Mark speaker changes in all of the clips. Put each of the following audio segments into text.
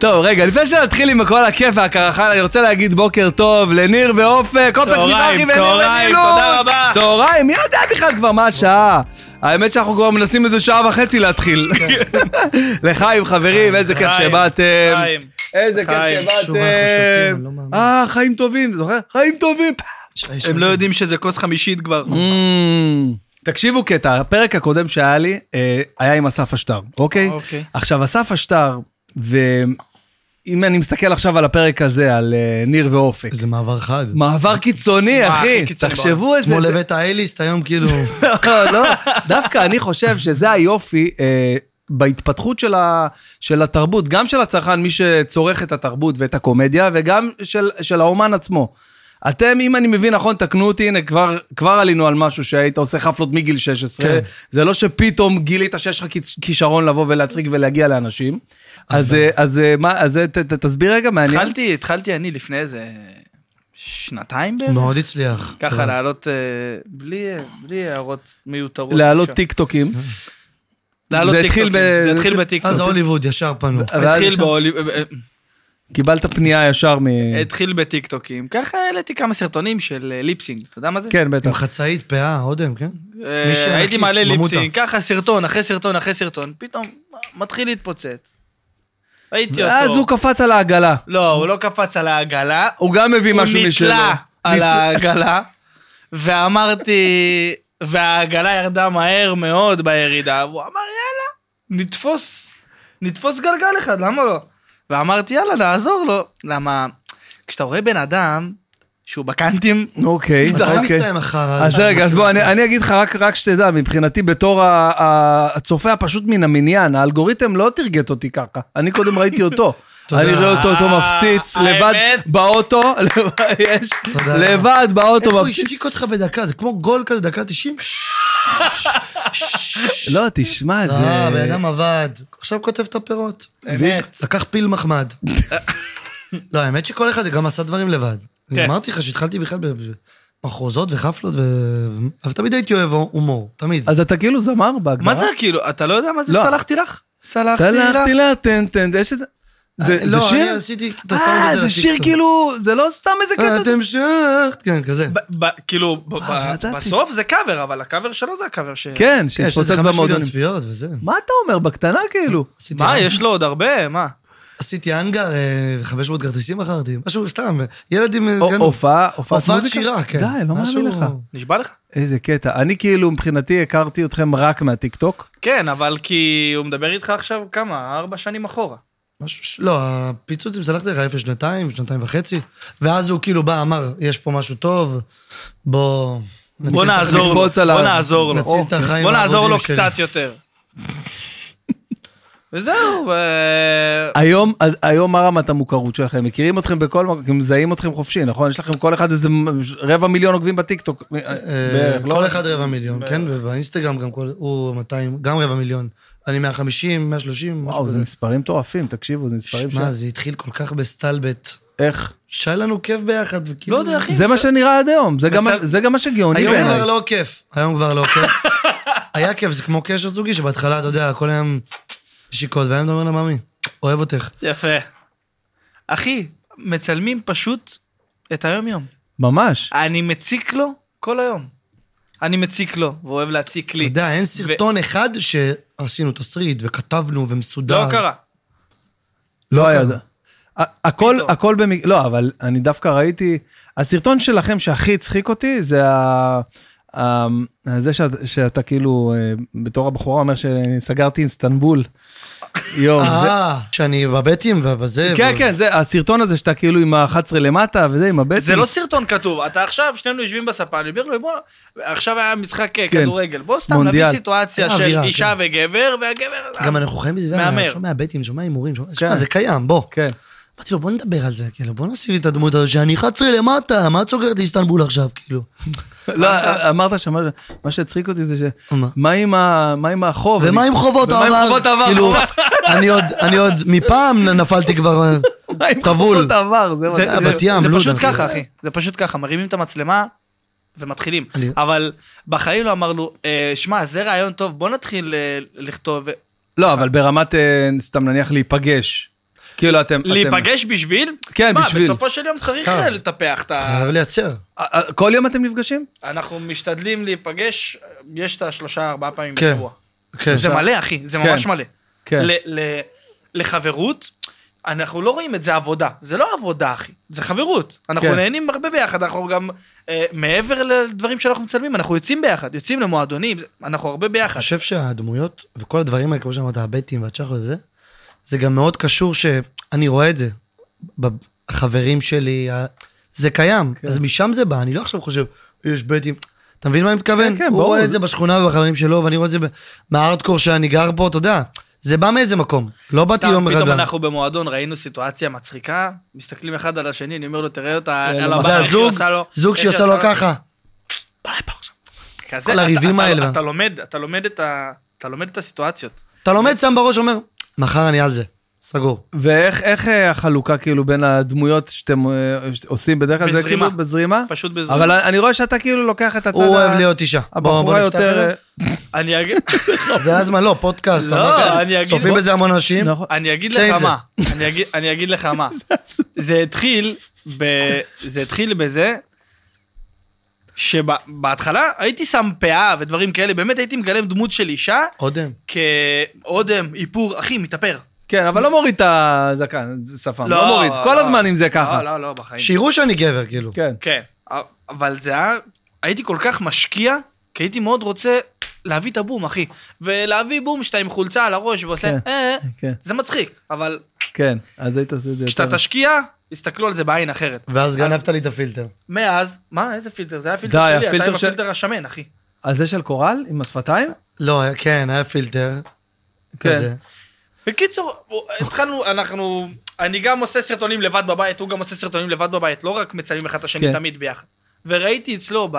Speaker 1: טוב, רגע, לפני שנתחיל עם כל הכיף והקרחן, אני רוצה להגיד בוקר טוב לניר ואופק, אופק
Speaker 2: צהריים,
Speaker 1: מזרחי וניר
Speaker 2: צהריים,
Speaker 1: ונילון.
Speaker 2: תודה רבה.
Speaker 1: צהריים, מי יודע בכלל כבר מה השעה? האמת שאנחנו כבר מנסים איזה שעה וחצי להתחיל. לחיים, חברים, איזה כיף
Speaker 2: כן. חיים,
Speaker 1: שבאתם.
Speaker 2: חיים.
Speaker 1: איזה
Speaker 2: חיים.
Speaker 1: כיף
Speaker 3: שוב אנחנו שותים, אני לא
Speaker 1: שבאתם.
Speaker 3: מאמין.
Speaker 1: אה, חיים טובים, זוכר? חיים טובים.
Speaker 2: הם לא יודעים שזה כוס חמישית כבר.
Speaker 1: Mm. תקשיבו קטע, הפרק הקודם שהיה לי אה, היה עם אסף אשתר, אוקיי?
Speaker 2: אוקיי.
Speaker 1: עכשיו, אסף אשתר, ואם אני מסתכל עכשיו על הפרק הזה, על אה, ניר ואופק,
Speaker 3: זה מעבר חד.
Speaker 1: מעבר קיצוני,
Speaker 2: מה,
Speaker 1: אחי,
Speaker 2: הכי קיצוני
Speaker 1: תחשבו איזה...
Speaker 3: אתמול הבאת אייליסט, היום כאילו...
Speaker 1: לא, לא, דווקא אני חושב שזה היופי אה, בהתפתחות של, ה, של התרבות, גם של הצרכן, מי שצורך את התרבות ואת הקומדיה, וגם של, של האומן עצמו. אתם, אם אני מבין נכון, תקנו אותי, הנה, כבר, כבר עלינו על משהו שהיית עושה חפלות מגיל 16.
Speaker 3: כן.
Speaker 1: זה לא שפתאום גילית שיש לך כיצ- כישרון לבוא ולהצחיק ולהגיע לאנשים. אז, אה, אז, אה, מה, אז אה, ת, ת, תסביר רגע, מעניין.
Speaker 2: התחלתי, התחלתי אני לפני איזה שנתיים בערך.
Speaker 3: מאוד הצליח.
Speaker 1: כן.
Speaker 2: ככה לעלות, אה, בלי בלי הערות מיותרות.
Speaker 1: להעלות
Speaker 2: בבקשה.
Speaker 1: טיקטוקים.
Speaker 2: להעלות
Speaker 1: זה
Speaker 2: טיקטוקים.
Speaker 1: התחיל ב-
Speaker 2: זה התחיל בטיקטוק.
Speaker 3: אז ההוליווד ישר פנו.
Speaker 1: ואז
Speaker 2: התחיל
Speaker 1: ישר-
Speaker 2: בהולי- אה,
Speaker 1: קיבלת פנייה ישר מ...
Speaker 2: אה, התחיל בטיקטוקים. ככה העליתי כמה סרטונים של אה, ליפסינג, אתה יודע מה זה?
Speaker 1: כן, בטח.
Speaker 3: עם חצאית, פאה, אודם, כן?
Speaker 2: אה,
Speaker 3: מי שענקית,
Speaker 2: הייתי מעלה
Speaker 3: ממותה.
Speaker 2: ליפסינג, ככה סרטון אחרי סרטון אחרי סרטון, פתאום אה, מתחיל להתפוצץ. ראיתי אותו.
Speaker 1: אז הוא קפץ על העגלה.
Speaker 2: לא, הוא לא קפץ על העגלה,
Speaker 1: הוא גם מביא
Speaker 2: הוא
Speaker 1: משהו משלו.
Speaker 2: נתלה על
Speaker 1: נתלה.
Speaker 2: העגלה, ואמרתי, והעגלה ירדה מהר מאוד בירידה, והוא אמר יאללה, נתפוס, נתפוס גלגל אחד, למה לא? ואמרתי יאללה, נעזור לו. למה, כשאתה רואה בן אדם שהוא בקאנטים,
Speaker 1: אוקיי,
Speaker 3: מתי
Speaker 1: אוקיי.
Speaker 3: מסתיים החרא?
Speaker 1: אז
Speaker 3: הזה?
Speaker 1: רגע, אז בוא, אני- אני אגיד לך רק רק שתדע, מבחינתי בתור ה- ה- הצופה הפשוט מן המניין, האלגוריתם לא תרגט אותי ככה, אני קודם ראיתי אותו.
Speaker 3: תודה.
Speaker 1: אני רואה אותו אותו מפציץ,
Speaker 2: אה,
Speaker 1: לבד
Speaker 2: האמת?
Speaker 1: באוטו, לבד- יש,
Speaker 3: תודה.
Speaker 1: לבד
Speaker 3: איך
Speaker 1: באוטו
Speaker 3: הוא
Speaker 1: מפציץ.
Speaker 3: השתיק אותך בדקה? זה כמו גול כזה, דקה 90?
Speaker 1: לא, תשמע, זה...
Speaker 3: אה, בן אדם עבד. עכשיו כותב את הפירות.
Speaker 2: אמת.
Speaker 3: לקח פיל מחמד. לא, האמת שכל אחד גם עשה דברים לבד.
Speaker 2: כן.
Speaker 3: אני אמרתי לך שהתחלתי בכלל במחרוזות וחפלות, ו- אבל תמיד הייתי אוהב הומור, תמיד.
Speaker 1: אז אתה כאילו זמר בהגדרה?
Speaker 2: מה זה כאילו, אתה לא יודע מה זה
Speaker 1: לא.
Speaker 2: סלחתי לך? סלחתי לך?
Speaker 1: סלחתי לה, תן, תן, יש את זה. זה זה
Speaker 3: לא, אני
Speaker 1: שיר?
Speaker 3: עשיתי את הסאונד הזה
Speaker 1: אה, זה שיר
Speaker 3: לטיקטוק. אה,
Speaker 1: כאילו, זה לא סתם איזה קטע.
Speaker 3: אתם שחט, כן, כזה.
Speaker 2: ב- ב- כאילו, ב-
Speaker 1: אה,
Speaker 2: ב-
Speaker 1: ידעתי.
Speaker 2: בסוף זה קאבר, אבל הקאבר שלו זה הקאבר ש...
Speaker 1: כן,
Speaker 3: כן, יש
Speaker 1: שהתפוצץ
Speaker 3: לזה חמש מיליון
Speaker 1: במועדונים.
Speaker 3: צפיות וזה.
Speaker 1: מה אתה אומר? בקטנה כאילו.
Speaker 3: עשיתי-
Speaker 2: מה, יש לו עוד הרבה? מה?
Speaker 3: עשיתי האנגר, אה, 500 כרטיסים מכרתי, משהו סתם, ילד עם...
Speaker 1: או-
Speaker 3: גן-
Speaker 1: הופעה, הופעת
Speaker 3: הופעת
Speaker 1: מוזיקה?
Speaker 3: שירה, כן.
Speaker 1: די, לא
Speaker 3: משהו-
Speaker 1: מאמין לך.
Speaker 2: נשבע לך?
Speaker 1: איזה קטע. אני כאילו, מבחינתי, הכרתי אתכם רק מהטיקטוק.
Speaker 2: כן, אבל כי הוא מדבר איתך עכשיו כמה? ארבע שנים אחורה.
Speaker 3: משהו ש... לא, הפיצוץ עם סלחתי לך לפני שנתיים, שנתיים וחצי, ואז הוא כאילו בא, אמר, יש פה משהו טוב, בוא... נציל
Speaker 2: בוא
Speaker 3: את-
Speaker 2: נעזור לו,
Speaker 1: לקפוץ על ה-
Speaker 2: בוא נעזור לו.
Speaker 3: נציל את החיים
Speaker 2: בוא נעזור לו
Speaker 3: האבודים שלי.
Speaker 2: קצת יותר. וזהו, ו-
Speaker 1: היום, אז- היום מה רמת המוכרות שלכם? מכירים אתכם בכל מקום, כאילו, מזהים אתכם חופשי, נכון? יש לכם כל אחד איזה מ- רבע מיליון עוקבים בטיקטוק.
Speaker 3: אה,
Speaker 1: בערך, לא?
Speaker 3: כל אחד רבע מיליון, כן? ובאינסטגרם גם כל... הוא 200, גם רבע מיליון. אני 150, 130, משהו
Speaker 1: וואו, זה
Speaker 3: כזה.
Speaker 1: מספרים מטורפים, תקשיבו, זה מספרים ש...
Speaker 3: שמע, זה התחיל כל כך בסטלבט.
Speaker 1: איך?
Speaker 3: שהיה לנו כיף ביחד, וכאילו...
Speaker 2: לא יודע, אחי.
Speaker 1: זה מה שנראה עד היום, זה גם-
Speaker 2: בצד-
Speaker 1: זה גם מה שגאוני
Speaker 3: היום כבר
Speaker 1: בעיניי.
Speaker 3: לא כיף, היום כבר לא כיף. היה כיף, זה כמו קשר זוגי, שבהתחלה, אתה יודע, כל היום שיקות, והיום אתה אומר לה, מאמי, אוהב אותך.
Speaker 2: יפה. אחי, מצלמים פשוט את היום-יום.
Speaker 1: ממש.
Speaker 2: אני מציק לו כל היום. אני מציק לו, והוא אוהב להציק
Speaker 3: אתה
Speaker 2: לי.
Speaker 3: יודע, אין סרטון אחד שעשינו תסריט וכתבנו ומסודר.
Speaker 2: לא קרה.
Speaker 1: לא היה
Speaker 3: ככה.
Speaker 1: זה. ה- הכל,
Speaker 2: פתאום.
Speaker 1: הכל במק... לא, אבל אני דווקא ראיתי... הסרטון שלכם שהכי הצחיק אותי זה ה... ה... זה שאתה, שאתה כאילו, אה, בתור הבחורה אומר שסגרתי אינסטנבול. יום. זה...
Speaker 3: אה, אוקיי. שאני בבטים ובזה.
Speaker 1: כן,
Speaker 3: ו-
Speaker 1: כן, זה הסרטון הזה שאתה כאילו עם ה-11 למטה וזה, עם הבטן.
Speaker 2: זה לא סרטון כתוב, אתה עכשיו, שנינו יושבים בספה, אני אומר לו, בוא, עכשיו היה משחק אה,
Speaker 1: כן.
Speaker 2: כדורגל, בוא סתם
Speaker 1: מונדיאל.
Speaker 2: נביא סיטואציה
Speaker 3: אה,
Speaker 2: של
Speaker 3: אווירה,
Speaker 2: אישה וגבר, והגבר...
Speaker 3: גם אנחנו חיים בסביבה,
Speaker 2: מהמר.
Speaker 3: אתה שומע בטים, שומע הימורים, שומע-
Speaker 1: כן.
Speaker 3: שמע, זה קיים, בוא.
Speaker 1: כן.
Speaker 3: אמרתי לו, בוא נדבר על זה, כאילו, בוא נוסיף את הדמות הזאת, שאני 11 למטה, מה את סוגרת לאיסטנבול עכשיו, כאילו?
Speaker 1: לא, אמרת שמה מה שהצחיק אותי זה ש...
Speaker 3: מה?
Speaker 1: מה עם ה- מה עם החוב?
Speaker 3: ומה
Speaker 1: אני-
Speaker 3: עם חובות
Speaker 1: ומה עם
Speaker 3: עבר?
Speaker 1: חובות עבר?
Speaker 3: כאילו, אני עוד, אני עוד, מפעם נפלתי כבר אה,
Speaker 1: מה עם
Speaker 3: טבול.
Speaker 1: חובות עבר? זה מה
Speaker 3: זה-
Speaker 1: ש-
Speaker 3: בת ים, לא
Speaker 2: זה
Speaker 3: לוד,
Speaker 2: פשוט
Speaker 3: אנחנו-
Speaker 2: ככה, אחי. זה פשוט ככה, מרימים את המצלמה, ומתחילים.
Speaker 3: אני-
Speaker 2: אבל בחיים לא אמרנו, אה, שמע, זה רעיון טוב, בוא נתחיל אה, לכתוב.
Speaker 1: לא, אבל ברמת, אה, סתם נניח להיפגש. כאילו אתם... אתם-
Speaker 2: להיפגש בשביל?
Speaker 1: כן,
Speaker 2: שמע,
Speaker 1: בשביל.
Speaker 2: בסופו של יום צריך
Speaker 3: אה.
Speaker 2: לטפח את ה...
Speaker 3: חייב לייצר.
Speaker 1: אה, אה, כל יום אתם נפגשים?
Speaker 2: אנחנו משתדלים להיפגש, יש את השלושה ארבעה פעמים
Speaker 3: כן.
Speaker 2: בשבוע.
Speaker 3: כן.
Speaker 2: זה מלא אחי, זה ממש
Speaker 1: כן.
Speaker 2: מלא.
Speaker 1: כן.
Speaker 2: ל- ל- לחברות, אנחנו לא רואים את זה עבודה, זה לא עבודה אחי, זה חברות. אנחנו
Speaker 1: כן.
Speaker 2: נהנים הרבה ביחד, אנחנו גם אה, מעבר לדברים שאנחנו מצלמים, אנחנו יוצאים ביחד, יוצאים למועדונים, אנחנו הרבה ביחד.
Speaker 3: אני חושב שהדמויות וכל הדברים האלה, כמו שאמרת, הבטים והצ'חלות וזה, זה גם מאוד קשור שאני רואה את זה. ב- החברים שלי, ה- זה קיים.
Speaker 1: כן.
Speaker 3: אז משם זה בא, אני לא עכשיו חושב, יש בטים. אתה מבין מה אני מתכוון?
Speaker 1: כן, כן,
Speaker 3: הוא
Speaker 1: ברור.
Speaker 3: רואה את זה בשכונה ובחברים שלו, ואני רואה את זה ב- מהארדקור שאני גר פה, אתה יודע. זה בא מאיזה מקום. לא באתי יום
Speaker 2: פתאום
Speaker 3: רדלן.
Speaker 2: אנחנו במועדון ראינו סיטואציה מצחיקה, מסתכלים אחד על השני, אני אומר לו, תראה אותה,
Speaker 1: כן,
Speaker 2: על
Speaker 1: אתה
Speaker 2: הבא,
Speaker 3: אתה יודע,
Speaker 2: איך היא
Speaker 3: זוג,
Speaker 2: עושה לו-
Speaker 3: לא, זוג
Speaker 2: איך
Speaker 3: שיוצא
Speaker 2: היא
Speaker 3: לו
Speaker 2: עושה
Speaker 3: ככה.
Speaker 2: בא לפה עכשיו. כזה,
Speaker 3: כל
Speaker 2: אתה-
Speaker 3: הריבים
Speaker 2: אתה-
Speaker 3: האלה.
Speaker 2: אתה לומד, אתה לומד את ה... אתה לומד את הסיטואציות.
Speaker 3: אתה לומד, שם בראש, אומר, מחר אני על זה. סגור.
Speaker 1: ואיך איך, אה, החלוקה כאילו בין הדמויות שאתם אה, ש- עושים בדרך כלל? זה
Speaker 2: בזרימה.
Speaker 1: כאילו בזרימה?
Speaker 2: פשוט בזמן.
Speaker 1: אבל אני רואה שאתה כאילו לוקח את הצד...
Speaker 3: הוא
Speaker 1: ה-
Speaker 3: אוהב להיות אישה. בוא- בוא
Speaker 1: הבחורה
Speaker 3: נפתח את
Speaker 1: יותר...
Speaker 3: זה.
Speaker 1: אה,
Speaker 2: אני אגיד,
Speaker 3: זה הזמן, לא, פודקאסט.
Speaker 2: לא,
Speaker 3: אמרת ש-
Speaker 2: אני אגיד-
Speaker 3: צופים
Speaker 2: בוא-
Speaker 3: בזה המון אנשים.
Speaker 1: נכון.
Speaker 2: אני אגיד
Speaker 3: תן את
Speaker 2: לך
Speaker 3: זה.
Speaker 2: מה, אני אגיד- אני אגיד לך מה. זה התחיל ב... זה התחיל בזה שבהתחלה הייתי שם פאה ודברים כאלה, באמת הייתי מגלם דמות של אישה
Speaker 3: אודם.
Speaker 2: כאודם, איפור, אחי, מתאפר.
Speaker 1: כן, אבל לא מוריד את הזקן, שפם.
Speaker 2: לא,
Speaker 1: לא מוריד. כל
Speaker 2: לא.
Speaker 1: הזמן עם זה ככה.
Speaker 2: לא, לא, לא, בחיים.
Speaker 3: שיראו שאני גבר, כאילו.
Speaker 1: כן.
Speaker 2: כן, אבל זה היה, הייתי כל כך משקיע, כי הייתי מאוד רוצה להביא את הבום, אחי. ולהביא בום שאתה עם חולצה על הראש ועושה,
Speaker 1: כן,
Speaker 2: אה, אה,
Speaker 1: כן.
Speaker 2: זה מצחיק, אבל
Speaker 1: כן, אז היית עושה את זה
Speaker 2: כשאתה
Speaker 1: יותר.
Speaker 2: תשקיע, יסתכלו על זה בעין אחרת.
Speaker 3: ואז גנבת לי את הפילטר.
Speaker 2: מאז, מה, איזה פילטר? זה היה
Speaker 1: די,
Speaker 2: פילטר שלי, אתה
Speaker 1: הפילטר
Speaker 2: עם
Speaker 1: של-
Speaker 2: הפילטר השמן, אחי.
Speaker 1: אז זה של קורל? עם השפתיים? כן.
Speaker 3: לא, היה- כן, היה פילטר. כזה.
Speaker 2: בקיצור, התחלנו, אנחנו, אני גם עושה סרטונים לבד בבית, הוא גם עושה סרטונים לבד בבית, לא רק מצלמים אחד את השני
Speaker 1: כן.
Speaker 2: תמיד ביחד. וראיתי אצלו, ב...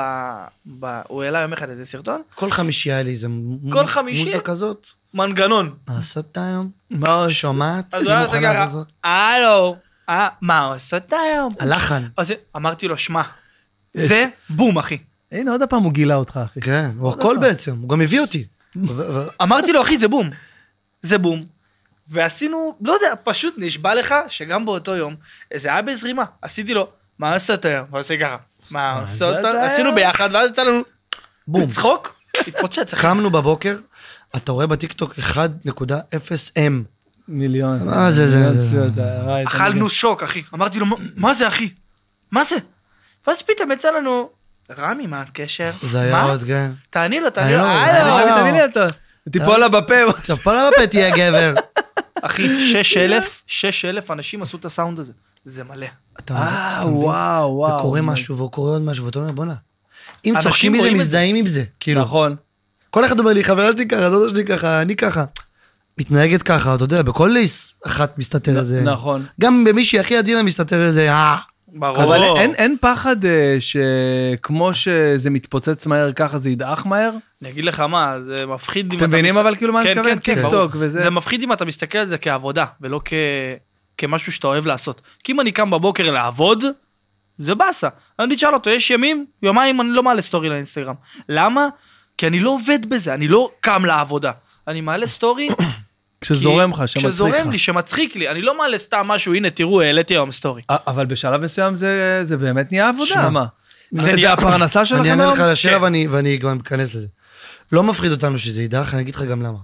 Speaker 2: ב... הוא העלה יום אחד איזה סרטון,
Speaker 3: כל חמישי היה לי איזה מ-
Speaker 2: כל חמישי?
Speaker 3: מוזה כזאת.
Speaker 2: מנגנון.
Speaker 3: מה עשית היום?
Speaker 1: מה?
Speaker 3: שומעת?
Speaker 2: אז הוא
Speaker 3: היא
Speaker 2: היה
Speaker 3: מוכנה
Speaker 2: עושה ככה,
Speaker 3: לעשות-
Speaker 2: הלו, אה, מה עשית היום?
Speaker 3: הלחן.
Speaker 2: אז אמרתי לו, שמע, זה בום, אחי.
Speaker 1: הנה, עוד פעם הוא גילה אותך, אחי.
Speaker 3: כן, הוא
Speaker 2: לא
Speaker 3: הכל בעצם, הוא גם הביא אותי. ו- ו-
Speaker 2: אמרתי לו, אחי, זה בום. זה בום. ועשינו, לא יודע, פשוט נשבע לך שגם באותו יום, זה היה בזרימה. עשיתי לו, מה עשית היום? והוא עושה ככה, מה עשית?
Speaker 1: עשית היום?"
Speaker 2: עשינו ביחד, ואז יצא לנו
Speaker 3: בום.
Speaker 2: לצחוק, התפוצץ, אחי.
Speaker 3: קמנו בבוקר, אתה רואה בטיקטוק 1.0M.
Speaker 1: מיליון.
Speaker 3: מה זה, זה,
Speaker 1: מיליון
Speaker 3: זה.
Speaker 1: צפיות, אה, ראית,
Speaker 2: אכלנו שוק, אחי. אמרתי לו, "מה- מה זה, אחי? מה זה? ואז פתאום יצא לנו, רמי, מה הקשר?
Speaker 3: זה היה
Speaker 2: מה?
Speaker 3: עוד, כן.
Speaker 2: תעני לו, תעני
Speaker 3: אני
Speaker 2: לו,
Speaker 3: לא-
Speaker 1: אני
Speaker 2: הלו.
Speaker 1: תמיד,
Speaker 3: לא.
Speaker 1: תמיד אתה. תיפול לה בפה.
Speaker 3: עכשיו, פה למה פה תהיה גבר? לא-
Speaker 2: אחי, 6,000, 6,000 אנשים עשו את הסאונד הזה. זה מלא.
Speaker 3: אתה
Speaker 1: אה,
Speaker 3: אתה מבין?
Speaker 1: וואו, וואו. לא-
Speaker 3: וקורה משהו, וקורה עוד משהו, ואתה אומר, בואנה. אם
Speaker 2: אנשים
Speaker 3: צוחקים מזה,
Speaker 2: רואים את זה.
Speaker 3: מזדהים עם זה. כאילו,
Speaker 1: נכון.
Speaker 3: כל אחד אומר לי, חברה שלי ככה, דודה שלי ככה, אני ככה. מתנהגת ככה, אתה יודע, בכל ליס אחת מסתתר איזה...
Speaker 1: נכון.
Speaker 3: גם במישהי הכי עדינה מסתתר איזה... אה.
Speaker 1: אבל
Speaker 2: ברור.
Speaker 1: אין- אין פחד אה, שכמו שזה מתפוצץ מהר, ככה זה ידעך מהר?
Speaker 2: אני אגיד לך מה, זה מפחיד אם
Speaker 1: אתם מבינים אבל כאילו מה אני
Speaker 2: כן,
Speaker 1: מתכוון?
Speaker 2: כן, כן,
Speaker 1: טיק
Speaker 2: ברור.
Speaker 1: טוק וזה.
Speaker 2: זה מפחיד אם אתה מסתכל על זה כעבודה, ולא כ... כמשהו שאתה אוהב לעשות. כי אם אני קם בבוקר לעבוד, זה באסה. אני תשאל אותו, יש ימים, יומיים אני לא מעלה סטורי לאינסטגרם. למה? כי אני לא עובד בזה, אני לא קם לעבודה. אני מעלה סטורי
Speaker 1: כשזורם
Speaker 2: כי-
Speaker 1: לך, שמצחיק
Speaker 2: כשזורם
Speaker 1: לך.
Speaker 2: לי, שמצחיק לי. אני לא מעלה סתם משהו, הנה, תראו, העליתי היום סטורי.
Speaker 1: א- אבל בשלב מסוים זה זה באמת נהיה
Speaker 3: שמע,
Speaker 1: עבודה, מה?
Speaker 2: זה
Speaker 1: זה
Speaker 2: נהיה-
Speaker 1: נהיה הפרנסה שלכם
Speaker 3: אני אענה
Speaker 1: היום?
Speaker 3: לך על השאלה
Speaker 2: כן.
Speaker 3: ואני- ואני גם אכנס לזה. לא מפחיד אותנו שזה יידח, אני אגיד לך גם למה.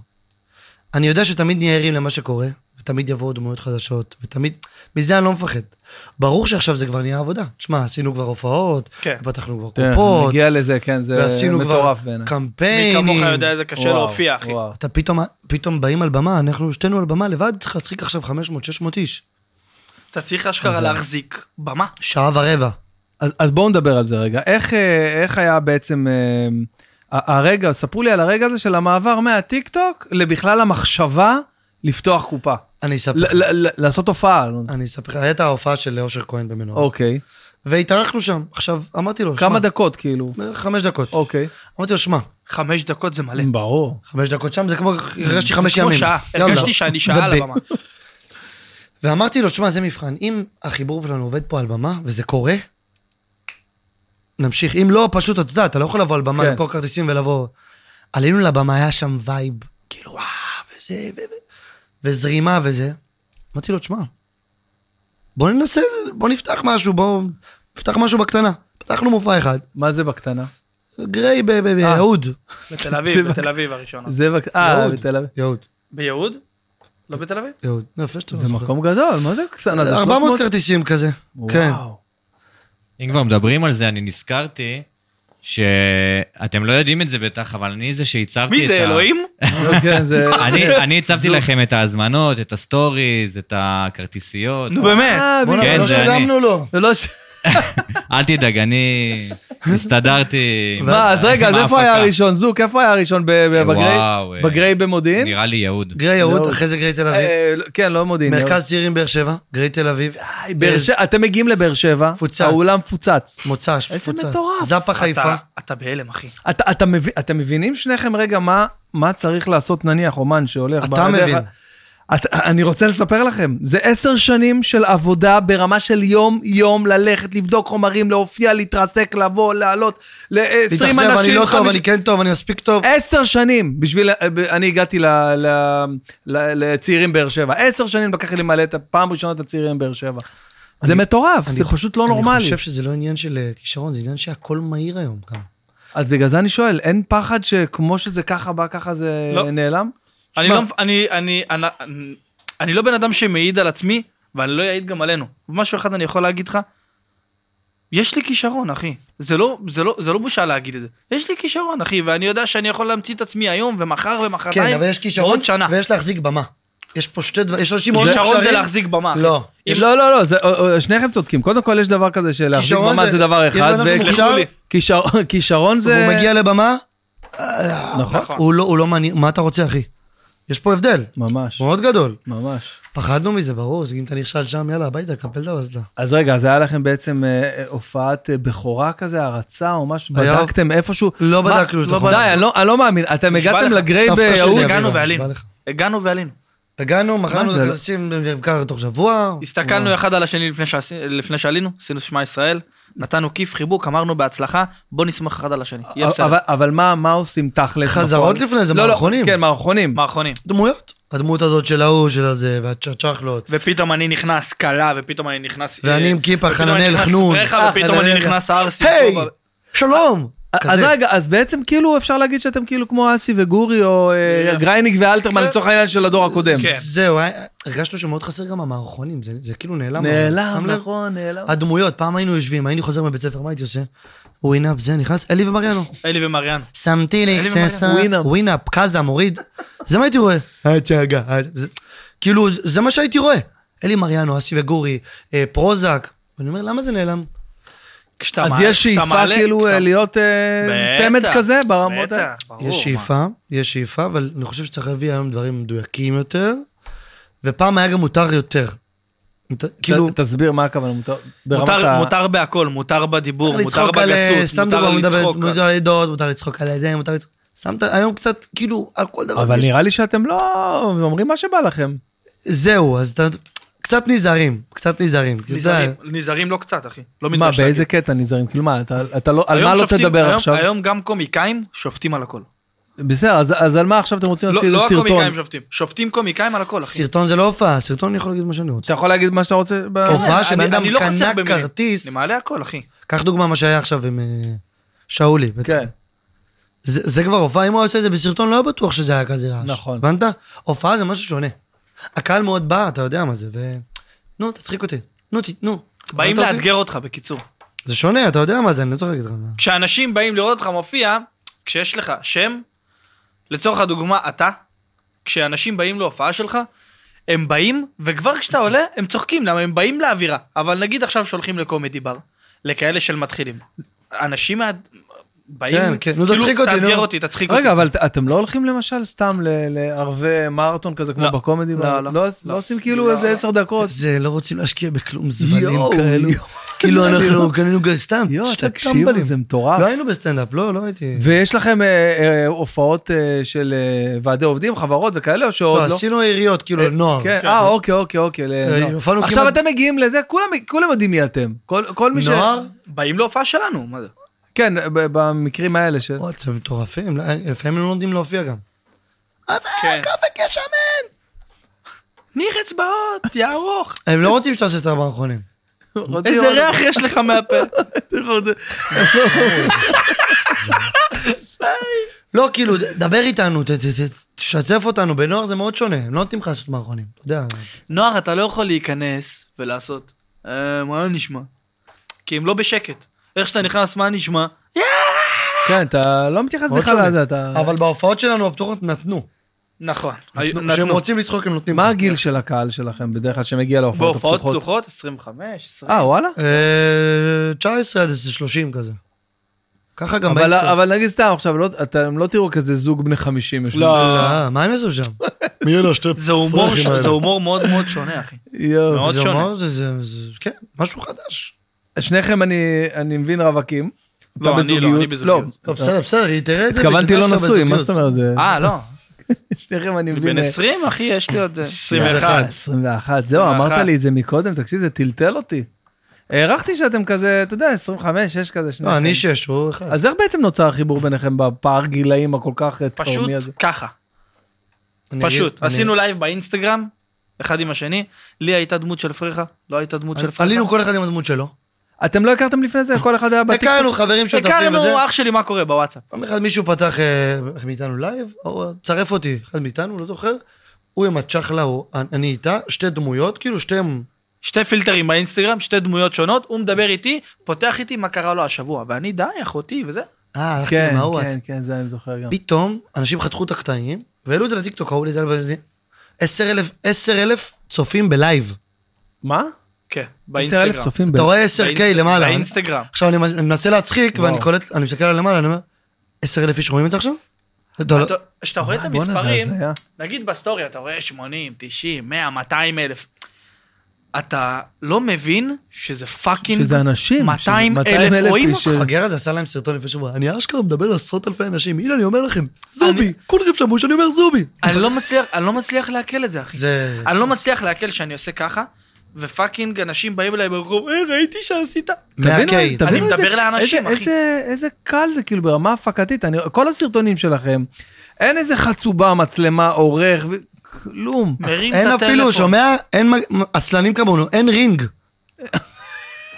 Speaker 3: אני יודע שתמיד נהיה ערים למה שקורה, ותמיד יבואו דמויות חדשות, ותמיד... מזה אני לא מפחד. ברור שעכשיו זה כבר נהיה עבודה. תשמע, עשינו כבר הופעות,
Speaker 2: כן.
Speaker 3: פתחנו כבר
Speaker 1: כן,
Speaker 3: קופות,
Speaker 1: נגיע לזה, כן, זה
Speaker 3: ועשינו כבר
Speaker 1: מטורף בעיניי.
Speaker 2: מי
Speaker 3: קמפיינים.
Speaker 2: כמוך יודע איזה קשה
Speaker 1: וואו,
Speaker 2: להופיע, אחי.
Speaker 1: וואו.
Speaker 3: אתה פתאום, פתאום באים על במה, אנחנו שתינו על במה לבד, צריך להצחיק עכשיו 500-600 איש.
Speaker 2: אתה צריך אשכרה להחזיק במה.
Speaker 3: שעה ורבע.
Speaker 1: אז, אז בואו נדבר על זה רגע. איך, אה, איך היה בעצם אה, ה- הרגע, ספרו לי על הרגע הזה של המעבר מהטיקטוק לבכלל המחשבה לפתוח קופה.
Speaker 3: אני אספר לך.
Speaker 1: ל- ל- ל- לעשות הופעה.
Speaker 3: אני אספר לך, הייתה ההופעה של אושר כהן במנורה.
Speaker 1: אוקיי.
Speaker 3: והתארחנו שם. עכשיו, אמרתי לו,
Speaker 1: כמה
Speaker 3: שמע,
Speaker 1: דקות כאילו.
Speaker 3: בערך חמש דקות.
Speaker 1: אוקיי.
Speaker 3: אמרתי לו, שמע,
Speaker 2: חמש דקות זה מלא.
Speaker 1: ברור.
Speaker 3: חמש דקות שם זה כמו, הרגשתי חמש
Speaker 2: כמו
Speaker 3: ימים.
Speaker 2: שעה,
Speaker 3: יאללה.
Speaker 2: הרגשתי שאני
Speaker 3: זה
Speaker 2: שעה על
Speaker 3: ב-
Speaker 2: הבמה.
Speaker 3: ואמרתי לו, שמע, זה מבחן. אם החיבור שלנו עובד פה על במה, וזה קורה, נמשיך. אם לא, פשוט, אתה יודע, אתה לא יכול לבוא על במה,
Speaker 1: כן.
Speaker 3: למכור כרטיסים ולבוא. עלינו לבמה, היה שם וייב, כאילו, וואו, וזה, ו- ו- וזרימה וזה. אמרתי לו, תשמע, בוא ננסה, בוא נפתח משהו, בוא נפתח משהו בקטנה. פתחנו מופע אחד,
Speaker 1: מה זה בקטנה?
Speaker 3: גריי ב- ב-
Speaker 1: אה.
Speaker 3: ביהוד.
Speaker 2: בתל אביב, בתל אביב הראשונה.
Speaker 1: זה בק... אה,
Speaker 3: יהוד.
Speaker 1: בתל אביב.
Speaker 3: יהוד,
Speaker 2: ביהוד? לא בתל אביב?
Speaker 3: יהוד. נו, יפה שאתה
Speaker 1: זה
Speaker 3: זוכר.
Speaker 1: מקום גדול, מה זה קטנה? זה
Speaker 3: 400
Speaker 1: 300?
Speaker 3: כרטיסים כזה, כן.
Speaker 1: וואו.
Speaker 4: אם כבר מדברים על זה, אני נזכרתי שאתם לא יודעים את זה בטח, אבל אני זה שהצבתי את ה...
Speaker 2: מי זה, אלוהים?
Speaker 1: כן, זה...
Speaker 4: אני- אני הצבתי
Speaker 1: זוג.
Speaker 4: לכם את ההזמנות, את הסטוריז, את הכרטיסיות.
Speaker 2: נו באמת.
Speaker 1: אה,
Speaker 3: בוא'נה,
Speaker 4: כן,
Speaker 3: לא
Speaker 4: זה אני.
Speaker 3: שילמנו לו.
Speaker 1: זה לא ש...
Speaker 4: אל תדאג, אני הסתדרתי. עם-
Speaker 1: מה, אז רגע,
Speaker 4: עם
Speaker 1: אז איפה היה
Speaker 4: לא, ההפקה.
Speaker 1: הראשון? זוק, איפה היה הראשון? ב- ב- בגריי?
Speaker 4: וואו, אה,
Speaker 1: בגריי במודיעין?
Speaker 4: נראה לי יהוד.
Speaker 3: גריי יהוד,
Speaker 1: יהוד.
Speaker 3: אחרי זה גריי תל אביב.
Speaker 1: לא- אה, לא- כן, לא מודיעין.
Speaker 3: מרכז צעירים באר שבע, גריי תל אביב,
Speaker 1: אה, באר שבע- אתם מגיעים לבאר שבע,
Speaker 3: מפוצץ.
Speaker 1: האולם מפוצץ.
Speaker 3: מוצ"ש,
Speaker 1: איזה
Speaker 3: מפוצץ.
Speaker 1: מטורף.
Speaker 3: זאפה חיפה.
Speaker 2: אתה- אתה בהלם, אחי.
Speaker 1: אתה- אתה מבין- אתם מבינים שניכם רגע מה- מה צריך לעשות נניח אומן שהולך...
Speaker 3: אתה
Speaker 1: בדרך-
Speaker 3: מבין.
Speaker 1: את- אני רוצה לספר לכם, זה עשר שנים של עבודה ברמה של יום-יום ללכת, לבדוק חומרים, להופיע, להתרסק, לבוא, לעלות, ל-20 אנשים. אה,
Speaker 3: להתאכזב, אני לא טוב,
Speaker 1: 50
Speaker 3: אני כן טוב, אני מספיק טוב.
Speaker 1: עשר שנים בשביל, אה, אני הגעתי ל, ל, ל, לצעירים באר שבע, עשר שנים לקח לי למלא את הפעם ראשונה את הצעירים באר שבע. זה מטורף, זה פשוט לא
Speaker 3: אני
Speaker 1: נורמלי.
Speaker 3: חושב שזה לא עניין של אה, כישרון, זה עניין שהכל מהיר היום גם.
Speaker 1: אז בגלל זה אני שואל, אין פחד שכמו שזה ככה בא, ככה זה
Speaker 2: לא.
Speaker 1: נעלם?
Speaker 2: אני
Speaker 3: שמע.
Speaker 2: לא, אני, אני, אני, אני לא בן אדם שמעיד על עצמי, ואני לא אעיד גם עלינו. משהו אחד אני יכול להגיד לך, יש לי כישרון, אחי. זה לא, זה לא, זה לא בושה להגיד את זה. יש לי כישרון, אחי, ואני יודע שאני יכול להמציא את עצמי היום, ומחר, ומחרתיים,
Speaker 3: כן, אבל יש כישרון,
Speaker 2: ועוד שנה.
Speaker 3: ויש להחזיק במה. יש פה שתי דברים, יש אנשים מאוד
Speaker 2: כישרון זה
Speaker 3: מוכשרים.
Speaker 2: להחזיק במה. אחי.
Speaker 3: לא. יש-
Speaker 1: לא, לא, לא, זה- אה, אה, שניכם צודקים. קודם כל, יש דבר כזה שלהחזיק
Speaker 3: כישרון
Speaker 1: במה
Speaker 3: זה-
Speaker 1: זה דבר
Speaker 3: יש
Speaker 1: אחד,
Speaker 3: בן אדם
Speaker 1: וכי-
Speaker 3: מוכשר,
Speaker 2: סלחו לי.
Speaker 1: כישרון- כישרון זה...
Speaker 3: והוא מגיע לבמה,
Speaker 1: נכון,
Speaker 2: נכון.
Speaker 3: הוא לא- הוא לא מעניין, מה אתה רוצה, אחי? יש פה הבדל,
Speaker 1: ממש,
Speaker 3: הוא מאוד גדול.
Speaker 1: ממש.
Speaker 3: פחדנו מזה, ברור, זה אם אתה נכשל שם, יאללה, הביתה, קפל את הבזדה.
Speaker 1: אז רגע, אז היה לכם בעצם אה, אה, הופעת אה, בכורה כזה, הרצה או משהו?
Speaker 3: היה-
Speaker 1: בדקתם איפשהו?
Speaker 3: לא
Speaker 1: מה-
Speaker 3: בדקנו את
Speaker 1: לא
Speaker 3: החומר.
Speaker 1: די, אני לא- אני לא מאמין. אתם
Speaker 2: נשבע
Speaker 1: הגעתם אה,
Speaker 2: לך,
Speaker 1: לגריי
Speaker 3: סבתא שלי
Speaker 1: ביהוד.
Speaker 3: אביבה,
Speaker 2: הגענו ועלינו.
Speaker 3: נשבע לך.
Speaker 2: הגענו ועלינו.
Speaker 3: הגענו, מכרנו את
Speaker 1: זה לא-
Speaker 3: הכרטיסים במבקר תוך שבוע.
Speaker 2: הסתכלנו אחד על השני לפני, שעש... לפני שעלינו, עשינו שמע ישראל, נתנו כיף, חיבוק, אמרנו בהצלחה, בוא נסמוך אחד על השני. יהיה בסדר.
Speaker 1: אבל- אבל מה מה עושים תכל'ס?
Speaker 3: חזרות
Speaker 1: בפועל?
Speaker 3: לפני זה,
Speaker 1: לא, לא,
Speaker 3: מערכונים.
Speaker 1: כן, מערכונים.
Speaker 2: מערכונים.
Speaker 3: דמויות. הדמות הזאת של ההוא, של הזה, והצ'חלות.
Speaker 2: ופתאום אני נכנס קלה, ופתאום אני נכנס...
Speaker 3: ואני
Speaker 2: אה,
Speaker 3: עם כיפה,
Speaker 2: ופתאום
Speaker 3: חננאל
Speaker 2: אני נכנס
Speaker 3: חנון.
Speaker 2: פרחה,
Speaker 1: אה,
Speaker 2: ופתאום אני
Speaker 1: חננאל.
Speaker 2: נכנס ארסי.
Speaker 3: היי!
Speaker 2: טוב, אבל-
Speaker 3: שלום!
Speaker 1: אז
Speaker 3: כזה.
Speaker 1: רגע, אז בעצם כאילו אפשר להגיד שאתם כאילו כמו אסי וגורי או אה,
Speaker 2: אה,
Speaker 1: גרייניק ואלתרמן
Speaker 2: כן.
Speaker 1: לצורך העניין של הדור הקודם.
Speaker 2: כן.
Speaker 3: זהו, היה- הרגשנו שמאוד חסר גם המערכונים, זה זה כאילו נעלם. שם
Speaker 1: נעלם,
Speaker 3: לב?
Speaker 1: נכון, נעלם.
Speaker 3: הדמויות, פעם היינו יושבים, היינו חוזר מבית ספר, מה הייתי עושה? ווינאפ, זה נכנס, אלי ומריאנו.
Speaker 2: אלי ומריאן.
Speaker 3: שמתי לי
Speaker 2: אלי
Speaker 3: קססה,
Speaker 1: ומריאנו, ווינאפ.
Speaker 3: ווינאפ, קאזה, מוריד. זה מה הייתי רואה. הצגה. אה, זה- כאילו, זה- זה מה שהייתי רואה. אלי מריאנו, אסי וגורי, אה, פרוזק. ואני אומר, למה זה נעלם?
Speaker 2: כשאתה
Speaker 1: אז
Speaker 2: מעלה-
Speaker 1: יש
Speaker 2: כשאתה
Speaker 1: שאיפה
Speaker 2: מעלה-
Speaker 1: כאילו
Speaker 2: כשאתה-
Speaker 1: אה, להיות אה,
Speaker 2: בטח,
Speaker 1: צמד כזה ברמות האלה?
Speaker 2: בטח, ברור.
Speaker 3: יש שאיפה, יש שאיפה, אבל אני חושב שצריך להביא היום דברים מדויקים יותר, ופעם היה גם מותר יותר. מת- כאילו,
Speaker 1: ת- תסביר מה הכוונה, מותר-
Speaker 2: מה.
Speaker 1: ברמת
Speaker 2: מותר-
Speaker 1: ה-
Speaker 2: מותר בהכל, מותר בדיבור, מותר
Speaker 3: לצחוק על...
Speaker 1: אה,
Speaker 2: בגסות,
Speaker 3: סתם
Speaker 2: מותר לא
Speaker 3: דבר, מדבר-
Speaker 2: לצחוק.
Speaker 3: מותר לדעות, מותר לצחוק על זה, מותר לצחוק... שמת היום קצת, כאילו, על כל דבר.
Speaker 1: אבל
Speaker 3: יש-
Speaker 1: נראה לי שאתם לא אומרים מה שבא לכם.
Speaker 3: זהו, אז אתה... קצת נזהרים, קצת נזהרים. כי אתה יודע,
Speaker 2: נזהרים, נזהרים לא קצת, אחי. לא
Speaker 1: מה,
Speaker 2: מתבייש להגיד.
Speaker 1: באיזה קטע נזהרים? כאילו מה, אתה אתה לא, על
Speaker 2: היום
Speaker 1: מה לא
Speaker 2: שופטים-
Speaker 1: תדבר
Speaker 2: היום-
Speaker 1: עכשיו?
Speaker 2: היום גם קומיקאים שופטים על הכל.
Speaker 1: בסדר, אז- אז על מה עכשיו אתם רוצים
Speaker 2: לא
Speaker 1: להוציא איזה
Speaker 2: לא
Speaker 1: סרטון?
Speaker 2: הקומיקאים שופטים, שופטים קומיקאים על הכל, אחי.
Speaker 3: סרטון זה לא הופעה, סרטון אני יכול להגיד מה שאני רוצה.
Speaker 1: אתה יכול להגיד מה שאתה רוצה? ב-
Speaker 3: הופעה
Speaker 2: אני-
Speaker 3: שבן אדם
Speaker 2: אני לא חסר
Speaker 3: קנה
Speaker 2: במילים.
Speaker 3: כרטיס,
Speaker 2: אני מעלה הכל, אחי.
Speaker 3: קח דוגמה מה שהיה עכשיו עם אה, שאולי. בטח.
Speaker 1: כן.
Speaker 3: זה זה כבר הופעה, אם הוא היה עושה את זה בסרטון, לא היה בטוח שזה היה כזה רעש.
Speaker 1: נכון.
Speaker 3: הבנת? הופעה זה משהו שונה. הקהל מאוד בא, אתה יודע מה זה, ו... נו, תצחיק אותי. נו, ת... נו.
Speaker 2: באים
Speaker 3: הבנת אותי?
Speaker 2: לאתגר אותך, בקיצור.
Speaker 3: זה שונה, אתה יודע מה זה, אני לא צריך להגיד לך מה.
Speaker 2: כשאנשים באים לראות אותך מופיע, כשיש לך שם, לצורך הדוגמה אתה, כשאנשים באים להופעה שלך, הם באים, וכבר כשאתה עולה, הם צוחקים, למה הם באים לאווירה. אבל נגיד עכשיו שהולכים לקומדי בר, לכאלה של מתחילים. אנשים מה... באים, כאילו,
Speaker 3: כן, כן, נו, תצחיק אותי,
Speaker 2: תאתגר
Speaker 3: נו."
Speaker 2: אותי, תצחיק אותי.
Speaker 1: רגע, אבל ת- אתם לא הולכים למשל סתם ל- לערבי מרתון כזה כמו
Speaker 2: לא.
Speaker 1: בקומדי?
Speaker 2: לא,
Speaker 1: בר?
Speaker 2: לא.
Speaker 1: לא עושים כאילו איזה עשר דקות?
Speaker 3: זה, לא רוצים להשקיע בכלום זבלים
Speaker 1: יואו,
Speaker 3: כאלו.
Speaker 1: יואו.
Speaker 3: כאילו אנחנו קנינו גז סתם,
Speaker 1: יואו,
Speaker 3: שתי
Speaker 1: תקשיבו,
Speaker 3: טמבלים.
Speaker 1: זה
Speaker 3: לא
Speaker 1: מטורף.
Speaker 3: היינו בסטנדאפ, לא, לא הייתי.
Speaker 1: ויש לכם אה, אה, הופעות אה, של אה, ועדי עובדים, חברות וכאלה, או שעוד
Speaker 3: לא,
Speaker 1: לא?
Speaker 3: עשינו עיריות, כאילו, נוער. אה,
Speaker 1: כן, אה, אוקיי, אוקיי, אוקיי. לנוער.
Speaker 3: הופענו
Speaker 1: עכשיו
Speaker 3: כמעט-
Speaker 1: אתם מגיעים לזה, כולם כולם יודעים מי אתם. כל- כל מי ש...
Speaker 3: נוער?
Speaker 2: באים להופעה שלנו, מה זה?
Speaker 1: כן, ב- במקרים האלה של...
Speaker 3: וואי, אתם מטורפים, לא, לפעמים הם לא נותנים להופיע גם.
Speaker 2: כן.
Speaker 3: אופק יש שמן!
Speaker 2: ניר אצבעות, יערוך.
Speaker 3: הם לא רוצים שתעשה את המערכונים.
Speaker 1: רוצים
Speaker 2: איזה
Speaker 1: עוד-
Speaker 2: ריח יש לך מהפה.
Speaker 3: לא, כאילו, דבר איתנו, ת- ת- ת- תשתף אותנו, בנוער זה מאוד שונה, הם לא נותנים לך לעשות מערכונים, אתה יודע.
Speaker 2: נוער, אתה לא יכול להיכנס ולעשות, "אה, מה נשמע? כי הם לא בשקט. איך שאתה נכנס, מה נשמע?
Speaker 1: כן, אתה לא מתייחס
Speaker 3: מאוד
Speaker 1: בכלל
Speaker 3: שונה.
Speaker 1: לזה, אתה...
Speaker 3: אבל בהופעות שלנו הפתוחות נתנו.
Speaker 2: נכון. היו-
Speaker 3: נתנו. כשהם
Speaker 2: נתנו.
Speaker 3: רוצים לצחוק הם נותנים. אה,
Speaker 1: מה
Speaker 3: לך.
Speaker 1: הגיל של הקהל שלכם בדרך כלל שמגיע להופעות
Speaker 2: בהופעות
Speaker 1: הפתוחות?
Speaker 2: פתוחות, 25, 20.
Speaker 1: אה, וואלה?
Speaker 3: אה, 19 עד איזה 30 כזה. ככה גם
Speaker 1: אבל,
Speaker 3: באינסטגרם.
Speaker 1: אבל נגיד סתם עכשיו, לא, אתם לא תראו כזה זוג בני 50 יש לנו.
Speaker 2: לא.
Speaker 3: אה, מה הם יעשו שם? מי יהיה לו שתי
Speaker 2: זה הומור ש- זה הומור מאוד מאוד שונה, אחי.
Speaker 1: יואו.
Speaker 2: מאוד
Speaker 3: זה
Speaker 2: שונה.
Speaker 3: הומור, זה- זה, זה- כן, משהו חדש.
Speaker 1: שניכם אני, אני מבין רווקים. אתה אה,
Speaker 2: לא, אני לא, אני בזוגיות.
Speaker 3: לא, בסדר, בסדר, היא תראה את זה.
Speaker 1: התכוונתי
Speaker 3: ותדע
Speaker 1: לא
Speaker 3: שאתה
Speaker 1: נשוי, מה
Speaker 3: בזוגיות.
Speaker 1: זאת אומרת? זה-
Speaker 2: אה, לא.
Speaker 1: שניכם אני
Speaker 2: אני
Speaker 1: מבין.
Speaker 2: בן
Speaker 1: אה,
Speaker 2: 20, אחי, יש לי עוד אה,
Speaker 3: 21.
Speaker 2: 21.
Speaker 1: 21, זהו,
Speaker 2: 21.
Speaker 1: אמרת לי את זה מקודם, תקשיב, זה טלטל אותי. הערכתי שאתם כזה, אתה יודע, 25, 6 כזה,
Speaker 3: לא,
Speaker 1: שניכם.
Speaker 3: אני שש, הוא אחד.
Speaker 1: אז איך בעצם נוצר החיבור ביניכם בפער גילאים הכל כך אה,
Speaker 2: פשוט
Speaker 1: תהומי הזה?
Speaker 2: ככה.
Speaker 3: אני
Speaker 2: פשוט.
Speaker 3: אגיד- אני-
Speaker 2: עשינו לייב באינסטגרם, אחד עם השני. לי הייתה דמות של פריחה, לא הייתה דמות של פריחה.
Speaker 3: עלינו כל אחד עם הדמות שלו.
Speaker 1: אתם לא הכרתם לפני זה? כל אחד היה בטיקטוק?
Speaker 3: הכרנו חברים שותפים וזה.
Speaker 2: הכרנו אח שלי מה קורה בוואטסאפ.
Speaker 3: פעם אחת מישהו פתח אה, אחד מאיתנו לייב, או צרף אותי, אחד מאיתנו, לא זוכר. הוא עם הצ'חלה, הוא- אני איתה, שתי דמויות, כאילו שתיהם...
Speaker 2: שתי פילטרים באינסטגרם, שתי דמויות שונות, הוא מדבר איתי, פותח איתי מה קרה לו השבוע, ואני די, אחותי וזה.
Speaker 3: אה, הלכתי
Speaker 1: כן,
Speaker 3: עם ההוא,
Speaker 1: כן, כן, זה אני זוכר גם. פתאום.
Speaker 3: פתאום אנשים חתכו את הקטעים, והעלו את זה לטיקטוק, ההוא לזה, עשר אלף, עשר אלף צופים בלייב.
Speaker 1: מה?
Speaker 2: כן,
Speaker 1: 10,000
Speaker 2: באינסטגרם.
Speaker 1: צופים ב...
Speaker 3: אתה רואה עשר קיי
Speaker 2: באינסט-
Speaker 3: למעלה.
Speaker 2: באינסטגרם.
Speaker 3: עכשיו אני אני מנסה להצחיק, ואני קולט, אני מסתכל על למעלה, אני אומר, עשר אלף איש רואים את זה עכשיו? אתה לא-
Speaker 2: אתה- כשאתה רואה את
Speaker 1: אה, בואנה, זה
Speaker 2: המספרים,
Speaker 1: הזיה.
Speaker 2: נגיד בסטורי אתה רואה 80, 90, 100, 200 אלף. אתה לא מבין שזה פאקינג
Speaker 1: שזה אנשים.
Speaker 2: 200
Speaker 1: שזה-
Speaker 2: אלף
Speaker 1: 200,000
Speaker 2: רואים
Speaker 1: איש
Speaker 2: אותך.
Speaker 1: של-
Speaker 3: הגר הזה עשה להם סרטון לפני שבוע, אני אשכרה מדבר לעשרות אלפי אנשים, הנה אני אומר לכם,
Speaker 2: אני-
Speaker 3: זובי, כולכם שמעו שאני אומר זובי.
Speaker 2: אני לא מצליח, אני לא מצליח לעכל את זה, אחי.
Speaker 3: זה...
Speaker 2: אני לא מצליח לעכל שאני עושה ככה, ופאקינג אנשים באים אליי ברחוב, אה, ראיתי שעשית.
Speaker 1: תבינו-
Speaker 3: מהקיי.
Speaker 1: תבינו
Speaker 2: אני
Speaker 1: איזה-
Speaker 2: מדבר לאנשים,
Speaker 1: איזה-
Speaker 2: אחי.
Speaker 1: איזה- איזה קל זה, כאילו, ברמה הפקתית. אני- כל הסרטונים שלכם, אין איזה חצובה, מצלמה, עורך, ו- כלום.
Speaker 2: מרים
Speaker 3: אין
Speaker 2: את
Speaker 3: אפילו,
Speaker 2: הטלפון.
Speaker 3: שומע? אין מג- עצלנים כמונו, אין רינג,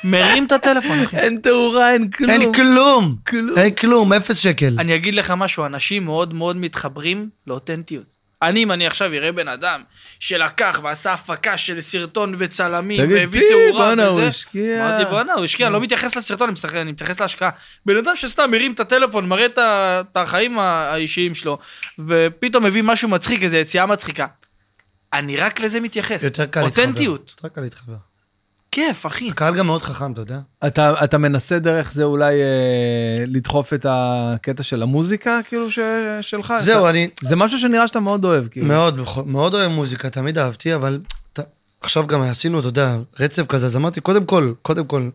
Speaker 2: מרים את הטלפון, אחי.
Speaker 1: אין תאורה, אין כלום.
Speaker 3: אין כלום,
Speaker 1: כלום.
Speaker 3: אין כלום, אפס שקל.
Speaker 2: אני אגיד לך משהו, אנשים מאוד מאוד מתחברים לאותנטיות. אני, אם אני עכשיו אראה בן אדם שלקח ועשה הפקה של סרטון וצלמים,
Speaker 1: תגיד,
Speaker 2: והביא
Speaker 1: פי,
Speaker 2: תאורה
Speaker 1: בואנה, הוא
Speaker 2: וזה,
Speaker 1: השקיע.
Speaker 2: אמרתי, בואנה, הוא השקיע, אני לא מתייחס לסרטון, אני מסתכל- אני מתייחס להשקעה. בן אדם שסתם מרים את הטלפון, מראה את ה- את החיים ה- האישיים שלו, ופתאום מביא משהו מצחיק, איזו יציאה מצחיקה. אני רק לזה מתייחס.
Speaker 3: יותר קל להתחבר.
Speaker 2: אותנטיות.
Speaker 3: יותר קל להתחבר.
Speaker 2: כיף, אחי.
Speaker 3: הקהל גם מאוד חכם, אתה יודע?
Speaker 1: אתה, אתה מנסה דרך זה אולי אה, לדחוף את הקטע של המוזיקה, כאילו, ש,
Speaker 2: אה,
Speaker 1: שלך?
Speaker 3: זהו,
Speaker 1: אתה,
Speaker 3: אני
Speaker 1: זה משהו שנראה שאתה מאוד אוהב, כאילו.
Speaker 3: מאוד, מאוד אוהב מוזיקה, תמיד אהבתי, אבל ת- עכשיו גם עשינו, אתה יודע, רצף כזה, אז אמרתי, קודם כל, קודם כל,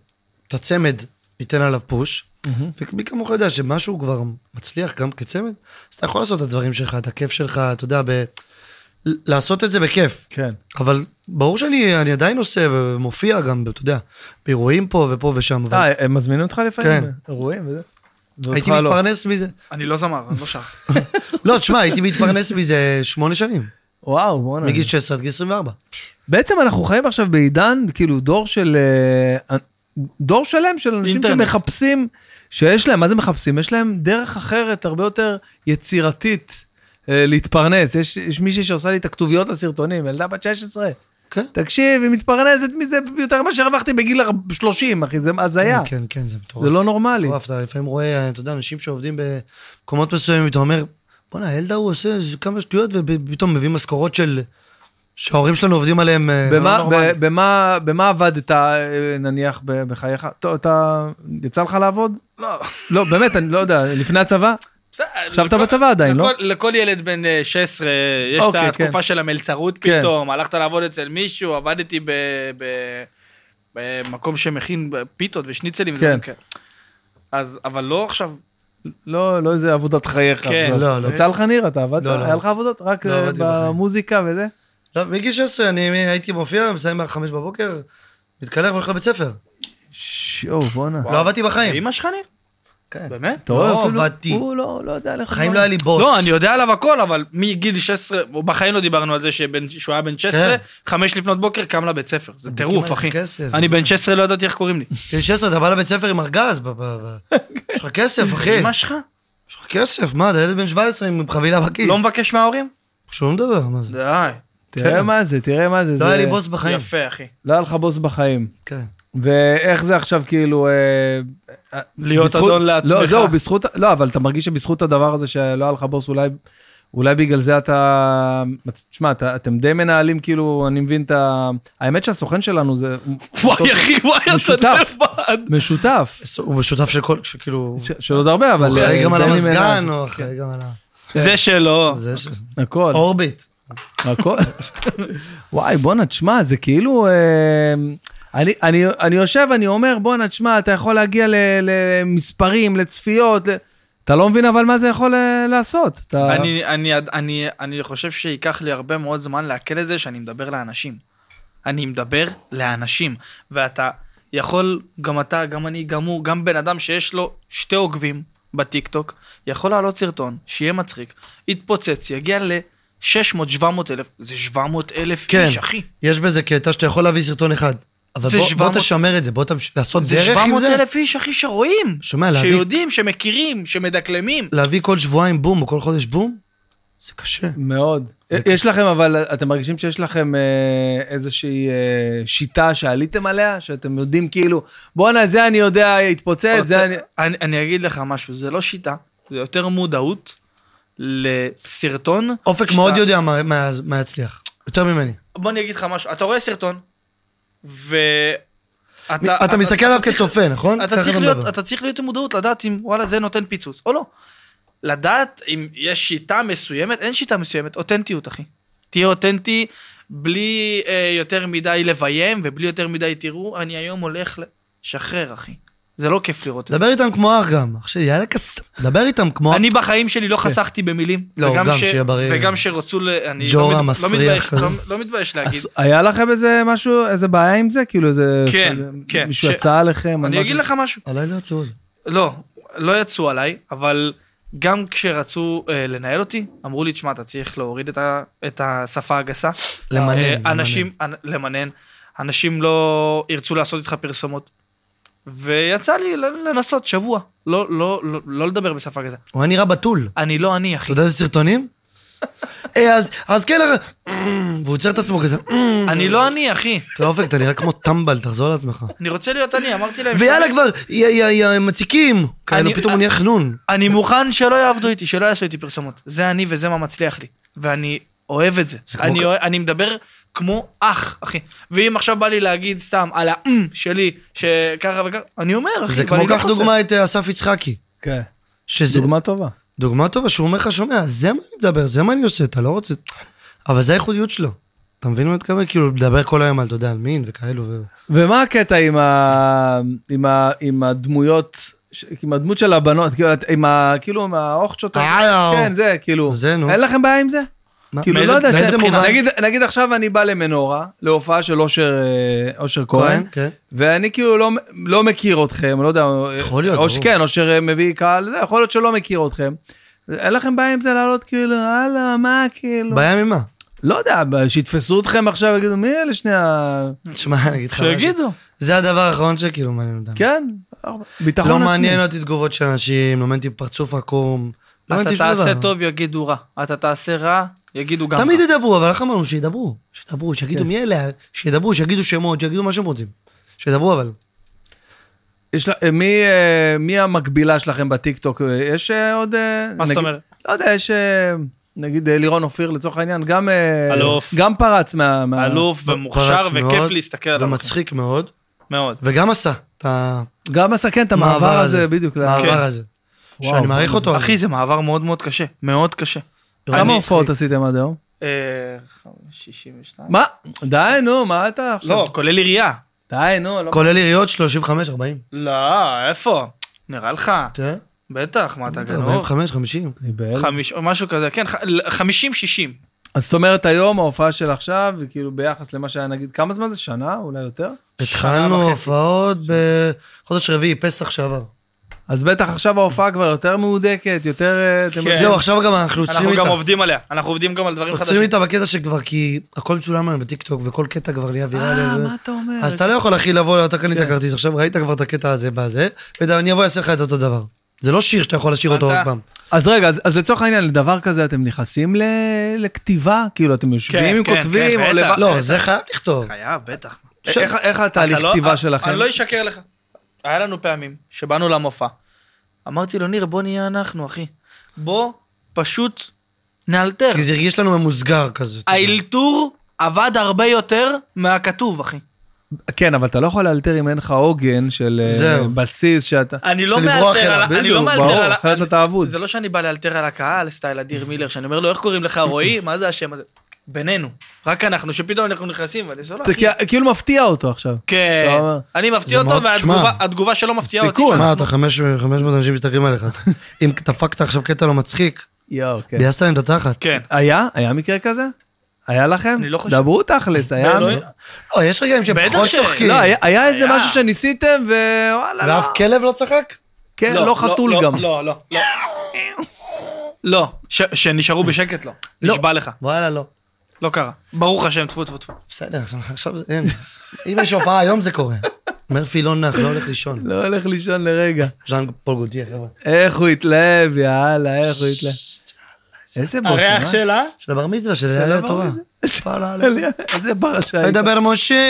Speaker 3: את הצמד, ניתן עליו פוש, ומי כמוך יודע שמשהו כבר מצליח גם כצמד, אז אתה יכול לעשות את הדברים שלך, את הכיף שלך, אתה יודע, ב... לעשות את זה בכיף.
Speaker 1: כן.
Speaker 3: אבל ברור שאני אני עדיין עושה ומופיע גם, אתה יודע, באירועים פה ופה ושם, אבל
Speaker 1: אה, הם מזמינים אותך לפעמים?
Speaker 3: כן.
Speaker 1: אירועים וזה?
Speaker 3: הייתי
Speaker 1: ואותך לא.
Speaker 3: מתפרנס מזה.
Speaker 2: אני לא זמר, אני לא שר.
Speaker 3: לא, תשמע, הייתי מתפרנס מזה שמונה שנים,
Speaker 1: וואו, בואנה.
Speaker 3: מגיל 16 עד גיל 24.
Speaker 1: בעצם אנחנו חיים עכשיו בעידן, כאילו, דור של... אה, דור שלם של אנשים
Speaker 2: אינטרנט.
Speaker 1: שמחפשים, שיש להם, מה זה מחפשים? יש להם דרך אחרת, הרבה יותר יצירתית אה, להתפרנס. יש, יש מישהי שעושה לי את הכתוביות לסרטונים, ילדה בת 16.
Speaker 3: כן.
Speaker 1: תקשיב, היא מתפרנסת מזה יותר ממה שהרווחתי בגיל 30, אחי, זה הזיה.
Speaker 3: כן, כן, זה מטורף.
Speaker 1: זה לא נורמלי.
Speaker 3: מטורף, אתה לפעמים רואה, אתה יודע, אנשים שעובדים במקומות מסוימים, אתה אומר, בואנה, הילד ההוא עושה איזה כמה שטויות, ופתאום מביא משכורות של... שההורים שלנו עובדים עליהם... אה,
Speaker 1: במה-
Speaker 2: לא נורמלי.
Speaker 1: ב- במה- במה עבדת, אה, נניח, ב- בחייך? טוב, אתה... יצא לך לעבוד?
Speaker 2: לא.
Speaker 1: לא, באמת, אני לא יודע, לפני הצבא?
Speaker 2: בסדר,
Speaker 1: עכשיו אתה
Speaker 2: לכל-
Speaker 1: בצבא עדיין, לא?
Speaker 2: לכל- לכל ילד בן אה, 16 יש את
Speaker 1: אוקיי, כן.
Speaker 2: התקופה של המלצרות
Speaker 1: כן.
Speaker 2: פתאום, הלכת לעבוד אצל מישהו, עבדתי ב- ב- במקום שמכין פיתות ושניצלים.
Speaker 1: כן.
Speaker 2: ודברים כאלה. אז, אבל לא עכשיו,
Speaker 1: לא, לא איזה עבודת חייך.
Speaker 2: כן.
Speaker 1: עכשיו.
Speaker 3: לא, לא.
Speaker 1: יצא לך ניר, אתה עבדת?
Speaker 3: לא, לא.
Speaker 1: היה לך עבודות? רק
Speaker 3: לא
Speaker 1: אה,
Speaker 3: עבדתי בחיים.
Speaker 1: במוזיקה וזה?
Speaker 3: לא, מגיל 16 אני הייתי מופיע, מסיים ב-5 בבוקר, מתקלח, הולך לבית ספר.
Speaker 1: שואו, בואנה.
Speaker 3: לא עבדתי בחיים.
Speaker 2: אמא שלך ניר?
Speaker 3: כן.
Speaker 2: באמת?
Speaker 1: אתה רואה,
Speaker 3: לא
Speaker 1: אפילו-
Speaker 3: עבדתי.
Speaker 1: הוא לא לא יודע לך.
Speaker 3: בחיים לא היה לי בוס.
Speaker 2: לא, אני יודע עליו הכל, אבל מגיל 16, בחיים לא דיברנו על זה שבן- שהוא היה בן 16,
Speaker 3: כן.
Speaker 2: חמש לפנות בוקר קם לבית ספר. זה
Speaker 3: מדליקים
Speaker 2: טירוף,
Speaker 3: עליך
Speaker 2: אחי.
Speaker 3: כסף,
Speaker 2: אני
Speaker 3: זה-
Speaker 2: בן 16 לא ידעתי איך קוראים לי.
Speaker 3: בן 16, אתה בא לבית ספר עם ארגז, ב- ב- ב- יש לך כסף, אחי.
Speaker 2: מה שלך?
Speaker 3: יש לך כסף, מה, אתה ילד בן 17 עם חבילה בכיס.
Speaker 2: לא מבקש מההורים?
Speaker 3: שום דבר, מה זה?
Speaker 2: די.
Speaker 1: תראה מה זה, תראה מה זה.
Speaker 3: כן. לא היה
Speaker 1: זה-
Speaker 3: לי בוס בחיים.
Speaker 2: יפה, אחי.
Speaker 1: לא היה לך בוס בחיים.
Speaker 3: כן.
Speaker 1: ואיך זה עכשיו כאילו... אה,
Speaker 2: להיות
Speaker 1: בזכות-
Speaker 2: אדון לעצמך.
Speaker 1: לא, זהו, בזכות... לא, אבל אתה מרגיש שבזכות הדבר הזה שלא היה לך בוס, אולי... אולי בגלל זה אתה... תשמע, אתה- אתם די מנהלים, כאילו, אני מבין את ה... האמת שהסוכן שלנו זה...
Speaker 2: וואי, אחי, וואי, אתה
Speaker 1: משותף.
Speaker 2: לבד.
Speaker 1: משותף.
Speaker 3: הוא משותף של כאילו- כל, שכאילו...
Speaker 1: ש- של עוד הרבה, אבל...
Speaker 3: הוא אחראי
Speaker 1: אה,
Speaker 3: גם על
Speaker 1: דני מנהל.
Speaker 3: המזגן, הוא אחראי גם על ה...
Speaker 2: זה שלו.
Speaker 3: כן. זה ש-
Speaker 1: אוקיי. הכל.
Speaker 3: אורביט.
Speaker 1: הכל. וואי, בואנה, תשמע, זה כאילו... אה, אני, אני, אני יושב, אני אומר, בואנה, תשמע, אתה יכול להגיע ל- למספרים, לצפיות. ל... אתה לא מבין אבל מה זה יכול אה, לעשות. אתה...
Speaker 2: אני, אני, אני, אני חושב שייקח לי הרבה מאוד זמן לעכל את זה שאני מדבר לאנשים. אני מדבר לאנשים, ואתה יכול, גם אתה, גם אני, גם הוא, גם בן אדם שיש לו שתי עוקבים בטיקטוק, יכול להעלות סרטון, שיהיה מצחיק, יתפוצץ, יגיע ל... 600-700 אלף, זה 700 אלף
Speaker 3: כן.
Speaker 2: איש, אחי.
Speaker 3: יש בזה קטע שאתה יכול להביא סרטון אחד. אבל
Speaker 2: זה
Speaker 3: בוא- בוא
Speaker 2: 700
Speaker 3: תשמר את זה, בוא תמשיך לעשות
Speaker 2: זה
Speaker 3: דרך עם
Speaker 2: 700
Speaker 3: זה.
Speaker 2: אלף איש, אחי, שרואים.
Speaker 3: שומע, להביא-
Speaker 2: שיודעים, שמכירים, שמדקלמים.
Speaker 3: להביא כל שבועיים בום, או כל חודש בום, זה קשה.
Speaker 1: מאוד. יש לכם, אבל אתם מרגישים שיש לכם אה, איזושהי אה, שיטה שעליתם עליה? שאתם יודעים כאילו, בואנה, זה אני יודע, התפוצץ, זה אני...
Speaker 2: אני... אני, אני אגיד לך משהו, זה לא שיטה, זה יותר מודעות לסרטון.
Speaker 3: אופק
Speaker 2: שאתה-
Speaker 3: מאוד יודע מה- מה- מה יצליח, יותר ממני.
Speaker 2: בוא אני אגיד לך משהו, אתה רואה סרטון, ואתה...
Speaker 3: אתה מסתכל עליו
Speaker 2: צריך-
Speaker 3: כצופה, נכון?
Speaker 2: אתה
Speaker 3: ככה
Speaker 2: צריך,
Speaker 3: אתה
Speaker 2: להיות,
Speaker 3: מדבר.
Speaker 2: אתה צריך להיות עם מודעות, לדעת אם וואלה זה נותן פיצוץ או לא. לדעת אם יש שיטה מסוימת, אין שיטה מסוימת, אותנטיות אחי. תהיה אותנטי בלי אה, יותר מדי לביים ובלי יותר מדי תראו, אני היום הולך לשחרר אחי. זה לא כיף לראות את זה.
Speaker 3: דבר איתם כמו אח גם, אח שלי, יאללה כס... דבר איתם כמו...
Speaker 2: אני בחיים שלי לא חסכתי במילים.
Speaker 3: נכון. כן. לא,
Speaker 2: וגם
Speaker 3: גם
Speaker 2: ש-
Speaker 3: שיהיה בריא.
Speaker 2: וגם שרצו, ל- אני לא
Speaker 3: ג'ורה
Speaker 2: מת- לא
Speaker 3: מסריח
Speaker 2: מתבייש-
Speaker 3: כזה.
Speaker 2: לא- לא מתבייש להגיד.
Speaker 1: אז היה לכם איזה משהו, איזה בעיה עם זה? כאילו, איזה...
Speaker 2: כן, כן,
Speaker 1: מישהו
Speaker 2: ש-
Speaker 1: יצא עליכם?
Speaker 2: אני
Speaker 1: משהו?
Speaker 2: אגיד לך משהו.
Speaker 3: עליי לא יצאו. עוד.
Speaker 2: לא, לא יצאו עליי, אבל גם כשרצו אה, לנהל אותי, אמרו לי, תשמע, אתה צריך להוריד את ה- את השפה הגסה.
Speaker 3: למנן.
Speaker 2: אה,
Speaker 3: למנן.
Speaker 2: אנשים, אנ- למנן. אנשים לא ירצו לעשות איתך פרסומות. ויצא לי ל- לנסות שבוע, לא- לא לא- לא לדבר בשפה גסה.
Speaker 3: הוא היה נראה בתול.
Speaker 2: אני לא אני,
Speaker 3: אתה
Speaker 2: אחי.
Speaker 3: יודע איזה סרטונים? אה, אז- אז כן, אה, והוא עוצר את עצמו כזה. אה.
Speaker 2: אני לא אני, אחי.
Speaker 3: אתה לא אופק, אתה נראה כמו טמבל, תחזור על עצמך.
Speaker 2: אני רוצה להיות אני, אמרתי להם...
Speaker 3: ויאללה כבר, יא יא יא מציקים. כאלו,
Speaker 2: אני-
Speaker 3: פתאום הוא נהיה חנון.
Speaker 2: אני מוכן שלא יעבדו איתי, שלא יעשו איתי פרסומות. זה אני וזה מה מצליח לי. ואני אוהב את זה.
Speaker 3: זה כמו
Speaker 2: אני,
Speaker 3: כ-
Speaker 2: אוה... אני מדבר כמו אח, אחי. ואם עכשיו בא לי להגיד סתם על האם שלי, שככה וככה, אני אומר, אחי,
Speaker 3: זה כמו,
Speaker 2: ואני לא
Speaker 3: קח
Speaker 2: חוסר.
Speaker 3: דוגמה את אה, אסף יצחקי.
Speaker 1: כן.
Speaker 3: שזה
Speaker 1: דוגמה טובה.
Speaker 3: דוגמה טובה, שהוא אומר לך, שומע, זה מה אני מדבר, זה מה אני עושה, אתה לא רוצה... אבל זה הייחודיות שלו. אתה מבין מה אני מתכוון? כאילו, לדבר כל היום על, אתה יודע, על מין וכאלו. ו-
Speaker 1: ומה הקטע עם, ה... עם, ה... עם הדמויות, ש... עם הדמות של הבנות, כאילו, את- עם ה... כאילו, עם האוכצ'וט, הזה?
Speaker 3: אה,
Speaker 1: כן, זה, כאילו,
Speaker 3: זה, נו.
Speaker 1: אין לכם בעיה עם זה?
Speaker 3: מה-
Speaker 1: כאילו,
Speaker 2: מאיזה-
Speaker 1: לא יודע,
Speaker 3: מאיזה מובן?
Speaker 1: נגיד, נגיד עכשיו אני בא למנורה, להופעה של אושר, אה, אושר כהן,
Speaker 3: כהן, כן.
Speaker 1: ואני כאילו לא, לא מכיר אתכם, לא יודע,
Speaker 3: יכול להיות,
Speaker 1: אוש,
Speaker 3: ברור.
Speaker 1: כן, אושר אה, מביא קהל, זה, יכול להיות שלא מכיר אתכם. אין לכם בעיה עם זה לעלות כאילו, הלאה, מה, כאילו,
Speaker 3: בעיה ממה?
Speaker 1: לא יודע, שיתפסו אתכם עכשיו, יגידו, מי אלה שני ה...
Speaker 3: תשמע, אני אגיד לך משהו.
Speaker 2: שיגידו.
Speaker 3: זה הדבר האחרון שכאילו מעניין אותנו.
Speaker 1: כן, ביטחון
Speaker 3: לא
Speaker 1: עצמי.
Speaker 3: מעניין אותי תגובות של אנשים, לא מעניין אותי פרצוף עקום. לא מעניין
Speaker 2: אתה
Speaker 3: אותי
Speaker 2: תעשה
Speaker 3: שום דבר.
Speaker 2: טוב, יגידו רע. אתה תעשה רע, יגידו גם כן.
Speaker 3: תמיד
Speaker 2: רע.
Speaker 3: ידברו, אבל איך אמרנו? שידברו. שידברו, שיגידו מי אלה, שידברו, שיגידו שמות, שיגידו מה שהם רוצים. שידברו אבל.
Speaker 1: יש לה, אה, מי, אה, מי המקבילה שלכם בטיקטוק? אה, יש אה, עוד... אה,
Speaker 2: מה זאת
Speaker 1: נגיד-
Speaker 2: אומרת?
Speaker 1: לא יודע, יש אה, נגיד אה, לירון אופיר לצורך העניין, גם... אה,
Speaker 2: אלוף.
Speaker 1: גם פרץ מה... מה-
Speaker 2: אלוף ומוכשר
Speaker 3: פרץ
Speaker 2: וכיף
Speaker 3: מאוד,
Speaker 2: להסתכל עליו.
Speaker 3: ומצחיק מאוד,
Speaker 2: מאוד.
Speaker 3: וגם עשה את המעבר
Speaker 1: גם מסכן את המעבר הזה, בדיוק. ל-
Speaker 2: כן.
Speaker 3: המעבר הזה.
Speaker 1: וואו,
Speaker 3: שאני מעריך אותו.
Speaker 2: אחי, זה מעבר מאוד מאוד קשה. מאוד קשה.
Speaker 1: כמה הופעות עשיתם עד היום?
Speaker 2: אה, 62.
Speaker 1: מה? די, נו, מה אתה עכשיו?
Speaker 2: לא, כולל עירייה.
Speaker 1: די, נו, לא...
Speaker 3: כולל עיריות 35, 40.
Speaker 2: לא, איפה? נראה לך.
Speaker 3: תראה,
Speaker 2: בטח, מה אתה גנוב?
Speaker 3: 45, 50.
Speaker 1: אני בהלם.
Speaker 2: חמיש, משהו כזה, כן, ח- ל- 50-60.
Speaker 1: אז זאת אומרת, היום ההופעה של עכשיו, היא כאילו ביחס למה שהיה, נגיד, כמה זמן זה? שנה? אולי יותר?
Speaker 3: התחלנו
Speaker 2: וחצי.
Speaker 3: הופעות בחודש רביעי, פסח שעבר.
Speaker 1: אז בטח עכשיו ההופעה כבר יותר מהודקת, יותר... אה, אתם
Speaker 2: כן.
Speaker 1: יודעים.
Speaker 3: זהו, עכשיו גם אנחנו יוצרים
Speaker 2: אנחנו גם
Speaker 3: איתה.
Speaker 2: עובדים עליה, אנחנו עובדים גם על דברים
Speaker 3: עוצרים
Speaker 2: חדשים.
Speaker 3: איתה בקטע שכבר, כי הכל מצולם היום בטיקטוק, וכל קטע כבר נהיה ויראלי.
Speaker 1: אה,
Speaker 3: וזה.
Speaker 1: מה אתה אומר?
Speaker 3: אז אתה לא יכול, אחי, לבוא, אתה קנית
Speaker 2: כן.
Speaker 3: כרטיס, עכשיו ראית כבר את הקטע הזה בזה, ואני אבוא אעשה לך את אותו דבר. זה לא שיר שאתה יכול לשיר אותו
Speaker 2: אתה-
Speaker 3: עוד פעם.
Speaker 1: אז רגע, אז, אז לצורך העניין, לדבר כזה אתם נכנסים ל, לכתיבה? כאילו, אתם יושבים
Speaker 2: כן,
Speaker 1: עם
Speaker 2: כן,
Speaker 1: כותבים?
Speaker 2: כן,
Speaker 1: או
Speaker 2: בטח.
Speaker 1: לבד?
Speaker 3: לא, זה חייב לכתוב.
Speaker 2: חייב, בטח.
Speaker 1: איך, איך, איך התהליך
Speaker 2: אתה לא-
Speaker 1: כתיבה
Speaker 2: אני-
Speaker 1: שלכם?
Speaker 2: אני לא אשקר לך. היה לנו פעמים שבאנו למופע. אמרתי לו, ניר, בוא נהיה אנחנו, אחי. בוא פשוט נאלתר.
Speaker 3: כי זה הרגיש לנו ממוסגר כזה. אתה יודע.
Speaker 2: האלתור עבד הרבה יותר מהכתוב, אחי.
Speaker 1: כן, אבל אתה לא יכול לאלתר אם אין לך עוגן של אה,
Speaker 3: זהו.
Speaker 1: בסיס שאתה...
Speaker 2: אני לא
Speaker 3: של לברוח
Speaker 2: מאלתר על
Speaker 3: אליו,
Speaker 2: ה- אני לא
Speaker 1: בדיוק,
Speaker 2: מאלתר
Speaker 1: ברור,
Speaker 2: על ה...
Speaker 1: אחרת
Speaker 2: אני-
Speaker 1: אתה אבוד.
Speaker 2: זה לא שאני בא לאלתר על הקהל, סטייל אדיר מילר, שאני אומר לו, איך קוראים לך רועי? מה זה השם הזה? בינינו. רק אנחנו, שפתאום אנחנו נכנסים, ואני עושה לו,
Speaker 1: זה
Speaker 2: אחי.
Speaker 1: כי- כאילו מפתיע אותו עכשיו.
Speaker 2: כן.
Speaker 1: לא, אבל-
Speaker 2: אני
Speaker 3: זה
Speaker 2: מפתיע אותו,
Speaker 3: מאוד-
Speaker 2: והתגובה
Speaker 3: שמע,
Speaker 2: התגובה שלו מפתיעה אותי.
Speaker 1: סיכון.
Speaker 3: מה,
Speaker 2: שאנחנו-
Speaker 3: אתה חמש- 500 אנשים מסתכלים עליך. אם דפקת עכשיו קטע לא מצחיק,
Speaker 1: יואו, כן.
Speaker 3: ביאסת להם את התחת.
Speaker 2: כן.
Speaker 1: היה? היה מקרה כזה? היה לכם?
Speaker 2: אני לא חושב.
Speaker 1: דברו תכלס, היה...
Speaker 2: לא,
Speaker 3: לא, יש רגעים שהם
Speaker 2: בטח
Speaker 3: פחות
Speaker 2: ש-
Speaker 3: צוחקים.
Speaker 1: לא, היה- היה איזה
Speaker 2: היה.
Speaker 1: משהו שניסיתם, ווואלה, לא.
Speaker 3: ואף כלב לא צחק?
Speaker 1: כן, לא חתול
Speaker 2: לא,
Speaker 1: גם.
Speaker 2: לא, לא. לא. לא, ש- שנשארו בשקט לא.
Speaker 3: לא.
Speaker 2: נשבע לך,
Speaker 3: וואלה, לא.
Speaker 2: לא קרה. ברוך השם, טפו טפו טפו.
Speaker 3: בסדר, עכשיו זה אין. אם יש הופעה היום זה קורה. מרפי לא נח, לא הולך לישון.
Speaker 1: לא הולך לישון לרגע.
Speaker 3: ז'אן פול גוטייה, חבר'ה.
Speaker 1: איך הוא התלהב, יאללה, איך הוא התלהב. איזה בוס,
Speaker 5: הריח שלה?
Speaker 3: של הבר מצווה, של אלה
Speaker 1: הבר
Speaker 3: התורה. וואלה, לא.
Speaker 1: איזה ברשה. היית.
Speaker 3: וידבר משה,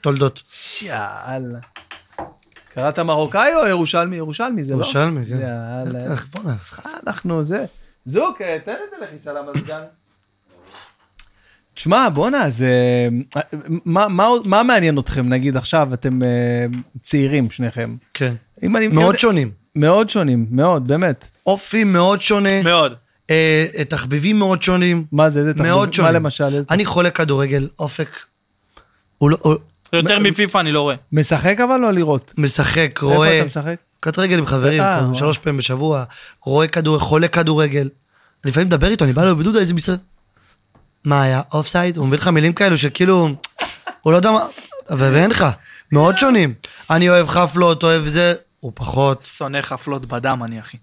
Speaker 3: תולדות.
Speaker 1: יאללה. קראת מרוקאי או ירושלמי? ירושלמי זה לא?
Speaker 3: ירושלמי, כן.
Speaker 1: יאללה.
Speaker 3: איך, בוא'נה, אז חס-
Speaker 1: אה, אנחנו זה. זוק, אה, תן איזה לחיצה למזגן. תשמע, בואנה, זה... מה- מה- מה מעניין אתכם, נגיד עכשיו, אתם אה, צעירים שניכם?
Speaker 3: כן.
Speaker 1: אם אני...
Speaker 3: מאוד שונים.
Speaker 1: מאוד שונים, מאוד, באמת.
Speaker 3: אופי מאוד שונה,
Speaker 2: מאוד.
Speaker 3: אה, אה, תחביבים מאוד שונים.
Speaker 1: מה זה, איזה תחביב?
Speaker 3: מאוד שונים.
Speaker 1: מה למשל? איזה-
Speaker 3: אני חולה כדורגל, אופק. הוא לא... הוא
Speaker 2: יותר מפיפא אני לא רואה.
Speaker 1: משחק אבל או לראות?
Speaker 3: משחק,
Speaker 1: איפה
Speaker 3: רואה,
Speaker 1: אתה משחק?
Speaker 3: קט רגל עם חברים,
Speaker 1: אה,
Speaker 3: כל-
Speaker 1: וואו.
Speaker 3: שלוש פעמים בשבוע, רואה כדורגל, חולה כדורגל. לפעמים מדבר איתו, אני בא אליו בדודה, איזה משרד... מה היה, אוף סייד? הוא מביא לך מילים כאלו שכאילו, הוא לא יודע מה... ו- ואין לך, מאוד שונים. אני אוהב חפלות, אוהב זה, הוא פחות.
Speaker 2: שונא חפלות בדם אני אחי.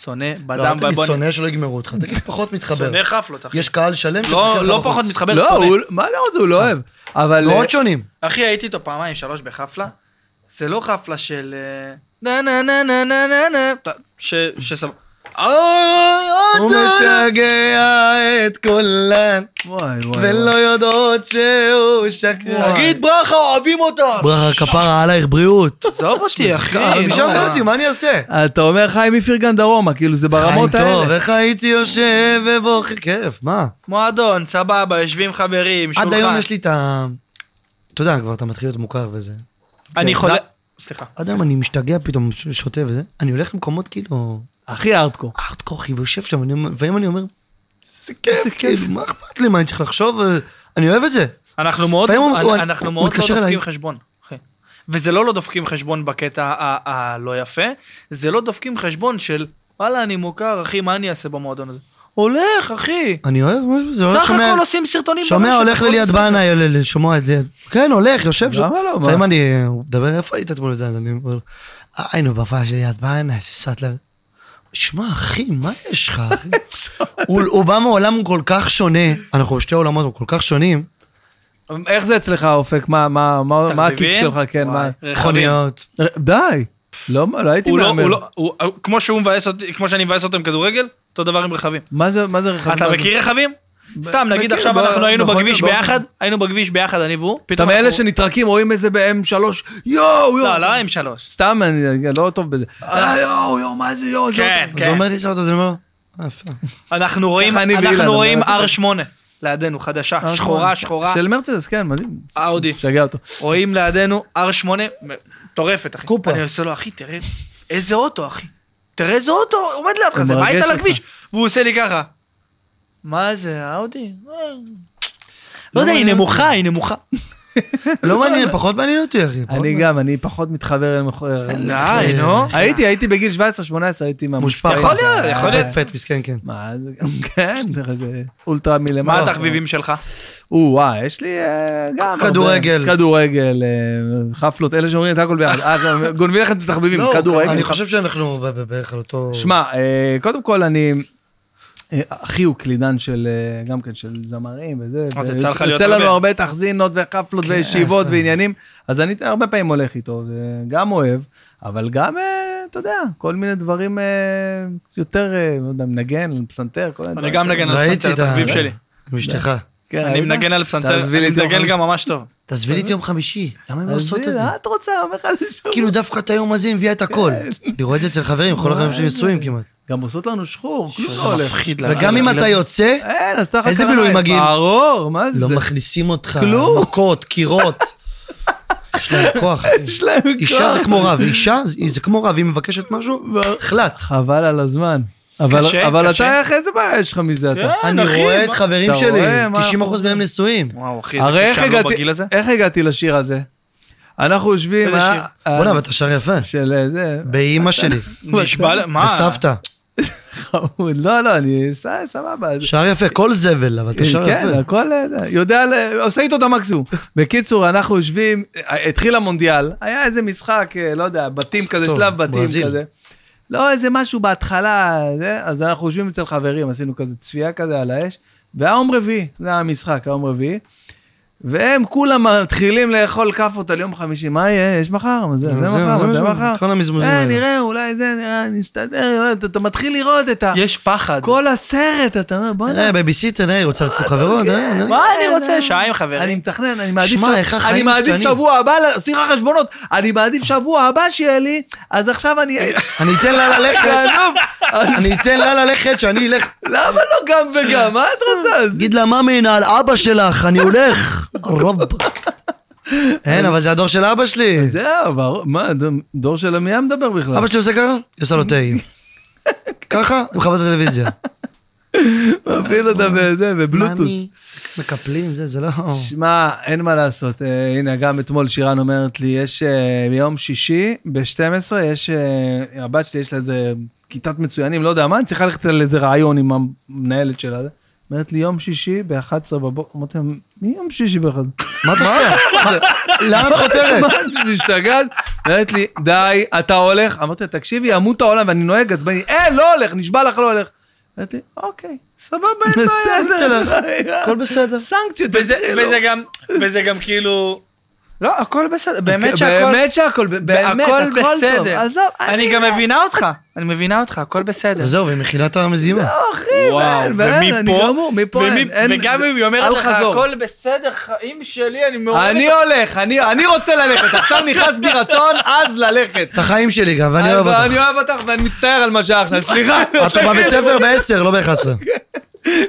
Speaker 2: שונא
Speaker 3: לא, אל
Speaker 2: בדם.
Speaker 3: תגיד
Speaker 2: בוא-
Speaker 3: שונא שלא יגמרו אותך, תגיד פחות מתחבר.
Speaker 2: שונא חפלות אחי.
Speaker 3: יש קהל
Speaker 2: לא-
Speaker 3: שלם שמחכה לך
Speaker 2: לא
Speaker 3: בחוץ.
Speaker 2: פחות מתחבר,
Speaker 1: לא,
Speaker 2: שונא.
Speaker 1: הוא- מה זה הוא לא אוהב? אבל... אה,
Speaker 3: מאוד שונים.
Speaker 2: אחי, הייתי איתו פעמיים, שלוש בחפלה. זה לא חפלה של... אה, נה נה נה נה נה נה נה. ת- ש... שסבבה. אוי
Speaker 3: הוא
Speaker 2: אוי אוי.
Speaker 3: משגע את כולן,
Speaker 1: וואי, וואי.
Speaker 3: ולא יודעות שהוא שקרן.
Speaker 2: תגיד ברכה, אוהבים אותה.
Speaker 3: ברכה, כפרה עלייך בריאות.
Speaker 2: עזוב אותי אחי.
Speaker 3: אבל משם
Speaker 2: לא.
Speaker 3: באתי, מה אני אעשה?
Speaker 1: וואי. אתה אומר חיים מפרגן דרומה, כאילו זה ברמות
Speaker 3: חיים
Speaker 1: האלה.
Speaker 3: טוב, איך הייתי יושב ובוכר, כיף, מה?
Speaker 2: מועדון, סבבה, יושבים חברים, שולחן.
Speaker 3: עד היום יש לי את ה... אתה יודע, כבר אתה מתחיל להיות מוכר וזה.
Speaker 2: אני
Speaker 3: כן,
Speaker 2: חולה...
Speaker 3: ד-
Speaker 2: סליחה.
Speaker 3: עד היום אני משתגע פתאום, ש- שותה וזה. אני הולך למקומות כאילו...
Speaker 1: הכי ארדקור.
Speaker 3: ארטקור, אחי, ויושב שם, אני אומר- לפעמים אני אומר... זה כיף, כיף, מה אכפת לי, מה אני צריך לחשוב? אה, אני אוהב את זה.
Speaker 2: אנחנו מאוד,
Speaker 3: לפעמים הוא-
Speaker 2: אנ- אנחנו
Speaker 3: הוא
Speaker 2: מאוד לא
Speaker 3: מתקשר אליי.
Speaker 2: דופקים חשבון. אחי. וזה לא לא דופקים חשבון בקטע ה- הלא יפה, זה לא דופקים חשבון של, וואלה, אני מוכר, אחי, מה אני אעשה במועדון הזה? הולך, אחי.
Speaker 3: אני אוהב משהו, זה הולך
Speaker 2: סך
Speaker 3: לא שומע...
Speaker 2: הכל עושים סרטונים.
Speaker 3: שומע,
Speaker 2: ברשת,
Speaker 3: הולך
Speaker 2: הכל
Speaker 3: לליד
Speaker 2: בסדר.
Speaker 3: בנאי, ל- ל- שומע את זה. כן, הולך, יושב שם.
Speaker 1: למה לא? מה?
Speaker 3: לפעמים אני, הוא מדבר, איפה היית אתמול וזה? אז אני אומר, לו, "אה, היינו בהופעה של ליד בנאי, איזה סאט לב. שמע, אחי, מה יש לך, אחי? הוא הוא בא מעולם כל כך שונה, אנחנו בשתי עולמות כל כך שונים,
Speaker 1: איך זה אצלך, אופק? מה- מה מה- מה הקיק
Speaker 2: תחביבים?
Speaker 1: שלך? כן, מה?
Speaker 2: וואי, רכבים.
Speaker 3: מכוניות.
Speaker 1: ר- די. לא, לא הייתי
Speaker 2: הוא לא, הוא
Speaker 1: מהמר.
Speaker 2: לא, הוא- הוא- כמו שהוא מבאס אותי, כמו שאני מבאס אותו עם כדורגל, אותו דבר עם רכבים.
Speaker 1: מה זה מה זה רכבים?
Speaker 2: אתה מכיר רכבים? סתם, נגיד
Speaker 1: מכיר, נכון,
Speaker 2: עכשיו
Speaker 1: בוא-
Speaker 2: אנחנו היינו
Speaker 1: בכל-
Speaker 2: בכביש
Speaker 1: בוא-
Speaker 2: ביחד, היינו בכביש ביחד, אני והוא.
Speaker 1: אתה
Speaker 2: פתאום
Speaker 1: מאלה
Speaker 2: אנחנו-
Speaker 1: שנטרקים, רואים איזה ב-M3, יואו,
Speaker 2: לא,
Speaker 1: יואו.
Speaker 2: לא, הם שלוש.
Speaker 1: סתם, אני לא טוב בזה. אה, יואו, יואו, מה זה יואו? זה
Speaker 2: כן,
Speaker 3: אז הוא
Speaker 2: כן.
Speaker 3: אומר לי, שאלת אותו, אני אומר לו, אה, יפה.
Speaker 2: אנחנו רואים,
Speaker 1: ככה אני ואילן,
Speaker 2: אנחנו
Speaker 1: אבל
Speaker 2: רואים
Speaker 1: אתה-
Speaker 2: R8 לידינו, חדשה,
Speaker 1: אותו.
Speaker 2: שחורה, שחורה,
Speaker 1: אה, נכון. של מרצדס, כן, מדהים.
Speaker 2: אאודי.
Speaker 1: משגע אותו.
Speaker 2: רואים לידינו R8, מטורפת, אחי.
Speaker 3: קופה.
Speaker 2: אני עושה לו, אחי, תראה, איזה אוטו, אחי. תראה איזה אוטו עומד לידך,
Speaker 1: הוא
Speaker 2: זה
Speaker 1: מרגש
Speaker 2: בית על
Speaker 1: אותך.
Speaker 2: הכביש. והוא עושה לי ככה. מה זה, אאודי? אה. לא יודע, היא
Speaker 3: מעניין
Speaker 2: נמוכה, היא נמוכה.
Speaker 3: לא מעניין, פחות מעניין אותי, אחי. פחות
Speaker 1: אני
Speaker 3: מעניין.
Speaker 1: גם, אני פחות מתחבר אל מכור...
Speaker 2: די, נו.
Speaker 1: הייתי, הייתי בגיל 17-18, הייתי מהמושפע.
Speaker 3: לא. מושפע. נכון.
Speaker 2: יכול להיות, יכול להיות.
Speaker 3: פט, פט, מסכן, כן.
Speaker 1: מה, זה- כן, זה אולטרה מלמעלה.
Speaker 2: לא. מה התחביבים שלך?
Speaker 1: או וואי, יש לי אה, גם... הרבה.
Speaker 3: כדורגל.
Speaker 1: כדורגל, אה, חפלות, אלה שאומרים את הכל ביחד. אה, גונבים לכם את התחביבים,
Speaker 3: לא,
Speaker 1: כדורגל.
Speaker 3: אני
Speaker 1: חפלות.
Speaker 3: חושב שאנחנו ב- ב- בערך על אותו...
Speaker 1: שמע, אה, קודם כל אני... אה, אחי הוא קלידן של, אה, גם כן, של זמרים וזה.
Speaker 2: אז
Speaker 1: ו-
Speaker 2: יצא לך להיות
Speaker 1: יוצא לנו
Speaker 2: הרבה.
Speaker 1: הרבה תחזינות וחפלות וישיבות
Speaker 3: אה.
Speaker 1: ועניינים, אז אני הרבה פעמים הולך איתו, אה, גם אוהב, אבל גם, אה, אתה יודע, כל מיני דברים אה, יותר, אה, לא יודע, מנגן, פסנתר, כל מיני
Speaker 2: אני
Speaker 1: דברים.
Speaker 2: גם מנגן על
Speaker 3: ראיתי
Speaker 2: פסנתר,
Speaker 3: את ה...
Speaker 2: התחביב שלי.
Speaker 3: עם אשתך.
Speaker 1: כן,
Speaker 2: אני
Speaker 1: ראית?
Speaker 2: מנגן על פסנתר,
Speaker 1: תעזבי לי
Speaker 2: אני
Speaker 1: את יום
Speaker 2: מנגן
Speaker 1: חמישי.
Speaker 2: גם ממש טוב.
Speaker 3: תעזבי לי את יום חמישי, למה הם לא עושות את
Speaker 1: עזבי,
Speaker 3: זה?
Speaker 1: מה את רוצה? אומר לך זה שוב.
Speaker 3: כאילו דווקא את היום הזה היא מביאה את הכל.
Speaker 1: כן.
Speaker 3: אני רואה את זה אצל חברים, כל החברים שלי נשואים כמעט.
Speaker 1: גם עושות לנו שחור, כלום לא הולך.
Speaker 2: מפחיד לאללה.
Speaker 3: וגם אם אתה
Speaker 1: אה,
Speaker 3: יוצא,
Speaker 1: אין, אז תחת
Speaker 3: אה, איזה בילויים מגעיל?
Speaker 1: ברור, מה זה?
Speaker 3: לא מכניסים אותך,
Speaker 1: כלום.
Speaker 3: מכות, קירות. יש להם כוח.
Speaker 1: יש להם
Speaker 3: אישה
Speaker 1: כוח.
Speaker 3: זה כמו רב, אישה זה- זה כמו רב, היא מבקשת משהו, החלט.
Speaker 1: חבל על הזמן. אבל,
Speaker 2: קשה,
Speaker 1: אבל
Speaker 2: קשה.
Speaker 1: אתה, איך, איזה בעיה יש לך מזה אתה?
Speaker 2: כן,
Speaker 3: אני
Speaker 2: אחי,
Speaker 3: רואה את
Speaker 2: מה-
Speaker 3: חברים
Speaker 1: אה, אתה
Speaker 3: שלי,
Speaker 1: רואה, מה אה,
Speaker 3: 90% מהם נשואים.
Speaker 2: וואו, אחי, איזה
Speaker 1: הרי
Speaker 2: כיף
Speaker 1: איך
Speaker 2: שאני לא
Speaker 1: הגעתי,
Speaker 2: בגיל הזה.
Speaker 1: איך הגעתי לשיר הזה? אנחנו יושבים...
Speaker 2: איזה
Speaker 1: אה,
Speaker 2: שיר?
Speaker 1: אה,
Speaker 3: בואנה, אבל אתה שר יפה.
Speaker 1: של אה, זה...
Speaker 3: באימא שלי,
Speaker 2: נשבע, ל- מה?
Speaker 3: בסבתא.
Speaker 1: חמוד. לא, לא, אני... ס- סבבה.
Speaker 3: שר יפה, כל זבל, אבל אתה שר
Speaker 1: כן,
Speaker 3: יפה.
Speaker 1: הכל, אה, יודע, ל- עושה איתו את המקסימום. בקיצור, אנחנו יושבים, אה, התחיל המונדיאל, היה איזה משחק, אה, לא יודע, בתים כזה,
Speaker 3: טוב,
Speaker 1: שלב בתים
Speaker 3: ברזיל.
Speaker 1: כזה. לא, איזה משהו בהתחלה, זה, אז אנחנו יושבים אצל חברים, עשינו כזה צפייה כזה על האש, והיה יום רביעי, זה היה המשחק, היה יום רביעי. והם כולם מתחילים לאכול כאפות על יום חמישי, מה יהיה? יש מחר? מה זה, זה
Speaker 3: זהו,
Speaker 1: מחר,
Speaker 3: זהו,
Speaker 1: זה
Speaker 3: זהו,
Speaker 1: מחר.
Speaker 3: כל המזמוזים
Speaker 1: אה,
Speaker 3: האלה.
Speaker 1: נראה, אולי זה, נראה, נסתדר, לא, אתה- אתה מתחיל לראות את ה...
Speaker 2: יש פחד.
Speaker 1: כל הסרט, אתה אומר, בוא'נה,
Speaker 3: אה, בייביסיטר, אה, היא רוצה לצאת עם חברות, אה, אה.
Speaker 2: מה אני רוצה?
Speaker 1: אה,
Speaker 2: שעה עם
Speaker 1: אני
Speaker 2: חברים.
Speaker 1: מתכנן, אני מעדיף,
Speaker 3: שמע, איך
Speaker 1: אני
Speaker 3: החיים
Speaker 1: מעדיף
Speaker 3: משתנים.
Speaker 1: שבוע הבא, ל- עושים לך חשבונות, אני מעדיף שבוע הבא שיהיה לי, אז עכשיו אני...
Speaker 3: אני אתן לה ללכת, אה,
Speaker 1: תעזוב,
Speaker 3: אני אתן לה ללכת, שאני אלך...
Speaker 1: למה לא גם וגם? מה את רוצה? אז-
Speaker 3: תגיד לה, מאמי, הנה, על אבא שלך, אני הולך. רב. אין, אבל זה הדור של אבא שלי.
Speaker 1: זהו, ברור, מה, ד- דור של מי היה מדבר בכלל?
Speaker 3: אבא שלי עושה ככה, היא עושה לו תה. ככה, הוא מכבה את הטלוויזיה.
Speaker 1: אפילו אתה בזה, בבלוטוס.
Speaker 3: מאמי, מקפלים, זה, זה לא...
Speaker 1: שמע, אין מה לעשות. אה, הנה, גם אתמול שירן אומרת לי, יש אה, ביום שישי, ב-12, יש... אה, הבת שלי, יש לה איזה כיתת מצוינים, לא יודע מה, אני צריכה ללכת על איזה רעיון עם המנהלת שלה. אומרת לי, יום שישי ב-11 בבוקר. אמרתי להם, מי יום שישי ב-11?
Speaker 3: מה אתה עושה? לאן את חותרת?
Speaker 1: מה את משתגעת? אומרת לי, די, אתה הולך? אמרתי לה, תקשיבי, ימות העולם, ואני נוהג עצבני, אין, לא הולך, נשבע לך, לא הולך. אמרתי, אוקיי,
Speaker 2: סבבה, אין בעיה.
Speaker 1: בסדר.
Speaker 3: תלך. הכל בסדר.
Speaker 1: סנקציות.
Speaker 2: וזה-
Speaker 1: תתחילו.
Speaker 2: וזה גם, וזה גם כאילו... לא, הכל בסדר, באמת שהכל...
Speaker 1: כן, באמת שהכל, באמת,
Speaker 2: הכל
Speaker 1: טוב.
Speaker 2: בסדר.
Speaker 1: עזוב, אה,
Speaker 2: אני גם מבינה אותך, אני מבינה אותך, הכל בסדר.
Speaker 3: וזהו, והיא מכילה את המזימה.
Speaker 1: לא, אחי,
Speaker 2: וואו,
Speaker 1: ואין, ואין, אני
Speaker 2: ומפה,
Speaker 1: גמור, מפה
Speaker 2: ומי-
Speaker 1: אין, אין-
Speaker 2: וגם אם היא אומרת
Speaker 1: אל
Speaker 2: לך
Speaker 1: חזור.
Speaker 2: הכל בסדר, חיים שלי, אני מעורבת.
Speaker 1: אני הולך, אני אני רוצה ללכת, עכשיו נכנס בי רצון, אז ללכת.
Speaker 3: את החיים שלי גם, אה, ואני אוהב אותך.
Speaker 1: ואני אוהב אותך ואני מצטער על מה שהיה עכשיו, סליחה.
Speaker 3: אתה בבית ספר ב-10, לא ב-11.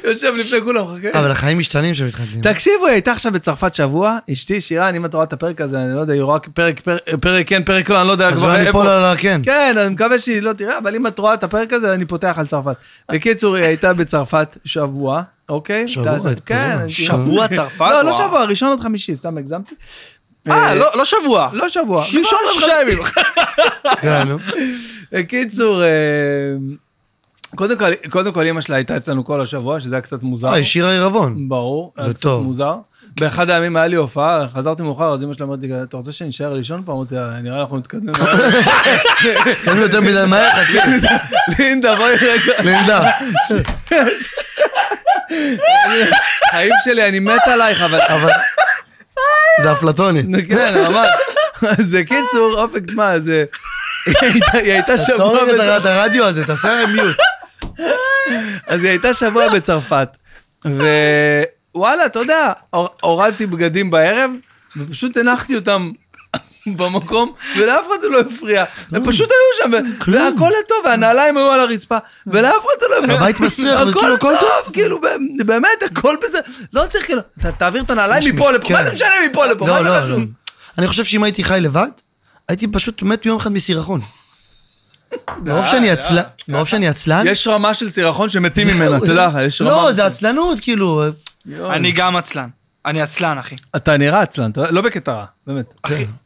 Speaker 1: יושב לפני כולם, חכה.
Speaker 3: אבל החיים משתנים כשמתחתנים.
Speaker 1: תקשיבו, היא הייתה עכשיו בצרפת שבוע, אשתי שירן, אם את רואה את הפרק הזה, אני לא יודע, היא רואה פרק, פרק- פרק כן, פרק לא, אני לא יודע
Speaker 3: אז אולי ניפול על הקן.
Speaker 1: כן, אני מקווה שהיא לא תראה, אבל אם את רואה את הפרק הזה, אני פותח על צרפת. בקיצור, היא הייתה בצרפת שבוע, אוקיי?
Speaker 3: שבוע,
Speaker 1: טס-
Speaker 3: את
Speaker 1: כן.
Speaker 3: כולם.
Speaker 1: אני-
Speaker 2: שבוע צרפת?
Speaker 1: לא, לא
Speaker 2: וואו.
Speaker 1: שבוע, ראשון עד חמישי, סתם הגזמתי.
Speaker 2: אה, לא לא שבוע.
Speaker 1: לא שבוע,
Speaker 2: שבעה,
Speaker 1: ראשון עד
Speaker 2: שלושה
Speaker 1: חמישי.
Speaker 2: ימים.
Speaker 3: כן, נו.
Speaker 1: בקיצור, אה, קודם כל, קודם כל אימא שלה הייתה אצלנו כל השבוע, שזה היה קצת מוזר.
Speaker 3: אה, היא שירה עירבון.
Speaker 1: ברור,
Speaker 3: זה
Speaker 1: היה קצת
Speaker 3: טוב.
Speaker 1: מוזר. באחד הימים היה לי הופעה, חזרתי מאוחר, אז אמא שלה אמרת לי, אתה רוצה שנשאר לישון פה? אמרתי לה, נראה לי אנחנו מתקדמים.
Speaker 3: קוראים יותר מדי מהר,
Speaker 1: כן.
Speaker 3: חכה.
Speaker 1: לינדה, בואי רגע.
Speaker 3: לינדה.
Speaker 1: חיים שלי, אני מת עלייך, אבל...
Speaker 3: אבל... זה אפלטוני.
Speaker 1: כן, ממש. אז בקיצור, אופק, תשמע, זה... היא הייתה- היא הייתה
Speaker 3: תעצור
Speaker 1: שבוע...
Speaker 3: רגע את
Speaker 1: בצ-
Speaker 3: הר- את הרדיו הזה, תעשה מיוט.
Speaker 1: אז היא הייתה שבוע בצרפת. ווואלה, אתה יודע, הור- הורדתי בגדים בערב, ופשוט הנחתי אותם במקום, ולאף אחד זה לא הפריע. הם פשוט היו שם, ו- והכל היה טוב, והנעליים היו על הרצפה, ולאף אחד זה לא הפריע.
Speaker 3: הבית מסריח,
Speaker 1: הכל
Speaker 3: וכאילו, הכל
Speaker 1: טוב, כאילו, ב- באמת, הכל בסדר. לא צריך, כאילו, אתה תעביר את הנעליים מפה לפה, מה
Speaker 3: כן.
Speaker 1: זה משנה מפה לפה? מה
Speaker 3: לא,
Speaker 1: זה
Speaker 3: לא,
Speaker 1: חשוב?
Speaker 3: לא. אני חושב שאם הייתי חי לבד, הייתי פשוט מת יום אחד מסירחון. מרוב שאני עצלן, מרוב שאני עצלן,
Speaker 1: אה, יש רמה של סירחון שמתים
Speaker 3: זהו,
Speaker 1: ממנה,
Speaker 3: זה-
Speaker 1: תדע לך, יש רמה.
Speaker 3: לא, זה עצלנות, כאילו,
Speaker 2: אני גם עצלן. אני עצלן, אחי.
Speaker 1: אתה נראה עצלן, אתה- לא בקטע רע, באמת.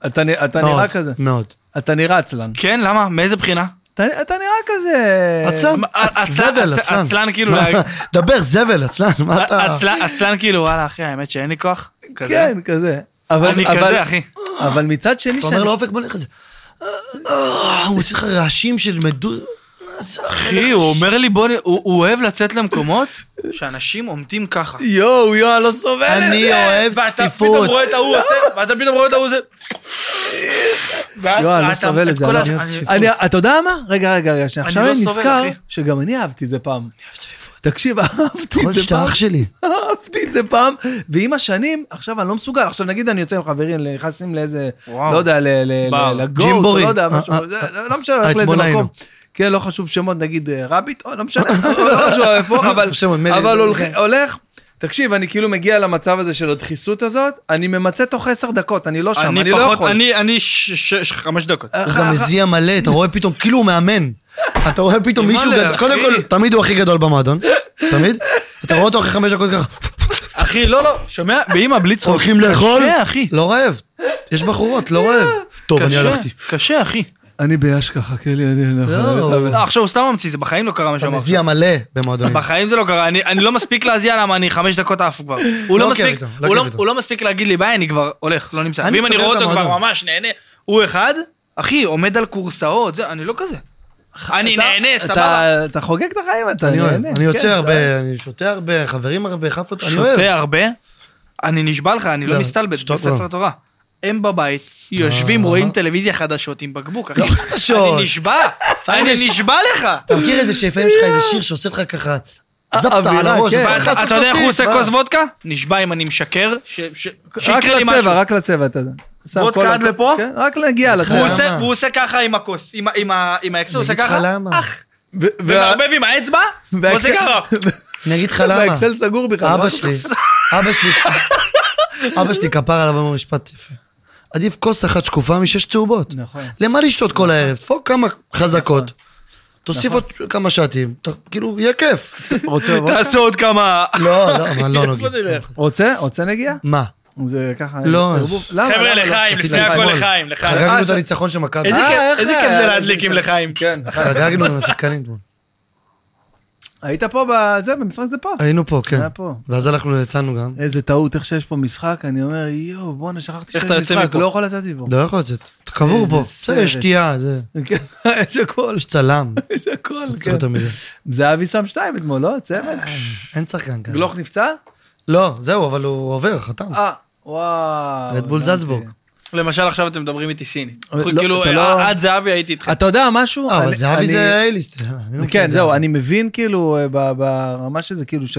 Speaker 1: אתה נ- אתה נראה
Speaker 3: מאוד,
Speaker 1: כזה,
Speaker 3: מאוד.
Speaker 1: אתה נראה עצלן.
Speaker 2: כן, למה? מאיזה בחינה?
Speaker 1: אתה אתה נראה כזה...
Speaker 3: עצם,
Speaker 2: מה, עצלן,
Speaker 3: זבל,
Speaker 2: עצ-
Speaker 3: עצלן.
Speaker 2: עצלן, כאילו,
Speaker 3: מה-
Speaker 2: לה-
Speaker 3: דבר, זבל, עצלן, מה
Speaker 1: אה,
Speaker 3: אתה...
Speaker 2: עצלן- עצלן כאילו, וואלה, אחי, האמת שאין לי כוח. כזה.
Speaker 1: כן, כזה. אבל,
Speaker 2: אני
Speaker 1: אבל,
Speaker 2: כזה, אחי.
Speaker 1: אבל מצד שני,
Speaker 3: אתה אומר לא לאופק, בוא נלך לזה. הוא עושה לך רעשים של מדוד...
Speaker 2: אחי, הוא אומר לי, בוא, נ- הוא הוא אוהב לצאת למקומות שאנשים עומדים ככה.
Speaker 1: יואו, יואו, אני לא סובל את
Speaker 3: אני
Speaker 1: זה.
Speaker 3: אוהב
Speaker 2: ואתה פתאום
Speaker 3: צפיפות.
Speaker 2: רואה את ההוא עושה, ואתה פתאום רואה את ההוא עושה.
Speaker 1: יואל, אני לא
Speaker 2: ואתה-
Speaker 1: סובל את זה,
Speaker 2: כל
Speaker 1: אני
Speaker 2: ה-
Speaker 3: אוהב
Speaker 2: אני-
Speaker 3: צפיפות.
Speaker 1: אני, אתה יודע מה? רגע, רגע, רגע, שנייה.
Speaker 2: אני
Speaker 1: עכשיו
Speaker 2: לא
Speaker 1: אני
Speaker 2: סובל,
Speaker 1: נזכר
Speaker 2: אחי.
Speaker 1: שאם אני אהבתי את זה פעם. תקשיב, אהבתי
Speaker 3: יכול
Speaker 1: את זה
Speaker 3: להיות שאתה
Speaker 1: פעם,
Speaker 3: אח שלי.
Speaker 1: אהבתי את זה פעם, ועם השנים, עכשיו אני לא מסוגל. עכשיו נגיד אני יוצא עם חברים, נכנסים לאיזה,
Speaker 2: וואו.
Speaker 1: לא יודע, ל- ל-
Speaker 2: בר.
Speaker 1: ל- לגוט,
Speaker 3: ג'ימבורי.
Speaker 1: לא יודע,
Speaker 3: אה,
Speaker 1: משהו,
Speaker 3: אה,
Speaker 1: כזה, לא משנה, הולך
Speaker 3: אתמול
Speaker 1: לאיזה
Speaker 3: היינו.
Speaker 1: מקום. כן, לא חשוב שמות, נגיד אה, רביט, או לא משנה, לא חשוב איפה, אבל-
Speaker 3: שמות, אה, כן. מילא,
Speaker 1: אבל
Speaker 3: זה-
Speaker 1: הולך- הולך, תקשיב, אני כאילו מגיע למצב הזה של הדחיסות הזאת, אני ממצה תוך עשר דקות, אני לא שם,
Speaker 2: אני
Speaker 1: אני לא
Speaker 2: פחות,
Speaker 1: יכול.
Speaker 2: אני- אני ש- ש- ש- חמש דקות.
Speaker 3: הוא גם מזיע מלא, אתה רואה פתאום, כאילו הוא מאמן. אתה רואה פתאום מישהו
Speaker 2: אימא'לה,
Speaker 3: גדול, קודם
Speaker 2: אחי.
Speaker 3: כל, תמיד הוא הכי גדול במועדון, תמיד. אתה רואה אותו אחרי חמש דקות ככה,
Speaker 2: אחי, לא, לא, שומע? באמא, בלי צחוק.
Speaker 3: הולכים לאכול?
Speaker 2: קשה, אחי.
Speaker 3: לא רעב. יש בחורות, לא רעב. טוב, אני
Speaker 2: קשה,
Speaker 3: הלכתי.
Speaker 2: קשה, אחי.
Speaker 1: אני ביאשקה, חכה לי, אני...
Speaker 3: לא,
Speaker 2: לא, עכשיו הוא סתם ממציא, זה בחיים לא קרה מה
Speaker 3: אתה
Speaker 2: שאמרת.
Speaker 3: מזיע מלא במועדונים.
Speaker 2: בחיים זה לא קרה, אני אני לא מספיק להזיע למה אני חמש דקות עף כבר. הוא
Speaker 3: לא
Speaker 2: לא
Speaker 3: עוקב
Speaker 2: מספיק-
Speaker 3: איתו, לא
Speaker 2: הוא
Speaker 3: עוקב
Speaker 2: לא-
Speaker 3: איתו.
Speaker 2: הוא לא מספיק להגיד לי ביי, אני כבר הולך, לא נמצא.
Speaker 3: אני
Speaker 2: ואם אני
Speaker 3: סוגר
Speaker 2: רואה
Speaker 3: את
Speaker 2: אותו כבר
Speaker 3: המועדון.
Speaker 2: ממש נהנה, הוא אחד, אחי, עומד על כורסאות, זה, אני לא כזה. אני נהנה,
Speaker 1: אתה-
Speaker 2: סבבה.
Speaker 1: אתה חוגג את החיים, אתה
Speaker 3: אני אוהב,
Speaker 1: נהנה.
Speaker 3: אני
Speaker 1: כן,
Speaker 3: יוצא
Speaker 1: אתה-
Speaker 3: הרבה, אני שותה הרבה, חברים הרבה, חפות, אני אוהב.
Speaker 2: שותה הרבה, אני נשבע לך, אני
Speaker 3: לא,
Speaker 2: לא מסתלבט
Speaker 3: שתוק לא. אה.
Speaker 2: בספר תורה. הם בבית, יושבים, רואים טלוויזיה חדשות עם בקבוק, אחי.
Speaker 3: לא חדשות.
Speaker 2: אני נשבע, אני
Speaker 3: יש-
Speaker 2: נשבע לך.
Speaker 3: אתה מכיר איזה שלפעמים יש לך איזה שיר שעושה לך ככה, זפטה
Speaker 1: אווירה,
Speaker 3: על הראש,
Speaker 1: כן.
Speaker 3: ואז
Speaker 2: ואז
Speaker 3: נכנס
Speaker 2: אתה יודע איך הוא
Speaker 3: לכרטיס,
Speaker 2: עושה
Speaker 3: מה?
Speaker 2: כוס וודקה? נשבע אם אני משקר, ש- ש-
Speaker 1: רק
Speaker 2: שיקרה לי משהו.
Speaker 1: לצבע, רק לצבע, אתה יודע. שם
Speaker 2: וודקה
Speaker 1: כל
Speaker 2: עד
Speaker 1: ה-
Speaker 2: לפה?
Speaker 1: כן, רק להגיע לצבע.
Speaker 2: והוא
Speaker 3: למה?
Speaker 2: עושה- והוא עושה ככה עם הכוס, עם ה- עם ה- עם האקס, הוא
Speaker 3: אני
Speaker 2: עושה
Speaker 3: אגיד לך
Speaker 2: ככה,
Speaker 3: למה.
Speaker 2: אח, ומערבב עם האצבע, הוא עושה ככה.
Speaker 3: אוקיי. אני אגיד לך למה.
Speaker 1: והאקסל סגור בכלל.
Speaker 3: אבא שלי, אבא שלי, אבא שלי כפר עליו אמר משפט יפה. עדיף כוס אחת שקופה משש צהובות.
Speaker 1: נכון.
Speaker 3: למה לשתות כל הערב? תפוק כמה חזקות, תוסיף עוד כמה שעתים, ת- כאילו, יהיה כיף.
Speaker 1: רוצה וודקה?
Speaker 2: תעשו עוד כמה...
Speaker 3: לא, לא, אבל לא
Speaker 2: איפה
Speaker 3: נוגעים.
Speaker 2: נלך?
Speaker 1: רוצה? רוצה נגיעה?
Speaker 3: מה?
Speaker 1: זה ככה...
Speaker 3: לא.
Speaker 1: ערבוב. למה?
Speaker 2: חבר'ה,
Speaker 1: למה לא?
Speaker 2: לחיים,
Speaker 3: רציתי
Speaker 2: לפני הכל
Speaker 3: אתמול.
Speaker 2: לחיים, לחיים.
Speaker 1: אה,
Speaker 3: חגגנו את
Speaker 1: ש-
Speaker 3: הניצחון של מכבי.
Speaker 2: איזה
Speaker 1: אה,
Speaker 2: כיף-
Speaker 1: איך
Speaker 2: איזה
Speaker 1: היה?
Speaker 2: כיף זה
Speaker 1: איזה
Speaker 2: להדליק עם לחיים.
Speaker 1: כן.
Speaker 3: חגגנו עם השחקנים. אתמול.
Speaker 1: היית פה בזה, במשחק זה פה.
Speaker 3: היינו פה, כן.
Speaker 1: היה פה.
Speaker 3: ואז אנחנו יצאנו גם.
Speaker 1: איזה טעות, איך שיש פה משחק, אני אומר, יואו, בואנה, שכחתי
Speaker 2: איך
Speaker 1: שיש
Speaker 2: אתה יוצא
Speaker 1: משחק,
Speaker 2: מפה?
Speaker 1: לא יכול לצאת מפה.
Speaker 3: לא יכול לצאת. אתה קבור
Speaker 1: איזה
Speaker 3: פה.
Speaker 1: סרט.
Speaker 3: בסדר, יש שתייה, זה.
Speaker 1: כן, יש הכל,
Speaker 3: יש צלם. לא
Speaker 1: יש הכל,
Speaker 3: צריך
Speaker 1: כן.
Speaker 3: יותר מזה.
Speaker 1: זהבי שם שתיים אתמול, לא? צמד?
Speaker 3: אין שחקן כזה.
Speaker 1: גלוך נפצע?
Speaker 3: לא, זהו, אבל הוא עובר, חתם.
Speaker 1: אה, וואו.
Speaker 3: רדבול
Speaker 1: הבנתי.
Speaker 3: זלצבורג.
Speaker 2: למשל עכשיו אתם מדברים איתי סינית.
Speaker 1: אבל לא,
Speaker 2: כאילו,
Speaker 1: אתה לא-
Speaker 2: עד זהבי הייתי איתך.
Speaker 1: אתה יודע משהו?
Speaker 3: אה, אבל
Speaker 1: אני-
Speaker 3: זהבי
Speaker 1: אני-
Speaker 3: זה אייליסט. לא
Speaker 1: כן, זהו, אני מבין כאילו אה, ב- ברמה שזה כאילו ש...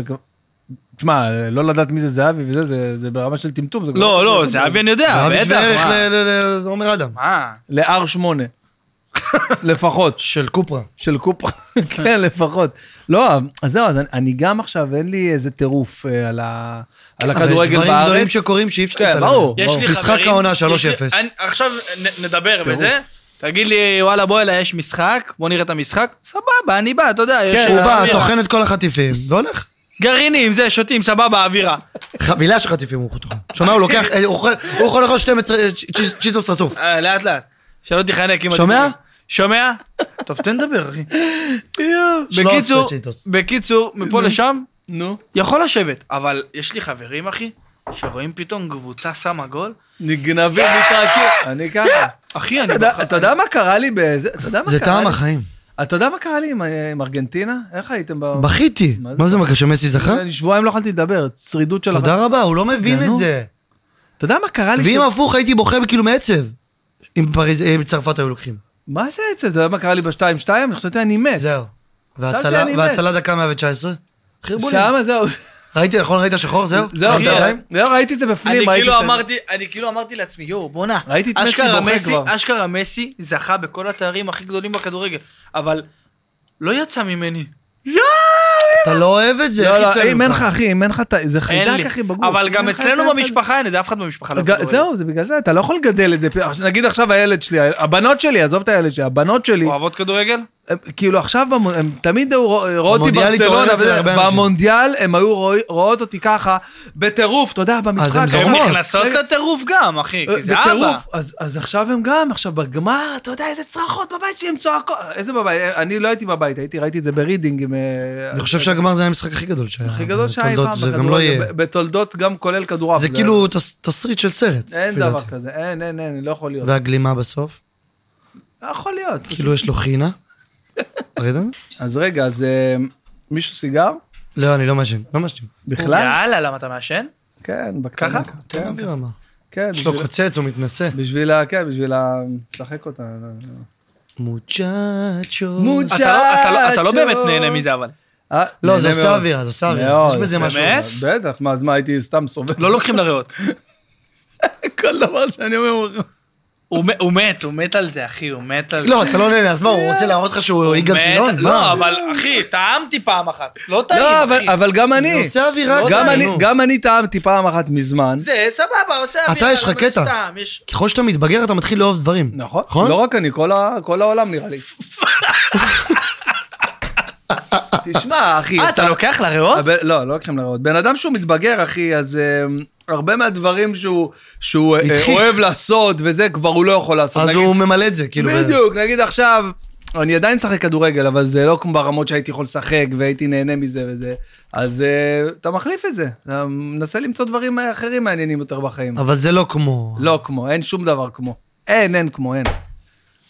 Speaker 1: תשמע, אה, לא לדעת מי זה זהבי וזה, זה- זה ברמה של טמטום. זה כבר-
Speaker 2: לא, לא, זהבי אני יודע,
Speaker 1: אה,
Speaker 3: זהבי
Speaker 2: בטח.
Speaker 3: שווה ערך
Speaker 2: מה?
Speaker 3: ל- ל- לעומר אדם.
Speaker 2: מה?
Speaker 1: ל-R8. לפחות.
Speaker 3: של קופרה.
Speaker 1: של קופרה, כן, לפחות. לא, אז זהו, אז אני- אני גם עכשיו, אין לי איזה טירוף אה, על ה- על
Speaker 3: אבל יש
Speaker 1: הכדורגל
Speaker 3: דברים גדולים
Speaker 1: בארץ.
Speaker 3: שקורים שאי אפשר
Speaker 1: כן,
Speaker 3: להתעלם.
Speaker 1: ברור.
Speaker 2: יש לי
Speaker 3: משחק
Speaker 2: חברים-
Speaker 3: העונה
Speaker 2: יש לי-
Speaker 3: 3-0.
Speaker 2: אני- עכשיו נ- נדבר בזה. תגיד לי, וואלה, בוא אליי, יש משחק, בוא נראה את המשחק. סבבה, אני בא, אתה יודע. יש-
Speaker 3: כן,
Speaker 1: אה,
Speaker 3: הוא בא,
Speaker 2: אווירה.
Speaker 3: טוחן את כל החטיפים, והולך.
Speaker 2: גרעינים, זה, שותים, סבבה, אווירה.
Speaker 3: חבילה של חטיפים הוא טוחן. שומע, הוא לוקח, אה, הוא אוכל- הוא יכול לאכול 12 צ'יטוס רצוף.
Speaker 2: אה, לאט לאט. שלא תיחנק עם...
Speaker 3: שומע?
Speaker 2: הדיבורים. שומע? טוב, תן לדבר, אחי.
Speaker 3: שלוש עשרה
Speaker 2: בקיצור,
Speaker 3: צ'יטוס.
Speaker 2: בקיצור, מפה לשם,
Speaker 1: נו.
Speaker 2: יכול לשבת. אבל יש לי חברים, אחי, שרואים פתאום קבוצה שמה גול.
Speaker 1: נגנבים, מתרקים. אני ככה.
Speaker 2: אחי, אני...
Speaker 1: אתה יודע-
Speaker 2: בח-
Speaker 1: אתה יודע מה קרה לי בזה? אתה יודע מה
Speaker 3: זה
Speaker 1: קרה
Speaker 3: טעם
Speaker 1: לי?
Speaker 3: החיים.
Speaker 1: אתה יודע מה קרה לי עם- אה, עם ארגנטינה? איך הייתם ב...
Speaker 3: בכיתי.
Speaker 1: מה זה
Speaker 3: מה זה, מה, כשמסי זכה?
Speaker 1: אני שבועיים לא יכולתי לדבר, שרידות של... הח-
Speaker 3: תודה רבה, הוא לא מבין
Speaker 1: נו.
Speaker 3: את זה.
Speaker 1: אתה יודע מה קרה לי?
Speaker 3: ואם
Speaker 1: ש-
Speaker 3: הפוך, הייתי בוכה כאילו מעצב. אם פריז, אם צרפת היו לוקחים.
Speaker 1: מה זה עצם? אתה יודע מה קרה לי ב-2-2? אני חשבתי אני מת.
Speaker 3: זהו.
Speaker 1: חשבתי
Speaker 3: והצלה
Speaker 1: אני מת.
Speaker 3: והצלה דקה 119? חרבולים.
Speaker 1: שמה זהו.
Speaker 3: ראיתי, נכון, ראית שחור? זהו?
Speaker 1: זהו,
Speaker 3: ראית
Speaker 1: זהו.
Speaker 3: עדיין?
Speaker 1: לא, ראיתי את זה בפנים.
Speaker 2: אני
Speaker 1: ראיתי
Speaker 2: כאילו
Speaker 1: את זה.
Speaker 2: אמרתי, אני כאילו אמרתי לעצמי, יואו, בואנה,
Speaker 1: ראיתי את מסי
Speaker 2: אשכרה
Speaker 1: בוכה
Speaker 2: מסי-
Speaker 1: כבר.
Speaker 2: אשכרה מסי זכה בכל התארים הכי גדולים בכדורגל, אבל לא יצא ממני.
Speaker 3: אתה לא אוהב את זה,
Speaker 1: לא,
Speaker 3: איך
Speaker 1: לא,
Speaker 3: יצא
Speaker 1: אם
Speaker 3: ממך?
Speaker 1: אין לך, אחי, אם אין לך, את ה- זה
Speaker 2: אין לי.
Speaker 1: חיידק, אחי, בגוף.
Speaker 2: אבל
Speaker 1: אם
Speaker 2: גם
Speaker 1: אין לך
Speaker 2: אצלנו
Speaker 1: את ה-
Speaker 2: במשפחה אין את זה, אף אחד במשפחה לא
Speaker 1: ג-
Speaker 2: כדורגל.
Speaker 1: זהו, זה בגלל זה, אתה לא יכול לגדל את זה. עכשיו, נגיד עכשיו הילד שלי, הבנות שלי, עזוב את הילד שלי, הבנות שלי,
Speaker 2: אוהבות כדורגל?
Speaker 1: הם- כאילו עכשיו, במונ- הם תמיד היו רוא- רואות אותי
Speaker 3: במונדיאל
Speaker 1: ברצלונה,
Speaker 3: התעורר אצל
Speaker 1: וזה-
Speaker 3: הרבה אנשים.
Speaker 1: במונדיאל הם היו רוא- רואות אותי ככה, בטירוף, אתה יודע, במשחק.
Speaker 3: הם
Speaker 1: הם
Speaker 3: זורמות.
Speaker 1: אומרות,
Speaker 2: נכנסות לטירוף גם, אחי, כי זה אבא.
Speaker 1: נכון. אה, בטירוף, אז, אז עכשיו הם גם, עכשיו בגמר, אתה יודע איזה צרחות בבית שהם צועקות, איזה בבית, אני לא הייתי בבית, הייתי, ראיתי את זה ברידינג עם... אה,
Speaker 3: אני חושב שהגמר זה היה המשחק הכי גדול שהיה.
Speaker 1: הכי גדול שהיה אי
Speaker 3: בתולדות,
Speaker 1: פעם
Speaker 3: זה גם לא
Speaker 1: בכדורגל,
Speaker 3: יהיה.
Speaker 1: ב- בתולדות גם כולל כדורעף.
Speaker 3: זה כאילו תס- תסריט של סרט.
Speaker 1: אין
Speaker 3: לפי
Speaker 1: דבר
Speaker 3: דעתי.
Speaker 1: כזה, אין, אין, אין, לא יכול להיות.
Speaker 3: והגלימה בסוף,
Speaker 1: לא יכול להיות.
Speaker 3: כאילו יש לו חינה. ראית?
Speaker 1: אז רגע, אז אה, מישהו סיגר?
Speaker 3: לא, אני לא מעשן, לא מעשן.
Speaker 1: בכלל?
Speaker 2: יאללה, למה אתה מעשן?
Speaker 1: כן, בקטנה.
Speaker 2: ככה?
Speaker 3: תן
Speaker 1: כן,
Speaker 3: אוויר רמה.
Speaker 1: כן,
Speaker 3: יש לו
Speaker 1: בשביל-
Speaker 3: קוצץ, הוא מתנשא.
Speaker 1: בשביל ה... כן, בשביל ה... לשחק אותה. לא, לא.
Speaker 3: מוצ'צ'ו.
Speaker 1: מוצ'צ'ו.
Speaker 2: אתה לא- אתה לא- אתה לא
Speaker 1: צ'אצ'ו.
Speaker 2: באמת נהנה מזה, אבל.
Speaker 1: אה,
Speaker 3: לא, זה
Speaker 1: נהנה
Speaker 3: עושה
Speaker 1: מאוד.
Speaker 3: אווירה, זה עושה אווירה.
Speaker 1: מאוד.
Speaker 3: יש בזה משהו.
Speaker 2: באמת?
Speaker 1: בטח, מה, אז מה, הייתי סתם סובב.
Speaker 2: לא לוקחים לריאות.
Speaker 1: כל דבר שאני אומר.
Speaker 2: הוא מ- הוא מת, הוא מת על זה, אחי, הוא מת על זה.
Speaker 3: לא, אתה לא נהנה, אז מה, הוא רוצה להראות לך שהוא יגאל
Speaker 2: מת-
Speaker 3: שילון?
Speaker 2: לא,
Speaker 3: מה?
Speaker 2: אבל אחי, טעמתי פעם אחת. לא
Speaker 1: לא,
Speaker 2: טעים,
Speaker 1: אבל-
Speaker 2: אחי.
Speaker 1: אבל גם אני.
Speaker 3: זה עושה אווירה.
Speaker 2: לא,
Speaker 1: גם
Speaker 3: כזה,
Speaker 1: אני-
Speaker 3: נו.
Speaker 1: גם אני טעמתי פעם אחת מזמן.
Speaker 2: זה סבבה, עושה
Speaker 3: אתה,
Speaker 2: אווירה,
Speaker 3: יש לך
Speaker 2: אבל
Speaker 3: קטע.
Speaker 2: טעם, יש-
Speaker 3: ככל שאתה מתבגר, אתה מתחיל לאהוב דברים.
Speaker 1: נכון.
Speaker 3: נכון?
Speaker 1: לא רק אני, כל ה- כל העולם נראה לי. תשמע, אחי,
Speaker 2: אה, אתה לוקח לריאות?
Speaker 1: אבל- לא, לא לוקחים לראות. בן אדם שהוא מתבגר, אחי, אז אה, הרבה מהדברים שהוא- שהוא אה,
Speaker 3: הדחיק.
Speaker 1: אוהב לעשות וזה, כבר הוא לא יכול לעשות.
Speaker 3: אז
Speaker 1: נגיד,
Speaker 3: הוא ממלא את זה, כאילו. ב-
Speaker 1: בדיוק, נגיד עכשיו, אני עדיין משחק כדורגל, אבל זה לא כמו ברמות שהייתי יכול לשחק והייתי נהנה מזה וזה. אז אה, אתה מחליף את זה, אתה מנסה למצוא דברים אחרים מעניינים יותר בחיים.
Speaker 3: אבל זה לא כמו...
Speaker 1: לא כמו, אין שום דבר כמו. אין, אין כמו, אין.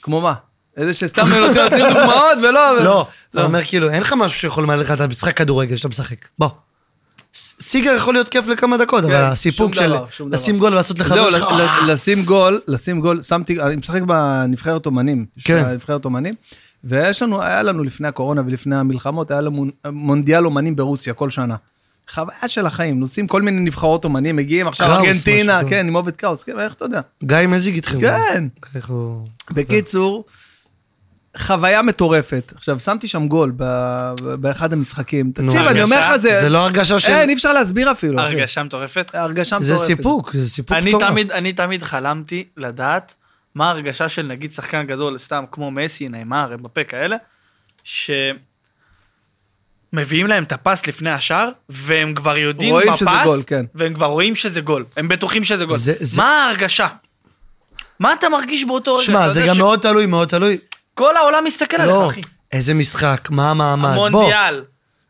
Speaker 1: כמו מה? אלה שסתם נותנים נותנים דוגמאות ולא...
Speaker 3: לא, אתה אומר כאילו, אין לך משהו שיכול למלא לך את המשחק כדורגל שאתה משחק. בוא. ס- סיגר יכול להיות כיף לכמה דקות, אבל
Speaker 1: כן, שום
Speaker 3: הסיפוק של
Speaker 1: דבר, שום דבר.
Speaker 3: לשים גול ולעשות לך...
Speaker 1: זהו,
Speaker 3: דוד שלך,
Speaker 1: ל- ל- לשים גול, לשים גול, שמתי, אני משחק בנבחרת אומנים. יש
Speaker 3: כן.
Speaker 1: את הנבחרת אומנים, ויש לנו, היה לנו לפני הקורונה ולפני המלחמות, היה לנו מונדיאל אומנים ברוסיה כל שנה. חוויה של החיים, נוסעים כל מיני נבחרות אומנים, מגיעים עכשיו
Speaker 3: קראוס,
Speaker 1: ארגנטינה,
Speaker 3: משהו כזה.
Speaker 1: כן, עם עובד קראוס, כן, איך אתה יודע?
Speaker 3: גיא מזיג איתכם.
Speaker 1: כן.
Speaker 3: איך הוא...
Speaker 1: בקיצור, חוויה מטורפת. עכשיו, שמתי שם גול ב- באחד המשחקים. תקשיב, אני אומר לך, זה...
Speaker 3: זה לא הרגשה של...
Speaker 1: כן. אין, לא אי אפשר להסביר אפילו.
Speaker 3: אוקיי.
Speaker 1: אחי.
Speaker 2: הרגשה מטורפת.
Speaker 1: הרגשה
Speaker 3: זה
Speaker 1: מטורפת.
Speaker 3: סיפוק, זה סיפוק
Speaker 2: אני
Speaker 3: מטורף.
Speaker 2: תמיד, אני תמיד חלמתי לדעת מה ההרגשה של נגיד שחקן גדול, סתם כמו מסי, נאמר, אמבפה כאלה, שמביאים להם את הפס לפני השער, והם כבר יודעים
Speaker 1: רואים
Speaker 2: בפס,
Speaker 1: שזה גול, כן.
Speaker 2: והם כבר רואים שזה גול, הם בטוחים שזה גול.
Speaker 3: זה- זה-
Speaker 2: מה ההרגשה? מה אתה מרגיש באותו רגע?
Speaker 3: שמע,
Speaker 2: אתה
Speaker 3: זה
Speaker 2: יודע
Speaker 3: גם מאוד תלוי, מאוד תלוי.
Speaker 1: כן,
Speaker 2: שכל העולם מסתכל
Speaker 3: לא,
Speaker 2: עליך, אחי.
Speaker 3: איזה משחק, מה המעמד. בוא,
Speaker 2: מונדיאל.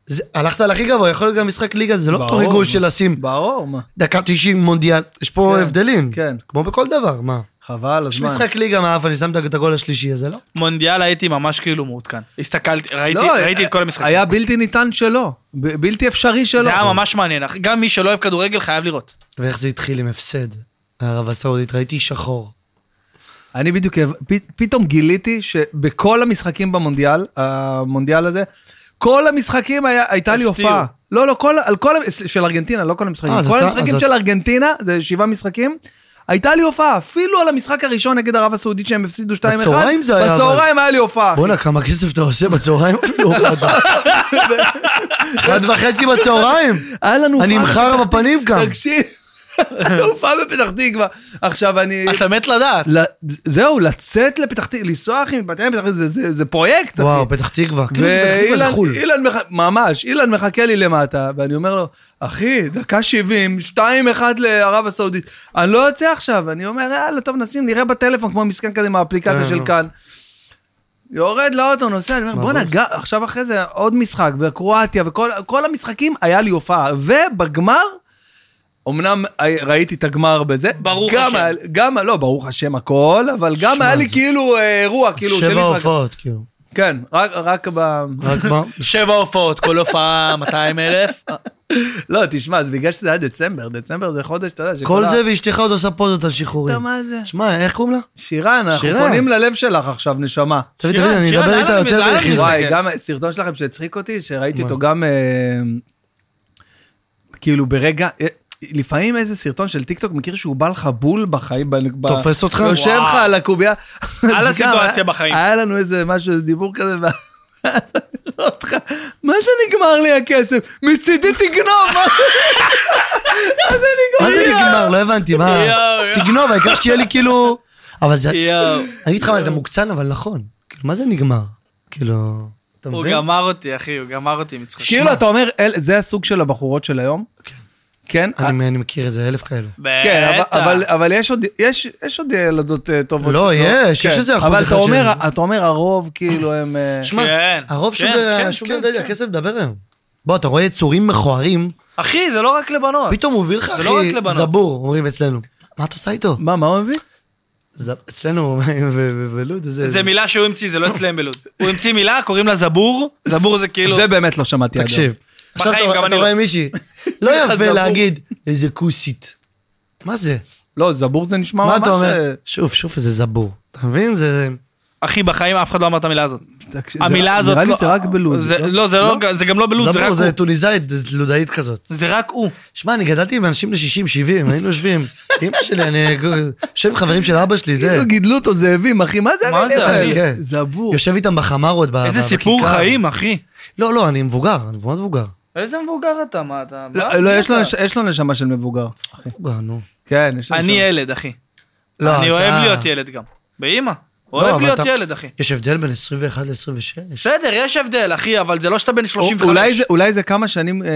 Speaker 3: זה- הלכת על הכי גבוה, יכול להיות גם משחק ליגה, זה לא אותו
Speaker 1: ברור.
Speaker 3: ריגול של לשים
Speaker 1: ברור, מה.
Speaker 3: דקה 90 מונדיאל, יש פה
Speaker 1: כן,
Speaker 3: הבדלים.
Speaker 1: כן.
Speaker 3: כמו בכל דבר, מה.
Speaker 1: חבל,
Speaker 3: יש
Speaker 1: הזמן.
Speaker 3: משחק ליגה, מה, אבל אני שם את הגול השלישי הזה, לא?
Speaker 2: מונדיאל הייתי ממש כאילו מעודכן. הסתכלתי, ראיתי
Speaker 1: לא,
Speaker 3: אה,
Speaker 2: ראיתי את כל המשחקים.
Speaker 1: היה בלתי ניתן שלא, ב- בלתי אפשרי שלא.
Speaker 2: זה
Speaker 3: לא.
Speaker 2: היה ממש מעניין, אחי. גם מי שלא אוהב כדורגל חייב לראות.
Speaker 3: ואיך זה התחיל עם הפסד לערב הסעודית, ראיתי שחור.
Speaker 1: אני בדיוק, פ- פתאום גיליתי שבכל המשחקים במונדיאל, המונדיאל הזה, כל המשחקים היה, הייתה לי
Speaker 2: הפתיעו.
Speaker 1: הופעה. לא, לא, כל, על כל, של ארגנטינה, לא כל המשחקים.
Speaker 3: אה, אז
Speaker 1: כל
Speaker 3: אתה-
Speaker 1: המשחקים
Speaker 3: אז
Speaker 1: של
Speaker 3: אתה-
Speaker 1: ארגנטינה, זה שבעה משחקים, הייתה לי הופעה, אפילו על המשחק הראשון נגד ערב הסעודית שהם הפסידו 2-1.
Speaker 3: בצהריים זה היה, אבל.
Speaker 1: בצהריים היה לי הופעה. אחי.
Speaker 3: בואנה, כמה כסף אתה עושה בצהריים אפילו? אחד. אחד וחצי בצהריים.
Speaker 1: היה לנו
Speaker 3: אני
Speaker 1: הופעה
Speaker 3: אמחר
Speaker 1: בפתח
Speaker 3: בפנים גם.
Speaker 1: תקווה, תקשיב, הופעה בפתח תקווה. עכשיו
Speaker 3: אה,
Speaker 1: אני...
Speaker 2: אתה מת לדעת.
Speaker 1: ל- זהו, לצאת לפתח תקווה, לנסוע אחי מפתח תקווה, זה- זה- זה פרויקט, אחי.
Speaker 3: וואו, פתח תקווה. כאילו, פתח תקווה זה
Speaker 1: ואילן,
Speaker 3: חו"ל.
Speaker 1: אילן, מח... ממש, אילן מחכה לי למטה, ואני אומר לו, אחי, דקה 70, 2-1 לערב הסעודית, אני לא יוצא עכשיו, אני אומר, יאללה, טוב, נשים, נראה בטלפון, כמו מסכן כזה מהאפליקציה
Speaker 3: אה,
Speaker 1: של
Speaker 3: נו.
Speaker 1: כאן. יורד לאוטו, נוסע, אני אומר,
Speaker 3: מבוס.
Speaker 1: בואנה, ג- עכשיו אחרי זה עוד משחק, וקרואטיה, וכל כל המשחקים, היה לי הופעה, ובגמר... אמנם ראיתי את הגמר בזה,
Speaker 2: ברוך
Speaker 1: גם
Speaker 2: השם.
Speaker 1: היה- גם, לא, ברוך השם הכל, אבל גם
Speaker 3: שמע,
Speaker 1: היה לי
Speaker 3: זה-
Speaker 1: כאילו אה, אירוע, כאילו, של
Speaker 3: שבע
Speaker 1: משחק.
Speaker 3: הופעות, כאילו.
Speaker 1: כן, רק- רק ב...
Speaker 3: רק מה?
Speaker 2: שבע הופעות, כל הופעה 200 אלף.
Speaker 1: לא, תשמע, זה בגלל שזה היה דצמבר, דצמבר זה חודש, אתה יודע,
Speaker 3: כל זה ואשתך עוד עושה פוזות על
Speaker 1: אתה
Speaker 3: שחרורים.
Speaker 1: מה זה?
Speaker 3: שמע, איך קוראים לה?
Speaker 1: שירן, אנחנו
Speaker 3: שירן.
Speaker 1: פונים ללב שלך עכשיו, נשמה.
Speaker 3: תביא,
Speaker 2: שירן,
Speaker 3: תביא, אני
Speaker 2: שירן,
Speaker 3: אדבר
Speaker 2: לאן
Speaker 3: איתה
Speaker 2: אני-
Speaker 3: יותר
Speaker 2: לאן אני
Speaker 3: ברכיז.
Speaker 2: מסתכל?
Speaker 1: וואי, גם סרטון שלכם שהצחיק אותי, שראיתי
Speaker 3: כן, מה?
Speaker 1: אותו גם, אה, כאילו ברגע, אה, לפעמים איזה סרטון של טיקטוק מכיר שהוא בא לך בול בחיים, ב- ב-
Speaker 3: תופס אותך?
Speaker 1: יושב לך
Speaker 2: וואו.
Speaker 1: על הקובייה. אז
Speaker 2: על הסיטואציה
Speaker 1: גם היה-
Speaker 2: בחיים.
Speaker 1: היה לנו איזה משהו, איזה דיבור כזה, ואז אני רואה אותך, מה זה נגמר לי הכסף? מצידי תגנוב, מה
Speaker 3: מה זה נגמר? לא הבנתי, מה?
Speaker 2: יואו, יואו.
Speaker 3: תגנוב, העיקר שתהיה לי כאילו... אבל זה... אני
Speaker 2: יואו.
Speaker 3: אגיד לך מה, זה מוקצן, אבל נכון. כאילו, מה זה נגמר? כאילו, אתה
Speaker 2: הוא
Speaker 3: מבין?
Speaker 2: גמר אותי, אחי, הוא גמר אותי מצחוק.
Speaker 1: כאילו, אתה אומר, "אל- זה הסוג של הבחורות של היום?
Speaker 3: כן.
Speaker 1: כן?
Speaker 3: אני אני מכיר איזה אלף כאלו.
Speaker 1: כן, אבל-
Speaker 2: בטח.
Speaker 1: אבל, אבל יש, עוד, יש, יש עוד ילדות אה, טובות.
Speaker 3: לא, יש, יש
Speaker 1: כן.
Speaker 3: איזה אחוז
Speaker 1: אבל
Speaker 3: אחד
Speaker 1: אתה אומר,
Speaker 3: של-
Speaker 1: אתה אומר, הרוב, כאילו, הם... אה,
Speaker 3: שמע,
Speaker 2: כן,
Speaker 3: הרוב
Speaker 2: כן,
Speaker 3: שוב,
Speaker 2: כן,
Speaker 3: שוב,
Speaker 2: כן,
Speaker 3: אתה יודע,
Speaker 2: כן.
Speaker 3: הכסף מדבר היום. בוא, אתה רואה יצורים מכוערים,
Speaker 2: אחי, זה לא רק לבנות.
Speaker 3: פתאום הוא מביא לך,
Speaker 2: זה לא רק
Speaker 3: אחי,
Speaker 2: לבנות.
Speaker 3: זבור, אומרים אצלנו. מה אתה עושה איתו?
Speaker 1: מה, מה הוא מביא?
Speaker 3: ז- אצלנו, ו- ו- ולוד, זה...
Speaker 2: זה מילה שהוא המציא, זה לא אצלם בלוד. הוא המציא מילה, קוראים לה זבור, זבור זה כאילו...
Speaker 1: זה באמת לא שמעתי עד היום.
Speaker 3: תקשיב, עכשיו
Speaker 2: בחיים,
Speaker 3: אתה-
Speaker 2: גם
Speaker 3: אתה
Speaker 2: אני
Speaker 3: רואה מישהי, לא יפה
Speaker 1: זבור.
Speaker 3: להגיד, איזה כוסית. מה זה?
Speaker 1: לא, זבור זה נשמע
Speaker 3: מה
Speaker 1: ממש...
Speaker 3: אתה אומר?
Speaker 1: אה,
Speaker 3: שוב, שוב, איזה זבור. אתה מבין? זה...
Speaker 2: אחי, בחיים אף אחד לא אמר את המילה הזאת.
Speaker 1: תקשיב, זה-
Speaker 2: המילה הזאת לא...
Speaker 1: נראה לי זה רק בלוד.
Speaker 2: זה-
Speaker 1: לא?
Speaker 2: לא, זה לא- זה גם לא בלוד, זה רק
Speaker 3: זבור,
Speaker 2: הוא.
Speaker 3: זה אה, טוניסאית, זה לודאית כזאת.
Speaker 2: זה רק הוא.
Speaker 3: שמע, אני גדלתי עם אנשים ל-60-70, היינו יושבים. אמא שלי, אני יושב עם חברים של אבא שלי, זה...
Speaker 1: כאילו גידלו אותו זאבים, אחי, מה זה
Speaker 2: מה
Speaker 1: המילים
Speaker 2: זה, אחי?
Speaker 1: האלה?
Speaker 3: כן.
Speaker 1: זבור.
Speaker 3: יושב איתם בחמרות, ב-
Speaker 2: איזה
Speaker 3: ב-
Speaker 2: סיפור
Speaker 3: בכיכר.
Speaker 2: חיים, כן. אחי.
Speaker 3: לא, לא, אני מבוגר, אני מאוד מבוגר.
Speaker 2: איזה מבוגר אתה, מה אתה... מה?
Speaker 1: לא, לא, יש לו
Speaker 2: אתה?
Speaker 1: נש- יש לו נשמה של מבוגר. אחי.
Speaker 3: מבוגר, נו.
Speaker 1: כן, יש לו
Speaker 2: אני אה,
Speaker 1: נשמה.
Speaker 2: ילד, אחי.
Speaker 3: לא,
Speaker 2: אני
Speaker 3: אתה-
Speaker 2: אוהב להיות ילד גם. באמא.
Speaker 3: אבל
Speaker 2: אוהב להיות
Speaker 3: אתה-
Speaker 2: ילד, אחי.
Speaker 3: יש הבדל בין 21 ל-26?
Speaker 2: בסדר, יש הבדל, אחי, אבל זה לא שאתה בן 35.
Speaker 1: אולי זה- אולי זה כמה שנים... אה,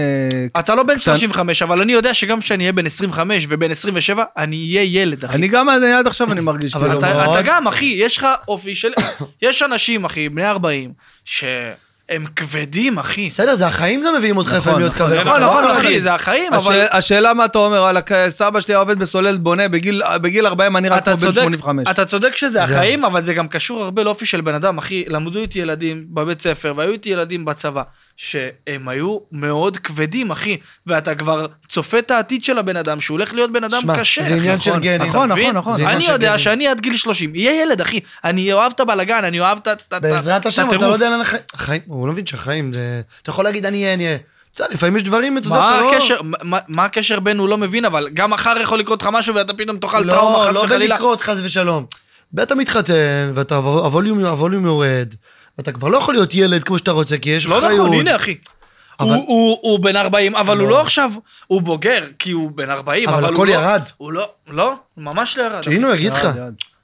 Speaker 2: אתה לא בן
Speaker 1: קטן.
Speaker 2: 35, אבל אני יודע שגם כשאני אהיה בן 25 ובן 27, אני אהיה ילד, אחי.
Speaker 1: אני גם עד עד עכשיו אני מרגיש
Speaker 3: אבל
Speaker 1: כאילו...
Speaker 3: אתה-
Speaker 2: אתה,
Speaker 3: מאוד.
Speaker 2: אתה גם, אחי, יש לך אופי של... יש אנשים, אחי, בני 40, שהם כבדים, אחי.
Speaker 3: בסדר, זה החיים גם מביאים אותך לפעמים להיות כבד.
Speaker 2: נכון,
Speaker 3: אתה לא
Speaker 2: נכון,
Speaker 3: יכול
Speaker 2: אחי,
Speaker 3: להגיד.
Speaker 2: זה החיים, אבל...
Speaker 1: השאל- השאלה מה אתה אומר, וואלה, כ- סבא שלי עובד בסולל בונה, בגיל בגיל 40 אני רק
Speaker 2: כן, אתה
Speaker 1: כמו בן
Speaker 2: צודק,
Speaker 1: 85.
Speaker 2: אתה צודק שזה
Speaker 3: זה-
Speaker 2: החיים, אבל זה גם קשור הרבה לאופי של בן אדם, אחי. למדו איתי ילדים בבית ספר, והיו איתי ילדים בצבא, שהם היו מאוד כבדים, אחי. ואתה כבר צופה את העתיד של הבן אדם, שהוא הולך להיות בן אדם
Speaker 3: שמע,
Speaker 2: קשה.
Speaker 3: זה עניין של
Speaker 1: נכון,
Speaker 3: גנים.
Speaker 1: נכון,
Speaker 2: מבין?
Speaker 1: נכון, נכון.
Speaker 3: זה
Speaker 2: אני
Speaker 3: עניין
Speaker 2: יודע
Speaker 3: של גנים.
Speaker 2: שאני עד גיל 30, יהיה ילד, אחי. אני אוהב את הבלגן, אני אוהב את ה- את ה- את
Speaker 3: בעזרת השם, אתה לא
Speaker 2: הטירוף.
Speaker 3: יודע לאן החיים... החיים, הוא לא מבין שהחיים זה... אתה יכול להגיד, אני אהיה, אני אהיה. אתה יודע, לפעמים יש דברים, אתה יודע,
Speaker 2: מה
Speaker 3: אתה לא...
Speaker 2: הקשר, מה- מה הקשר בין הוא לא מבין, אבל גם מחר יכול לקרות לך משהו ואתה פתאום תאכל טראומה,
Speaker 3: לא,
Speaker 2: חס
Speaker 3: לא
Speaker 2: וחלילה.
Speaker 3: בלקרות, חס ושלום. ואתה מתחתן, ואתה- הווליום הווליום יורד, ואתה כבר לא יכול להיות ילד כמו שאתה רוצה, כי יש
Speaker 2: לא
Speaker 3: אחריות.
Speaker 2: נכון, הנה אחי.
Speaker 3: אבל-
Speaker 2: הוא- הוא הוא בן 40, אבל הוא לא עכשיו, הוא בוגר, כי הוא בן 40,
Speaker 3: אבל
Speaker 2: אבל הוא
Speaker 3: הכל
Speaker 2: לא-
Speaker 3: ירד.
Speaker 2: הוא לא, לא, ממש לא ירד.
Speaker 3: הנה, הוא יגיד לך.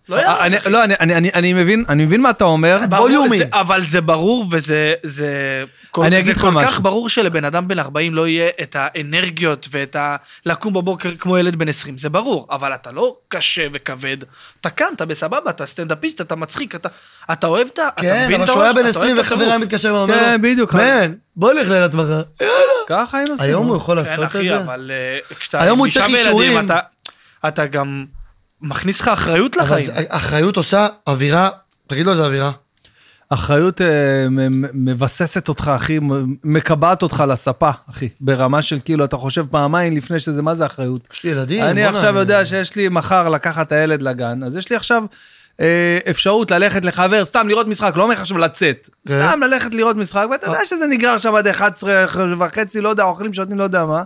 Speaker 2: לא ירד.
Speaker 1: אני- לא, אני- אני- אני- אני מבין, אני מבין מה אתה אומר.
Speaker 2: ברור,
Speaker 3: ווליומי.
Speaker 2: זה- אבל זה ברור וזה זה כל,
Speaker 1: אני
Speaker 2: זה
Speaker 1: אגיד לך
Speaker 2: כל כך
Speaker 1: משהו.
Speaker 2: ברור שלבן אדם בן 40 לא יהיה את האנרגיות ואת ה... לקום בבוקר כמו ילד בן 20, זה ברור, אבל אתה לא קשה וכבד, אתה קם, אתה בסבבה, אתה סטנדאפיסט, אתה מצחיק, אתה, אתה אוהב את ה... אתה
Speaker 3: כן,
Speaker 2: מבין
Speaker 3: אבל
Speaker 2: את
Speaker 3: שהוא היה
Speaker 2: הראש,
Speaker 3: בן
Speaker 2: אתה אוהב
Speaker 3: 20
Speaker 2: את
Speaker 3: וחבר היה
Speaker 2: הטירוף.
Speaker 3: מתקשר ואומר לו,
Speaker 1: כן, בדיוק.
Speaker 3: מן, בוא נלך לילת מחר.
Speaker 1: ככה היינו עושים.
Speaker 3: היום הוא יכול
Speaker 2: כן,
Speaker 3: לעשות את
Speaker 2: אחי,
Speaker 3: זה?
Speaker 2: אבל אה, כשאתה...
Speaker 3: היום
Speaker 2: עם
Speaker 3: הוא
Speaker 2: אישה
Speaker 3: צריך
Speaker 2: וילדים,
Speaker 3: אישורים.
Speaker 2: אתה, אתה גם מכניס לך אחריות
Speaker 3: אבל
Speaker 2: לחיים.
Speaker 3: זה- אחריות עושה אווירה, תגיד לו איזה אווירה.
Speaker 1: אחריות אה, מ- מ- מבססת אותך, אחי, מ- מקבעת אותך לספה, אחי. ברמה של כאילו, אתה חושב פעמיים לפני שזה, מה זה אחריות?
Speaker 3: יש לי ילדים.
Speaker 1: אני
Speaker 3: בואנה,
Speaker 1: עכשיו יודע שיש לי מחר לקחת את הילד לגן, אז יש לי עכשיו אה, אפשרות ללכת לחבר, סתם לראות משחק, לא אומר לך עכשיו לצאת.
Speaker 3: כן. אה.
Speaker 1: סתם ללכת לראות משחק, ואתה יודע שזה נגרר שם עד 11 וחצי, לא יודע, אוכלים, שותים, לא יודע מה.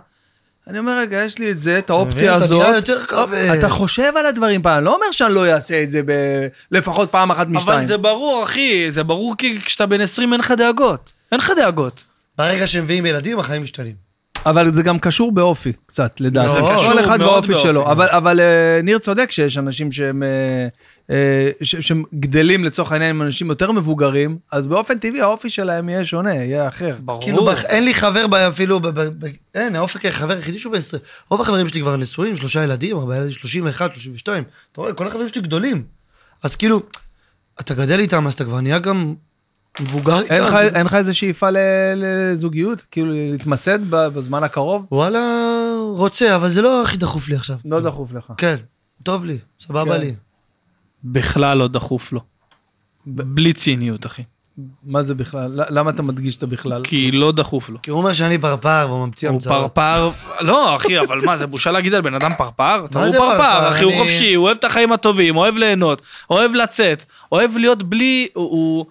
Speaker 1: אני אומר, רגע, יש לי את זה, את האופציה
Speaker 3: אתה נראה
Speaker 1: הזאת.
Speaker 3: יותר כבד.
Speaker 1: אתה חושב על הדברים פעם, לא אומר שאני לא אעשה את זה ב- לפחות פעם אחת משתיים.
Speaker 2: אבל זה ברור, אחי, זה ברור כי כשאתה בן 20 אין לך דאגות. אין לך דאגות.
Speaker 3: ברגע שמביאים ילדים, החיים משתנים.
Speaker 1: אבל זה גם קשור באופי קצת, לדעתי.
Speaker 3: לא, זה
Speaker 2: קשור
Speaker 1: כל אחד
Speaker 2: מאוד
Speaker 1: באופי
Speaker 2: באופי. כן.
Speaker 1: שלו. אבל, אבל אה, ניר צודק שיש אנשים שהם, אה, אה, ש- שהם גדלים לצורך העניין עם אנשים יותר מבוגרים, אז באופן טבעי האופי שלהם יהיה שונה, יהיה אחר.
Speaker 2: ברור.
Speaker 3: כאילו, בח- אין לי חבר ב- אפילו, ב- ב- ב- אין, האופק החבר היחידי שהוא בן 20. רוב החברים שלי כבר נשואים, שלושה ילדים, ארבעה ילדים, 31, 32. אתה רואה, כל החברים שלי גדולים. אז כאילו, אתה גדל איתם, אז אתה כבר נהיה גם מבוגר
Speaker 2: כן.
Speaker 3: איתם.
Speaker 1: אין לך- אין לך איזה שאיפה ל- לזוגיות? כאילו להתמסד ב- בזמן הקרוב?
Speaker 3: וואלה, רוצה, אבל זה לא הכי דחוף לי עכשיו.
Speaker 1: לא דחוף לך.
Speaker 3: כן, טוב לי, סבבה
Speaker 1: כן.
Speaker 3: לי.
Speaker 2: בכלל לא דחוף לו. בלי ציניות, אחי.
Speaker 1: מה זה בכלל? ל- למה אתה מדגיש את הבכלל?
Speaker 2: כי לא דחוף לו.
Speaker 3: כי הוא אומר שאני פרפר והוא ממציא
Speaker 2: הוא
Speaker 3: המצאות.
Speaker 2: פרפר, לא אחי, אבל מה, זה בושה להגיד על בן אדם פרפר? אתה-
Speaker 3: מה
Speaker 2: הוא
Speaker 3: זה פרפר?
Speaker 2: פרפר, אחי, הוא
Speaker 3: אני-
Speaker 2: חופשי, הוא אוהב את החיים הטובים, אוהב ליהנות, אוהב לצאת, אוהב להיות בלי, הוא- הוא...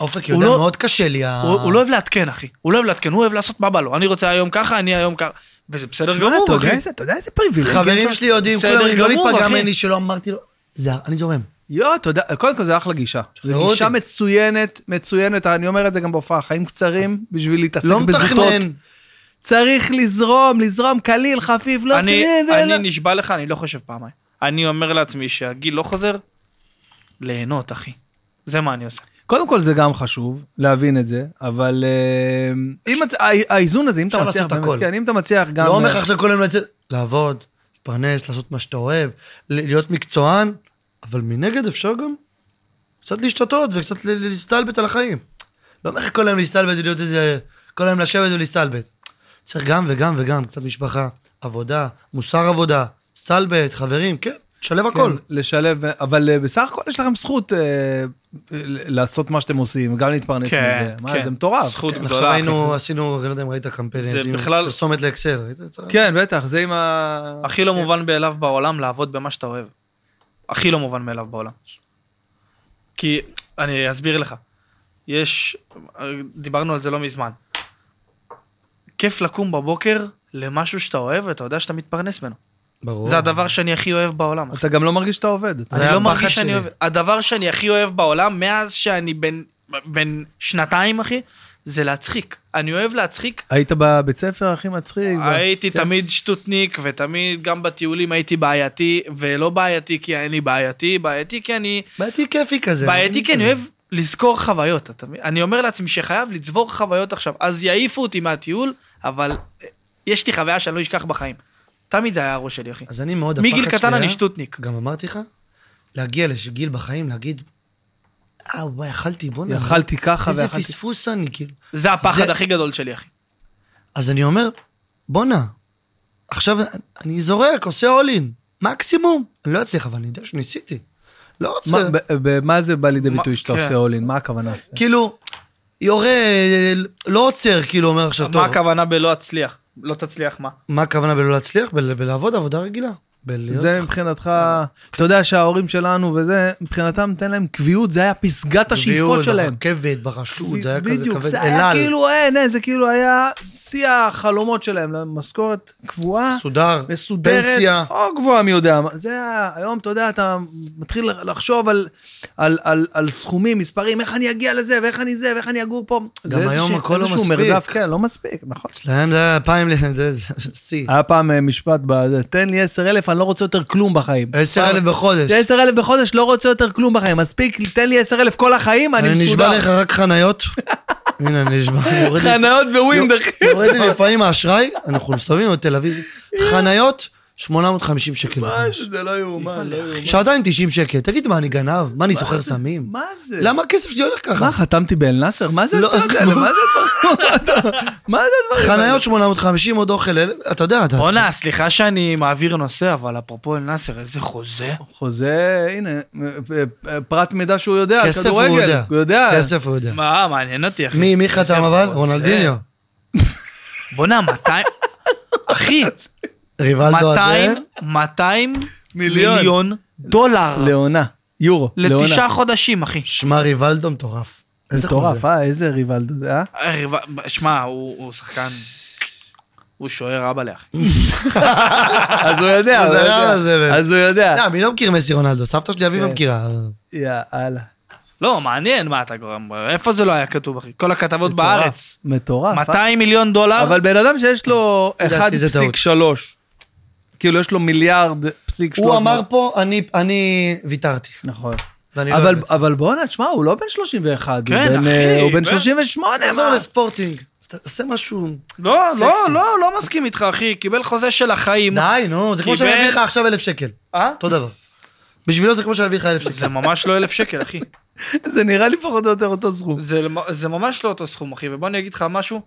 Speaker 3: אופק
Speaker 2: הוא
Speaker 3: יודע,
Speaker 2: לא-
Speaker 3: מאוד קשה לי. ה-
Speaker 1: אה.
Speaker 2: הוא הוא לא אוהב לעדכן, אחי. הוא לא אוהב לעדכן, הוא אוהב לעשות מה בא לו. אני רוצה היום ככה, אני היום ככה. וזה בסדר
Speaker 1: מה, אתה
Speaker 2: גמור,
Speaker 1: יודע
Speaker 2: אחי.
Speaker 1: איזה- אתה יודע איזה פריבילגיה?
Speaker 3: חברים שלי יודעים,
Speaker 2: בסדר
Speaker 3: כולם אומרים, לא
Speaker 2: גמור,
Speaker 3: להיפגע
Speaker 2: אחי."
Speaker 3: ממני שלא אמרתי לו. זה, אני זורם.
Speaker 1: יואו, תודה. לא, קודם כל זה אחלה גישה. זו
Speaker 3: אותי.
Speaker 1: גישה מצוינת, מצוינת. אני אומר את זה גם בהופעה. חיים קצרים בשביל להתעסק
Speaker 3: לא
Speaker 1: בזוטות.
Speaker 3: מתכנן.
Speaker 1: צריך לזרום, לזרום קליל, חפיף, לא
Speaker 2: אני
Speaker 1: חייב, זה לא-
Speaker 2: אני נשבע לך, אני לא חושב פעמיים. אני אומר לעצמי שהגיל לא חוזר, ליהנות, אחי. זה מה אני עושה.
Speaker 1: קודם כל זה גם חשוב, להבין את זה, אבל אה, אם את- הא- האיזון הזה, אם אתה
Speaker 3: אפשר
Speaker 1: מצליח,
Speaker 3: לעשות הכל.
Speaker 1: באמת, כן, אם אתה מצליח גם...
Speaker 3: לא אומר לך עכשיו כל היום לצאת, לעבוד, להתפרנס, לעשות מה שאתה אוהב, ל- להיות מקצוען, אבל מנגד אפשר גם קצת להשתתות וקצת ל- ל- להסתלבט על החיים. לא אומר לך כל היום להסתלבט ולהיות איזה... כל היום לשבת ולהסתלבט. צריך גם וגם וגם, קצת משפחה, עבודה, מוסר עבודה, הסתלבט, חברים, כן, תשלב הכל.
Speaker 1: כן, לשלב, אבל אה, בסך הכל יש לכם זכות אה, אה, לעשות מה שאתם עושים, גם להתפרנס
Speaker 2: כן,
Speaker 1: מזה. מה,
Speaker 2: כן.
Speaker 1: זה מטורף.
Speaker 2: זכות
Speaker 3: כן, עכשיו
Speaker 2: גדולה.
Speaker 3: היינו, עשינו, אני לא יודע אם ראית קמפיין,
Speaker 2: זה
Speaker 3: עשינו
Speaker 2: בכלל-
Speaker 3: פרסומת לאקסל, ראית את זה?
Speaker 1: כן, בטח, זה עם ה...
Speaker 2: הכי
Speaker 3: כן.
Speaker 2: לא מובן מאליו בעולם לעבוד במה שאתה אוהב. הכי לא מובן מאליו בעולם. כי, אני אסביר לך. יש, דיברנו על זה לא מזמן. כיף לקום בבוקר למשהו שאתה אוהב ואתה יודע שאתה מתפרנס ממנו.
Speaker 3: ברור.
Speaker 2: זה הדבר שאני הכי אוהב בעולם.
Speaker 1: אתה גם לא מרגיש שאתה עובד.
Speaker 3: זה
Speaker 2: אני
Speaker 3: היה
Speaker 2: לא
Speaker 3: הפחד
Speaker 2: מרגיש שאני
Speaker 3: שלי.
Speaker 2: אוהב... הדבר שאני הכי אוהב בעולם, מאז שאני בן- בן שנתיים, אחי, זה להצחיק. אני אוהב להצחיק
Speaker 1: היית בבית ספר הכי מצחיק. כן. ו-
Speaker 2: הייתי
Speaker 3: כן.
Speaker 2: תמיד שטוטניק, ותמיד גם בטיולים הייתי בעייתי, ולא בעייתי כי אני בעייתי, בעייתי כי אני...
Speaker 3: בעייתי כיפי כזה.
Speaker 2: בעייתי כי אני אוהב לזכור חוויות, אתה מבין? אני אומר לעצמי שחייב לצבור חוויות עכשיו. אז יעיפו אותי מהטיול, אבל אה, יש לי חוויה שאני לא אשכח בחיים. תמיד זה היה הראש שלי, אחי.
Speaker 3: אז אני מאוד, הפחד
Speaker 2: מגיל
Speaker 3: שלי
Speaker 2: קטן אני
Speaker 3: היה-
Speaker 2: שטוטניק.
Speaker 3: גם אמרתי לך, להגיע לגיל בחיים, להגיד, אה, וואי, אכלתי, בוא'נה.
Speaker 1: אכלתי ככה
Speaker 3: איזה
Speaker 1: ואכלתי...
Speaker 3: פספוס אני, כאילו.
Speaker 2: זה הפחד
Speaker 3: זה-
Speaker 2: הכי גדול שלי, אחי.
Speaker 3: אז אני אומר, בוא'נה, עכשיו אני זורק, עושה אולין, מקסימום. אני לא אצליח, אבל אני יודע שניסיתי. לא רוצה,
Speaker 1: מה- ב- ב- מה זה בא לידי
Speaker 2: מה-
Speaker 1: ביטוי שאתה
Speaker 2: כן.
Speaker 1: עושה אולין? מה הכוונה?
Speaker 3: כאילו, יורה, לא עוצר, כאילו, אומר עכשיו,
Speaker 2: מה
Speaker 3: טוב.
Speaker 2: הכוונה בלא אצליח? לא תצליח מה?
Speaker 3: מה הכוונה בלא להצליח? בל- בלעבוד עבודה רגילה. בלהיות-
Speaker 1: זה מבחינתך, אתה יודע שההורים שלנו וזה, מבחינתם תן להם קביעות, זה היה פסגת השאיפות
Speaker 3: בביול,
Speaker 1: שלהם.
Speaker 3: ברכבת, ברשות, נכון. זה היה כזה
Speaker 1: בדיוק,
Speaker 3: כבד.
Speaker 1: זה היה
Speaker 3: אל על,
Speaker 1: כאילו, אין, אין, זה כאילו היה שיא החלומות שלהם, משכורת קבועה.
Speaker 3: מסודר,
Speaker 1: מסודרת,
Speaker 3: פנסיה.
Speaker 1: או גבוהה מי יודע מה. זה ה- היום, אתה יודע, אתה מתחיל לחשוב על, על, על, על סכומים, מספרים, איך אני אגיע לזה, ואיך אני זה, ואיך אני אגור פה. זה
Speaker 3: גם היום
Speaker 1: איזושהי-
Speaker 3: הכל לא
Speaker 1: איזשהו
Speaker 3: מספיק.
Speaker 1: מרדף, כן, לא מספיק, נכון.
Speaker 3: אצלהם זה היה אלפיים, ל- זה זה- שיא.
Speaker 1: היה פעם אה, משפט, בזה, תן לי 10,000, אני לא רוצה יותר כלום בחיים.
Speaker 3: עשר אלף בחודש.
Speaker 1: תן לי 10,000 בחודש, לא רוצה יותר כלום בחיים. מספיק, תן לי 10,000 כל החיים, אני
Speaker 3: אני
Speaker 1: מסודר.
Speaker 3: נשבע לך רק חניות. הנה, אני נשבע. יורד לי-
Speaker 1: לא,
Speaker 2: חניות בווינדר.
Speaker 3: יורד לי לפעמים האשראי, אנחנו מסתובבים בתל אביב. חניות, 850 שקל. בחודש.
Speaker 1: זה לא יאומן, לא יאומן.
Speaker 3: שעתיים 90 שקל. תגיד, מה, אני גנב? מה, אני סוחר סמים?
Speaker 1: מה זה?
Speaker 3: למה הכסף שלי הולך ככה?
Speaker 1: מה, חתמתי באל נאסר? מה זה
Speaker 3: לא,
Speaker 1: השטויות האלה? מה זה הדברים? מה זה הדברים האלה?
Speaker 3: חניות 850, עוד אוכל, אל- אתה יודע, אתה...
Speaker 2: בואנה, סליחה שאני מעביר נושא, אבל אפרופו אל נאסר, איזה חוזה.
Speaker 1: חוזה, הנה, פרט מידע שהוא יודע,
Speaker 3: כסף הוא
Speaker 1: כדורגל,
Speaker 3: יודע.
Speaker 1: הוא יודע.
Speaker 3: כסף הוא יודע.
Speaker 2: מה, מעניין אותי, אחי.
Speaker 3: מי, מי חתם אבל? רונלדיניו.
Speaker 2: בואנה, 200... אחי,
Speaker 3: ריבלדו הזה?
Speaker 2: 200, 200
Speaker 1: מיליון.
Speaker 2: מיליון דולר
Speaker 1: לעונה, יורו, לעונה.
Speaker 2: לתשעה חודשים, אחי.
Speaker 3: שמע, ריבלדו מטורף. איזה
Speaker 1: מטורף,
Speaker 3: חוזה.
Speaker 1: אה, איזה ריבלדו זה, אה?
Speaker 2: אה, ריב- שמע, הוא הוא שחקן... הוא שוער אבא לאחי.
Speaker 1: אז הוא יודע,
Speaker 3: הוא
Speaker 1: הוא
Speaker 3: זרם
Speaker 1: יודע.
Speaker 3: על זה,
Speaker 1: אז הוא יודע.
Speaker 3: לא, מי לא מכיר מסי רונלדו? סבתא שלי אביבה
Speaker 1: אה. כן.
Speaker 3: מכירה.
Speaker 1: יאללה.
Speaker 2: לא, מעניין מה אתה גורם. איפה זה לא היה כתוב, אחי? כל הכתבות בארץ.
Speaker 1: מטורף. אה?
Speaker 2: 200 מיליון דולר?
Speaker 1: אבל בן אדם שיש לו
Speaker 3: לפי דעתי זה טעות.
Speaker 1: 1.3, כאילו יש לו מיליארד פסיק
Speaker 3: הוא
Speaker 1: 300.
Speaker 3: אמר פה, אני- אני ויתרתי.
Speaker 1: נכון.
Speaker 3: ואני לא
Speaker 1: אבל,
Speaker 3: אוהב את זה.
Speaker 1: אבל בואנה, תשמע, הוא לא בן 31,
Speaker 2: כן,
Speaker 1: הוא בן,
Speaker 2: אחי,
Speaker 1: אה, הוא בן
Speaker 2: בן-
Speaker 1: 38,
Speaker 3: אז תחזור
Speaker 1: מה?
Speaker 3: לספורטינג. אז ת- תעשה משהו...
Speaker 2: לא, לא,
Speaker 3: סקסי.
Speaker 2: לא, לא מסכים איתך, אחי. קיבל חוזה של החיים.
Speaker 3: די, נו, זה כמו שאני
Speaker 2: קיבל-
Speaker 3: אביא לך עכשיו אלף שקל.
Speaker 2: אה?
Speaker 3: אותו דבר. בשבילו זה כמו שאני אביא לך אלף שקל.
Speaker 2: זה ממש לא אלף שקל, אחי.
Speaker 1: זה נראה לי פחות או יותר אותו סכום.
Speaker 2: זה, למ- זה ממש לא אותו סכום אחי ובוא אני אגיד לך משהו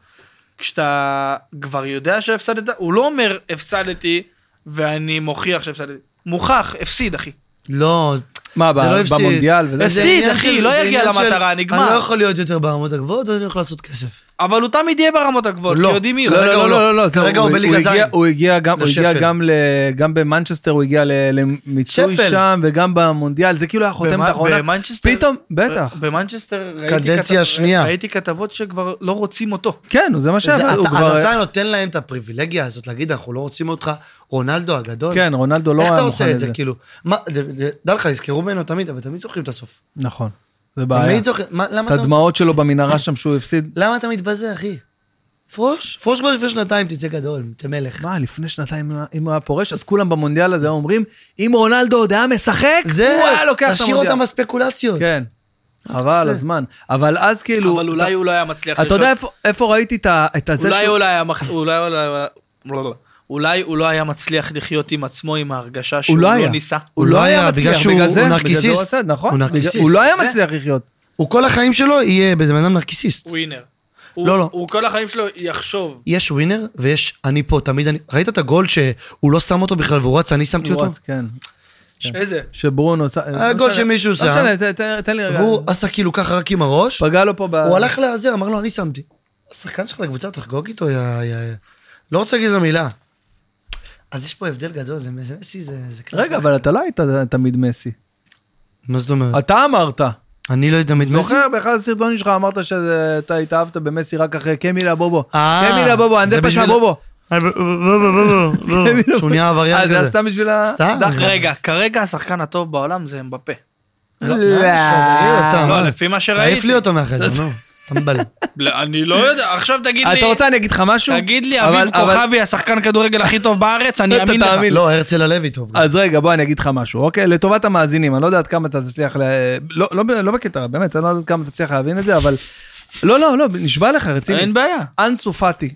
Speaker 2: כשאתה כבר יודע שהפסדת הוא לא אומר הפסדתי ואני מוכיח שהפסדתי מוכח הפסיד אחי
Speaker 3: לא,
Speaker 1: מה,
Speaker 3: זה
Speaker 1: אה, ב-
Speaker 3: לא הפסיד.
Speaker 1: במונדיאל וזה?
Speaker 2: הפסיד,
Speaker 3: זה עניין
Speaker 2: אחי,
Speaker 3: של-
Speaker 2: לא
Speaker 3: זה
Speaker 2: יגיע
Speaker 3: עניין של-
Speaker 2: למטרה, נגמר.
Speaker 3: אני לא יכול להיות יותר ברמות הגבוהות, אז אני הולך לעשות כסף.
Speaker 2: אבל הוא תמיד יהיה ברמות הגבוהות
Speaker 3: לא.
Speaker 2: כי יודעים מי הוא.
Speaker 3: כרגע
Speaker 1: לא, לא,
Speaker 3: הוא
Speaker 1: לא,
Speaker 3: לא.
Speaker 1: לא, לא, זה-
Speaker 3: כרגע הוא בליגה
Speaker 1: הגיע-
Speaker 3: זין.
Speaker 1: הוא הגיע גם, הוא הגיע
Speaker 3: לשפל.
Speaker 1: גם, ל, גם במנצ'סטר, הוא הגיע ל- למיצוי
Speaker 3: שפל.
Speaker 1: שם, וגם במונדיאל, זה כאילו היה חותמת
Speaker 2: במה-
Speaker 1: האחרונה.
Speaker 2: במנצ'סטר אה.
Speaker 1: פתאום, לא, בטח.
Speaker 2: במנצ'סטר ראיתי
Speaker 3: קדנציה
Speaker 2: כתב-
Speaker 3: שנייה.
Speaker 2: ראיתי כתבות שכבר לא רוצים אותו.
Speaker 1: כן, זה מה
Speaker 3: זה-
Speaker 1: שהיה, הוא
Speaker 3: אתה- אז
Speaker 1: כבר...
Speaker 3: אתה נותן להם את הפריבילגיה הזאת להגיד, אנחנו לא רוצים אותך, רונלדו הגדול.
Speaker 1: כן, רונלדו לא
Speaker 3: איך אתה
Speaker 1: היה
Speaker 3: עושה
Speaker 1: מוכן
Speaker 3: את זה, כאילו? מה, ד- ד- דע לך, יזכרו ממנו תמיד, אבל תמיד זוכרים את הסוף.
Speaker 1: נכון, זה בעיה.
Speaker 3: תמיד זוכרים, מה- למה
Speaker 1: את
Speaker 3: אתה-
Speaker 1: הדמעות שלו במנהרה שם שהוא הפסיד.
Speaker 3: למה אתה מתבזה, אחי? פרוש, פרוש כבר לפני שנתיים, תצא גדול, תצא מלך.
Speaker 1: מה, לפני שנתיים, אם הוא היה פורש, אז כולם במונדיאל הזה היו אומרים, אם רונלדו עוד היה משחק,
Speaker 3: זה,
Speaker 1: הוא היה לוקח את
Speaker 3: תשאיר
Speaker 1: המונדיאל.
Speaker 3: אותם בספקולציות.
Speaker 1: כן. חבל,
Speaker 3: עושה?
Speaker 1: הזמן. אבל אז כאילו...
Speaker 2: אבל אולי הוא לא היה מצליח
Speaker 1: אתה יודע איפה- איפה ראיתי את ה- את הזה
Speaker 2: אולי
Speaker 1: שהוא-
Speaker 2: הוא לא היה מח- אולי הוא לא היה- לא, לא. אולי הוא לא היה מצליח לחיות עם עצמו, עם ההרגשה שהוא
Speaker 1: לא
Speaker 2: לא
Speaker 1: היה.
Speaker 2: ניסה.
Speaker 3: הוא לא היה, בגלל שהוא
Speaker 1: בגלל
Speaker 3: הוא
Speaker 1: זה- בגלל זה
Speaker 3: נרקיסיסט.
Speaker 1: הוא עשה, נכון,
Speaker 3: הוא
Speaker 1: בגלל-
Speaker 3: נרקיסיסט.
Speaker 1: הוא לא היה
Speaker 2: זה-
Speaker 1: מצליח לחיות.
Speaker 3: הוא כל החיים שלו יהיה בן אדם נרקיסיסט.
Speaker 2: ווינר.
Speaker 3: לא, לא.
Speaker 2: הוא כל החיים שלו יחשוב.
Speaker 3: יש ווינר ויש אני פה, תמיד אני... ראית את הגול שהוא לא שם אותו בכלל והוא רץ, אני שמתי אותו?
Speaker 1: הוא רץ, כן.
Speaker 2: איזה?
Speaker 1: שברונו... ש-
Speaker 3: הגול
Speaker 1: לא משנה-
Speaker 3: שמישהו שם.
Speaker 1: לא משנה, ת- ת- תן לי רגע.
Speaker 3: והוא עשה כאילו ככה רק עם הראש,
Speaker 1: פגע לו פה ב...
Speaker 3: הוא הלך לזה, אמר לו, אני שמתי. השחקן שלך לקבוצה, תחגוג איתו, יא... יא- לא רוצה להגיד איזה מילה. אז יש פה הבדל גדול, זה זה מסי, זה זה קלאסי.
Speaker 1: רגע, אבל אתה לא היית תמיד מסי.
Speaker 3: מה זאת אומרת?
Speaker 1: אתה אמרת.
Speaker 3: אני לא יודע מי מסי?
Speaker 1: זוכר, באחד הסרטונים שלך אמרת שאתה התאהבת במסי רק אחרי קמילה בובו.
Speaker 3: אה,
Speaker 1: קמילה בובו,
Speaker 3: זה
Speaker 1: אנדה פשע
Speaker 3: בשביל-
Speaker 1: בובו.
Speaker 2: אה, לא.
Speaker 3: שהוא נהיה
Speaker 1: אה,
Speaker 3: עבריין
Speaker 1: זה היה
Speaker 3: כזה.
Speaker 1: סתם בשביל ה...
Speaker 3: סתם.
Speaker 1: דח-
Speaker 2: רגע, כרגע השחקן הטוב בעולם זה אמבפה.
Speaker 3: לא, מה יש לך, אתה,
Speaker 2: לא,
Speaker 3: מה?
Speaker 2: לפי מה
Speaker 3: תעיף לי
Speaker 2: שראיתי.
Speaker 3: אותו מהחדר, נו. אתה מבלה.
Speaker 2: לא, אני לא יודע, עכשיו תגיד לי...
Speaker 1: אתה רוצה, אני אגיד לך משהו?
Speaker 2: תגיד לי,
Speaker 1: אבל-
Speaker 2: אביב
Speaker 1: אבל-
Speaker 2: כוכבי, השחקן כדורגל הכי טוב בארץ, אני
Speaker 1: אתה
Speaker 2: אאמין לך.
Speaker 1: תאמין.
Speaker 3: לא, הרצל הלוי טוב.
Speaker 1: אז רגע, בוא אני אגיד לך משהו, אוקיי? לטובת המאזינים, אני לא יודע עד כמה אתה תצליח, ל... לא, לא, ב- לא בקטע, באמת, אני לא יודע עד כמה תצליח להבין את זה, אבל... לא, לא, לא, נשבע לך, רציני.
Speaker 2: אין בעיה.
Speaker 1: אנסו פאטי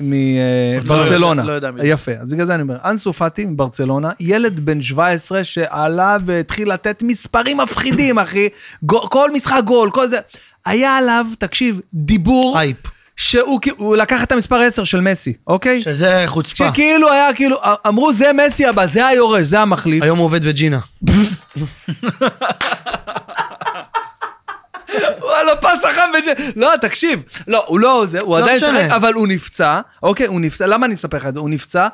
Speaker 1: מברצלונה.
Speaker 2: לא יודע מי זה.
Speaker 1: יפה, אז בגלל זה אני אומר, אנסו פאטי מברצלונה, ילד בן 17 שעלה והתחיל לתת מספרים מפחידים, אחי. גו- כל משחק גול, כל זה. היה עליו, תקשיב, דיבור,
Speaker 3: אייפ.
Speaker 1: שהוא כא- הוא לקח את המספר 10 של מסי, אוקיי?
Speaker 3: שזה חוצפה.
Speaker 1: שכאילו היה, כאילו, אמרו זה מסי הבא, זה היורש, זה המחליף.
Speaker 3: היום הוא עובד בג'ינה.
Speaker 1: וואלה, פס החם בג'ה... לא, תקשיב. לא, הוא לא זה, הוא
Speaker 3: לא
Speaker 1: עדיין
Speaker 3: משנה.
Speaker 1: צחק, אבל הוא נפצע. אוקיי, הוא נפצע, למה אני אספר לך את זה? הוא נפצע,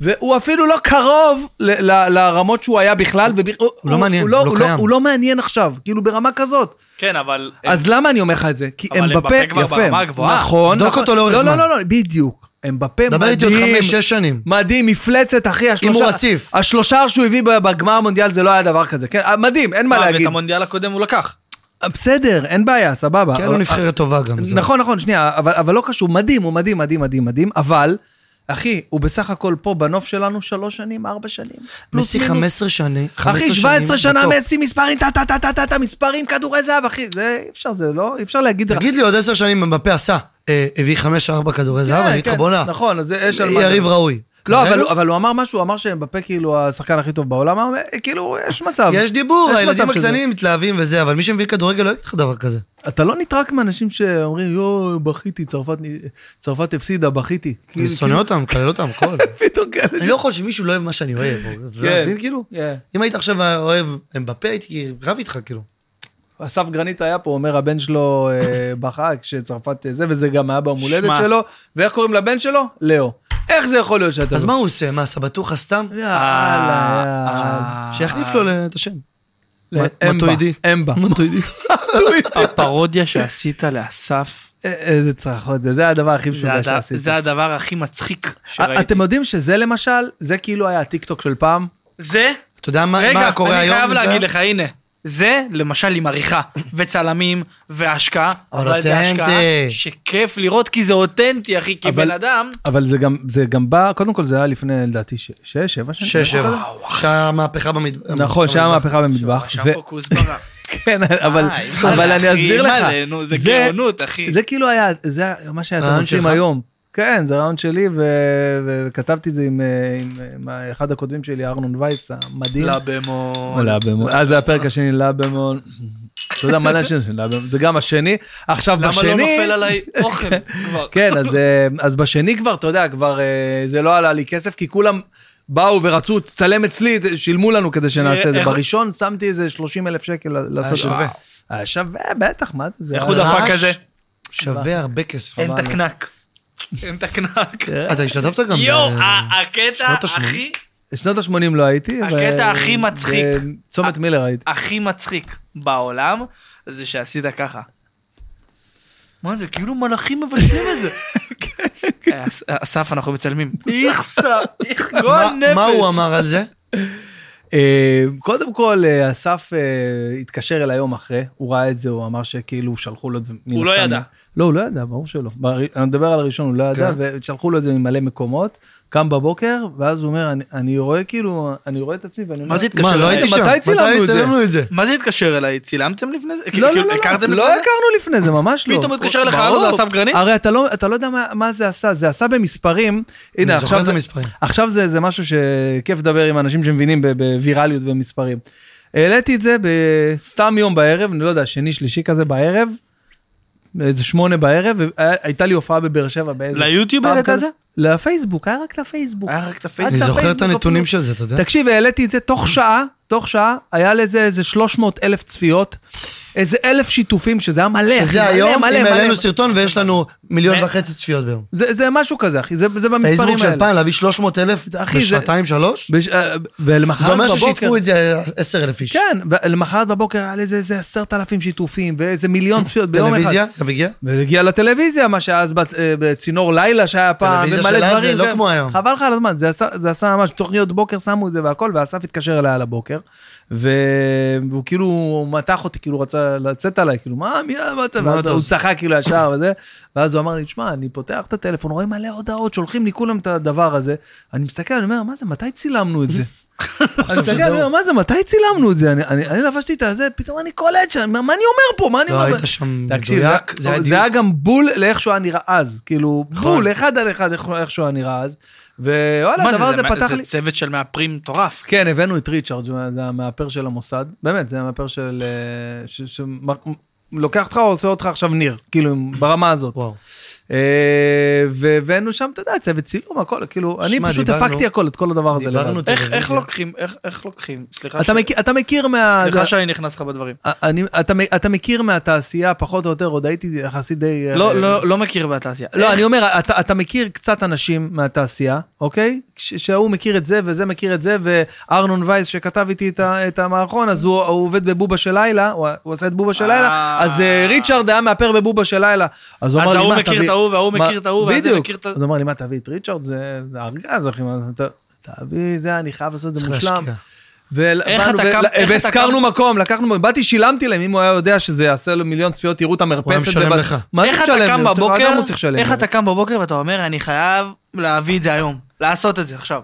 Speaker 1: והוא אפילו לא קרוב ל- ל- לרמות שהוא היה בכלל. וב- הוא
Speaker 3: לא מעניין, הוא לא קיים.
Speaker 1: הוא לא מעניין עכשיו, כאילו ברמה כזאת.
Speaker 2: כן, אבל...
Speaker 1: אז למה אני אומר לך את זה? כי
Speaker 2: אבל
Speaker 1: אמבפה,
Speaker 2: אמבפה כבר
Speaker 1: יפה.
Speaker 2: ברמה הגבוהה.
Speaker 1: נכון,
Speaker 3: בדוק
Speaker 1: נכון.
Speaker 3: אותו לאורך
Speaker 1: לא,
Speaker 3: זמן.
Speaker 1: לא, לא, לא, בדיוק. אמבפה מדהים.
Speaker 3: דבר איתי עוד חמש, שש שנים.
Speaker 1: מדהים, מפלצת, אחי, השלושה...
Speaker 3: הוא רציף.
Speaker 1: השלושה שהוא הביא בגמר המונדיאל זה לא היה דבר כזה. כן, מדהים, אין מה
Speaker 2: מה, אה, ואת
Speaker 1: להגיד.
Speaker 2: המונדיאל הקודם הוא לקח.
Speaker 1: בסדר, אין בעיה, סבבה.
Speaker 3: כן,
Speaker 1: אבל-
Speaker 3: הוא נבחרת טובה גם. זה.
Speaker 1: נכון, נכון, שנייה, אבל, אבל לא קשור, מדהים, הוא מדהים, מדהים, מדהים, מדהים, אבל, אחי, הוא בסך הכל פה בנוף שלנו שלוש שנים, ארבע שנים. פלוס
Speaker 3: מסי
Speaker 1: מינוס.
Speaker 3: 15 שנים.
Speaker 1: אחי, 17 שנה
Speaker 3: בטופ.
Speaker 1: מסי, מספרים, טה טה טה טה טה טה, מספרים, כדורי זהב, אחי, זה אי אפשר, זה לא, אי אפשר להגיד...
Speaker 3: תגיד לי, עוד 10 שנים מבפה עשה. אה, הביא 5-4 כדורי זהב, אני אגיד לך,
Speaker 1: כן,
Speaker 3: בואנה.
Speaker 1: נכון, אז יש על מה...
Speaker 3: יריב
Speaker 1: לדבר.
Speaker 3: ראוי.
Speaker 1: לא, אבל,
Speaker 3: כרגע-
Speaker 1: הוא- אבל הוא אמר משהו, הוא אמר שבפה כאילו השחקן הכי טוב בעולם, הוא אומר, כאילו, יש מצב.
Speaker 3: יש דיבור,
Speaker 1: יש
Speaker 3: הילדים
Speaker 1: מצב שזה.
Speaker 3: הקטנים מתלהבים וזה, אבל מי שמבין כדורגל לא יגיד לך דבר כזה.
Speaker 1: אתה לא נטרק מאנשים שאומרים, יואו, בכיתי, צרפת נ- צרפת הפסידה, בכיתי.
Speaker 3: אני
Speaker 1: כאילו-
Speaker 3: שונא אותם, מקלל אותם, הכל.
Speaker 1: פתאום כאלה
Speaker 3: אני לא יכול שמישהו לא אוהב מה שאני אוהב. אתה
Speaker 1: כן.
Speaker 3: מבין, כאילו?
Speaker 1: כן.
Speaker 3: אם היית עכשיו אוהב אמבפה, הייתי רב איתך, כאילו.
Speaker 1: אסף גרנית היה פה, אומר הבן שלו אה, בכה כשצרפת אה, זה, וזה גם היה ביום הולדת
Speaker 2: שמע.
Speaker 1: שלו, ואיך קוראים לבן שלו? לאו. איך זה יכול להיות שאתה...
Speaker 3: אז
Speaker 1: לא-
Speaker 3: מה הוא עושה? מה, סבתוכה סתם?
Speaker 1: יאללה, יאללה.
Speaker 2: אה,
Speaker 3: שיחליף לו את השם.
Speaker 1: לא,
Speaker 3: מט-
Speaker 1: אמבה,
Speaker 3: מטואידי.
Speaker 1: אמבה.
Speaker 3: מטואידי.
Speaker 2: הפרודיה שעשית לאסף,
Speaker 1: א- אה, איזה צרחות זה, זה הדבר הכי
Speaker 2: זה אה,
Speaker 1: משוגע
Speaker 2: הד-
Speaker 1: שעשית.
Speaker 2: זה הדבר הכי מצחיק
Speaker 1: א-
Speaker 2: שראיתי.
Speaker 1: אתם יודעים שזה למשל, זה כאילו היה הטיקטוק של פעם.
Speaker 2: זה,
Speaker 3: אתה יודע מה
Speaker 2: רגע,
Speaker 3: מה קורה
Speaker 2: אני
Speaker 3: היום?
Speaker 2: חייב
Speaker 3: אתה יודע?
Speaker 2: להגיד לך, הנה. זה, למשל, עם עריכה, וצלמים, והשקעה,
Speaker 3: אבל
Speaker 2: אבל זה
Speaker 3: אותנטי.
Speaker 2: השקעה שכיף לראות, כי זה אותנטי, אחי, כי
Speaker 1: אבל-
Speaker 2: בן אדם...
Speaker 1: אבל זה גם, זה גם בא, קודם כל זה היה לפני, לדעתי, ש- שש, שבע שנים.
Speaker 3: שש, שבע. שהיה מהפכה במדבר.
Speaker 1: נכון, שהיה מהפכה במטבח.
Speaker 2: שם
Speaker 1: ו-
Speaker 2: פה כוסברה.
Speaker 1: כן, אבל,
Speaker 2: איי,
Speaker 1: אבל
Speaker 2: אחי,
Speaker 1: אני אסביר
Speaker 2: מה
Speaker 1: לך.
Speaker 2: זה, נו, זה גאונות, אחי.
Speaker 1: זה כאילו היה, זה היה מה שאתם
Speaker 3: רעיון
Speaker 1: עושים
Speaker 3: שלך?
Speaker 1: היום. כן, זה רעיון שלי, ו- וכתבתי את זה עם, אה, עם, אה, עם אחד הכותבים שלי, ארנון וייס, המדהים.
Speaker 2: לבמון.
Speaker 1: לבמון. אז זה הפרק השני, לבמון. אתה יודע מה זה השני של לבמון? זה גם השני. עכשיו,
Speaker 2: למה
Speaker 1: בשני...
Speaker 2: לא נופל עליי אוכל כבר?
Speaker 1: כן, אז, אה, אז בשני כבר, אתה יודע, כבר אה, זה לא עלה לי כסף, כי כולם באו ורצו, תצלם אצלי, ת- שילמו לנו כדי שנעשה את זה.
Speaker 2: איך- אה,
Speaker 1: בראשון שמתי איזה 30 אלף שקל לעשות את זה.
Speaker 3: שווה.
Speaker 1: היה שווה, בטח, מה זה? זה
Speaker 2: איך
Speaker 1: היה-
Speaker 2: הוא דפק
Speaker 3: רעש?
Speaker 2: כזה?
Speaker 3: שווה הרבה כסף.
Speaker 2: אין תקנק. אין תקנק.
Speaker 1: אה,
Speaker 3: אתה השתתפת גם? אה,
Speaker 2: יואו,
Speaker 3: ב-
Speaker 2: ה- הקטע
Speaker 3: שנות ה-שמונים.
Speaker 2: הכי
Speaker 1: שנות ה-80 לא הייתי.
Speaker 2: הקטע
Speaker 1: ו-
Speaker 2: הכי מצחיק. אה,
Speaker 1: בצומת מילר הייתי.
Speaker 2: הכי מצחיק בעולם, זה שעשית ככה. מה זה, כאילו מלאכים מבשלים את זה. אה, אס- אסף, אנחנו מצלמים. איכסה, איך גועל
Speaker 3: מה-
Speaker 2: נפש.
Speaker 3: מה הוא אמר על זה?
Speaker 1: אה, קודם כל, אה, אסף אה, התקשר אליי יום אחרי, הוא ראה את זה, הוא אמר שכאילו שלחו לו את זה. מן
Speaker 2: הוא לא
Speaker 1: הסתם.
Speaker 2: ידע.
Speaker 1: לא, הוא לא ידע, ברור שלא. בר- אני מדבר על הראשון, הוא לא ידע, ושלחו לו את זה ממלא מקומות. קם בבוקר, ואז הוא אומר, "אני- אני רואה כאילו, אני רואה את עצמי ואני אומר...
Speaker 2: מה זה התקשר?
Speaker 3: מה, לא הייתי
Speaker 2: אליי?
Speaker 3: שם.
Speaker 1: מתי צילמנו את זה?
Speaker 3: צילמנו את זה?
Speaker 2: מה זה התקשר אליי? צילמתם לפני זה?
Speaker 1: לא, לא,
Speaker 2: כאילו,
Speaker 1: לא,
Speaker 2: הכרתם
Speaker 1: לא, לא
Speaker 2: לפני זה?
Speaker 1: הכרנו לפני זה, ממש לא.
Speaker 2: פתאום התקשר לך,
Speaker 1: ברור.
Speaker 2: "הלו, זה אסף גרנית?"
Speaker 1: הרי אתה לא, אתה לא יודע מה, מה זה עשה, זה עשה במספרים. הנה,
Speaker 3: אני זוכר
Speaker 1: עכשיו,
Speaker 3: את
Speaker 1: זה,
Speaker 3: המספרים.
Speaker 1: עכשיו זה, זה משהו שכיף לדבר עם אנשים שמבינים ב- בווירליות ומספרים. העליתי את זה בסתם יום בערב, אני לא יודע, שני, שלישי כזה בערב, איזה שמונה בערב, והייתה לי הופעה בבאר שבע באיזה...
Speaker 2: ליוטיוב
Speaker 1: פעם
Speaker 2: העלית את
Speaker 1: כזה?
Speaker 2: זה? אה,
Speaker 1: לפייסבוק, היה רק לפייסבוק.
Speaker 2: היה רק את הפייסבוק.
Speaker 1: אז
Speaker 3: אני
Speaker 1: אתה
Speaker 3: זוכר את
Speaker 1: פייסבוק
Speaker 3: הנתונים
Speaker 1: אפילו.
Speaker 3: של זה, אתה יודע?
Speaker 1: תקשיב, העליתי את זה
Speaker 3: כן.
Speaker 1: תוך שעה, תוך שעה, היה לזה איזה 300 אלף צפיות, איזה אלף שיתופים, שזה היה מלא, אחי,
Speaker 3: שזה
Speaker 1: מלא,
Speaker 3: היום,
Speaker 1: מלא,
Speaker 3: אם
Speaker 1: מלא.
Speaker 3: העלינו סרטון ויש לנו מיליון וחצי צפיות ביום.
Speaker 1: זה, זה משהו כזה, אחי, זה, זה במספרים
Speaker 3: פייסבוק של
Speaker 1: האלה.
Speaker 3: פעם, להביא 300 אלף
Speaker 1: אחי, זה-
Speaker 3: בשנתיים, שלוש?
Speaker 1: בש... אה, ולמחרת
Speaker 3: זה אומר
Speaker 1: בבוקר...
Speaker 3: ששיתפו את זה 10 אלף איש.
Speaker 1: כן, ולמחרת בבוקר היה לזה איזה עשרת אלפים שיתופים, ואיזה מיליון צפיות ביום אחד.
Speaker 3: טלוויזיה, אתה מגיע?
Speaker 1: והגיע לטלוויזיה, מה שאז בת- אה, בצינור לילה שהיה פעם,
Speaker 3: טלוויזיה
Speaker 1: ומלא
Speaker 3: של אז זה
Speaker 1: דברים.
Speaker 3: לא
Speaker 1: כן.
Speaker 3: כמו היום.
Speaker 1: חבל לך על הזמן, זה עשה- זה עשה ממש תוכניות בוקר, שמו את זה והכל, ואסף התקשר אליי על הבוקר, ו- והוא כאילו הוא מתח אותי, כאילו רצה לצאת עליי, כאילו, מה, מי, מה אתה,
Speaker 3: מה
Speaker 1: ואז
Speaker 3: אתה
Speaker 1: הוא
Speaker 3: עושה?"
Speaker 1: צחק כאילו ישר וזה, ואז הוא אמר לי, שמע, אני פותח את הטלפון, רואה מלא הודעות, שולחים לי כולם את הדבר הזה, אני מסתכל, אני אומר, מה זה, מתי צילמנו את זה? אני מסתכל, אני אומר, מה זה, מתי צילמנו את זה? אני- אני אני לבשתי את הזה, פתאום אני קולט, שאני- מה מה אני אומר פה? מה אני
Speaker 3: לא,
Speaker 1: אומר?
Speaker 3: היית שם
Speaker 1: תקשיב,
Speaker 3: מדויק,
Speaker 1: זה-
Speaker 3: זה היה
Speaker 1: זה
Speaker 3: דיוק.
Speaker 1: היה גם בול לאיך שהוא היה נראה אז, כאילו,
Speaker 3: נכון.
Speaker 1: בול, אחד על אחד איך- איך שהוא היה נראה אז, ווואלה,
Speaker 2: מה זה,
Speaker 1: הדבר הזה
Speaker 2: זה-
Speaker 1: פתח לי.
Speaker 2: זה צוות של מאפרים מטורף.
Speaker 1: כן, הבאנו את ריצ'רד, שהוא- זה המאפר של המוסד, באמת, זה המאפר של... אה, ש- ש- מ- לוקח אותך, עושה אותך עכשיו ניר, כאילו, ברמה הזאת.
Speaker 3: וואו.
Speaker 1: אה, והבאנו שם, אתה יודע, צוות צילום, הכל, כאילו, אני
Speaker 3: שמע,
Speaker 1: פשוט
Speaker 3: דיברנו-
Speaker 1: הפקתי הכל, את כל הדבר הזה
Speaker 3: דיברנו
Speaker 1: לבד.
Speaker 2: איך- איך
Speaker 3: טלוויזיה.
Speaker 2: לוקחים? איך- איך לוקחים? סליחה
Speaker 1: אתה מכיר- אתה מכיר מה... אה,
Speaker 2: סליחה שאני נכנס לך בדברים.
Speaker 1: אני, אתה, מ- אתה מכיר מהתעשייה, פחות או יותר, עוד הייתי יחסית די... אה,
Speaker 2: לא, לא, לא מכיר בתעשייה.
Speaker 1: לא,
Speaker 2: איך-
Speaker 1: אני אומר, אתה, אתה מכיר קצת אנשים מהתעשייה, אוקיי? ש- שההוא מכיר את זה וזה מכיר את זה, וארנון וייס שכתב איתי את, ה- את המערכון, אז הוא, הוא עובד בבובה של לילה, הוא, הוא עושה את בובה של לילה,
Speaker 2: אה.
Speaker 1: אז אה, ריצ'רד היה מאפר בבובה של לילה. אז הוא
Speaker 2: אז
Speaker 1: אמר לי,
Speaker 2: ההוא
Speaker 1: מה,
Speaker 2: מכיר
Speaker 1: תביא...
Speaker 2: את ההוא, וההוא
Speaker 1: מה-
Speaker 2: מכיר את ההוא, והזה
Speaker 1: בדיוק.
Speaker 2: מכיר את ה-
Speaker 1: אז הוא אמר לי, מה, תביא את ריצ'רד? זה זה ארגז, אחי, מה, אתה- תביא זה, אני חייב לעשות את זה
Speaker 3: צריך
Speaker 1: מושלם.
Speaker 3: להשקיע.
Speaker 2: איך
Speaker 1: ובאנו,
Speaker 2: אתה קם-
Speaker 1: ו-
Speaker 2: איך אתה
Speaker 1: והזכרנו
Speaker 2: קם-
Speaker 1: מקום, לקחנו, באתי, שילמתי להם, אם הוא היה יודע שזה יעשה לו מיליון צפיות, יראו את המרפסת.
Speaker 3: משלם
Speaker 1: לבד.
Speaker 3: לך.
Speaker 1: מה זה
Speaker 2: איך אתה
Speaker 1: משלם לי?
Speaker 2: קם
Speaker 1: הוא צריך-
Speaker 2: בבוקר,
Speaker 1: גם הוא צריך לשלם אה?
Speaker 2: איך
Speaker 1: לי.
Speaker 2: אתה קם בבוקר ואתה אומר, אני חייב להביא את זה היום, לעשות את זה עכשיו.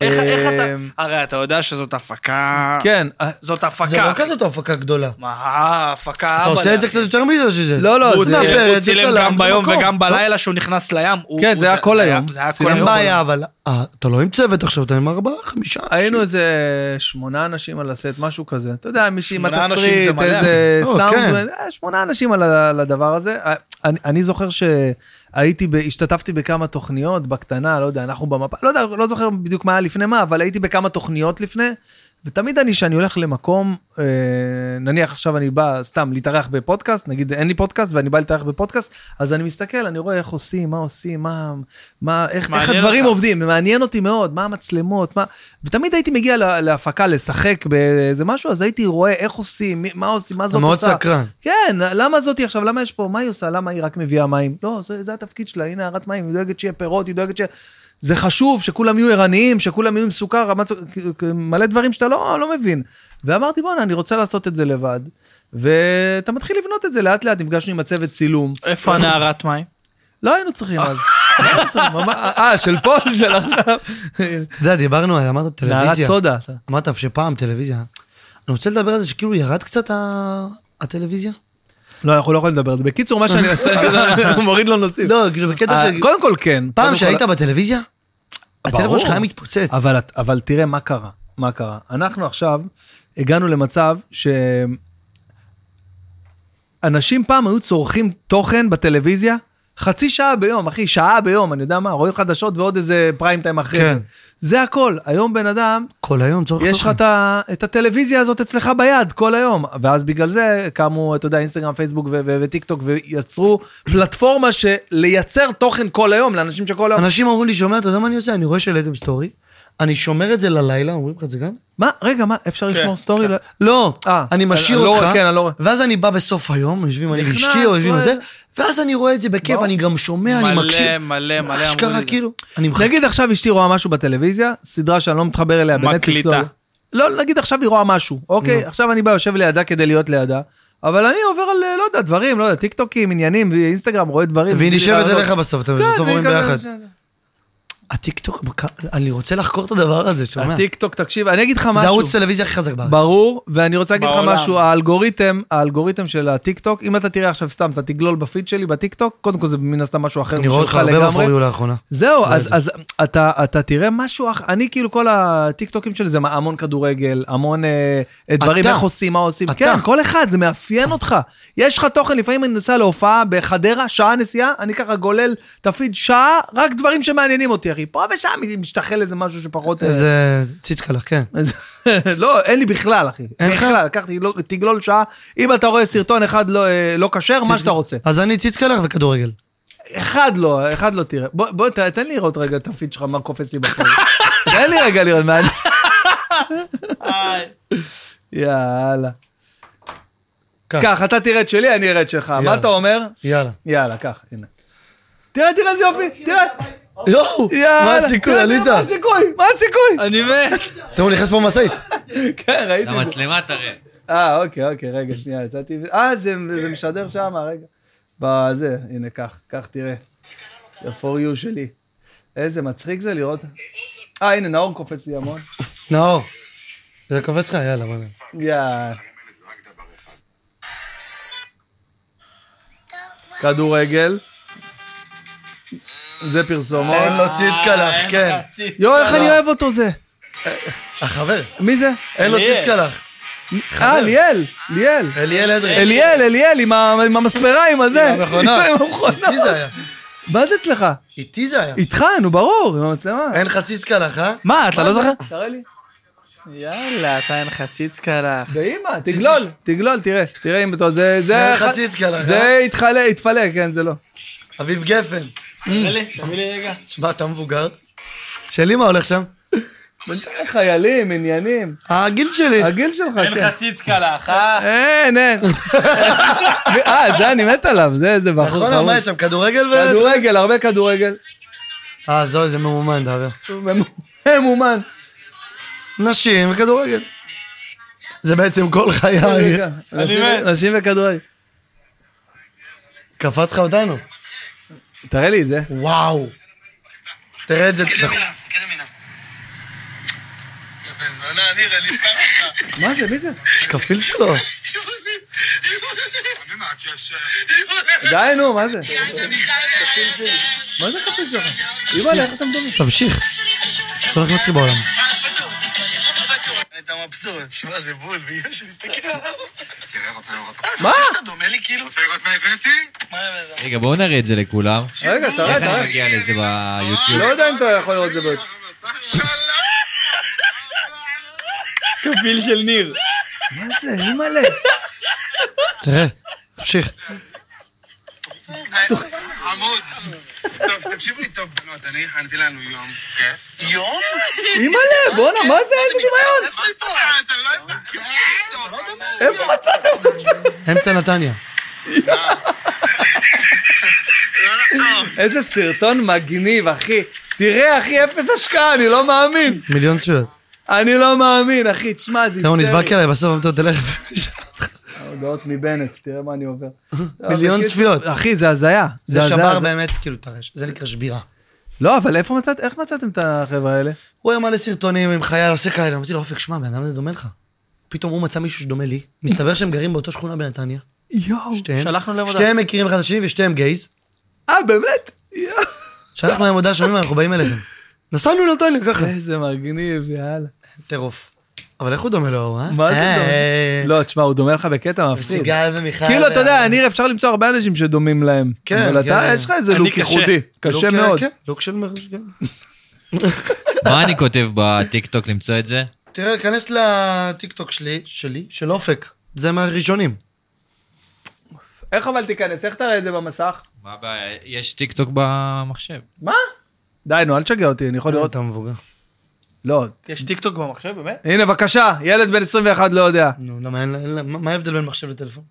Speaker 2: איך
Speaker 1: אה,
Speaker 2: איך אתה, הרי אתה יודע שזאת הפקה,
Speaker 1: כן, אה,
Speaker 2: זאת
Speaker 3: זה לא
Speaker 2: הפקה.
Speaker 3: כזאת הפקה גדולה.
Speaker 2: מה, ההפקה?
Speaker 3: אתה עושה את זה קצת יותר מזה שזה.
Speaker 1: לא, לא,
Speaker 2: הוא
Speaker 1: זה-
Speaker 3: צילם, לא?
Speaker 2: צילם- הוא
Speaker 3: זה
Speaker 2: צילם
Speaker 3: צלם,
Speaker 2: גם
Speaker 3: זה
Speaker 2: ביום
Speaker 3: מקום.
Speaker 2: וגם בלילה שהוא נכנס לים. הוא-
Speaker 1: כן,
Speaker 2: הוא-
Speaker 1: זה היה כל היום.
Speaker 2: זה היה כל
Speaker 1: צילם
Speaker 2: היום.
Speaker 3: אין בעיה, אבל אה, אתה לא עם צוות עכשיו, אתה עם ארבעה, חמישה.
Speaker 1: היינו
Speaker 3: אנשים.
Speaker 1: איזה שמונה אנשים על הסט, משהו כזה. אתה יודע, מישהי עם
Speaker 2: שמונה אנשים
Speaker 1: התסריט,
Speaker 2: זה מלא.
Speaker 1: איזה
Speaker 3: או,
Speaker 1: סאונד,
Speaker 3: כן.
Speaker 1: אה, שמונה אנשים על ה- על הדבר הזה. אה, אני- אני זוכר שהייתי, ב- השתתפתי בכמה תוכניות בקטנה, לא יודע, אנחנו במפה, לא יודע, לא זוכר בדיוק מה היה לפני מה, אבל הייתי בכמה תוכניות לפני. ותמיד אני, כשאני הולך למקום, אה, נניח עכשיו אני בא סתם להתארח בפודקאסט, נגיד אין לי פודקאסט ואני בא להתארח בפודקאסט, אז אני מסתכל, אני רואה איך עושים, מה עושים, מה, מה איך, איך
Speaker 2: מעניין
Speaker 1: הדברים
Speaker 2: אותך.
Speaker 1: עובדים, מעניין אותי מאוד, מה המצלמות, מה... ותמיד הייתי מגיע לה, להפקה, לשחק באיזה משהו, אז הייתי רואה איך עושים, מי- מה עושים, מה
Speaker 3: אתה
Speaker 1: זאת
Speaker 3: מאוד
Speaker 1: עושה.
Speaker 3: סקרן.
Speaker 1: כן, למה זאתי עכשיו, למה יש פה, מה היא עושה, למה היא רק מביאה מים? לא, זה, זה התפקיד שלה, הנה הערת מים, היא דואגת שיהיה פירות, היא דואגת ש... זה חשוב שכולם יהיו ערניים, שכולם יהיו עם סוכר, רמת סוכר, כ- כ- מלא דברים שאתה לא, לא מבין. ואמרתי, בואנה, אני רוצה לעשות את זה לבד. ואתה מתחיל לבנות את זה לאט לאט, נפגשנו עם הצוות צילום.
Speaker 2: איפה הנערת מים?
Speaker 1: לא היינו צריכים אז. לא היינו צריכים, ממש- אה, של פה, של עכשיו.
Speaker 3: אתה יודע, דיברנו, אמרת
Speaker 1: נערת
Speaker 3: טלוויזיה.
Speaker 1: סודה.
Speaker 3: אמרת שפעם טלוויזיה. אני רוצה לדבר על זה שכאילו ירד קצת ה- הטלוויזיה.
Speaker 1: לא, אנחנו לא יכולים לדבר על זה. בקיצור, מה שאני עושה, הוא מוריד לו נושאים.
Speaker 3: לא, כאילו בקטע
Speaker 1: אה,
Speaker 3: ש...
Speaker 1: קודם כל כן.
Speaker 3: פעם
Speaker 1: קודם כל-
Speaker 3: שהיית בטלוויזיה,
Speaker 1: ברור.
Speaker 3: הטלפון שלך היה מתפוצץ.
Speaker 1: אבל, את- אבל תראה מה קרה, מה קרה. אנחנו עכשיו הגענו למצב שאנשים פעם היו צורכים תוכן בטלוויזיה חצי שעה ביום, אחי, שעה ביום, אני יודע מה, רואים חדשות ועוד איזה פריים טיים אחרי.
Speaker 3: כן.
Speaker 1: כן. זה הכל. היום בן אדם,
Speaker 3: כל היום צורך
Speaker 1: יש לך
Speaker 3: תוכן.
Speaker 1: את ה- את הטלוויזיה הזאת אצלך ביד כל היום, ואז בגלל זה קמו, אתה יודע, אינסטגרם, פייסבוק ו- ו- וטיק טוק, ויצרו פלטפורמה שלייצר תוכן כל היום לאנשים שכל היום...
Speaker 3: אנשים אמרו לי, שומע, אתה יודע מה אני עושה? אני רואה שהעליתם סטורי, אני שומר את זה ללילה, אומרים לך את זה גם?
Speaker 1: מה, רגע, מה, אפשר
Speaker 3: כן,
Speaker 1: לשמור סטורי? לא-
Speaker 3: לא,
Speaker 1: אה,
Speaker 3: אני משאיר
Speaker 1: אני לא
Speaker 3: אותך,
Speaker 1: רואה, כן, אני לא רואה.
Speaker 3: ואז אני בא בסוף היום, יושבים אני
Speaker 1: נכנס,
Speaker 3: ואשתי, או יושבים
Speaker 1: רואה.
Speaker 3: וזה, ואז אני רואה את זה בכיף, אני גם שומע, אני
Speaker 2: מלא, מלא,
Speaker 3: מקשיב.
Speaker 2: מלא אמרו לי את
Speaker 3: אשכרה,
Speaker 2: זה.
Speaker 3: כאילו, אני מחכה.
Speaker 1: נגיד עכשיו אשתי רואה משהו בטלוויזיה, סדרה שאני לא מתחבר אליה בנטפליקס.
Speaker 2: מקליטה.
Speaker 1: לא, לא, נגיד עכשיו היא רואה משהו, אוקיי? עכשיו אני בא, יושב לידה כדי להיות לידה. אבל אני עובר על, אה, לא יודע, דברים, לא יודע, טיקטוקים, עניינים, אינסטגרם, רואה דברים.
Speaker 3: והיא
Speaker 1: בלי
Speaker 3: נשבת
Speaker 1: לענות.
Speaker 3: אליך בסוף,
Speaker 1: כן,
Speaker 3: אתם בסוף
Speaker 1: והיא
Speaker 3: עוברים
Speaker 1: כזה-
Speaker 3: ביחד. הטיקטוק, אני רוצה לחקור את הדבר הזה, שומע?
Speaker 1: הטיקטוק, תקשיב, אני אגיד לך משהו.
Speaker 3: זה ערוץ טלוויזיה הכי חזק בארץ.
Speaker 1: ברור, ואני רוצה להגיד לך
Speaker 2: בעולם.
Speaker 1: משהו, האלגוריתם, האלגוריתם של הטיקטוק, אם אתה תראה עכשיו סתם, אתה תגלול בפיד שלי בטיקטוק, קודם כל זה מן הסתם משהו אחר
Speaker 3: אני רואה אותך
Speaker 1: משלך
Speaker 3: הרבה
Speaker 1: לגמרי.
Speaker 3: בפוריו לאחרונה.
Speaker 1: זהו,
Speaker 3: תראה
Speaker 1: אז,
Speaker 3: את זה.
Speaker 1: אז אתה, אתה תראה משהו אחר, אני כאילו כל הטיקטוקים שלי זה מה- המון כדורגל, המון אה, דברים,
Speaker 3: אתה.
Speaker 1: איך עושים, מה עושים,
Speaker 3: אתה.
Speaker 1: כן, כל אחד, זה מאפיין אותך. יש לך תוכן, לפעמים אני נוסע להופעה בחדרה, שעה נסיעה, אני ככה גולל תפיד שעה, רק דברים שמעניינים אותי, אחי. פה ושם משתחל איזה משהו שפחות... אה,
Speaker 3: איזה ציצקלה, כן.
Speaker 1: לא, אין לי בכלל, אחי.
Speaker 3: אין לך?
Speaker 1: בכלל, לקחתי, לא- תגלול שעה. אם אתה רואה סרטון אחד לא, אה, לא כשר, מה שאתה רוצה.
Speaker 3: אז אני ציצקלח וכדורגל.
Speaker 1: אחד לא, אחד לא תראה. בוא, בוא, ת- תן לי לראות רגע את הפיד שלך, מה קופץ לי בחור. תן לי רגע לראות מה אני... יאללה.
Speaker 3: כך.
Speaker 1: קח, אתה תראה את שלי, אני אראה את שלך. מה
Speaker 3: יאללה.
Speaker 1: אתה אומר?
Speaker 3: יאללה.
Speaker 1: יאללה, קח, הנה. תראה, תראה איזה יופי, תראה.
Speaker 3: יואו!
Speaker 1: יאללה.
Speaker 3: כן, מה הסיכוי,
Speaker 1: תראה, תראה,
Speaker 3: עלית?
Speaker 1: מה הסיכוי? מה הסיכוי?
Speaker 2: אני מת.
Speaker 3: תראו, נכנס פה משאית.
Speaker 1: כן, ראיתי.
Speaker 4: למצלמה תראה.
Speaker 1: אה, אוקיי, אוקיי, רגע, שנייה, יצאתי... אה, זה זה משדר שם, אה, רגע. בזה, הנה, קח, קח, תראה. ה-for you שלי. איזה מצחיק זה לראות. אה, הנה, נאור קופץ לי המון.
Speaker 3: נאור. זה קופץ לך? יאללה, בוא נראה.
Speaker 1: יא. כדורגל. זה פרסומות.
Speaker 3: אין לו ציצקלח, לא כן.
Speaker 1: יואו, איך אני אוהב אותו זה.
Speaker 3: החבר.
Speaker 1: מי זה?
Speaker 3: אין לו
Speaker 2: אליאל.
Speaker 3: ציצקלח.
Speaker 1: אה, ליאל, ליאל.
Speaker 3: אליאל אדרי.
Speaker 1: אליאל, אליאל, עם ה- עם המספרה, עם הזה. עם
Speaker 2: המכונה.
Speaker 1: המכונה.
Speaker 3: איתי זה היה.
Speaker 1: מה זה אצלך?
Speaker 3: איתי זה היה.
Speaker 1: איתך, נו ברור, עם המצלמה.
Speaker 3: אין לך ציצקלח, אה?
Speaker 2: מה, אתה לא זוכר?
Speaker 1: תראה לי.
Speaker 2: יאללה, אתה אין לך ציצקלה.
Speaker 1: באמא, תגלול, תגלול, תראה, תראה אם אתה... זה... זה...
Speaker 3: אין לך ציצקלח, אה?
Speaker 1: זה התחלה, התפלא, כן, זה לא.
Speaker 3: אביב גפן.
Speaker 2: תביא לי רגע.
Speaker 3: שמע, אתה מבוגר. שלי מה הולך שם?
Speaker 1: בינתיים חיילים, עניינים,
Speaker 3: הגיל שלי.
Speaker 1: הגיל שלך, כן.
Speaker 2: ציצקלה, אה?
Speaker 1: אין, אין. אה, זה אני מת עליו, זה איזה בחור
Speaker 3: נכון, אבל
Speaker 1: חמוד.
Speaker 3: מה יש שם? כדורגל ו...
Speaker 1: כדורגל, הרבה כדורגל.
Speaker 3: אה, זו, זה ממומן, דבר.
Speaker 1: ממומן.
Speaker 3: נשים וכדורגל. זה בעצם כל חיי.
Speaker 1: נשים-
Speaker 2: מת.
Speaker 1: נשים וכדורגל.
Speaker 3: קפץ לך אותנו.
Speaker 1: תראה לי את זה.
Speaker 3: וואו. תראה את זה.
Speaker 1: מה זה, מי זה?
Speaker 3: כפיל שלו.
Speaker 1: די, נו, מה זה? מה זה כפיל שלך? אימא, איך אתה מדומה?
Speaker 3: תמשיך. אתה הולך להצחיק בעולם.
Speaker 5: אתה מבסוט. שמע, זה בול, בגלל שנסתכל עליו. תראה, רוצה לראות.
Speaker 1: מה?
Speaker 5: אתה דומה לי כאילו. רוצה לראות מה הבאתי? מה הבאת?
Speaker 4: רגע, בואו נראה את זה לכולם.
Speaker 1: רגע, תראה,
Speaker 4: איך אני
Speaker 1: תראה.
Speaker 4: מגיע לזה ביוטיוב?
Speaker 1: לא יודע אם אתה יכול לראות את זה בעוד.
Speaker 2: קביל של ניר.
Speaker 1: מה זה, אימא'לה?
Speaker 3: תראה. תמשיך.
Speaker 5: עמוד. טוב, תקשיבו לי טוב, בנות, אני הכנתי לנו יום כיף. יום?
Speaker 1: אימא'לה, בואנה, מה זה, איזה דמיון?
Speaker 5: מה זאת אומרת? אתה לא הבנת.
Speaker 1: איפה מצאתם?
Speaker 3: אמצע נתניה.
Speaker 1: איזה סרטון מגניב, אחי. תראה, אחי, אפס השקעה, אני לא מאמין.
Speaker 3: מיליון צפיות.
Speaker 1: אני לא מאמין, אחי, תשמע, זה
Speaker 3: תראה, הוא
Speaker 1: היסטרי.
Speaker 3: נדבק אליי בסוף, אמרת, תלך.
Speaker 1: הודעות מבנט, תראה מה אני עובר.
Speaker 3: מיליון
Speaker 1: אבל-
Speaker 3: צפיות.
Speaker 1: אחי, זה הזיה.
Speaker 3: זה
Speaker 1: הזיה,
Speaker 3: שבר
Speaker 1: זה-
Speaker 3: באמת, כאילו, טרש. זה נקרא שבירה.
Speaker 1: לא, אבל איפה מצאת, איך מצאתם את החבר'ה האלה?
Speaker 3: הוא היה מלא סרטונים עם חייל עושה כאלה, אמרתי לו, אופק, שמע, בן אדם הזה דומה לך. פתאום הוא מצא מישהו שדומה לי, מסתבר שהם גרים באותה שכונה בנתניה,
Speaker 1: יואו.
Speaker 3: שתיהם.
Speaker 2: שלחנו להם הודעה.
Speaker 3: שתיהם מכירים אחד את השני ושתיהם גייז.
Speaker 1: אה, באמת? יואו.
Speaker 3: שלחנו להם הודעה, שומעים, אנחנו באים אליכם. נסענו לנתניה ככה.
Speaker 1: איזה מגניב, יאללה.
Speaker 3: טירוף. אבל איך הוא דומה לאור, אה?
Speaker 1: מה זה
Speaker 3: אה,
Speaker 1: דומה? לא, תשמע, הוא דומה לך בקטע מפחיד.
Speaker 3: סיגל ומיכל.
Speaker 1: כאילו, אתה יודע,
Speaker 3: ו-
Speaker 1: ניר, אפשר למצוא הרבה אנשים שדומים להם.
Speaker 3: כן,
Speaker 1: אבל אתה,
Speaker 3: כן.
Speaker 1: יש לך איזה
Speaker 2: אני
Speaker 1: לוק
Speaker 2: קשה.
Speaker 1: ייחודי. קשה
Speaker 3: לוק, אה,
Speaker 1: מאוד.
Speaker 3: כן, לוק של מרש, כן.
Speaker 4: מה אני כותב בטיקטוק למצוא את זה?
Speaker 3: תראה, כנס לטיקטוק שלי, שלי, של אופק. זה מהראשונים.
Speaker 1: איך אבל תיכנס? איך תראה את זה במסך?
Speaker 4: מה הבעיה? יש טיקטוק במחשב.
Speaker 1: מה? די, נו, אל תשגע אותי, אני יכול לראות.
Speaker 3: אתה מבוגר.
Speaker 1: לא.
Speaker 2: יש טיקטוק במחשב, באמת?
Speaker 1: הנה, בבקשה, ילד בן 21 לא יודע.
Speaker 3: נו, למה אין, אין- מה מה ההבדל בין מחשב לטלפון?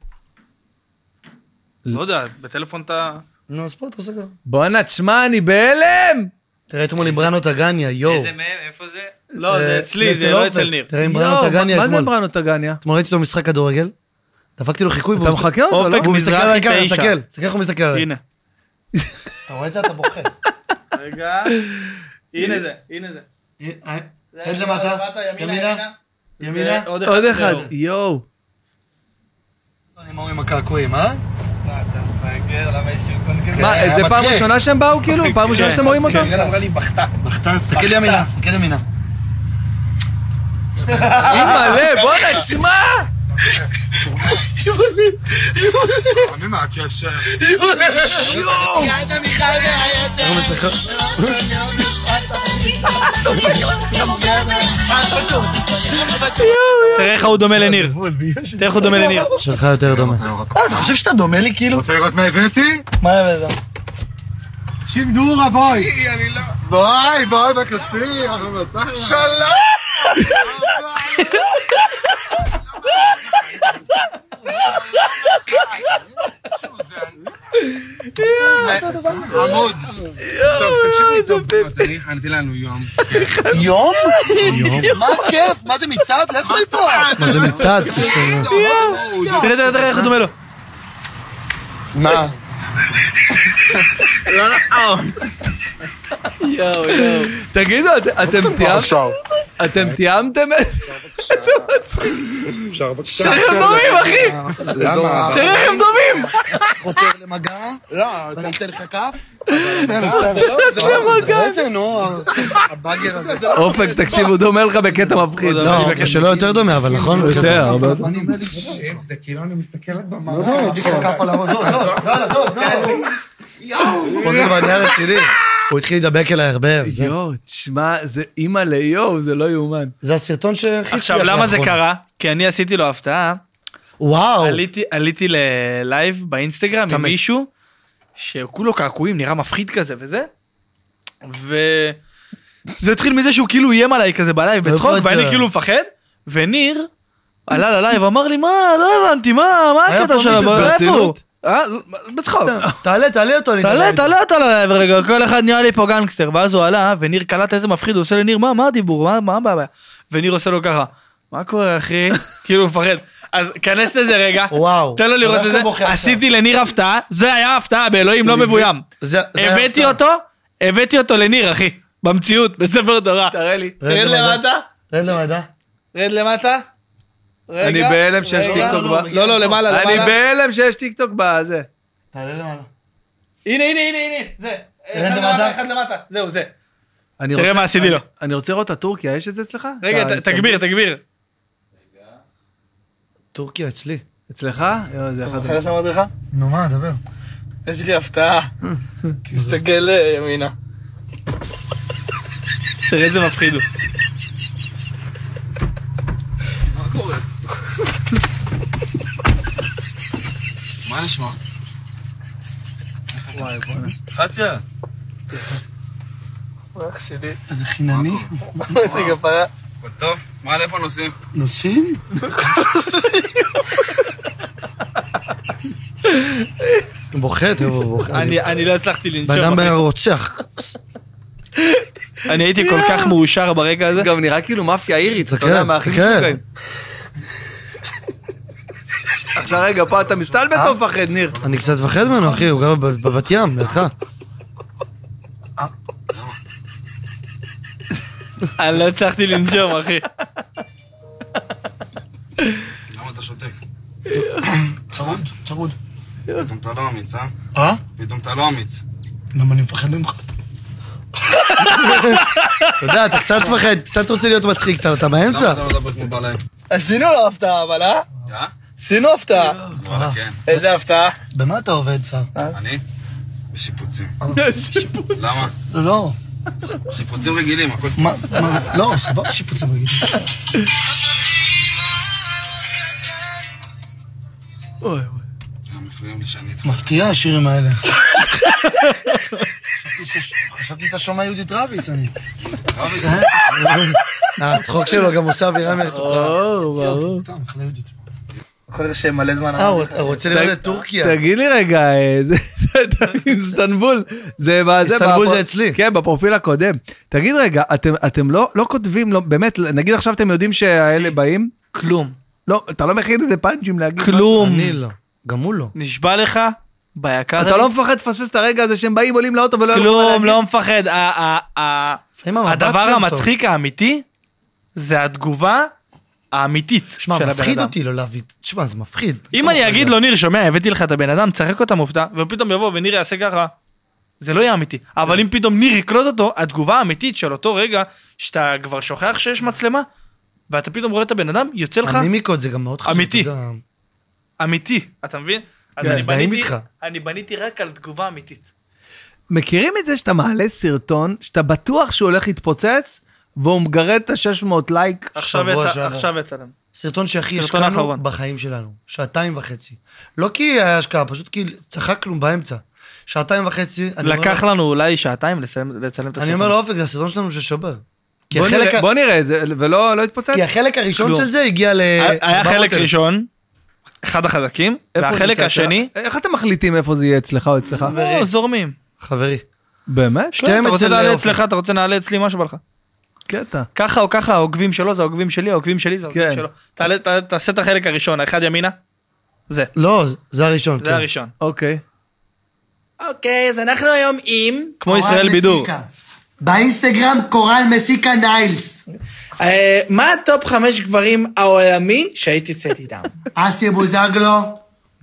Speaker 2: לא יודע, בטלפון אתה...
Speaker 3: נו, אז פה אתה עושה ככה.
Speaker 1: בואנה, תשמע, אני בהלם!
Speaker 3: תראה אתמול עם בראנו טגניה, יואו.
Speaker 4: מהם? איפה זה?
Speaker 2: לא, זה
Speaker 3: אה,
Speaker 2: אצלי, זה
Speaker 3: אופק.
Speaker 2: לא אצל ניר.
Speaker 3: תראה עם
Speaker 1: יואו,
Speaker 3: בראנו טגניה
Speaker 1: מה זה
Speaker 3: אתמול.
Speaker 1: בראנו טגניה?
Speaker 3: אתמול ראיתי אותו משחק כדורגל, דפקתי לו חיקוי,
Speaker 1: אתה מחכה אותו, לא?
Speaker 2: אופק.
Speaker 3: והוא מסתכל על
Speaker 2: מזרחי
Speaker 3: הגן,
Speaker 2: תשע.
Speaker 3: תסתכל, תסתכל איך הוא מסתכל עליי.
Speaker 2: הנה.
Speaker 3: אתה רואה את זה? אתה בוכה. אה,
Speaker 2: רגע. הנה זה, הנה זה.
Speaker 3: אה, עד למטה, ימינה, ימינה.
Speaker 2: ועוד
Speaker 1: עוד אחד,
Speaker 2: זהו.
Speaker 1: יואו.
Speaker 3: אני מאור עם הקעקועים, אה?
Speaker 6: כן,
Speaker 1: מה,
Speaker 3: כן, היה כן.
Speaker 1: זה פעם
Speaker 3: מצחיק.
Speaker 1: ראשונה שהם באו כאילו? פעם ראשונה שאתם רואים אותם?
Speaker 5: אריאל אמרה לי, בכתה.
Speaker 3: בכתה, תסתכל ימינה, תסתכל ימינה.
Speaker 1: אימא'לה, בואנה, תשמע!
Speaker 5: אני מה הקשר?
Speaker 1: יואו!
Speaker 2: תראה איך הוא דומה לניר. תראה איך הוא דומה לניר.
Speaker 3: שלך יותר דומה.
Speaker 6: אתה חושב שאתה דומה לי כאילו?
Speaker 5: רוצה לראות מה הבאתי?
Speaker 6: מה הבאת?
Speaker 5: שינדורה, בואי. אני לא... בואי, בואי, בקציר. אהלן וסהלן. שלום! עמוד. טוב, תקשיבו לי טוב, אני הכנתי לנו יום.
Speaker 6: יום? מה הכיף? מה זה מצעד? לא לכו מפה.
Speaker 3: מה זה מצעד? תשתנה.
Speaker 2: תראה, תראה, תראה איך הוא דומה לו.
Speaker 6: מה?
Speaker 2: יואו, יואו.
Speaker 1: תגידו, את- אתם תיאמתם? אתם תיאמתם? זה מצחיק.
Speaker 5: אפשר בבקשה?
Speaker 2: תראה איך
Speaker 3: לא
Speaker 2: הם דומים, אחי!
Speaker 5: למה?
Speaker 2: תראה איך הם דומים!
Speaker 6: חותר למגע?
Speaker 5: לא,
Speaker 6: ואני אתן לך כף?
Speaker 3: לא,
Speaker 5: כן.
Speaker 3: זה איזה נו,
Speaker 6: הבאגר הזה.
Speaker 1: אופק, תקשיב, הוא דומה לך בקטע מפחיד.
Speaker 3: לא, שלו יותר דומה, אבל
Speaker 5: כן,
Speaker 3: נכון?
Speaker 1: יותר, הרבה יותר.
Speaker 5: זה כאילו אני מסתכלת במראה.
Speaker 6: לא,
Speaker 5: לא, כן.
Speaker 3: פה זה כבר נהיה רציני. הוא התחיל להידבק אליי הרבה. זה-
Speaker 1: יואו, תשמע, זה אימא'לה, יואו, זה לא יאומן.
Speaker 3: זה הסרטון שהכי
Speaker 2: עכשיו,
Speaker 3: הצליח
Speaker 2: למה זה
Speaker 3: לאחרונה.
Speaker 2: קרה? כי אני עשיתי לו הפתעה.
Speaker 3: וואו.
Speaker 2: עליתי- עליתי ללייב באינסטגרם
Speaker 3: אתה
Speaker 2: עם
Speaker 3: מת.
Speaker 2: מישהו שכולו קעקועים, נראה מפחיד כזה וזה. ו... זה התחיל מזה שהוא כאילו איים עליי כזה בלייב
Speaker 3: איפה
Speaker 2: בצחוק,
Speaker 3: אתה?
Speaker 2: ואני כאילו מפחד, וניר עלה ללייב, אמר לי, מה, לא הבנתי, מה, מה
Speaker 3: היה
Speaker 2: הקטע
Speaker 3: פה
Speaker 2: שלו,
Speaker 3: מישהו
Speaker 2: אבל איפה הוא?
Speaker 3: ברצינות?
Speaker 2: אה, בצחוק.
Speaker 3: תעלה, תעלה אותו. אני
Speaker 2: תעלה,
Speaker 3: אדבר
Speaker 2: תעלה אותו עליי רגע, כל אחד נראה לי פה גנגסטר, ואז הוא עלה, וניר קלט איזה מפחיד, הוא עושה לניר, מה, מה הדיבור, מה, מה הבעיה? וניר עושה לו ככה, מה קורה אחי? כאילו הוא מפחד. אז כנס לזה רגע,
Speaker 3: וואו.
Speaker 2: תן לו
Speaker 3: אתה
Speaker 2: לראות
Speaker 3: יודע
Speaker 2: את
Speaker 3: שאתה בוכה
Speaker 2: זה,
Speaker 3: עכשיו.
Speaker 2: עשיתי לניר הפתעה, זה היה הפתעה, באלוהים לא מבוים.
Speaker 3: זה- זה היה
Speaker 2: הבאתי
Speaker 3: הפתעה.
Speaker 2: אותו, הבאתי אותו לניר אחי, במציאות, בספר תורה.
Speaker 1: תראה לי.
Speaker 2: רד למטה,
Speaker 3: איתו. רד למדע.
Speaker 2: רד למטה. רגע,
Speaker 1: אני בהלם שיש
Speaker 2: רגע.
Speaker 1: טיקטוק ב-
Speaker 2: לא, לא, למעלה,
Speaker 1: אני
Speaker 2: למעלה.
Speaker 1: בהלם שיש טיקטוק בזה.
Speaker 3: תעלה למעלה.
Speaker 2: הנה, הנה, הנה, הנה, זה. אחד למטה,
Speaker 3: למטה.
Speaker 2: אחד למטה, זהו, זה.
Speaker 1: אני
Speaker 2: תראה
Speaker 1: רוצה-
Speaker 2: מה עשיתי
Speaker 1: אני-
Speaker 2: לו.
Speaker 1: אני רוצה לראות את הטורקיה, יש את זה אצלך? לא,
Speaker 2: רגע,
Speaker 1: אתה-
Speaker 2: ת- תגביר, תגביר.
Speaker 3: טורקיה אצלי.
Speaker 1: אצלך? יואו, זה אחד.
Speaker 6: איך אמרתי לך?
Speaker 3: נו מה, דבר.
Speaker 6: יש לי הפתעה. תסתכל אה, ימינה.
Speaker 2: תראה איזה מפחיד הוא.
Speaker 5: מה נשמע? חציה.
Speaker 6: אח שלי.
Speaker 3: זה חינני?
Speaker 6: רגע, פרה.
Speaker 5: הכל טוב? מה, לאיפה נוסעים?
Speaker 3: נוסעים? הוא בוכה, תראו, הוא בוכה.
Speaker 2: אני- אני לא הצלחתי לנשום.
Speaker 3: בן אדם
Speaker 2: אחי.
Speaker 3: רוצח.
Speaker 2: אני הייתי כל כך מאושר ברגע הזה.
Speaker 1: גם נראה כאילו מאפיה אירית, אתה
Speaker 3: תסתכל,
Speaker 1: יודע, מהאחים
Speaker 3: תסתכל.
Speaker 1: שלהם. עכשיו רגע, פה אתה מסתלבט
Speaker 2: אה?
Speaker 1: או מפחד, ניר?
Speaker 3: אני קצת מפחד ממנו, אחי, הוא גר בב- בבת ים, לידך.
Speaker 2: אני לא הצלחתי לנשום, אחי.
Speaker 5: למה אתה שותק?
Speaker 6: צרוד, צרוד.
Speaker 5: פתאום אתה לא אמיץ, אה?
Speaker 6: אה?
Speaker 5: פתאום אתה לא אמיץ.
Speaker 6: למה אני מפחד ממך?
Speaker 3: אתה יודע, אתה קצת מפחד, קצת רוצה להיות מצחיק, אתה- אתה
Speaker 5: למה
Speaker 3: באמצע.
Speaker 5: אתה מדבר כמו בלעי?
Speaker 6: עשינו לו הפתעה, אבל אה?
Speaker 5: אה?
Speaker 6: עשינו הפתעה.
Speaker 5: וואלה, כן.
Speaker 6: איזה הפתעה?
Speaker 3: במה אתה עובד, שר?
Speaker 5: אני? בשיפוצים. למה?
Speaker 6: לא.
Speaker 5: שיפוצים רגילים, הכל...
Speaker 6: מה? מה? לא, סבבה, שיפוצים רגילים.
Speaker 5: הם לא מפריעים לי שאני איתך.
Speaker 6: מפתיע השירים האלה. חשבתי שאתה שומע יהודית רביץ, אני. אה?
Speaker 3: הצחוק שלו גם עושה אווירה מרתוחה.
Speaker 6: טוב, אחלה יהודית.
Speaker 2: יכול שמלא זמן.
Speaker 3: אה, הוא הוא רוצה לראות את טורקיה.
Speaker 1: תגיד לי רגע, אה, זה זה אינסטנבול, זה ב- זה
Speaker 3: איסטנבול
Speaker 1: בפר-
Speaker 3: זה אצלי.
Speaker 1: כן, בפרופיל הקודם. תגיד רגע, אתם- אתם לא לא כותבים, לא- באמת, נגיד עכשיו אתם יודעים שהאלה באים?
Speaker 2: כלום.
Speaker 1: לא, אתה לא מכין איזה פאנצ'ים להגיד.
Speaker 2: כלום.
Speaker 3: אני לא. גם הוא לא.
Speaker 2: נשבע לך, ביקר.
Speaker 1: אתה לא מפחד לפספס את הרגע הזה שהם באים, עולים לאוטו ולא...
Speaker 2: כלום, לא מפחד. ה- ה- ה-
Speaker 3: לפעמים המבט
Speaker 2: הדבר
Speaker 3: אה, גם טוב.
Speaker 2: המצחיק האמיתי, זה התגובה האמיתית של
Speaker 3: שמע,
Speaker 2: הבן אדם.
Speaker 3: מפחיד אותי לא להביא. תשמע, זה מפחיד. לא.
Speaker 2: אם אני אגיד לו, ניר, שומע, הבאתי לך את הבן אדם, תשחק אותה מופתע, ופתאום יבוא וניר יעשה ככה, זה לא יהיה אמיתי. אבל אם פתאום ניר יקלוט אותו, התגובה האמיתית של אותו רגע, שאתה כבר שוכח שיש מצלמה, ואתה פתאום רואה את הבן אדם, יוצא לך
Speaker 3: המימיקות זה גם מאוד חשוב.
Speaker 2: אמיתי.
Speaker 3: אתה יודע.
Speaker 2: אמיתי, אתה מבין? אז
Speaker 3: כן,
Speaker 2: אני
Speaker 3: מזדהים
Speaker 2: בניתי-
Speaker 3: איתך.
Speaker 2: אני בניתי רק על תגובה אמיתית.
Speaker 1: מכירים את זה שאתה מעלה סרטון, שאתה בטוח שהוא הולך להתפוצץ, והוא מגרד את ה-600 לייק?
Speaker 2: עכשיו
Speaker 3: שבוע
Speaker 2: יצא-
Speaker 3: שעבר.
Speaker 2: עכשיו יצא לנו.
Speaker 3: סרטון שהכי
Speaker 2: סרטון
Speaker 3: השקענו
Speaker 2: האחרון.
Speaker 3: בחיים שלנו. שעתיים וחצי. לא כי היה השקעה, פשוט כי צחקנו באמצע. שעתיים וחצי. אני אומר
Speaker 2: לקח
Speaker 3: לו-
Speaker 2: לנו אולי שעתיים לסיים- לצלם את הסרטון.
Speaker 3: אני אומר לאופק, זה הסרטון שלנו ששובר. כי
Speaker 1: בוא
Speaker 3: החלק
Speaker 1: נראה-
Speaker 3: ה-
Speaker 1: בוא נראה את זה, ולא לא יתפוצץ?
Speaker 3: כי החלק הראשון
Speaker 2: כלום.
Speaker 3: של זה הגיע ל...
Speaker 2: היה
Speaker 3: 400,000.
Speaker 2: חלק ראשון, אחד החזקים,
Speaker 1: איפה הוא
Speaker 2: והחלק
Speaker 1: נמצא?
Speaker 2: השני,
Speaker 1: איך אתם מחליטים איפה זה יהיה אצלך או אצלך?
Speaker 2: לא, זורמים.
Speaker 3: חברי.
Speaker 1: באמת? לא,
Speaker 3: שתיהם
Speaker 2: אתה רוצה
Speaker 3: אצל
Speaker 2: נעלה
Speaker 3: אופק.
Speaker 2: אצלך, אתה רוצה נעלה אצלי, מה שבא לך.
Speaker 1: קטע.
Speaker 2: ככה או ככה, העוקבים שלו זה העוקבים שלי, העוקבים שלי זה העוקבים
Speaker 1: כן.
Speaker 2: שלו. תעלה- ת- תעשה את החלק הראשון, האחד ימינה, זה,
Speaker 3: לא, זה הראשון. כן.
Speaker 2: זה הראשון.
Speaker 1: אוקיי.
Speaker 2: אוקיי, אז אנחנו היום עם... כמו
Speaker 6: קורל
Speaker 2: ישראל בידור.
Speaker 6: מסיקה. באינסטגרם קורל מסיקה ניילס.
Speaker 2: אה, מה הטופ חמש גברים העולמי שהייתי יוצאת איתם?
Speaker 6: אסי בוזגלו,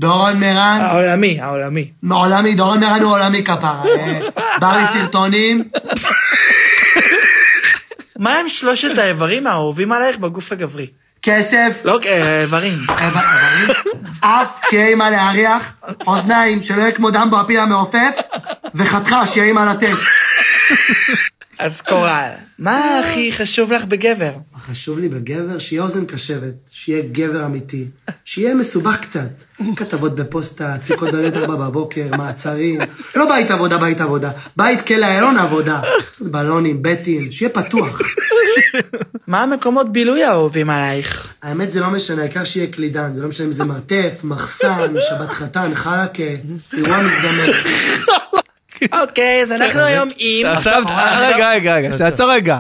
Speaker 6: דורון מירן,
Speaker 2: העולמי, העולמי.
Speaker 6: עולמי, דורון מירן הוא עולמי כפרה. אה, ברי סרטונים.
Speaker 2: מה הם שלושת האיברים האהובים עלייך בגוף הגברי?
Speaker 6: כסף,
Speaker 2: לא, איברים.
Speaker 6: איברים, אף שיהיה אימה להריח, אוזניים שלא יהיה כמו דם בפיל המעופף, וחתיכה שיהיה אימה לתת.
Speaker 2: אז קורל, מה הכי חשוב לך בגבר?
Speaker 6: מה חשוב לי בגבר? שיהיה אוזן קשבת, שיהיה גבר אמיתי, שיהיה מסובך קצת. כתבות בפוסטה, דפיקות בלט ארבע בבוקר, מעצרים. לא בית עבודה, בית עבודה. בית כלא איילון עבודה. לעשות בלונים, בטים, שיהיה פתוח.
Speaker 2: מה המקומות בילוי האהובים עלייך?
Speaker 6: האמת זה לא משנה, העיקר שיהיה קלידן, זה לא משנה אם זה מרתף, מחסן, שבת חתן, חלקה, אירוע מזדמן.
Speaker 2: אוקיי, אז אנחנו היום עם...
Speaker 1: עכשיו,
Speaker 2: אה,
Speaker 1: אה, רגע, רגע, רגע, תעצור רגע.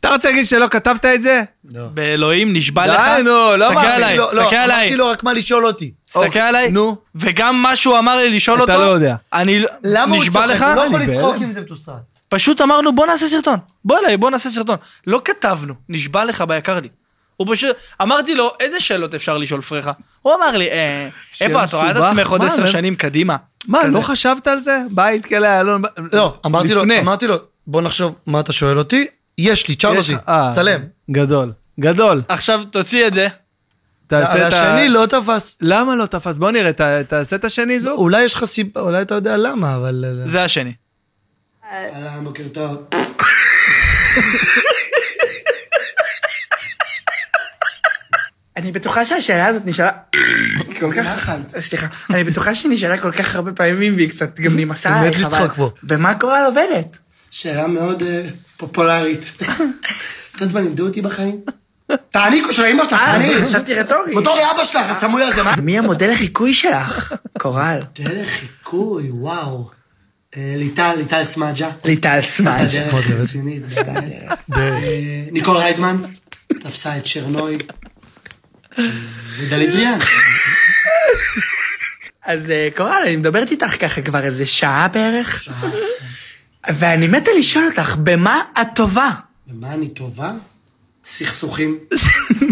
Speaker 1: אתה רוצה להגיד שלא כתבת את זה?
Speaker 2: באלוהים, נשבע
Speaker 1: די,
Speaker 2: לך.
Speaker 1: נו, לא
Speaker 2: תסתכל
Speaker 1: מאמין.
Speaker 2: עליי,
Speaker 3: לא, לא,
Speaker 2: תסתכל עליי,
Speaker 3: אמרתי לו רק מה לשאול אותי.
Speaker 2: תסתכל
Speaker 1: אוקיי,
Speaker 2: עליי.
Speaker 1: נו.
Speaker 2: וגם מה שהוא אמר לי לשאול אותו,
Speaker 1: אתה לא יודע.
Speaker 2: אני
Speaker 3: למה הוא
Speaker 2: נשבע
Speaker 3: צוחק?
Speaker 2: לך,
Speaker 3: הוא לא יכול
Speaker 1: אני
Speaker 3: לצחוק
Speaker 1: בהלם.
Speaker 3: אם זה מתוסרט.
Speaker 2: פשוט אמרנו בוא נעשה סרטון, בוא אליי, בוא נעשה סרטון. לא כתבנו, נשבע לך ביקר לי. הוא פשוט, אמרתי לו, איזה שאלות אפשר לשאול פרחה? הוא אמר לי, אה, איפה את רואה את
Speaker 1: מסובך.
Speaker 2: עצמך עוד
Speaker 1: מה,
Speaker 2: עשר
Speaker 1: זה-
Speaker 2: שנים קדימה?
Speaker 1: מה,
Speaker 2: כזה.
Speaker 1: לא חשבת על זה? בית כלא איילון? ב-
Speaker 3: לא, אמרתי לו,
Speaker 1: לפני.
Speaker 3: אמרתי לו, בוא נחשוב מה אתה שואל אותי, יש לי, תשאל
Speaker 1: יש-
Speaker 3: אותי,
Speaker 1: אה,
Speaker 3: צלם.
Speaker 1: גדול, גדול.
Speaker 2: עכשיו תוציא את זה.
Speaker 1: תעשה את ה...
Speaker 3: השני לא תפס.
Speaker 1: למה לא תפס? בוא נראה, ת- תעשה את השני זו.
Speaker 3: אולי יש לך סיבה, אולי אתה יודע למה, אבל... אה,
Speaker 2: זה השני.
Speaker 6: אהלן, אה, בוקר טוב.
Speaker 7: אני בטוחה שהשאלה הזאת נשאלה, כל
Speaker 6: מה
Speaker 7: כך,
Speaker 6: אכלת?
Speaker 7: סליחה, אני בטוחה שהיא נשאלה כל כך הרבה פעמים והיא קצת גם נמאסה
Speaker 3: מת
Speaker 7: עלייך, אבל
Speaker 3: לצחוק בו.
Speaker 7: במה קורה עובדת?
Speaker 6: שאלה מאוד אה, פופולרית. אתה יודעת מה לימדו אותי בחיים? תעניקו של האמא שלך,
Speaker 7: אה,
Speaker 6: תעניק.
Speaker 7: חשבתי רטורי.
Speaker 6: בתור אבא שלך, הסמוי הזה, מה?
Speaker 7: מי המודל החיקוי שלך? קורל.
Speaker 6: תן חיקוי, וואו. אה, ליטל, ליטל סמג'ה.
Speaker 7: ליטל סמאז'.
Speaker 6: הדרך רצינית, באמת. אה, ניקול ריידמן, תפסה את שרנוי. ודלית זריאן.
Speaker 7: אז אה, קורל, אני מדברת איתך ככה כבר איזה שעה בערך, ואני מתה לשאול אותך, במה את טובה?
Speaker 6: במה אני טובה? סכסוכים.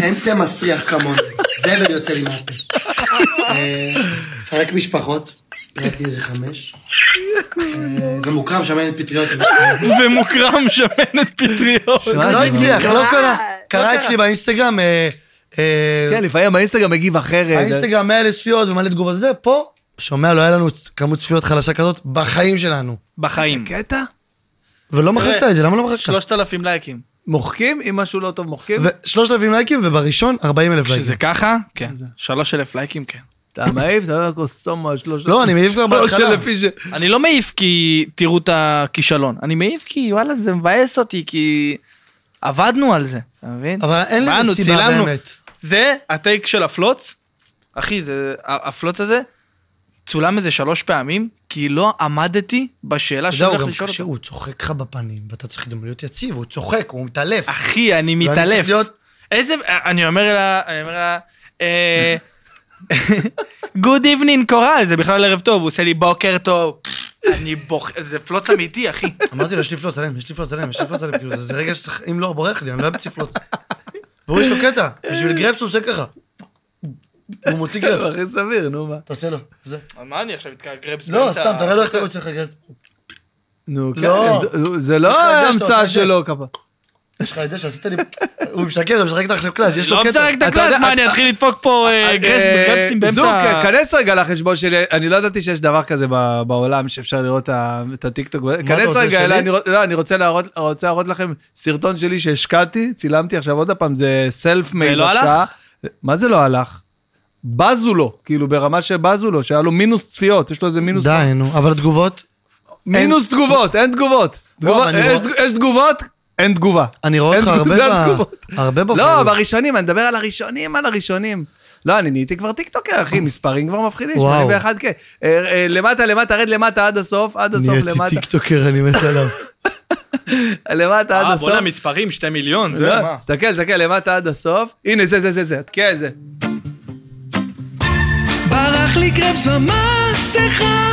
Speaker 6: אין זה מסריח כמוני. זבל יוצא לי מהפה. אה, מפרק משפחות. פירקתי איזה חמש. אה, ומוקרם שמנת פטריות.
Speaker 2: ומוקרם שמנת פטריות.
Speaker 1: שמע,
Speaker 3: לא
Speaker 1: זה
Speaker 3: הצליח, לא קרה. קרה
Speaker 7: קרה.
Speaker 3: אצלי באינסטגרם, אה, אה,
Speaker 1: כן, לפעמים האינסטגרם מגיב
Speaker 2: כן,
Speaker 1: אחרת.
Speaker 3: האינסטגרם 100 אלף צפיות ומלא תגובות וזה, פה, שומע, לא היה לנו כמות צפיות חלשה כזאת בחיים שלנו.
Speaker 2: בחיים.
Speaker 1: קטע?
Speaker 3: ולא מחקת את זה, למה לא מחקת?
Speaker 2: 3,000 לייקים.
Speaker 1: מוחקים? אם משהו לא טוב מוחקים?
Speaker 3: שלושת אלפים לייקים, ובראשון, ארבעים אלף לייקים.
Speaker 2: כשזה ככה, כן. 3,000 לייקים, כן.
Speaker 1: אתה מעיף, אתה לא קוסומה, שלושה...
Speaker 3: לא, אני מעיף כבר בהתחלה.
Speaker 1: שלפי ש...
Speaker 2: אני לא מעיף כי תראו את הכישלון, אני מעיף כי וואלה זה מבאס אותי, כי עבדנו על זה, אתה מבין?
Speaker 3: אבל אין
Speaker 2: באנו,
Speaker 3: לזה סיבה
Speaker 2: צילמנו.
Speaker 3: באמת.
Speaker 2: זה הטייק של הפלוץ, אחי, זה, ה- הפלוץ הזה צולם איזה שלוש פעמים, כי לא עמדתי בשאלה
Speaker 3: אתה יודע,
Speaker 2: שאני
Speaker 3: הוא
Speaker 2: הולך
Speaker 3: גם
Speaker 2: לשאול
Speaker 3: קשה,
Speaker 2: אותו.
Speaker 3: הוא צוחק לך בפנים, ואתה צריך גם להיות יציב, הוא צוחק, הוא מטלף.
Speaker 2: אחי, אני
Speaker 3: ואני
Speaker 2: מתעלף.
Speaker 3: צריך להיות-
Speaker 2: איזה, אני אומר לה, אני אומר לה, גוד איבנין קורל, זה בכלל ערב טוב, הוא עושה לי בוקר טוב. אני בוח... זה פלוץ אמיתי, אחי.
Speaker 3: אמרתי לו, יש לפלוץ עליהם, יש לפלוץ עליהם, יש לפלוץ עליהם, כאילו, זה- זה רגע שצריך, אם לא, בורח לי, אני לא אוהב לפלוץ. והוא יש לו קטע, בשביל גרפס הוא עושה ככה. הוא מוציא גרפס,
Speaker 1: הכי סביר, נו מה.
Speaker 3: תעשה לו, זה.
Speaker 2: מה אני עכשיו נתקע גרבס
Speaker 3: לא, סתם, תראה לו איך כן. אתה רוצה לך גרפס.
Speaker 1: נו,
Speaker 3: לא.
Speaker 1: כן, זה
Speaker 3: יש
Speaker 1: לא
Speaker 3: לך את זה שאתה עושה
Speaker 1: המצאה
Speaker 3: את זה.
Speaker 1: שלו כפה.
Speaker 3: יש לך את זה שעשית לי... הוא משקר, הוא משחק איתך עכשיו קלאס, יש לו
Speaker 2: לא
Speaker 3: קטע.
Speaker 2: משחק את הקלאס, מה אני אתחיל לדפוק פה אה, גרס- גרבסים
Speaker 1: זוק,
Speaker 3: כן,
Speaker 2: באמצע...
Speaker 1: כנס רגע לחשבון שלי, אני לא ידעתי שיש דבר כזה ב- בעולם שאפשר לראות ה- את הטיקטוק.
Speaker 3: אתה
Speaker 1: כנס
Speaker 3: רוצה,
Speaker 1: רגע,
Speaker 3: שלי?
Speaker 1: אליי, אני רוצ- לא, אני רוצה להראות רוצה להראות לכם סרטון שלי שהשקעתי, צילמתי עכשיו עוד פעם, זה סלף מייל
Speaker 2: ולא
Speaker 1: מה זה לא הלך? בזו לו, כאילו ברמה שבזו לו, שהיה לו מינוס צפיות, יש לו איזה מינוס,
Speaker 3: די, נו, אבל התגובות,
Speaker 1: מינוס תגובות, אין תגובות. תגובות-
Speaker 3: אני
Speaker 1: יש
Speaker 3: רוא-
Speaker 1: יש תגובות, אין תגובה.
Speaker 3: אני רואה
Speaker 1: אין
Speaker 3: אותך הרבה
Speaker 1: תגובה, זה
Speaker 3: ב...
Speaker 1: התגובות.
Speaker 3: הרבה
Speaker 1: לא,
Speaker 3: בפייסבוק.
Speaker 1: בראשונים, אני מדבר על הראשונים, על הראשונים. לא, אני נהייתי כבר טיקטוקר, אחי, מספרים כבר מפחידים,
Speaker 3: אה. וואו.
Speaker 1: 81K. אה, אה, למטה, למטה, רד למטה עד הסוף, עד הסוף,
Speaker 3: נהייתי
Speaker 1: למטה,
Speaker 3: טיקטוקר, אני מת עליו.
Speaker 1: למטה עד
Speaker 2: אה,
Speaker 1: הסוף.
Speaker 2: בואנה מספרים, שתי מיליון, זה
Speaker 1: לא,
Speaker 2: מה.
Speaker 1: תסתכל, תסתכל, למטה עד הסוף. הנה, זה, זה, זה, זה. כן, זה.
Speaker 7: ברח לי קרבס במסכה,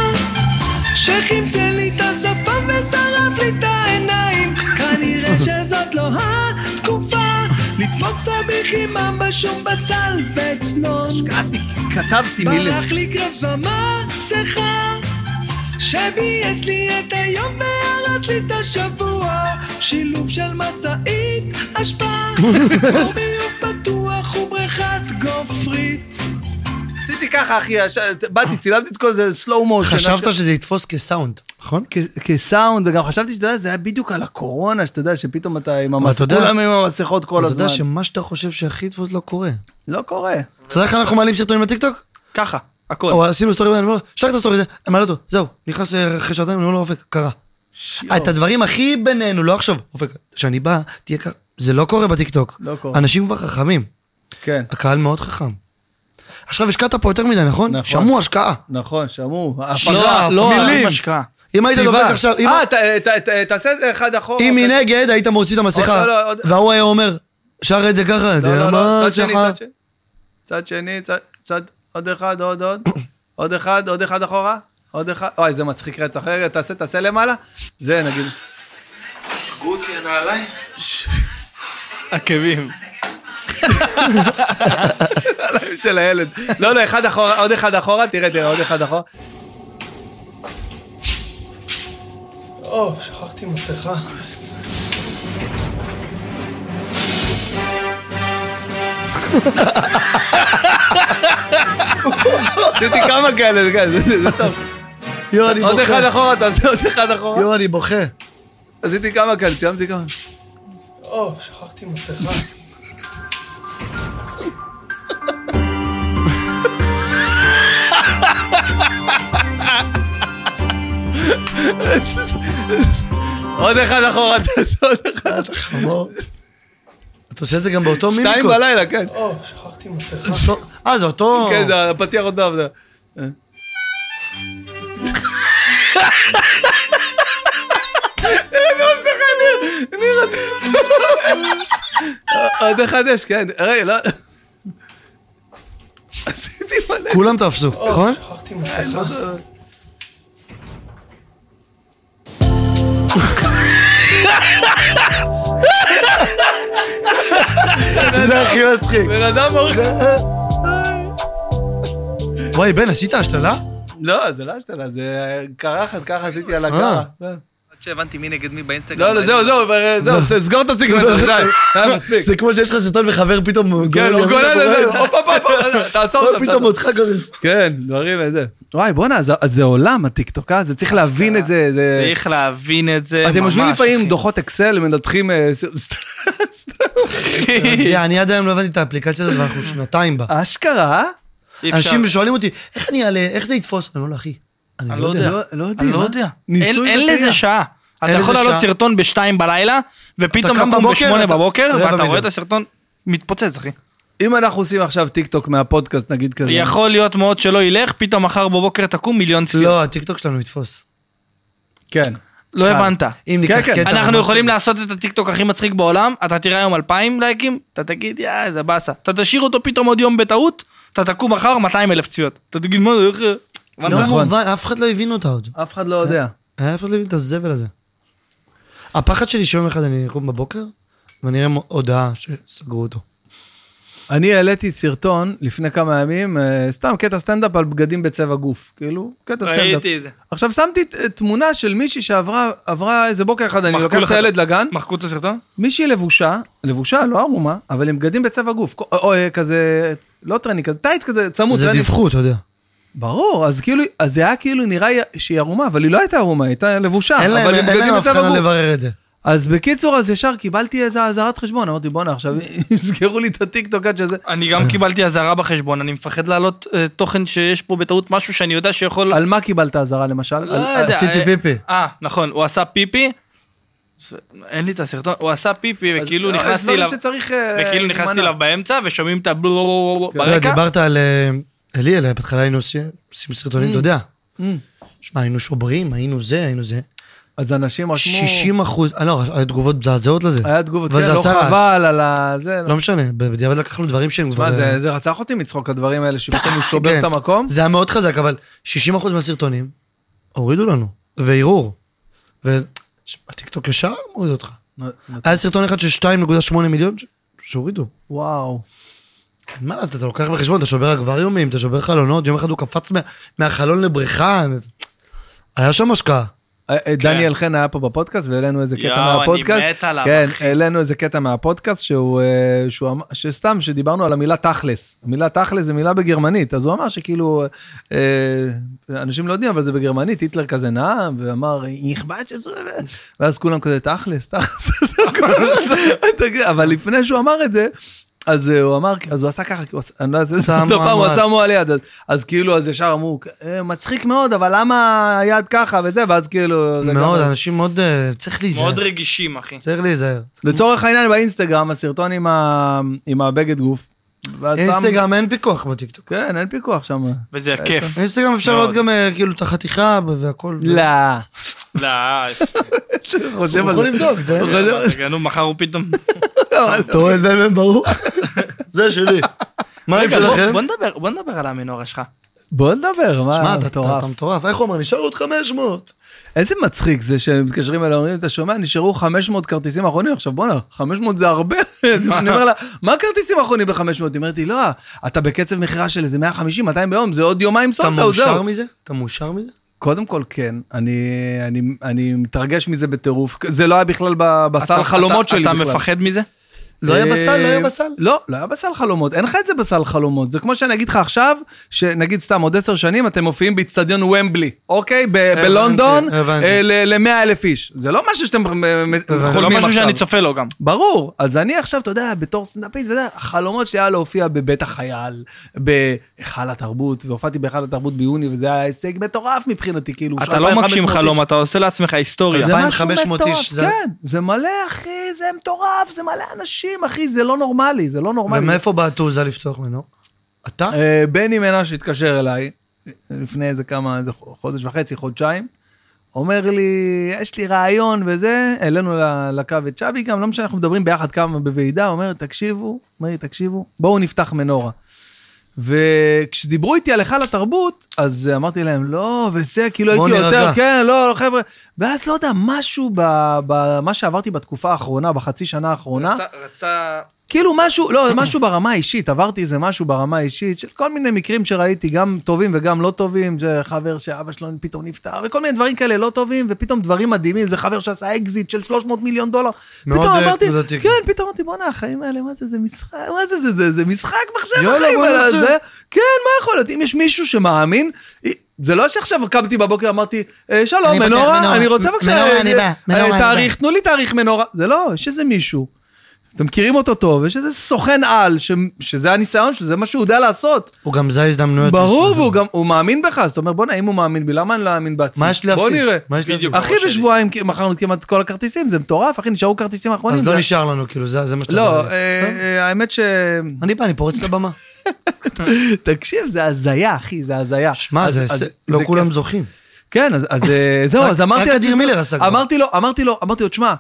Speaker 7: שחימצן לי את השפם ושרף לי את העיניים. כנראה שזאת לא התקופה, לדפוק סביחים בשום בצל וצנון.
Speaker 1: כתבתי
Speaker 7: ברח לי קרבס במסכה, שביאס לי את היום והרס לי את השבוע. שילוב של משאית, אשפה, אור ביוב פתוח ובריכת גופרית.
Speaker 1: עשיתי ככה, אחי, הש- באתי, צילמתי את כל זה, סלואו מושן.
Speaker 3: חשבת שזה יתפוס כסאונד, נכון?
Speaker 1: כ- כסאונד, וגם חשבתי שאתה יודע, זה היה בדיוק על הקורונה, שאתה יודע, שפתאום אתה עם
Speaker 3: אבל
Speaker 1: המסכות,
Speaker 3: אתה יודע-
Speaker 1: כולם עם המסכות כל
Speaker 3: אתה יודע
Speaker 1: הזמן.
Speaker 3: שמה שאתה חושב שהכי יתפוס לא קורה.
Speaker 1: לא כן. קורה.
Speaker 3: אתה יודע איך אנחנו מעלים סרטונים לטיקטוק?
Speaker 2: ככה, הכל.
Speaker 3: או עשינו סטורי, אני אומר לו, שלח את הסטורי הזה, אני מעלה אותו, זהו, נכנס אה, אחרי שעתיים, אני אומר לו, אופק, קרה. את הדברים הכי בינינו, לא עכשיו, אופק, כשאני בא, תהיה ככה, זה לא קורה בטיקטוק.
Speaker 1: לא קורה.
Speaker 3: אנשים כבר חכמים,
Speaker 1: כן.
Speaker 3: הקהל מאוד חכם. עכשיו השקעת פה יותר מדי, נכון?
Speaker 1: נכון.
Speaker 3: שמעו השקעה.
Speaker 1: נכון, שמעו.
Speaker 3: לא,
Speaker 1: הפגרה,
Speaker 3: לא,
Speaker 1: מילים.
Speaker 2: השקעה.
Speaker 3: אם היית דופק
Speaker 1: כתיבה.
Speaker 3: עכשיו, אם-
Speaker 1: אה, ת- ת- ת- תעשה את זה אחד אחורה.
Speaker 3: אם
Speaker 1: אוקיי.
Speaker 3: מנגד היית מוציא את המסכה,
Speaker 1: עוד- לא, לא, עוד-
Speaker 3: וההוא היה אומר, שר את זה ככה,
Speaker 1: לא,
Speaker 3: אתה יודע
Speaker 1: לא,
Speaker 3: מה,
Speaker 1: לא, צד שני,
Speaker 3: שחר?"
Speaker 1: צד שני. צד שני, צד- צד, עוד אחד, עוד, עוד. עוד אחד, עוד אחד אחורה. עוד אחד, אוי, זה מצחיק רצח. רגע, תעשה, תעשה למעלה. זה נגיד.
Speaker 2: עקבים.
Speaker 1: של הילד. לא, לא, אחד אחורה, עוד אחד אחורה, תראה, תראה, עוד אחד אחורה. או, שכחתי מסכה. עשיתי כמה כאלה, זה כאלה, זה- זה טוב.
Speaker 3: יואו, אני
Speaker 1: עוד אחד
Speaker 3: בוכה.
Speaker 1: אחורה, תעשה עוד אחד אחורה.
Speaker 3: יואו, אני בוכה.
Speaker 1: עשיתי כמה כאלה, ציימתי כמה. עוד אחד אחורה, תעשה עוד אחד.
Speaker 3: חמור. אתה עושה את זה גם באותו
Speaker 1: שתיים
Speaker 3: מימיקות.
Speaker 1: בלילה, כן.
Speaker 3: אה, זה אותו...
Speaker 1: כן, זה הפתיח עוד לא עבדה. עוד אחד יש, כן. רגע, לא... עשיתי מלא.
Speaker 3: כולם תפסו,
Speaker 1: אה,
Speaker 3: נכון? זה הכי מצחיק.
Speaker 1: בן אדם אורך...
Speaker 3: וואי, בן, עשית השתלה?
Speaker 1: לא, זה לא השתלה, זה קרחת, ככה עשיתי
Speaker 3: אה.
Speaker 1: על הקרח. אה.
Speaker 8: עד שהבנתי מי נגד מי באינסטגרם.
Speaker 1: לא, לא, זהו, זהו, זהו, סגור את הסגנון, די. די, מספיק.
Speaker 3: זה כמו שיש לך סרטון וחבר פתאום
Speaker 1: כן, הוא גולל
Speaker 3: ימינה,
Speaker 1: את
Speaker 3: גולל.
Speaker 1: זה, הופ, הופ, הופ, הופ, תעצור
Speaker 3: אוי,
Speaker 1: שם.
Speaker 3: פתאום
Speaker 1: תעצור.
Speaker 3: אותך גולל.
Speaker 1: כן, דברים וזה. וואי, בואנה, אז אז זה עולם הטיקטוק, אה? זה צריך להבין את זה. זה-
Speaker 2: צריך להבין את זה ממש.
Speaker 1: אתם יושבים לפעמים
Speaker 2: אחי.
Speaker 1: עם דוחות אקסל, מנתחים... אה, ס- סתם, סתם.
Speaker 2: כן,
Speaker 3: תראה, אני עד היום לא הבנתי את האפליקציה הזאת ואנחנו שנתיים בה.
Speaker 1: אשכרה?
Speaker 2: אה, אי אפשר.
Speaker 3: אנשים שואלים אותי, איך אני אעלה, איך זה יתפוס? אני אומר לו, אחי, אני לא יודע.
Speaker 1: לא
Speaker 2: אני לא יודע.
Speaker 1: ניסוי
Speaker 2: אין-
Speaker 1: וטעייה.
Speaker 2: אין לזה שעה. אתה
Speaker 3: אין לזה
Speaker 2: יכול לעלות
Speaker 3: שעה.
Speaker 2: סרטון בשתיים בלילה, ופתאום
Speaker 3: אתה קם
Speaker 2: אתה קום
Speaker 3: בבוקר,
Speaker 2: בשמונה
Speaker 3: אתה-
Speaker 2: בבוקר,
Speaker 3: רבע
Speaker 2: ואתה
Speaker 3: מיליון.
Speaker 2: רואה את הסרטון מתפוצץ, אחי.
Speaker 1: אם אנחנו עושים עכשיו טיקטוק מהפודקאסט, נגיד כזה.
Speaker 2: יכול להיות מאוד שלא ילך, פתאום מחר בבוקר תקום מיליון צפיות.
Speaker 3: לא, הטיקטוק שלנו יתפוס.
Speaker 1: כן.
Speaker 2: לא
Speaker 1: קל.
Speaker 2: הבנת.
Speaker 3: אם ניקח
Speaker 1: כן, כן.
Speaker 3: קטע...
Speaker 2: אנחנו
Speaker 3: ממש- לא
Speaker 2: יכולים לעשות את הטיקטוק הכי מצחיק בעולם, אתה תראה היום 2,000 לייקים, אתה תגיד, יא, איזה באסה. אתה תשאיר אותו פתאום עוד יום בטעות, אתה תקום מחר 200 אלף צפיות. אתה תגיד, מה זה, איך... אה?" זה?" הבנת?
Speaker 3: לא
Speaker 1: נכון.
Speaker 3: מובן, אף אחד לא הבין אותה עוד.
Speaker 1: אף אחד לא יודע.
Speaker 3: היה אף אחד לא הבין את הזבל הזה. הפחד שלי שיום אחד אני אקום בבוקר, ואני אראה מ- הודעה שסגרו אותו.
Speaker 1: אני העליתי סרטון לפני כמה ימים, אה, סתם קטע סטנדאפ על בגדים בצבע גוף. כאילו, קטע סטנדאפ.
Speaker 2: ראיתי את זה.
Speaker 1: עכשיו שמתי ת- תמונה של מישהי שעברה עברה איזה בוקר אחד, אני
Speaker 2: מחקו
Speaker 1: לוקח
Speaker 2: לך
Speaker 1: את
Speaker 2: את-
Speaker 1: הילד לגן,
Speaker 2: מחקו את הסרטון?
Speaker 1: מישהי לבושה, לבושה, לא ערומה, אבל עם בגדים בצבע גוף. או, או אה, כזה, לא טרני, כזה טייט כזה, צמוד.
Speaker 3: זה
Speaker 1: טרני.
Speaker 3: דיווחו, אתה יודע.
Speaker 1: ברור, אז כאילו, אז זה היה כאילו נראה שהיא ערומה, אבל היא לא הייתה ערומה, היא הייתה לבושה.
Speaker 3: אין להם
Speaker 1: אבל עם
Speaker 3: אין להם
Speaker 1: בגדים בצבע
Speaker 3: הבחנה
Speaker 1: גוף.
Speaker 3: לברר את זה.
Speaker 1: אז בקיצור, אז ישר קיבלתי איזה אזהרת חשבון, אמרתי, בואנה, עכשיו יסגרו לי את הטיקטוק עד שזה...
Speaker 2: אני גם קיבלתי אזהרה בחשבון, אני מפחד להעלות אה, תוכן שיש פה בטעות משהו שאני יודע שיכול...
Speaker 1: על מה קיבלת אזהרה למשל?
Speaker 2: לא
Speaker 1: על-
Speaker 2: יודע,
Speaker 3: עשיתי
Speaker 2: אה,
Speaker 3: פיפי.
Speaker 2: אה, נכון, הוא עשה פיפי. ש- אין לי את הסרטון, הוא עשה פיפי וכאילו
Speaker 1: לא, יש
Speaker 2: כאילו נכנסתי
Speaker 1: דברים
Speaker 2: אליו,
Speaker 1: שצריך, אה, לא,
Speaker 2: וכאילו נכנסתי
Speaker 1: להימנע.
Speaker 2: אליו באמצע ושומעים את הבלו
Speaker 3: אתה יודע,
Speaker 2: ברקע.
Speaker 3: דיברת על אה, אליאל, בהתחלה היינו עושים עושים סרטונים, אתה יודע. שמע, היינו שוברים, היינו זה, היינו זה.
Speaker 1: אז אנשים רשמו...
Speaker 3: 60 אחוז, אה, לא, היו תגובות מזעזעות לזה.
Speaker 1: היה תגובות,
Speaker 3: אבל
Speaker 1: כן,
Speaker 3: זה
Speaker 1: לא
Speaker 3: עשה רעש.
Speaker 1: חבל על ה... זה, לא...
Speaker 3: לא משנה, בדיעבד לקחנו דברים שהם כבר...
Speaker 1: מה,
Speaker 3: אה,
Speaker 1: זה זה רצח אותי מצחוק, הדברים האלה, שפתאום הוא שובר
Speaker 3: כן.
Speaker 1: את המקום?
Speaker 3: זה היה מאוד חזק, אבל 60% מהסרטונים הורידו לנו, וערעור. והטיקטוק ישר מוריד אותך. היה סרטון אחד של 2.8 מיליון ש- שהורידו.
Speaker 1: וואו.
Speaker 3: מה לעשות, אתה לוקח בחשבון, אתה שובר אקווריומים, אתה שובר חלונות, יום אחד הוא קפץ מה- מהחלון לבריכה. היה שם השקעה.
Speaker 1: אה, אה, דניאל חן היה פה בפודקאסט והעלינו איזה קטע
Speaker 2: כן. יואו,
Speaker 1: מהפודקאסט.
Speaker 2: אני מת עליו,
Speaker 1: כן,
Speaker 2: אחי.
Speaker 1: העלינו איזה קטע מהפודקאסט שהוא, אה, שהוא אמר- שסתם, שדיברנו על המילה תכלס. המילה תכלס זה מילה בגרמנית, אז הוא אמר שכאילו, אה, אנשים לא יודעים, אבל זה בגרמנית, היטלר כזה נאם, ואמר, נכבד שזה, ו-" ואז כולם כזה, תכלס, תכלס. תגיד, אבל לפני שהוא אמר את זה, אז אה, הוא אמר, אז הוא עשה ככה, כי הוא עשה- אני לא אעשה את זה,
Speaker 3: שמו
Speaker 1: עוד פעם, הוא
Speaker 3: המועד.
Speaker 1: עשה שמו על יד, אז, אז כאילו, אז ישר אמרו, "אה, מצחיק מאוד, אבל למה היד ככה וזה, ואז כאילו... זה
Speaker 3: מאוד,
Speaker 1: גם-
Speaker 3: אנשים מאוד... אה, צריך להיזהר.
Speaker 2: מאוד רגישים, אחי.
Speaker 3: צריך להיזהר.
Speaker 1: לצורך העניין, באינסטגרם, הסרטון עם, ה... עם הבגד גוף. ואז שם-
Speaker 3: אינסטגרם אין פיקוח בטיקטוק.
Speaker 1: כן, אין פיקוח שם.
Speaker 2: וזה
Speaker 1: אה,
Speaker 2: כיף.
Speaker 3: אינסטגרם אפשר
Speaker 2: מאוד.
Speaker 3: לראות גם אה, כאילו את החתיכה והכל.
Speaker 1: לא,
Speaker 2: לא,
Speaker 1: חושב על
Speaker 3: יכול
Speaker 1: זה.
Speaker 3: לבדוק, זה...
Speaker 1: לא-
Speaker 2: רגע, נו, מחר הוא פתאום...
Speaker 3: אתה רואה את בן ברוך? זה שלי. מה עם
Speaker 2: רגע,
Speaker 1: לא,
Speaker 2: בוא-
Speaker 3: שלכם?
Speaker 2: בוא נדבר, בוא נדבר על המנורה שלך.
Speaker 1: בוא נדבר,
Speaker 3: שמע,
Speaker 1: מה,
Speaker 3: אתה- אתה
Speaker 1: אה, מטורף.
Speaker 3: אתה מטורף. איך הוא אמר? נשאר עוד 500.
Speaker 1: איזה מצחיק זה שהם מתקשרים אליי, אומרים, אתה שומע, נשארו 500 כרטיסים אחרונים, עכשיו בואנה, 500 זה הרבה. אני אומר לה, מה כרטיסים אחרונים ב-500? היא אומרת לי, לא, אתה בקצב מכירה של איזה 150, 200 ביום, זה עוד יומיים
Speaker 3: אתה
Speaker 1: סולד, זהו.
Speaker 3: מאושר מזה? אתה מאושר מזה?
Speaker 1: קודם כל כן, אני, אני, אני מתרגש מזה בטירוף, זה לא היה בכלל ב- בסל
Speaker 2: אתה-
Speaker 1: חלומות
Speaker 2: אתה-
Speaker 1: שלי בכלל.
Speaker 2: אתה מפחד מזה?
Speaker 3: לא היה
Speaker 1: אה,
Speaker 3: בסל? לא היה בסל?
Speaker 1: לא, לא היה בסל חלומות, אין לך את זה בסל חלומות, זה כמו שאני אגיד לך עכשיו, שנגיד סתם עוד עשר שנים אתם מופיעים באיצטדיון ומבלי, אוקיי? ב- בלונדון, אה,
Speaker 3: הבנתי.
Speaker 1: ל-100 אלף איש, זה לא משהו שאתם אה, מ-
Speaker 2: זה לא
Speaker 1: חולמים
Speaker 2: משהו
Speaker 1: עכשיו.
Speaker 2: שאני צופה לו גם.
Speaker 1: ברור, אז אני עכשיו, אתה יודע, בתור סטנדאפיסט, וזה, החלומות שהיה להופיע בבית החייל, בהיכל התרבות, והופעתי בהיכל התרבות ביוני, וזה היה הישג מטורף מבחינתי, כאילו,
Speaker 2: אתה לא
Speaker 1: 2,500
Speaker 2: מגשים
Speaker 1: איש.
Speaker 2: חלום, אתה עושה לעצמך היסטוריה.
Speaker 1: זה
Speaker 3: 2,500
Speaker 1: משהו
Speaker 3: איש,
Speaker 1: מטורף,
Speaker 3: זה-
Speaker 1: כן, זה מלא, אחי, זה מטורף, זה מלא אנשים, אחי, זה לא נורמלי, זה לא נורמלי.
Speaker 3: ומאיפה בא התעוזה לפתוח ממנו? אתה?
Speaker 1: אה, בני מנשה התקשר אליי, לפני איזה כמה, איזה חודש וחצי, חודשיים, אומר לי, יש לי רעיון וזה, העלינו ל- לקו את שבי גם, לא משנה, אנחנו מדברים ביחד כמה בוועידה, אומר, תקשיבו, אומר לי, תקשיבו, בואו נפתח מנורה. וכשדיברו איתי על היכל התרבות, אז אמרתי להם, לא, וזה, כאילו
Speaker 3: בוא
Speaker 1: הייתי
Speaker 3: נירגע."
Speaker 1: יותר, כן, לא, לא, חבר'ה. ואז לא יודע, משהו במה שעברתי בתקופה האחרונה, בחצי שנה האחרונה,
Speaker 2: רצה...
Speaker 1: כאילו משהו, לא, משהו ברמה האישית, עברתי איזה משהו ברמה האישית, של כל מיני מקרים שראיתי, גם טובים וגם לא טובים, זה חבר שאבא שלו פתאום נפטר, וכל מיני דברים כאלה לא טובים, ופתאום דברים מדהימים, זה חבר שעשה אקזיט של 300 מיליון דולר.
Speaker 3: מאוד,
Speaker 1: פתאום
Speaker 3: אה,
Speaker 1: אמרתי,
Speaker 3: תנודתי.
Speaker 1: כן, פתאום אמרתי, בואנה, החיים האלה, מה זה, זה משחק, מה זה, זה, זה, זה משחק מחשב,
Speaker 3: יאללה,
Speaker 1: החיים
Speaker 3: בוא
Speaker 1: האלה,
Speaker 3: נעשה.
Speaker 1: זה, כן, מה יכול להיות, אם יש מישהו שמאמין, זה לא שעכשיו קמתי בבוקר, אמרתי, "אה,
Speaker 3: אני
Speaker 1: שלום,
Speaker 3: פותח
Speaker 1: מנורה,
Speaker 3: מנורה.
Speaker 1: אני רוצה
Speaker 3: מ-
Speaker 1: בבקשה,
Speaker 3: מנורה,
Speaker 1: אה,
Speaker 3: אני בא,
Speaker 1: אה,
Speaker 3: מנורה, אני בא."
Speaker 1: תאריך, תנו לי תאריך מנורה. זה לא, יש איזה מישהו. אתם מכירים אותו טוב, יש איזה סוכן על, ש... שזה הניסיון שלו, זה מה שהוא יודע לעשות.
Speaker 3: הוא גם זה ההזדמנויות.
Speaker 1: ברור, והוא גם, הוא מאמין בך, אז אתה אומר, בואנה, אם הוא מאמין בי, למה אני לא אאמין בעצמי?
Speaker 3: מה יש לי להפסיד?
Speaker 1: בוא נראה.
Speaker 3: מה יש לי להפסיד?
Speaker 1: אחי, בשבועיים כי- מכרנו כמעט את כל הכרטיסים, זה מטורף, אחי, נשארו כרטיסים האחרונים.
Speaker 3: אז לא
Speaker 1: זה-
Speaker 3: נשאר לנו, כאילו, זה זה מה שאתה...
Speaker 1: לא,
Speaker 3: אומר.
Speaker 1: אה,
Speaker 3: בסדר.
Speaker 1: אה, האמת ש...
Speaker 3: אני בא, אני פורץ לבמה.
Speaker 1: תקשיב, זה הזיה, אחי, זה הזיה.
Speaker 3: שמע,
Speaker 1: אז-
Speaker 3: זה...
Speaker 1: אז-
Speaker 3: זה- לא
Speaker 1: זה
Speaker 3: כולם זוכים.
Speaker 1: כן, אז, אז אה, זהו,
Speaker 3: רק-
Speaker 1: אז אמרתי...
Speaker 3: רק אדיר
Speaker 1: לעצמי-
Speaker 3: מילר עשה כבר.
Speaker 1: אמרתי לו, אמרתי לו, אמרתי לו, תשמע,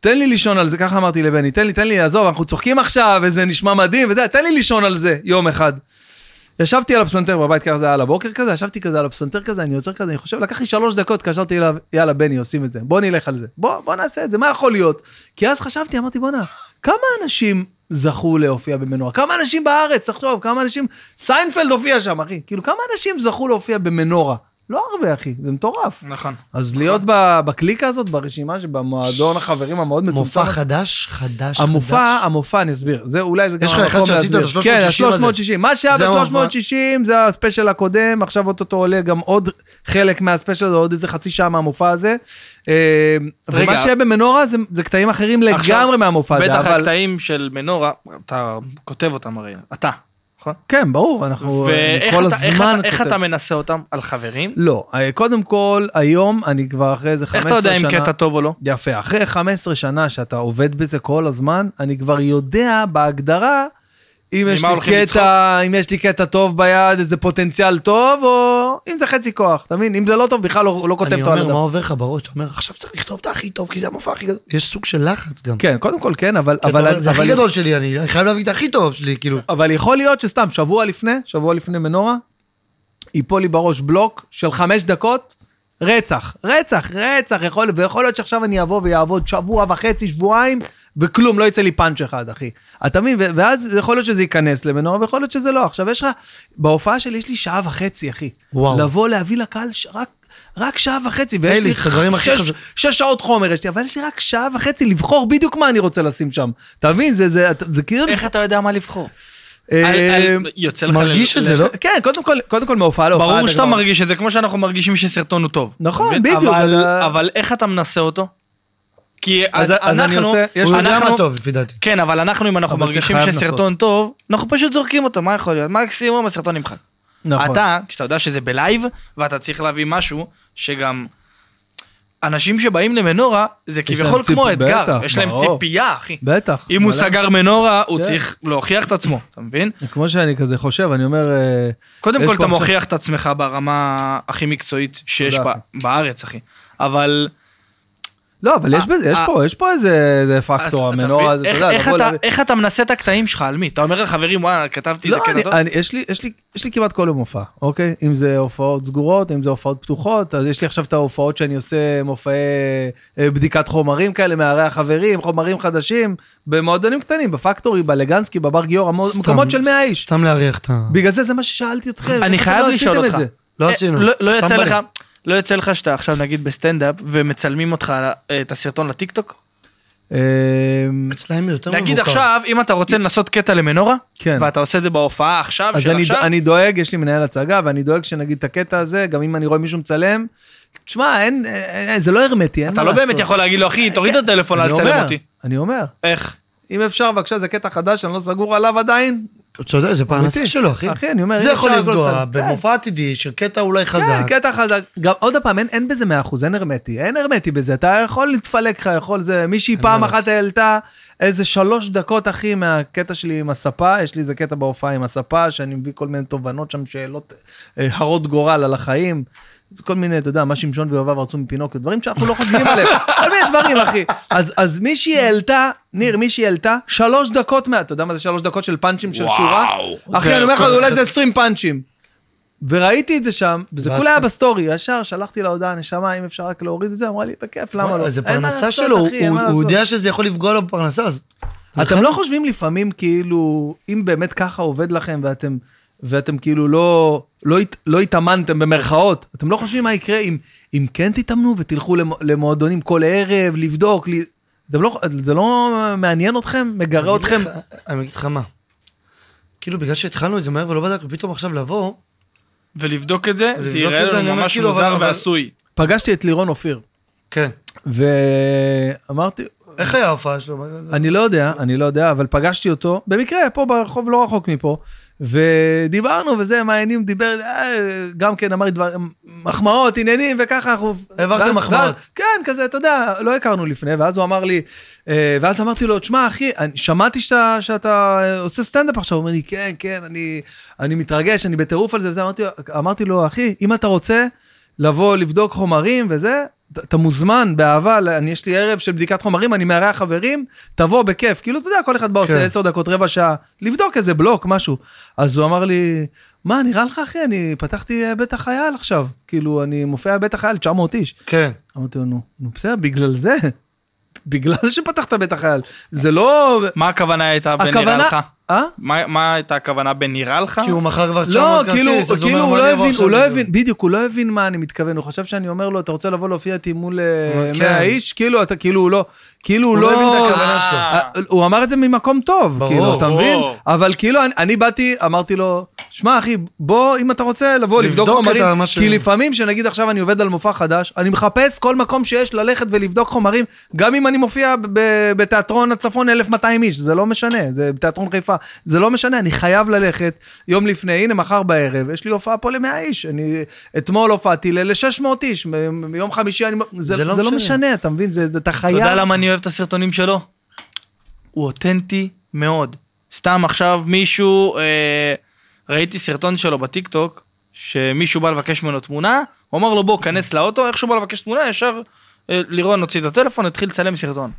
Speaker 1: תן לי לישון על זה, ככה אמרתי לבני, תן לי, תן לי, עזוב, אנחנו צוחקים עכשיו, וזה נשמע מדהים, וזה, תן לי לישון על זה יום אחד. ישבתי על הפסנתר בבית כזה על הבוקר כזה, ישבתי כזה על הפסנתר כזה, אני עוצר כזה, אני חושב, לקח לי שלוש דקות, קשרתי אליו, יאללה בני, עושים את זה, בוא נלך על זה, בוא, בוא נעשה את זה, מה יכול להיות? כי אז חשבתי, אמרתי, בואנה, כמה אנשים זכו להופיע במנורה? כמה אנשים בארץ, תחשוב, כמה אנשים, סיינפלד הופיע שם, אחי, כאילו, כמה אנשים זכו להופיע במנורה? לא הרבה, אחי, זה מטורף.
Speaker 2: נכון.
Speaker 1: אז להיות ב- בקליקה הזאת, ברשימה שבמועדון החברים המאוד מצומצם.
Speaker 3: מופע חדש, חדש,
Speaker 1: המופע,
Speaker 3: חדש.
Speaker 1: המופע, אני אסביר. זה אולי זה גם
Speaker 3: יש לך אחד
Speaker 1: המקום
Speaker 3: שעשית
Speaker 1: להסביר.
Speaker 3: את ה- 360 הזה.
Speaker 1: כן, ה-360. מה שהיה
Speaker 3: זה המופע.
Speaker 1: ב-360 זה הספיישל הקודם, עכשיו אוטוטו עולה גם עוד חלק מהספיישל, עוד איזה חצי שעה מהמופע הזה. אה,
Speaker 2: רגע.
Speaker 1: ומה שהיה במנורה זה- זה קטעים אחרים
Speaker 2: עכשיו,
Speaker 1: לגמרי מהמופע הזה.
Speaker 2: בטח
Speaker 1: אבל-
Speaker 2: הקטעים של מנורה, אתה כותב אותם הרי, אתה, נכון?
Speaker 1: כן, ברור, אנחנו אה,
Speaker 2: ואיך
Speaker 1: כל
Speaker 2: אתה- איך
Speaker 1: הזמן...
Speaker 2: אתה- איך
Speaker 1: כותב.
Speaker 2: אתה מנסה אותם? על חברים?
Speaker 1: לא, אה, קודם כל, היום אני כבר אחרי איזה 15
Speaker 2: איך אתה
Speaker 1: שנה...
Speaker 2: יודע אם קטע טוב או לא?
Speaker 1: יפה, אחרי 15 שנה שאתה עובד בזה כל הזמן, אני כבר יודע בהגדרה אם
Speaker 2: ממה
Speaker 1: יש לי
Speaker 2: הולכים
Speaker 1: קטע, אם יש לי קטע טוב ביד, איזה פוטנציאל טוב, או אם זה חצי כוח, אתה מבין? אם זה לא טוב, בכלל לא, לא כותב
Speaker 3: אני
Speaker 1: אותו על
Speaker 3: אומר,
Speaker 1: הדף.
Speaker 3: מה עובר לך בראש? אתה אומר, עכשיו צריך לכתוב את הכי טוב, כי זה המופע הכי גדול. יש סוג של לחץ גם.
Speaker 1: כן, קודם כל כן, אבל...
Speaker 3: כי אתה
Speaker 1: אבל,
Speaker 3: אומר, זה
Speaker 1: אבל,
Speaker 3: הכי גדול שלי, אני אני חייב להביא את הכי טוב שלי, כאילו.
Speaker 1: אבל יכול להיות שסתם, שבוע לפני, שבוע לפני מנורה, ייפול לי בראש בלוק של חמש דקות, רצח, רצח, רצח, יכול, ויכול להיות שעכשיו אני אבוא ויעבוד שבוע וחצי, שבועיים, וכלום, לא יצא לי פאנץ' אחד, אחי. אתה מבין? ו- ואז יכול להיות שזה ייכנס למנורה, ויכול להיות שזה לא. עכשיו יש לך, בהופעה שלי יש לי שעה וחצי, אחי.
Speaker 3: וואו.
Speaker 1: לבוא, להביא לקהל ש- רק... רק שעה וחצי, ויש
Speaker 3: אלי,
Speaker 1: לי
Speaker 3: זה הדברים הכי
Speaker 1: שש-
Speaker 3: חשוב-
Speaker 1: שש שעות חומר יש לי, אבל יש לי רק שעה וחצי לבחור בדיוק מה אני רוצה לשים שם. אתה מבין? זה, זה, זה, זה כאילו...
Speaker 2: איך אתה יודע מה לבחור?
Speaker 1: אה,
Speaker 2: על- על- יוצא לך...
Speaker 3: מרגיש
Speaker 2: ל-
Speaker 3: את
Speaker 2: ל-
Speaker 3: זה, לא?
Speaker 1: כן, קודם כל, קודם כל מהופעה להופעה.
Speaker 2: ברור
Speaker 1: אתה
Speaker 2: שאתה
Speaker 1: כבר-
Speaker 2: מרגיש את זה כמו שאנחנו מרגישים שסרטון הוא טוב.
Speaker 1: נכון,
Speaker 2: אבל-
Speaker 1: בדיוק,
Speaker 2: אבל-
Speaker 1: אבל-
Speaker 2: אבל איך אתה מנסה אותו? כי
Speaker 1: אז-
Speaker 2: אנחנו...
Speaker 1: אז אני עושה- יש-
Speaker 3: הוא יודע
Speaker 2: אנחנו-
Speaker 3: מה טוב, לפי דעתי.
Speaker 2: כן, אבל אנחנו, אם אנחנו
Speaker 1: אבל זה
Speaker 2: מרגישים
Speaker 1: חייב
Speaker 2: שסרטון טוב, אנחנו פשוט זורקים אותו, מה יכול להיות? מקסימום הסרטון נמחק.
Speaker 1: נכון.
Speaker 2: אתה, כשאתה יודע שזה בלייב, ואתה צריך להביא משהו שגם... אנשים שבאים למנורה, זה
Speaker 1: להם
Speaker 2: כביכול
Speaker 1: ציפ-
Speaker 2: כמו
Speaker 1: בטח,
Speaker 2: אתגר, יש להם
Speaker 1: ברור.
Speaker 2: ציפייה, אחי.
Speaker 1: בטח.
Speaker 2: אם הוא
Speaker 1: מלא.
Speaker 2: סגר מנורה, הוא
Speaker 1: כן.
Speaker 2: צריך להוכיח את עצמו, אתה מבין?
Speaker 1: כמו שאני כזה חושב, אני אומר... אה,
Speaker 2: קודם
Speaker 1: יש פה
Speaker 2: כל, אתה
Speaker 1: עכשיו-
Speaker 2: מוכיח את עצמך ברמה הכי מקצועית שיש
Speaker 1: תודה,
Speaker 2: ב- בארץ, אחי. אבל...
Speaker 1: לא, אבל יש
Speaker 2: אה,
Speaker 1: בזה- יש
Speaker 2: אה,
Speaker 1: פה, יש פה איזה איזה
Speaker 2: אתה-
Speaker 1: פקטור,
Speaker 2: אתה
Speaker 1: המנורה
Speaker 2: מבין?
Speaker 1: הזה,
Speaker 2: איך-
Speaker 1: אתה יודע,
Speaker 2: איך
Speaker 1: לבוא
Speaker 2: אתה-
Speaker 1: להביא-
Speaker 2: איך אתה מנסה את הקטעים שלך, על מי? אתה אומר לחברים, וואלה, כתבתי את
Speaker 1: לא,
Speaker 2: זה
Speaker 1: אני-
Speaker 2: כזה טוב?
Speaker 1: אני- יש לי- יש לי- יש לי כמעט כל יום הופעה, אוקיי? אם זה הופעות סגורות, אם זה הופעות פתוחות, אז יש לי עכשיו את ההופעות שאני עושה מופעי אה, בדיקת חומרים כאלה, מהרי החברים, חומרים חדשים, במועדונים קטנים, בפקטורי, בלגנסקי, בבר גיורא, מו-
Speaker 3: סתם-
Speaker 1: מקומות של 100 איש.
Speaker 3: סתם להריח את ה...
Speaker 1: בגלל זה זה מה ששאלתי אתכם.
Speaker 2: אני
Speaker 1: איך
Speaker 2: חייב
Speaker 1: לא
Speaker 2: לשאול
Speaker 1: עשיתם את
Speaker 2: אותך.
Speaker 1: זה?
Speaker 3: לא
Speaker 2: אה,
Speaker 3: עשינו.
Speaker 2: לא- לא יצא
Speaker 3: סתם
Speaker 2: לך,
Speaker 3: בא לי.
Speaker 2: לא יוצא לך שאתה עכשיו נגיד בסטנדאפ ומצלמים אותך אה, את הסרטון לטיקטוק?
Speaker 1: אמ,
Speaker 3: אצלהם יותר מבוקר.
Speaker 2: נגיד עכשיו, אם אתה רוצה לנסות קטע למנורה,
Speaker 1: כן.
Speaker 2: ואתה עושה את זה בהופעה עכשיו
Speaker 1: אז
Speaker 2: של
Speaker 1: אני,
Speaker 2: עכשיו,
Speaker 1: אני דואג, יש לי מנהל הצגה, ואני דואג שנגיד את הקטע הזה, גם אם אני רואה מישהו מצלם, תשמע, אין, אין, אין, זה לא הרמטי, אין
Speaker 2: אתה
Speaker 1: מה
Speaker 2: לא
Speaker 1: לעשות.
Speaker 2: באמת יכול להגיד לו,
Speaker 3: אה,
Speaker 2: אחי,
Speaker 3: כן.
Speaker 2: תוריד את הטלפון, אל
Speaker 1: אני
Speaker 2: תצלם
Speaker 1: אומר,
Speaker 2: אותי.
Speaker 1: אני אומר,
Speaker 2: איך?
Speaker 1: אם אפשר, בבקשה, זה קטע חדש, אני לא סגור עליו עדיין.
Speaker 3: הוא צודק, זה פרנסה
Speaker 1: אמיתי.
Speaker 3: שלו, אחי.
Speaker 1: אחי, אני אומר,
Speaker 3: זה
Speaker 1: אי
Speaker 3: יכול
Speaker 1: אפשר לעשות
Speaker 3: לפגוע
Speaker 1: צד. כן.
Speaker 3: במופע עתידי של קטע אולי חזק.
Speaker 1: כן, קטע חזק. גם עוד פעם, אין, אין בזה 100%, אין הרמטי, אין הרמטי בזה. אתה יכול להתפלק לך, יכול זה... מישהי פעם
Speaker 3: מה
Speaker 1: אחת העלתה איזה שלוש דקות, אחי, מהקטע שלי עם הספה, יש לי איזה קטע בהופעה עם הספה, שאני מביא כל מיני תובנות שם, שאלות אה, הרות גורל על החיים. כל מיני, אתה יודע, מה שמשון ויובב רצו מפינוקיו, דברים שאנחנו לא חושבים עליהם, כל מיני דברים, אחי. אז, אז מישהי העלתה, ניר, מישהי העלתה שלוש דקות מה... אתה יודע מה זה שלוש דקות של פאנצ'ים של שורה? אחי, אני אומר לך, אולי זה 20 פאנצ'ים. וראיתי את זה שם, וזה
Speaker 3: ואז
Speaker 1: כולה היה
Speaker 3: אתה-
Speaker 1: בסטורי, ישר שלחתי לה הודעה, נשמה, אם אפשר רק להוריד את זה, אמרה לי, בכיף, למה לא?
Speaker 3: זה
Speaker 1: אין מה
Speaker 3: פרנסה
Speaker 1: לעשות,
Speaker 3: שלו,
Speaker 1: אחי, אין
Speaker 3: הוא-
Speaker 1: מה
Speaker 3: הוא
Speaker 1: לעשות.
Speaker 3: יודע נכון. שזה יכול לפגוע לו בפרנסה, אז...
Speaker 1: אתם לא חושבים לפעמים, כאילו, אם באמת ככה עובד לכם, ואתם, ואתם כאילו לא, לא, הת- לא התאמנתם במרכאות, אתם לא חושבים מה יקרה אם, אם כן תתאמנו ותלכו למ- למועדונים כל ערב, לבדוק, ל... אתם לא, זה לא מעניין אתכם? מגרה
Speaker 3: אני אגיד
Speaker 1: אתכם?
Speaker 3: לך- אני אגיד לך מה. כאילו, בגלל שהתחלנו את זה מהר ולא בדקנו, פתאום עכשיו לבוא,
Speaker 2: ולבדוק את זה,
Speaker 3: ולבדוק
Speaker 2: זה
Speaker 3: את זה,
Speaker 2: יראה
Speaker 3: אני
Speaker 2: לנו
Speaker 3: אומר,
Speaker 2: ממש
Speaker 3: כאילו, אבל-
Speaker 2: מוזר
Speaker 3: אבל-
Speaker 2: ועשוי.
Speaker 1: פגשתי את לירון אופיר,
Speaker 3: כן.
Speaker 1: ואמרתי,
Speaker 3: איך היה ההופעה שלו?
Speaker 1: אני לא יודע, אני לא יודע, אבל פגשתי אותו, במקרה, פה ברחוב לא רחוק מפה, ודיברנו וזה, מה העניינים, דיבר, אה, גם כן אמר לי דבר, מחמאות, עניינים, וככה אנחנו...
Speaker 3: העברתם
Speaker 1: ואז-
Speaker 3: מחמאות.
Speaker 1: ואז- כן, כזה, אתה יודע, לא הכרנו לפני, ואז הוא אמר לי, אה, ואז אמרתי לו, תשמע, אחי, אני שמעתי שאתה, שאתה אה, עושה סטנדאפ עכשיו, הוא אומר לי, כן, כן, אני, אני מתרגש, אני בטירוף על זה, וזה, אמרתי, לו- אמרתי לו, אחי, אם אתה רוצה... לבוא, לבדוק חומרים וזה. ת- אתה מוזמן באהבה, ל- אני- יש לי ערב של בדיקת חומרים, אני מארח חברים, תבוא בכיף. כאילו, אתה יודע, כל אחד בא עושה
Speaker 3: כן.
Speaker 1: עשר דקות, רבע שעה, לבדוק איזה בלוק, משהו. אז הוא אמר לי, מה, נראה לך, אחי, אני פתחתי אה, בית החייל עכשיו. כאילו, אני מופיע בבית החייל, 900 איש.
Speaker 3: כן.
Speaker 1: אמרתי לו, נו, נו, בסדר, בגלל זה. בגלל שפתחת בית החייל. זה לא...
Speaker 2: מה הכוונה הייתה בנראה
Speaker 1: הכוונה...
Speaker 2: לך?
Speaker 1: אה?
Speaker 2: מה- מה הייתה הכוונה בנראה לך?
Speaker 3: כי הוא מכר כבר 900
Speaker 1: לא,
Speaker 3: כרטיס,
Speaker 1: כאילו,
Speaker 3: אז
Speaker 1: כאילו
Speaker 3: אומר,
Speaker 1: הוא
Speaker 3: "מה
Speaker 1: לא
Speaker 3: אני אבוא
Speaker 1: הבין,
Speaker 3: עכשיו
Speaker 1: הוא לא
Speaker 3: לבדוק?"
Speaker 1: הבין, בדיוק, הוא לא הבין מה אני מתכוון, הוא חושב שאני אומר לו, אתה רוצה לבוא להופיע איתי מול אה,
Speaker 3: כן.
Speaker 1: 100 איש? כאילו, אתה, כאילו, הוא לא, כאילו, הוא
Speaker 3: הוא
Speaker 1: לא...
Speaker 3: לא הבין את הכוונה שלו.
Speaker 1: אה, הוא אמר את זה ממקום טוב,
Speaker 3: ברור.
Speaker 1: כאילו, אתה מבין?
Speaker 2: ברור.
Speaker 1: אבל כאילו, אני, אני באתי, אמרתי לו, שמע, אחי, בוא, אם אתה רוצה, לבוא לבדוק
Speaker 3: לבדוק את
Speaker 1: חומרים.
Speaker 3: ה- מה ש-
Speaker 1: כי לפעמים, שנגיד עכשיו אני עובד על מופע חדש, אני מחפש כל מקום שיש ללכת ולבדוק חומרים, גם אם אני מופיע ב- ב- בתיאטרון הצפון 1,200 איש, זה לא משנה, זה בתיאטרון חיפה, זה לא משנה, אני חייב ללכת יום לפני, הנה, מחר בערב, יש לי הופעה פה ל-100 איש. אני, אתמול הופעתי ל-600 איש, מ- יום חמישי, אני, זה, זה, לא, זה משנה. לא משנה, אתה מבין? זה, זה, אתה חייב...
Speaker 2: אתה יודע למה אני אוהב את הסרטונים שלו? הוא אותנטי מאוד. סתם עכשיו מישהו, אה, ראיתי סרטון שלו בטיקטוק, שמישהו בא לבקש ממנו תמונה, הוא אמר לו בוא, כנס לאוטו, איך שהוא בא לבקש תמונה, ישר אה, לירון הוציא את הטלפון, התחיל לצלם סרטון.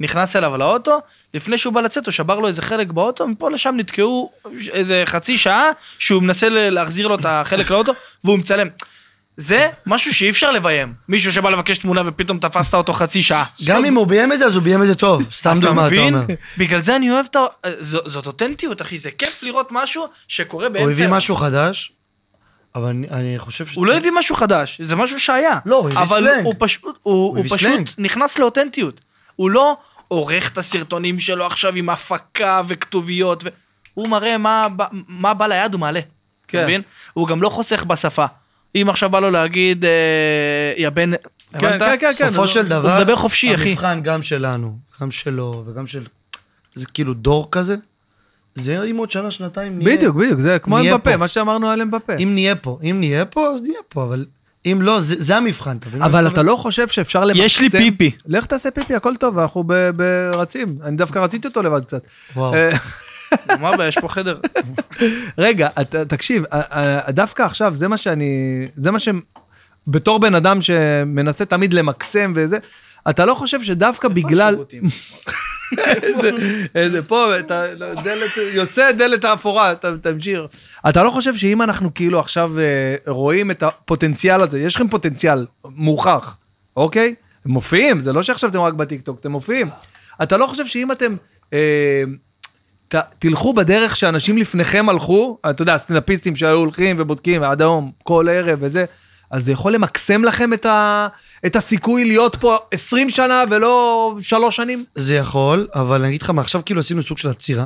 Speaker 2: נכנס אליו לאוטו, לפני שהוא בא לצאת הוא שבר לו איזה חלק באוטו, מפה לשם נתקעו איזה חצי שעה שהוא מנסה ל- להחזיר לו את החלק לאוטו, והוא מצלם. זה משהו שאי אפשר לביים. מישהו שבא לבקש תמונה ופתאום תפסת אותו חצי שעה.
Speaker 3: גם אם הוא ביים את זה, אז הוא ביים את זה טוב. סתם דוגמה, אתה
Speaker 2: מבין?
Speaker 3: אומר.
Speaker 2: בגלל זה אני אוהב את ה... ז- זאת אותנטיות, אחי, זה כיף לראות משהו שקורה
Speaker 3: הוא הביא
Speaker 2: באמצע...
Speaker 3: משהו חדש, אבל אני- אני חושב ש...
Speaker 2: הוא לא הביא משהו חדש, זה משהו שהיה.
Speaker 3: לא, הוא הביא
Speaker 2: אבל
Speaker 3: סלנג.
Speaker 2: הוא פשוט, הוא, הוא
Speaker 3: הביא סלנג.
Speaker 2: פשוט נכנס לאותנטיות. הוא לא עורך את הסרטונים שלו עכשיו עם הפקה וכתוביות, ו... הוא מראה מה, ב- מה בא ליד, הוא מעלה. כן.
Speaker 1: כן.
Speaker 2: אתה מבין? הוא גם לא חוסך בשפה. אם עכשיו בא לו להגיד, אה, יא בן...
Speaker 1: כן,
Speaker 2: הבנת?
Speaker 1: כן, כן, כן.
Speaker 3: בסופו של דבר...
Speaker 2: מדבר חופשי, אחי.
Speaker 3: המבחן גם שלנו, גם שלו, וגם של... זה כאילו דור כזה. זה אם עוד שנה, שנתיים נהיה...
Speaker 1: בדיוק, כן. בדיוק, זה כמו
Speaker 3: נהיה
Speaker 1: אמבפה,
Speaker 3: פה.
Speaker 1: מה שאמרנו על אמבפה.
Speaker 3: אם נהיה פה. אם נהיה פה, אז נהיה פה, אבל... אם לא, זה זה המבחן, אתה מבין? מה
Speaker 1: אבל
Speaker 3: אני
Speaker 1: אתה
Speaker 3: מתכוון?
Speaker 1: לא חושב שאפשר למקסם...
Speaker 2: יש לי פיפי.
Speaker 1: לך תעשה פיפי, הכל טוב, אנחנו ב- ב- רצים. אני דווקא רציתי אותו לבד קצת.
Speaker 3: וואו.
Speaker 1: אה,
Speaker 3: כן.
Speaker 2: מה הבעיה, יש פה חדר.
Speaker 1: רגע, אתה- תקשיב, אה, אה, דווקא עכשיו, זה מה שאני... זה מה ש... בתור בן אדם שמנסה תמיד למקסם וזה, אתה לא חושב שדווקא בגלל... איזה, איזה פה, אתה, לא, דלת, יוצא דלת האפורה, ת- תמשיך. אתה לא חושב שאם אנחנו כאילו עכשיו אה, רואים את הפוטנציאל הזה, יש לכם פוטנציאל מוכח, אוקיי? הם מופיעים, זה לא שעכשיו אתם רק בטיקטוק, אתם מופיעים. אתה לא חושב שאם אתם... אה, ת, תלכו בדרך שאנשים לפניכם הלכו, אתה יודע, הסטנדאפיסטים שהיו הולכים ובודקים עד היום, כל ערב וזה, אז זה יכול למקסם לכם את, ה, את הסיכוי להיות פה 20 שנה ולא שלוש שנים?
Speaker 3: זה יכול, אבל אני אגיד לך מה, עכשיו כאילו עשינו סוג של עצירה.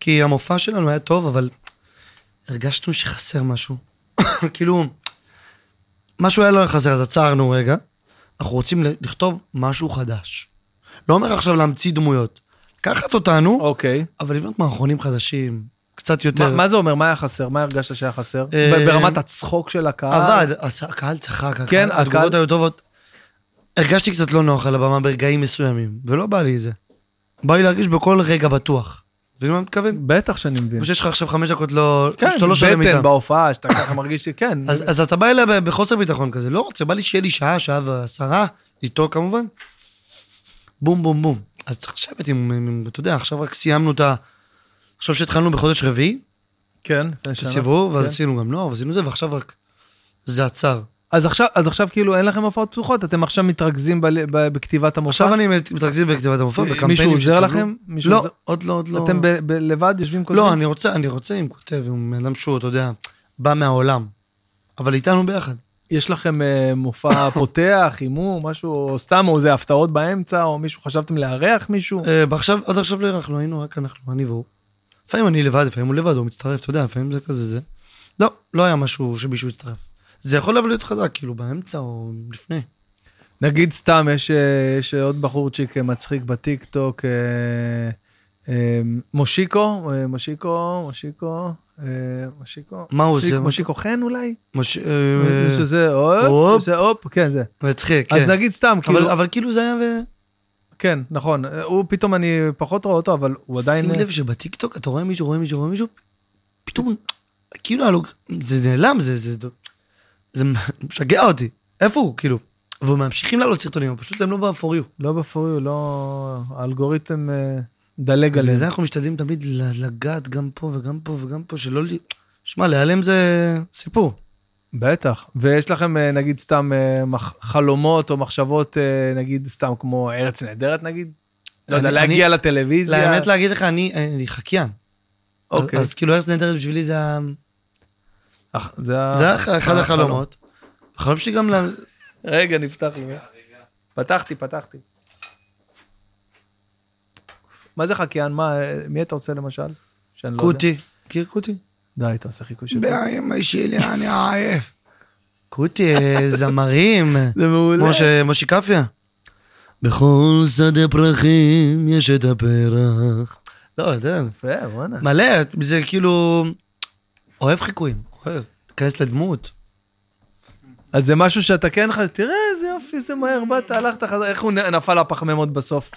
Speaker 3: כי המופע שלנו היה טוב, אבל הרגשנו שחסר משהו. כאילו, משהו היה לנו חסר, אז עצרנו רגע. אנחנו רוצים ל- לכתוב משהו חדש. לא אומר עכשיו להמציא דמויות. לקחת אותנו,
Speaker 1: אוקיי.
Speaker 3: אבל לבנות מערכונים חדשים, קצת
Speaker 1: מה,
Speaker 3: יותר.
Speaker 1: מה זה אומר? מה היה חסר? מה הרגשת שהיה חסר?
Speaker 3: אה,
Speaker 1: ב- ברמת הצחוק של הקהל?
Speaker 3: עבד, הצ- הקהל צחק,
Speaker 1: כן,
Speaker 3: הקהל-
Speaker 1: הקהל-
Speaker 3: התגובות היו טובות. הרגשתי קצת לא נוח על הבמה ברגעים מסוימים, ולא בא לי זה. בא לי להרגיש בכל רגע בטוח. אתה מבין מה אני מתכוון?
Speaker 1: בטח שאני מבין.
Speaker 3: כמו שיש לך עכשיו חמש דקות לא...
Speaker 1: כן,
Speaker 3: שאתה לא שלם איתם.
Speaker 1: בטן בהופעה, שאתה ככה מרגיש כן, שכן.
Speaker 3: אז, אז אתה בא אליה ב- בחוסר ביטחון כזה, לא רוצה, בא לי שיהיה לי שעה, שעה ועשרה, איתו כמובן. בום, בום, בום. אז צריך לשבת עם, עם, עם, אתה יודע, עכשיו רק סיימנו את ה... עכשיו שהתחלנו בחודש רביעי,
Speaker 1: כן.
Speaker 3: את הסיבוב, ואז עשינו גם נוער, ועשינו זה, ועכשיו רק... זה עצר.
Speaker 1: אז עכשיו, אז עכשיו כאילו אין לכם הופעות פתוחות, אתם עכשיו מתרכזים ב, ב, בכתיבת המופע?
Speaker 3: עכשיו אני מת- מתרכזים בכתיבת המופע,
Speaker 1: אה,
Speaker 3: בקמפיינים
Speaker 1: מישהו עוזר
Speaker 3: שהתקבלו.
Speaker 1: לכם? מישהו
Speaker 3: לא,
Speaker 1: עוזר?
Speaker 3: עוד לא, עוד לא.
Speaker 1: אתם ב, ב, לבד יושבים כל
Speaker 3: לא, אני רוצה, אני רוצה עם כותב, עם בן אדם שהוא, אתה יודע, בא מהעולם. אבל איתנו ביחד.
Speaker 1: יש לכם אה, מופע פותח, הימור, משהו, או סתם, או איזה הפתעות באמצע, או מישהו, חשבתם לארח מישהו?
Speaker 3: אה, ועכשיו, עד עכשיו לא אירחנו, היינו רק אנחנו, אני והוא. לפעמים אני לבד, לפעמים הוא לבד, הוא מצטרף, אתה יודע, לפעמים זה כזה זה. לא, לא היה משהו שמישהו יצטרף. זה יכול אבל להיות חזק, כאילו, באמצע או לפני.
Speaker 1: נגיד סתם, יש, אה, יש עוד בחורצ'יק אה, מצחיק בטיקטוק, אה, אה, מושיקו, אה, מושיקו, מושיקו, אה, מושיקו.
Speaker 3: מה הוא
Speaker 1: מושיק-
Speaker 3: עושה?
Speaker 1: מושיקו חן אולי?
Speaker 3: מש- אה,
Speaker 1: מישהו שזה הופ,
Speaker 3: הופ.
Speaker 1: זה הופ, כן, זה.
Speaker 3: מצחיק,
Speaker 1: אז
Speaker 3: כן.
Speaker 1: נגיד סתם,
Speaker 3: אבל-
Speaker 1: כאילו,
Speaker 3: אבל כאילו זה היה ו...
Speaker 1: כן, נכון, אה, הוא פתאום, אני פחות רואה אותו, אבל הוא עדיין...
Speaker 3: שים
Speaker 1: אה,
Speaker 3: לב שבטיקטוק אתה רואה מישהו, רואה מישהו, רואה מישהו, פתאום, כאילו, הלוג- זה נעלם, זה, זה, זה משגע אותי. איפה הוא? כאילו. וממשיכים לעלות סרטונים, אבל פשוט הם לא ב-for you.
Speaker 1: לא בפוריו, לא... האלגוריתם אה, דלג
Speaker 3: אז
Speaker 1: עליהם.
Speaker 3: לזה אנחנו משתדלים תמיד ל- לגעת גם פה וגם פה וגם פה, שלא ל... שמע, להיעלם זה סיפור.
Speaker 1: בטח. ויש לכם, אה, נגיד, סתם אה, מח- חלומות או מחשבות, אה, נגיד, סתם כמו ארץ נהדרת, נגיד? לא יודע,
Speaker 3: אני-
Speaker 1: להגיע
Speaker 3: אני-
Speaker 1: לטלוויזיה?
Speaker 3: לאמת להגיד לך, אני אה, אני חקיין.
Speaker 1: אוקיי.
Speaker 3: אז כאילו ארץ נהדרת בשבילי זה ה-
Speaker 1: אח- זה ה-
Speaker 3: זה הח- אחד החלומות. החלום שלי גם ל-
Speaker 1: רגע, נפתח לי. פתחתי, פתחתי. מה זה חקיין? מה, אה, מי אתה עושה למשל? שאני לא יודע.
Speaker 3: קוטי. מכיר קוטי?
Speaker 1: די, אתה עושה חיקוי של...
Speaker 3: בימים שלי אני עייף. קוטי, אה, זמרים.
Speaker 1: זה מעולה.
Speaker 3: משה, משה קפיה. בכל שדה פרחים יש את הפרח. לא, יודע,
Speaker 1: יפה, בואנה.
Speaker 3: מלא, זה כאילו... אוהב חיקויים, אוהב. להיכנס לדמות.
Speaker 1: אז זה משהו שאתה כן חש... תראה, איזה יופי, זה מהר, באת, הלכת, חזר, איך הוא נ- נפל לפחמימות בסוף.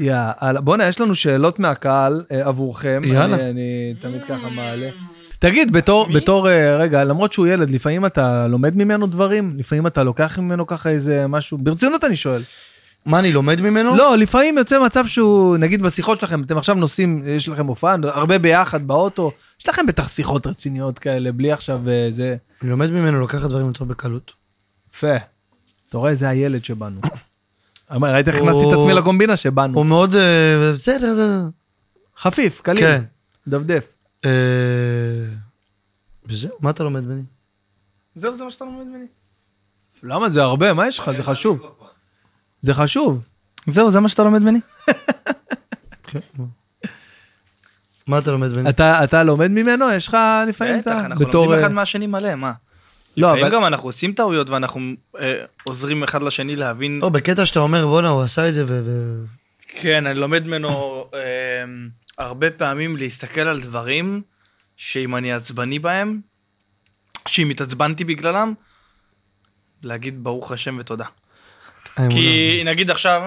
Speaker 1: יאללה, בואנה, יש לנו שאלות מהקהל אה, עבורכם.
Speaker 3: יאללה.
Speaker 1: אני, אני תמיד ככה מעלה. תגיד, בתור, בתור, אה, רגע, למרות שהוא ילד, לפעמים אתה לומד ממנו דברים? לפעמים אתה לוקח ממנו ככה איזה משהו? ברצינות אני שואל.
Speaker 3: מה, אני לומד ממנו?
Speaker 1: לא, לפעמים יוצא מצב שהוא, נגיד בשיחות שלכם, אתם עכשיו נוסעים, אה, יש לכם הופעה, הרבה ביחד באוטו, יש לכם בטח שיחות רציניות כאלה, בלי עכשיו אה, זה...
Speaker 3: אני לומד ממנו לקחת דברים יותר בקלות.
Speaker 1: יפה. אתה רואה, זה הילד שבנו. אמר, ראית, הכנסתי את
Speaker 3: הוא-
Speaker 1: עצמי לקומבינה שבנו.
Speaker 3: הוא מאוד... אה, בסדר, זה...
Speaker 1: חפיף, קליל.
Speaker 3: כן.
Speaker 1: דפדף.
Speaker 3: אה, וזהו, מה אתה לומד ממני?
Speaker 2: זהו, זה מה שאתה לומד ממני.
Speaker 1: למה זה הרבה? מה יש לך? זה חשוב. זה חשוב.
Speaker 2: זהו, זה מה שאתה לומד ממני?
Speaker 3: כן. מה? מה אתה לומד ממני?
Speaker 1: אתה אתה לומד ממנו? יש לך לפעמים...
Speaker 2: בטח,
Speaker 1: אתה-
Speaker 2: אנחנו
Speaker 1: בתור,
Speaker 2: לומדים אחד
Speaker 1: אה,
Speaker 2: מהשני מלא, מה?
Speaker 1: לא,
Speaker 2: לפעמים
Speaker 1: אבל...
Speaker 2: גם אנחנו עושים טעויות ואנחנו אה, עוזרים אחד לשני להבין.
Speaker 3: לא, בקטע שאתה אומר, בואנה, הוא עשה את זה, ו... ו-
Speaker 2: כן, אני לומד ממנו אה, הרבה פעמים להסתכל על דברים שאם אני עצבני בהם, שאם התעצבנתי בגללם, להגיד ברוך השם ותודה.
Speaker 3: האמונה.
Speaker 2: כי נגיד עכשיו,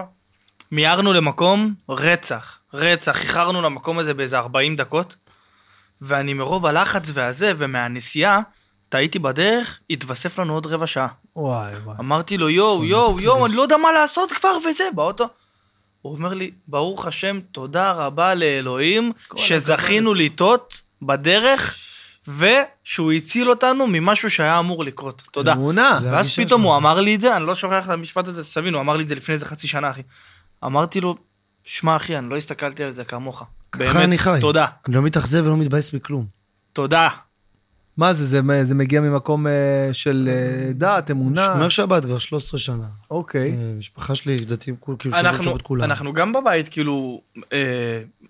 Speaker 2: מיהרנו למקום רצח, רצח, איחרנו למקום הזה באיזה 40 דקות, ואני מרוב הלחץ והזה ומהנסיעה, טעיתי בדרך, התווסף לנו עוד רבע שעה.
Speaker 1: וואי, וואי.
Speaker 2: אמרתי לו, יואו, יואו, יואו, אני לא יודע מה לעשות כבר וזה, באוטו. הוא אומר לי, ברוך השם, תודה רבה לאלוהים, שזכינו לטעות בדרך, ושהוא הציל אותנו ממשהו שהיה אמור לקרות. תודה.
Speaker 1: אמונה.
Speaker 3: זה
Speaker 2: ואז
Speaker 3: הגישה
Speaker 2: פתאום
Speaker 3: שלו.
Speaker 2: הוא אמר לי את זה, אני לא שוכח למשפט הזה, תבינו, הוא אמר לי את זה לפני איזה חצי שנה, אחי. אמרתי לו, שמע, אחי, אני לא הסתכלתי על זה כמוך.
Speaker 3: ככה אני חי.
Speaker 2: תודה,
Speaker 3: אני לא מתאכזב ולא מתבאס מכלום.
Speaker 2: תודה.
Speaker 1: מה זה, זה- זה מגיע ממקום אה, של אה, דת, אמונה?
Speaker 3: שומר שבת כבר 13 שנה.
Speaker 1: אוקיי.
Speaker 3: אה, משפחה שלי, דתיים, כול- כאילו, שומרים
Speaker 2: אנחנו,
Speaker 3: שבת כולם.
Speaker 2: אנחנו גם בבית, כאילו, אה,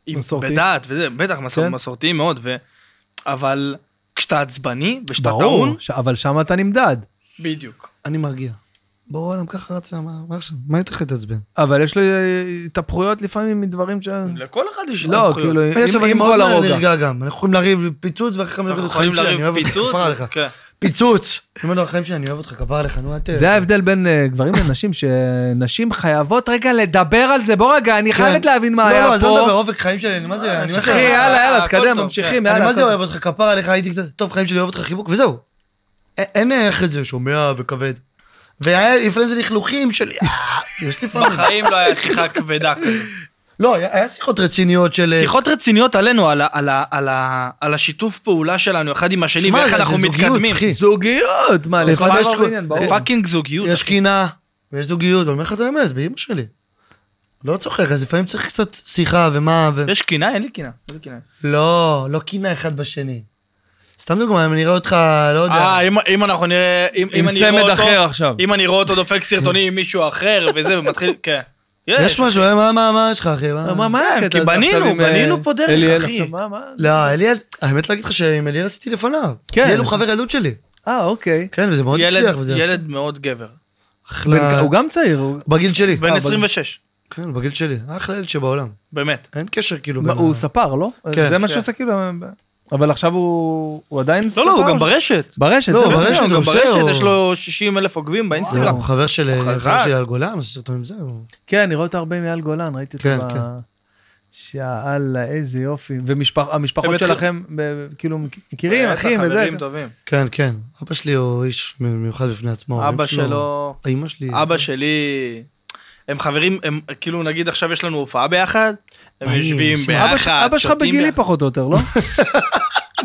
Speaker 2: עם-
Speaker 1: מסורתי.
Speaker 2: בדעת וזה, בטח, מסור-
Speaker 1: כן.
Speaker 2: מסורתיים מאוד, ו- אבל כשאתה עצבני וכשאתה טעון,
Speaker 1: ברור, ש- אבל שם אתה נמדד.
Speaker 2: בדיוק.
Speaker 3: אני מרגיע. ברור, עולם ככה רצה, מה מה עכשיו? מה איתך להתעצבן?
Speaker 1: אבל יש לו אה, התהפכויות לפעמים מדברים ש...
Speaker 2: לכל אחד יש
Speaker 1: לא,
Speaker 2: זכויות.
Speaker 1: כאילו, עם-
Speaker 3: יש, אבל אני
Speaker 1: עם
Speaker 3: מאוד
Speaker 1: כל
Speaker 3: מהר
Speaker 1: הרוגע.
Speaker 3: נרגע גם. אנחנו יכולים לריב פיצוץ, ואחרי חמש
Speaker 2: אנחנו
Speaker 3: דקות
Speaker 2: יכולים
Speaker 3: חיים שלי, אני אוהב
Speaker 2: לריב
Speaker 3: אותך,
Speaker 2: פיצוץ,
Speaker 3: כפרה עליך.
Speaker 2: כן.
Speaker 3: פיצוץ! אני אומר לו, החיים שלי, אני אוהב אותך, כפרה עליך, נו, את...
Speaker 1: זה ההבדל בין אה, גברים לנשים, שנשים חייבות רגע לדבר על זה. בוא רגע, אני חייבת להבין מה היה
Speaker 3: לא,
Speaker 1: פה. אה,
Speaker 3: לא, עזוב לדבר, אופק, חיים שלי, אני מה זה, אני מה
Speaker 1: אחי,
Speaker 3: זה-
Speaker 1: יאללה, יאללה,
Speaker 2: הכל
Speaker 1: תקדם,
Speaker 2: טוב,
Speaker 1: ממשיכים,
Speaker 2: כן.
Speaker 1: יאללה.
Speaker 3: אני מה זה
Speaker 1: הכל
Speaker 3: אוהב אותך, כפרה עליך, הייתי קצת, טוב, חיים שלי אוהב אותך, חיבוק, וזהו. א- אין איך את זה, שומע וכבד. והיה לפני זה לכלוכים של... יש לי פעם.
Speaker 2: בחיים לא היה שיחה כבדה כזאת.
Speaker 3: לא, היה היה שיחות רציניות של... אה,
Speaker 2: שיחות רציניות עלינו, על, ה- על, ה- על, ה- על השיתוף פעולה שלנו אחד עם השני,
Speaker 3: שמע,
Speaker 2: ואיך
Speaker 3: זה-
Speaker 2: אנחנו
Speaker 3: זה זוגיות,
Speaker 2: מתקדמים.
Speaker 3: אחי.
Speaker 1: זוגיות, מה, לכל
Speaker 3: לפעמים יש
Speaker 1: דבר
Speaker 3: כל-
Speaker 1: ועניין, ברור.
Speaker 2: זה פאקינג זוגיות.
Speaker 3: יש קינה, ויש זוגיות, אני אומר לך את האמת, באמא שלי. לא צוחק, אז לפעמים צריך קצת שיחה ומה ו...
Speaker 2: יש קינה? אין לי קינה. אין לי קינה.
Speaker 3: לא, לא קינה אחד בשני. סתם דוגמא, אם אני אראה אותך, לא יודע.
Speaker 2: אה, אם- אם אנחנו נראה... אם- אם
Speaker 1: עם
Speaker 2: אני רואה
Speaker 1: צמד
Speaker 2: אותו-
Speaker 1: אחר עכשיו.
Speaker 2: אם אני רואה אותו דופק סרטונים עם מישהו אחר וזה, ומתחיל... כן.
Speaker 3: יש משהו, אה, מה, מה, מה יש לך, אחי? מה?
Speaker 1: אה, מה, מה
Speaker 2: כן,
Speaker 1: הקטע
Speaker 2: כי
Speaker 1: הזה
Speaker 2: בנינו,
Speaker 1: עכשיו עם, אה,
Speaker 2: בנינו פה דרך,
Speaker 1: אליאל
Speaker 2: אחי.
Speaker 1: עכשיו, מה, מה?
Speaker 3: לא, אליאל, האמת להגיד לך שעם אליאל עשיתי לפניו.
Speaker 1: כן.
Speaker 3: אליאל הוא חבר ילדות שלי.
Speaker 1: אה, אוקיי.
Speaker 3: כן, וזה מאוד
Speaker 2: ילד-
Speaker 3: הצליח, וזה יפה.
Speaker 2: ילד מאוד גבר.
Speaker 3: אה,
Speaker 1: בן-
Speaker 3: אחלה...
Speaker 1: הוא גם צעיר, הוא-
Speaker 3: בגיל שלי.
Speaker 2: בן 26,
Speaker 3: כן, בגיל שלי. אחלה ילד שבעולם.
Speaker 2: באמת.
Speaker 3: אין קשר כאילו
Speaker 1: מה,
Speaker 3: בין...
Speaker 1: הוא
Speaker 3: ה-
Speaker 1: ספר, לא?
Speaker 3: כן.
Speaker 1: זה מה שהוא
Speaker 2: כן.
Speaker 1: עושה כאילו, אבל עכשיו הוא הוא עדיין ספר?
Speaker 2: לא, לא, הוא גם ברשת.
Speaker 1: ברשת,
Speaker 3: לא,
Speaker 1: זה
Speaker 3: הוא
Speaker 1: לא-
Speaker 3: ברשת,
Speaker 2: הוא
Speaker 3: הוא
Speaker 2: גם
Speaker 3: עושה, הוא-
Speaker 2: ברשת, יש לו 60 אלף עוקבים
Speaker 3: לא,
Speaker 2: באינסטגרם.
Speaker 3: הוא חבר של...
Speaker 2: הוא
Speaker 3: חבר
Speaker 2: חזק.
Speaker 3: שלי על גולן, עושה סרטונים זהו.
Speaker 1: כן, אני רואה אותו הרבה מאייל גולן, ראיתי אותו
Speaker 3: כן,
Speaker 1: ב...
Speaker 3: כן.
Speaker 1: שאללה, איזה יופי. והמשפחות
Speaker 2: התחילו- אה,
Speaker 1: שלכם, ב- ב- כאילו, מכ- מכירים, אחים, וזה.
Speaker 2: חברים טובים.
Speaker 3: כן, כן. אבא שלי הוא איש מיוחד בפני עצמו. ההורים
Speaker 2: אבא שלו-
Speaker 3: אמא שלי.
Speaker 2: אבא
Speaker 1: כן.
Speaker 2: שלי, הם חברים, הם כאילו נגיד עכשיו יש לנו הופעה ביחד, הם
Speaker 3: באים,
Speaker 2: יושבים
Speaker 3: עושים-
Speaker 1: אבא
Speaker 2: ביחד,
Speaker 1: שלך- אבא שלך
Speaker 2: שותים
Speaker 1: בגילי
Speaker 2: ביחד.
Speaker 1: פחות או יותר, לא?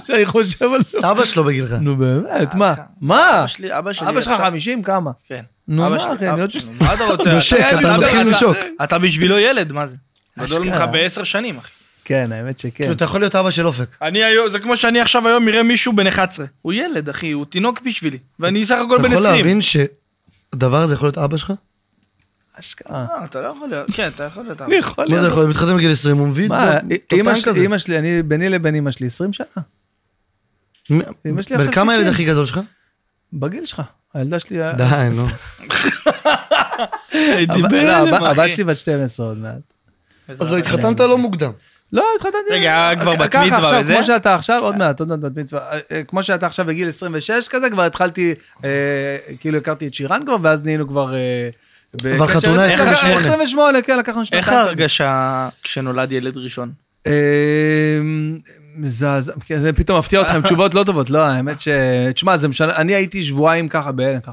Speaker 1: שאני חושב על זה.
Speaker 3: סבא שלו בגילך.
Speaker 1: נו באמת, מה? מה?
Speaker 2: אבא שלי, אבא שלי.
Speaker 1: אבא שלך
Speaker 2: עכשיו-
Speaker 1: 50? כמה?
Speaker 2: כן.
Speaker 1: נו,
Speaker 2: אבא
Speaker 1: מה,
Speaker 2: שלי-
Speaker 1: אחי, אני
Speaker 2: אבא-
Speaker 1: עוד-
Speaker 2: נו, מה אתה רוצה?
Speaker 3: נו, שק,
Speaker 2: כן,
Speaker 3: אתה מתחיל לשוק.
Speaker 2: אתה בשבילו ילד, מה זה? גדול
Speaker 1: אשכרה.
Speaker 2: ממך בעשר שנים, אחי.
Speaker 1: כן, האמת שכן.
Speaker 3: כאילו, אתה יכול להיות אבא של אופק.
Speaker 2: אני היום, זה כמו שאני עכשיו היום אראה מישהו בן 11. הוא ילד, אחי, הוא תינוק בשבילי. ואני סך הכל
Speaker 3: אתה
Speaker 2: בן
Speaker 3: יכול
Speaker 2: 20.
Speaker 3: להבין שהדבר הזה יכול להיות אבא שלך?
Speaker 1: אשכרה.
Speaker 2: אה, אתה לא יכול להיות, כן, אתה יכול להיות. אבא.
Speaker 1: אני יכול
Speaker 3: מה לא, זה
Speaker 1: להיות.
Speaker 3: יכול להיות? מתחתן בגיל 20, הוא מבין?
Speaker 1: לא. מה, אה,
Speaker 3: טוב, טוטן
Speaker 1: אימא שלי-
Speaker 3: כזה.
Speaker 1: אימא שלי, אני ביני לבין אימא שלי 20 שנה.
Speaker 3: מ-
Speaker 1: אמא שלי
Speaker 3: בן
Speaker 1: עכשיו
Speaker 3: כמה הילד
Speaker 1: שישים.
Speaker 3: הכי גדול שלך?
Speaker 1: בגיל שלך. הילדה שלי... ה-
Speaker 3: די, נו.
Speaker 1: הבת-
Speaker 2: דיבר
Speaker 1: לא, הבת-
Speaker 2: עליהם, אחי.
Speaker 1: הבת שלי בת 12 עוד מעט.
Speaker 3: אז לא התחתנת לא מוקדם.
Speaker 1: לא, התחתנתי.
Speaker 2: רגע, היה כבר בת
Speaker 1: ככה
Speaker 2: מצווה
Speaker 1: עכשיו,
Speaker 2: וזה?
Speaker 1: כמו שאתה עכשיו, עוד מעט, עוד מעט בת מצווה. אה, אה, כמו שאתה עכשיו בגיל 26 כזה, כבר התחלתי, אה, כאילו הכרתי את שירן כבר, ואז נהיינו כבר... אה, בקשר-
Speaker 3: חתונה
Speaker 1: איך-
Speaker 3: 28.
Speaker 1: 28, כן, לקחנו שנתיים.
Speaker 2: איך ההרגשה כשנולד ילד ראשון?
Speaker 1: אמ, מזעזע, כן, זה פתאום מפתיע אותך עם תשובות לא טובות, לא, האמת ש... תשמע, זה משנה, אני הייתי שבועיים ככה בהלם ככה.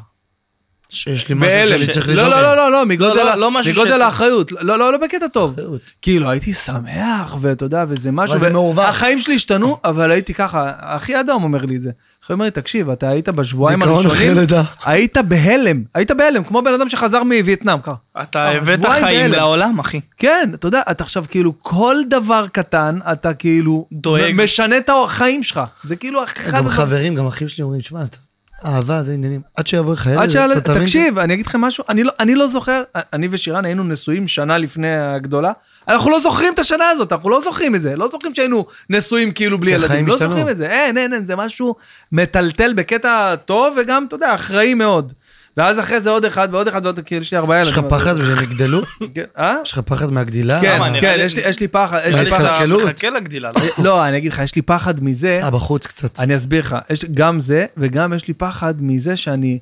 Speaker 3: שיש לי משהו שאני
Speaker 1: בהלם.
Speaker 3: צריך
Speaker 1: לא,
Speaker 3: לדאוג.
Speaker 1: לא, לא, לא, לא,
Speaker 2: לא,
Speaker 1: מגודל
Speaker 2: לא משהו
Speaker 1: מגודל
Speaker 2: שצריך.
Speaker 1: האחריות, לא, לא, לא בקטע טוב.
Speaker 3: אחריות.
Speaker 1: כאילו, הייתי שמח, ואתה יודע, וזה משהו,
Speaker 3: אבל זה
Speaker 1: ו-
Speaker 3: מעורבך.
Speaker 1: החיים שלי השתנו, אבל הייתי ככה, אחי אדם אומר לי את זה. אחי אומר לי, תקשיב, אתה היית בשבועיים
Speaker 3: דיכאון אחרי
Speaker 1: הראשונים,
Speaker 3: לידה.
Speaker 1: היית בהלם, היית בהלם, כמו בן אדם שחזר מווייטנאם, ככה.
Speaker 2: אתה הבאת
Speaker 1: שבועיים
Speaker 2: חיים
Speaker 1: בהלם.
Speaker 2: לעולם, אחי.
Speaker 1: כן, אתה יודע, אתה עכשיו כאילו, כל דבר קטן, אתה כאילו...
Speaker 2: דואג.
Speaker 1: מ- משנה את החיים שלך. זה כאילו אחד...
Speaker 3: גם
Speaker 1: הדבר-
Speaker 3: חברים, גם אחים שלי אומרים, שמע, אתה- אהבה זה עניינים. עד שיבוא לך ילד,
Speaker 1: עד
Speaker 3: אתה
Speaker 1: שעל...
Speaker 3: תבין.
Speaker 1: תקשיב, אני אגיד לכם משהו, אני לא, אני לא זוכר, אני ושירן היינו נשואים שנה לפני הגדולה, אנחנו לא זוכרים את השנה הזאת, אנחנו לא זוכרים את זה, לא זוכרים שהיינו נשואים כאילו בלי
Speaker 3: כי
Speaker 1: ילדים,
Speaker 3: החיים
Speaker 1: לא
Speaker 3: השתנו.
Speaker 1: זוכרים את זה, אין, אין, אין, זה משהו מטלטל בקטע טוב וגם, אתה יודע, אחראי מאוד. ואז אחרי זה עוד אחד ועוד אחד ועוד, כאילו יש לי ארבעה
Speaker 3: יש
Speaker 1: ילדים.
Speaker 3: לך פחד מזה הם יגדלו?
Speaker 1: כן, אה?
Speaker 3: יש לך פחד מהגדילה?
Speaker 1: כן,
Speaker 2: למה, אני-
Speaker 1: כן,
Speaker 2: נראה לי-
Speaker 1: יש לי- יש לי פחד, יש לי
Speaker 3: נראה לי
Speaker 1: פחד.
Speaker 3: התקלקלות.
Speaker 2: חכה לגדילה, לא?
Speaker 1: לא, אני אגיד לך, יש לי פחד מזה.
Speaker 3: אה, בחוץ קצת.
Speaker 1: כן. אני אסביר לך, יש לי- גם זה, וגם יש לי פחד מזה שאני,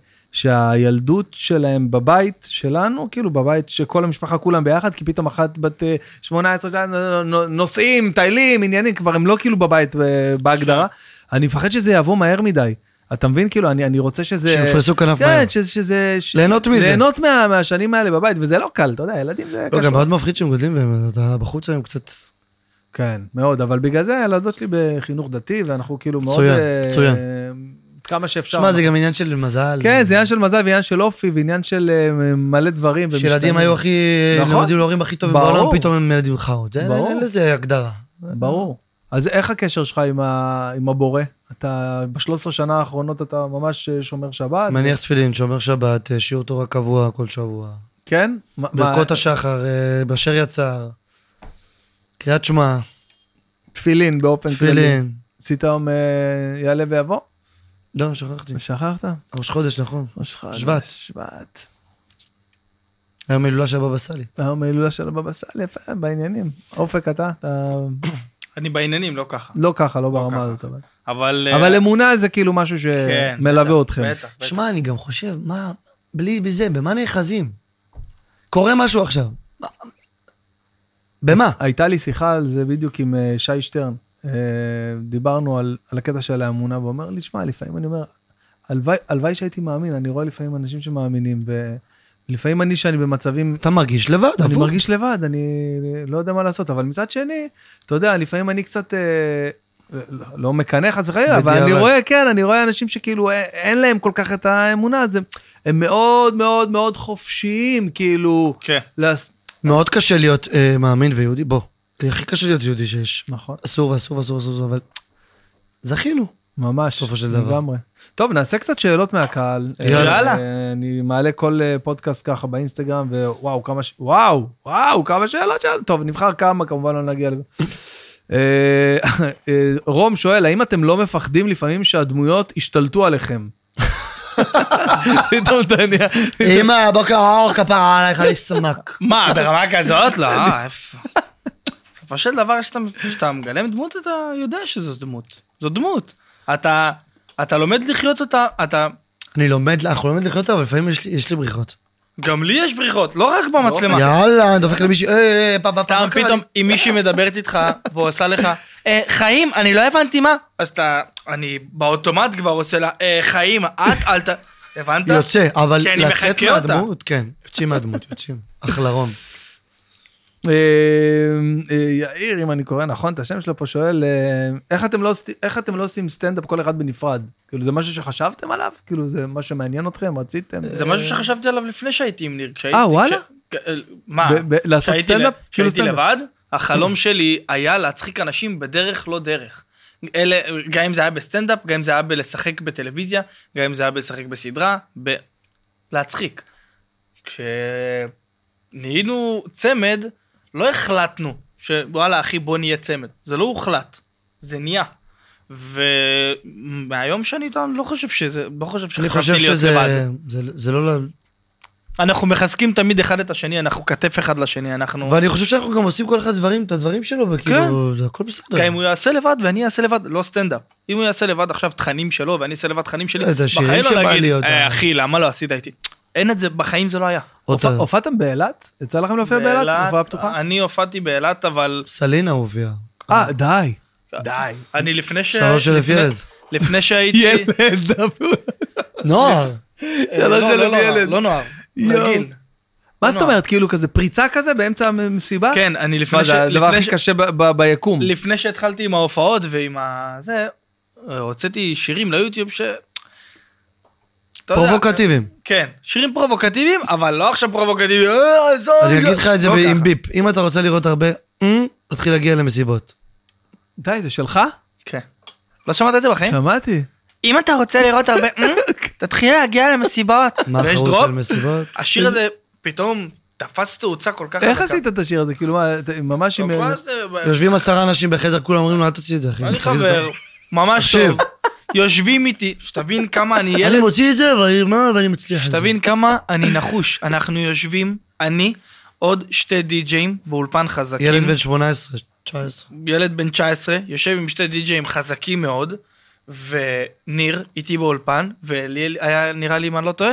Speaker 1: שהילדות שלהם בבית שלנו, כאילו בבית שכל המשפחה כולם ביחד, כי פתאום אחת בת אה, 18 שנה, נו- נו- נוסעים, טיילים, עניינים, כבר הם לא כאילו בבית אה, בהגדרה. אני מפחד שזה יבוא מהר מדי. אתה מבין? כאילו, אני, אני רוצה שזה...
Speaker 3: שיפרסו כנף
Speaker 1: כן,
Speaker 3: מהר.
Speaker 1: ש- שזה... ש-
Speaker 3: ליהנות מזה.
Speaker 1: ליהנות מה, מהשנים האלה בבית, וזה לא קל, אתה יודע, ילדים זה
Speaker 3: לא,
Speaker 1: קשה.
Speaker 3: גם מאוד מפחיד שהם גודלים והם, אתה בחוץ היום קצת
Speaker 1: כן, מאוד, אבל בגלל זה הילדות שלי בחינוך דתי, ואנחנו כאילו מאוד...
Speaker 3: מצוין,
Speaker 1: אה,
Speaker 3: מצוין.
Speaker 1: כמה שאפשר.
Speaker 3: שמע, זה גם עניין של מזל.
Speaker 1: כן, זה עניין של מזל ועניין של אופי ועניין של אה, מלא דברים.
Speaker 3: שילדים
Speaker 1: ומשתנים.
Speaker 3: היו הכי,
Speaker 1: נכון.
Speaker 3: נולדים להורים הכי טובים
Speaker 1: ברור.
Speaker 3: בעולם, פתאום הם ילדים חאות. אין-
Speaker 1: ברור.
Speaker 3: אין לזה הגדרה.
Speaker 1: ברור. אז איך הקשר שלך עם ה- עם הבורא? אתה, ב-13 שנה האחרונות אתה ממש אה, שומר שבת?
Speaker 3: מניח תפילין, שומר שבת, אה, שיעור תורה קבוע כל שבוע.
Speaker 1: כן? מה-
Speaker 3: ברכות
Speaker 1: מה-
Speaker 3: השחר, אה, באשר יצר. קריאת שמע,
Speaker 1: תפילין באופן כללי.
Speaker 3: תפילין.
Speaker 1: עשית היום אה, יעלה ויבוא?
Speaker 3: לא, שכחתי.
Speaker 1: שכחת?
Speaker 3: ראש חודש, נכון.
Speaker 1: ראש חודש,
Speaker 3: שבט.
Speaker 1: שבט.
Speaker 3: היום הילולה של הבבא סאלי.
Speaker 1: היום ההילולה של הבבא סאלי, יפה, בעניינים. אופק אתה? אתה
Speaker 2: אני בעניינים, לא ככה.
Speaker 1: לא ככה, לא ברמה
Speaker 2: ככה.
Speaker 1: הזאת. אבל-
Speaker 2: אבל... אה,
Speaker 1: אבל אמונה זה כאילו משהו
Speaker 2: כן,
Speaker 1: שמלווה אתכם.
Speaker 2: בטח, בטח.
Speaker 3: שמע, אני גם חושב, מה, בלי בזה, במה נאחזים? קורה משהו עכשיו. מה- במה?
Speaker 1: הייתה לי שיחה על זה בדיוק עם אה, שי שטרן. אה, דיברנו על, על הקטע של האמונה, והוא אומר לי, שמע, לפעמים אני אומר, הלוואי- הלוואי שהייתי מאמין, אני רואה לפעמים אנשים שמאמינים, ולפעמים אני, שאני במצבים,
Speaker 3: אתה מרגיש לבד,
Speaker 1: אני
Speaker 3: הפוך.
Speaker 1: מרגיש לבד, אני לא יודע מה לעשות, אבל מצד שני, אתה יודע, לפעמים אני קצת... אה, לא- לא מקנא חס וחלילה, אבל אני
Speaker 3: בדיעבד.
Speaker 1: רואה, כן, אני רואה אנשים שכאילו אה, אין להם כל כך את האמונה, אז הם- הם מאוד מאוד מאוד חופשיים, כאילו,
Speaker 2: כן.
Speaker 1: לעש-
Speaker 3: מאוד קשה להיות אה, מאמין ויהודי, בוא. הכי קשה להיות יהודי שיש.
Speaker 1: נכון.
Speaker 3: אסור, אסור, אסור, אסור, אסור, אבל זכינו.
Speaker 1: ממש,
Speaker 3: בסופו של דבר.
Speaker 1: לגמרי. טוב, נעשה קצת שאלות מהקהל.
Speaker 3: יאללה.
Speaker 1: אה, אה, אני מעלה כל אה, פודקאסט ככה באינסטגרם, ווואו, כמה, ש... וואו, וואו, כמה שאלות שאלות. טוב, נבחר כמה, כמובן לא נגיע לזה. אה, אה, רום שואל, האם אתם לא מפחדים לפעמים שהדמויות ישתלטו עליכם? פתאום אתה נהיה...
Speaker 3: אמא, בוקר האור כפרה עלייך, אני סמק.
Speaker 2: מה, ברמה כזאת? לא, אה, איפה. בסופו של דבר, כשאתה- כשאתה מגלם דמות, אתה יודע שזו דמות. זו דמות. אתה... אתה לומד לחיות אותה, אתה...
Speaker 3: אני לומד, אנחנו לומד לחיות, אבל לפעמים יש לי- יש לי בריחות.
Speaker 2: גם לי יש בריחות, לא רק במצלמה.
Speaker 3: יאללה, דופק למישהי, אה, אה, אה, פה, פה, פה,
Speaker 2: סתם
Speaker 3: מה קרה
Speaker 2: פתאום
Speaker 3: לי?
Speaker 2: אם מישהי מדברת איתך ועושה לך "אה, חיים אני לא הבנתי מה אז אתה אני באוטומט כבר עושה לה "אה, חיים את אל ת... הבנת?
Speaker 3: יוצא, אבל
Speaker 2: כי אני
Speaker 3: לצאת
Speaker 2: מחקה אותה.
Speaker 3: מהדמות, כן, יוצאים מהדמות, יוצאים. אחלרון.
Speaker 1: אה, אה, יאיר, אם אני קורא נכון את השם שלו פה, שואל, אה, איך אתם לא עושים- איך אתם לא עושים סטנדאפ כל אחד בנפרד? כאילו, זה משהו שחשבתם עליו? כאילו, זה מה שמעניין אתכם? רציתם?
Speaker 2: זה משהו שחשבתי עליו לפני שהייתי עם ניר. כשהייתי-
Speaker 1: אה, וואלה?
Speaker 2: כש- אה, מה?
Speaker 1: ב- ב- לעשות
Speaker 2: כשהייתי
Speaker 1: סטנדאפ?
Speaker 2: ל-
Speaker 1: כאילו
Speaker 2: כשהייתי
Speaker 1: סטנדאפ.
Speaker 2: לבד, החלום שלי היה להצחיק אנשים בדרך לא דרך. אלה, גם אם זה היה בסטנדאפ, גם אם זה היה בלשחק בטלוויזיה, גם אם זה היה בלשחק בסדרה, ב... להצחיק. כשנהיינו צמד, לא החלטנו שוואלה אחי בוא נהיה צמד. זה לא הוחלט, זה נהיה. ומהיום שאני איתם לא חושב שזה, לא חושב
Speaker 3: אני
Speaker 2: שחשבתי
Speaker 3: חושב
Speaker 2: להיות
Speaker 3: שזה,
Speaker 2: לבד.
Speaker 3: זה- זה לא,
Speaker 2: אנחנו מחזקים תמיד אחד את השני, אנחנו כתף אחד לשני, אנחנו...
Speaker 3: ואני חושב שאנחנו גם עושים כל אחד דברים, את הדברים שלו, וכאילו, זה הכל בסדר.
Speaker 2: כן. גם אם הוא יעשה לבד ואני אעשה לבד, לא סטנדאפ. אם הוא יעשה לבד עכשיו תכנים שלו ואני אעשה לבד תכנים שלי,
Speaker 3: לא, את השירים
Speaker 2: בחיים
Speaker 3: שבא
Speaker 2: לא להגיד,
Speaker 3: לי עוד.
Speaker 2: "אה, אחי, למה לא עשית איתי? אין את זה, בחיים זה לא היה.
Speaker 3: עוד
Speaker 1: הופ- הופעתם באילת? יצא לכם להופיע באילת? הופעה פתוחה?
Speaker 2: אה, אני הופעתי באילת, אבל
Speaker 3: סלינה הופיע.
Speaker 1: אה, די. די.
Speaker 2: אני לפני ש...
Speaker 3: שלוש אלף
Speaker 2: לפני-
Speaker 3: ילד.
Speaker 2: לפני שהייתי...
Speaker 1: ילד, אפילו.
Speaker 3: נוער.
Speaker 2: לא, לא,
Speaker 1: אלף
Speaker 2: לא,
Speaker 1: ילד.
Speaker 2: לא נוער,
Speaker 1: יואו.
Speaker 2: רגיל. לא,
Speaker 1: מה זאת אומרת? כאילו, כזה פריצה כזה באמצע המסיבה?
Speaker 2: כן, אני לפני
Speaker 1: מה,
Speaker 2: ש...
Speaker 1: זה הדבר
Speaker 2: לפני
Speaker 1: הכי
Speaker 2: ש-
Speaker 1: קשה ב- ב- ביקום.
Speaker 2: לפני שהתחלתי עם ההופעות ועם ה... זה, אה, הוצאתי שירים ליוטיוב ש... אתה יודע,
Speaker 3: פרובוקטיביים.
Speaker 2: כן, שירים פרובוקטיביים, אבל לא עכשיו פרובוקטיביים, אה, עזוב.
Speaker 3: אני אגיד לך את זה
Speaker 2: לא
Speaker 3: ב-
Speaker 2: ככה.
Speaker 3: עם ביפ. אם אתה רוצה לראות הרבה, "מ", תתחיל להגיע למסיבות.
Speaker 1: די, זה שלך?
Speaker 2: כן. לא שמעת את זה
Speaker 3: כן.
Speaker 2: בחיים?
Speaker 1: שמעתי.
Speaker 2: אם אתה רוצה לראות הרבה, אה? תתחיל להגיע למסיבות.
Speaker 3: מה
Speaker 2: ויש
Speaker 3: החרוץ
Speaker 2: דרופ?
Speaker 3: של מסיבות?
Speaker 2: השיר הזה פתאום תפס תאוצה כל כך
Speaker 1: איך עשית את השיר הזה? כאילו, מה, אתה- ממש עם...
Speaker 2: טוב, אז, אה,
Speaker 3: יושבים עשרה אנשים בחדר, כולם אומרים לו, אל תוציא את זה, אחי.
Speaker 2: אני
Speaker 3: תגיד את
Speaker 2: חבר, ממש
Speaker 3: תקשיב.
Speaker 2: טוב. יושבים איתי, שתבין כמה אני
Speaker 3: זה. אני
Speaker 2: ילד,
Speaker 3: מוציא את זה, ואני- מה, ואני מצליח. עם זה.
Speaker 2: שתבין כמה אני נחוש. אנחנו יושבים, אני, עוד שתי די-ג'אים באולפן חזקים.
Speaker 3: ילד בן 18, 19.
Speaker 2: ילד בן 19, יושב עם שתי די-ג'אים חזקים מאוד, וניר איתי באולפן, ולי היה נראה לי אם אני לא טועה,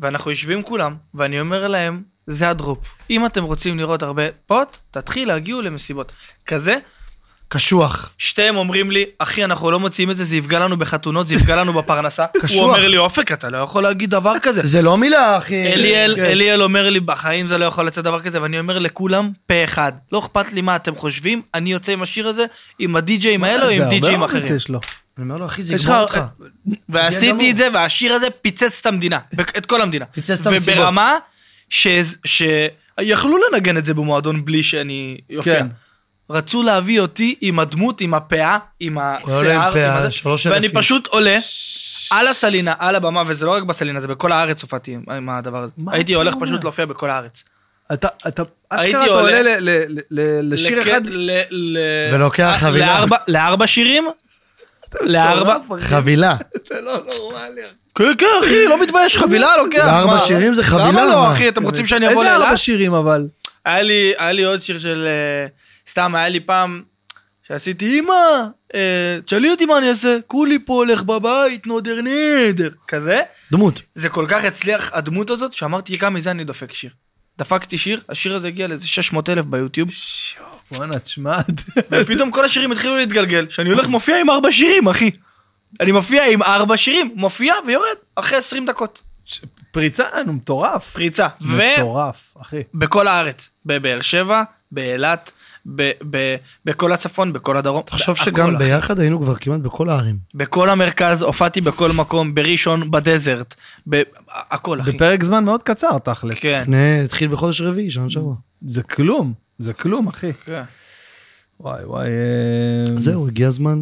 Speaker 2: ואנחנו יושבים כולם, ואני אומר להם, זה הדרופ. אם אתם רוצים לראות הרבה פוט, תתחיל להגיעו למסיבות. כזה,
Speaker 3: קשוח.
Speaker 2: שתיהם אומרים לי, אחי, אנחנו לא מוציאים את זה, זה יפגע לנו בחתונות, זה יפגע לנו בפרנסה.
Speaker 3: קשוח.
Speaker 2: הוא אומר לי, אופק, אתה לא יכול להגיד דבר כזה.
Speaker 3: זה לא מילה, אחי. כן.
Speaker 1: כן.
Speaker 2: אליאל, אליאל אומר לי, בחיים זה לא יכול לצאת דבר כזה, ואני אומר לכולם, פה אחד. לא אכפת לי מה אתם חושבים, אני יוצא עם השיר הזה, עם הדי-ג'אים האלה או
Speaker 1: זה
Speaker 2: עם
Speaker 1: הרבה
Speaker 2: די-ג'אים
Speaker 1: אומץ
Speaker 2: אחרים.
Speaker 1: יש לו.
Speaker 3: אני אומר לו, אחי, זה
Speaker 1: יש
Speaker 3: יגמור
Speaker 1: לך-
Speaker 3: אותך.
Speaker 2: אה, ועשיתי את זה, והשיר הזה פיצץ את המדינה, בק- את כל המדינה.
Speaker 3: פיצץ את המסיבות.
Speaker 2: וברמה ש- ש... יכלו לנגן את זה במועדון בלי שאני אופיע.
Speaker 1: כן.
Speaker 2: רצו להביא אותי עם הדמות, עם הפאה, עם
Speaker 3: להם
Speaker 2: השיער,
Speaker 3: פאה,
Speaker 2: עם הזה,
Speaker 3: שלוש אלף
Speaker 2: ואני
Speaker 3: איש.
Speaker 2: פשוט עולה על הסלינה, על הבמה, וזה לא רק בסלינה, זה בכל הארץ הופעתי עם- עם הדבר הזה.
Speaker 1: מה
Speaker 2: הייתי
Speaker 1: אתה
Speaker 2: הולך
Speaker 1: אומר?
Speaker 2: פשוט להופיע בכל הארץ.
Speaker 1: אתה, אתה,
Speaker 2: הייתי
Speaker 1: אשכרה אתה עולה ל-
Speaker 2: עולה-
Speaker 1: ל- ל- לשיר
Speaker 2: לק-
Speaker 1: אחד,
Speaker 2: ל- ל-
Speaker 3: ולוקח
Speaker 2: אה,
Speaker 3: חבילה.
Speaker 2: לארבע- לארבע שירים? לארבע?
Speaker 1: לא,
Speaker 3: חבילה.
Speaker 2: כן, כן, אחי, לא מתבייש, חבילה לוקח.
Speaker 3: לארבע
Speaker 2: מה?
Speaker 3: שירים זה חבילה,
Speaker 2: למה לא,
Speaker 3: מה?
Speaker 2: אחי, אתם רוצים שאני אבוא
Speaker 1: איזה
Speaker 2: לאילת?
Speaker 1: ארבע שירים אבל?
Speaker 2: היה לי, היה לי עוד שיר של... אה, סתם, היה לי פעם שעשיתי, אמא, אה, תשאלי אותי מה אני אעשה, כולי פה הולך בבית, נודר נדר, כזה.
Speaker 3: דמות.
Speaker 2: זה כל כך הצליח, הדמות הזאת, שאמרתי, גם מזה אני דופק שיר. דפקתי שיר, השיר הזה הגיע לאיזה 600 אלף ביוטיוב,
Speaker 1: בואנה, תשמע,
Speaker 2: ופתאום כל השירים התחילו להתגלגל, שאני הולך מופיע עם ארבע שירים, אחי. אני מופיע עם ארבע שירים, מופיע ויורד, אחרי 20 דקות.
Speaker 1: פריצה, נו, מטורף.
Speaker 2: פריצה. ו...
Speaker 1: מטורף, אחי.
Speaker 2: בכל הארץ, בבאר שבע, באילת, ב- ב- בכל הצפון, בכל הדרום.
Speaker 3: תחשוב
Speaker 2: בהכל,
Speaker 3: שגם
Speaker 2: אחי. כן.
Speaker 3: ביחד היינו כבר כמעט בכל הערים.
Speaker 2: בכל המרכז, הופעתי בכל מקום, בראשון, בדזרט, ב- הכל, אחי.
Speaker 1: בפרק זמן מאוד קצר, תכל'ס.
Speaker 2: כן.
Speaker 3: לפני, התחיל בחודש רביעי, שנה שעברה.
Speaker 1: זה כלום, זה כלום, אחי.
Speaker 2: כן.
Speaker 1: וואי וואי. אה,
Speaker 3: אז זהו, הגיע הזמן.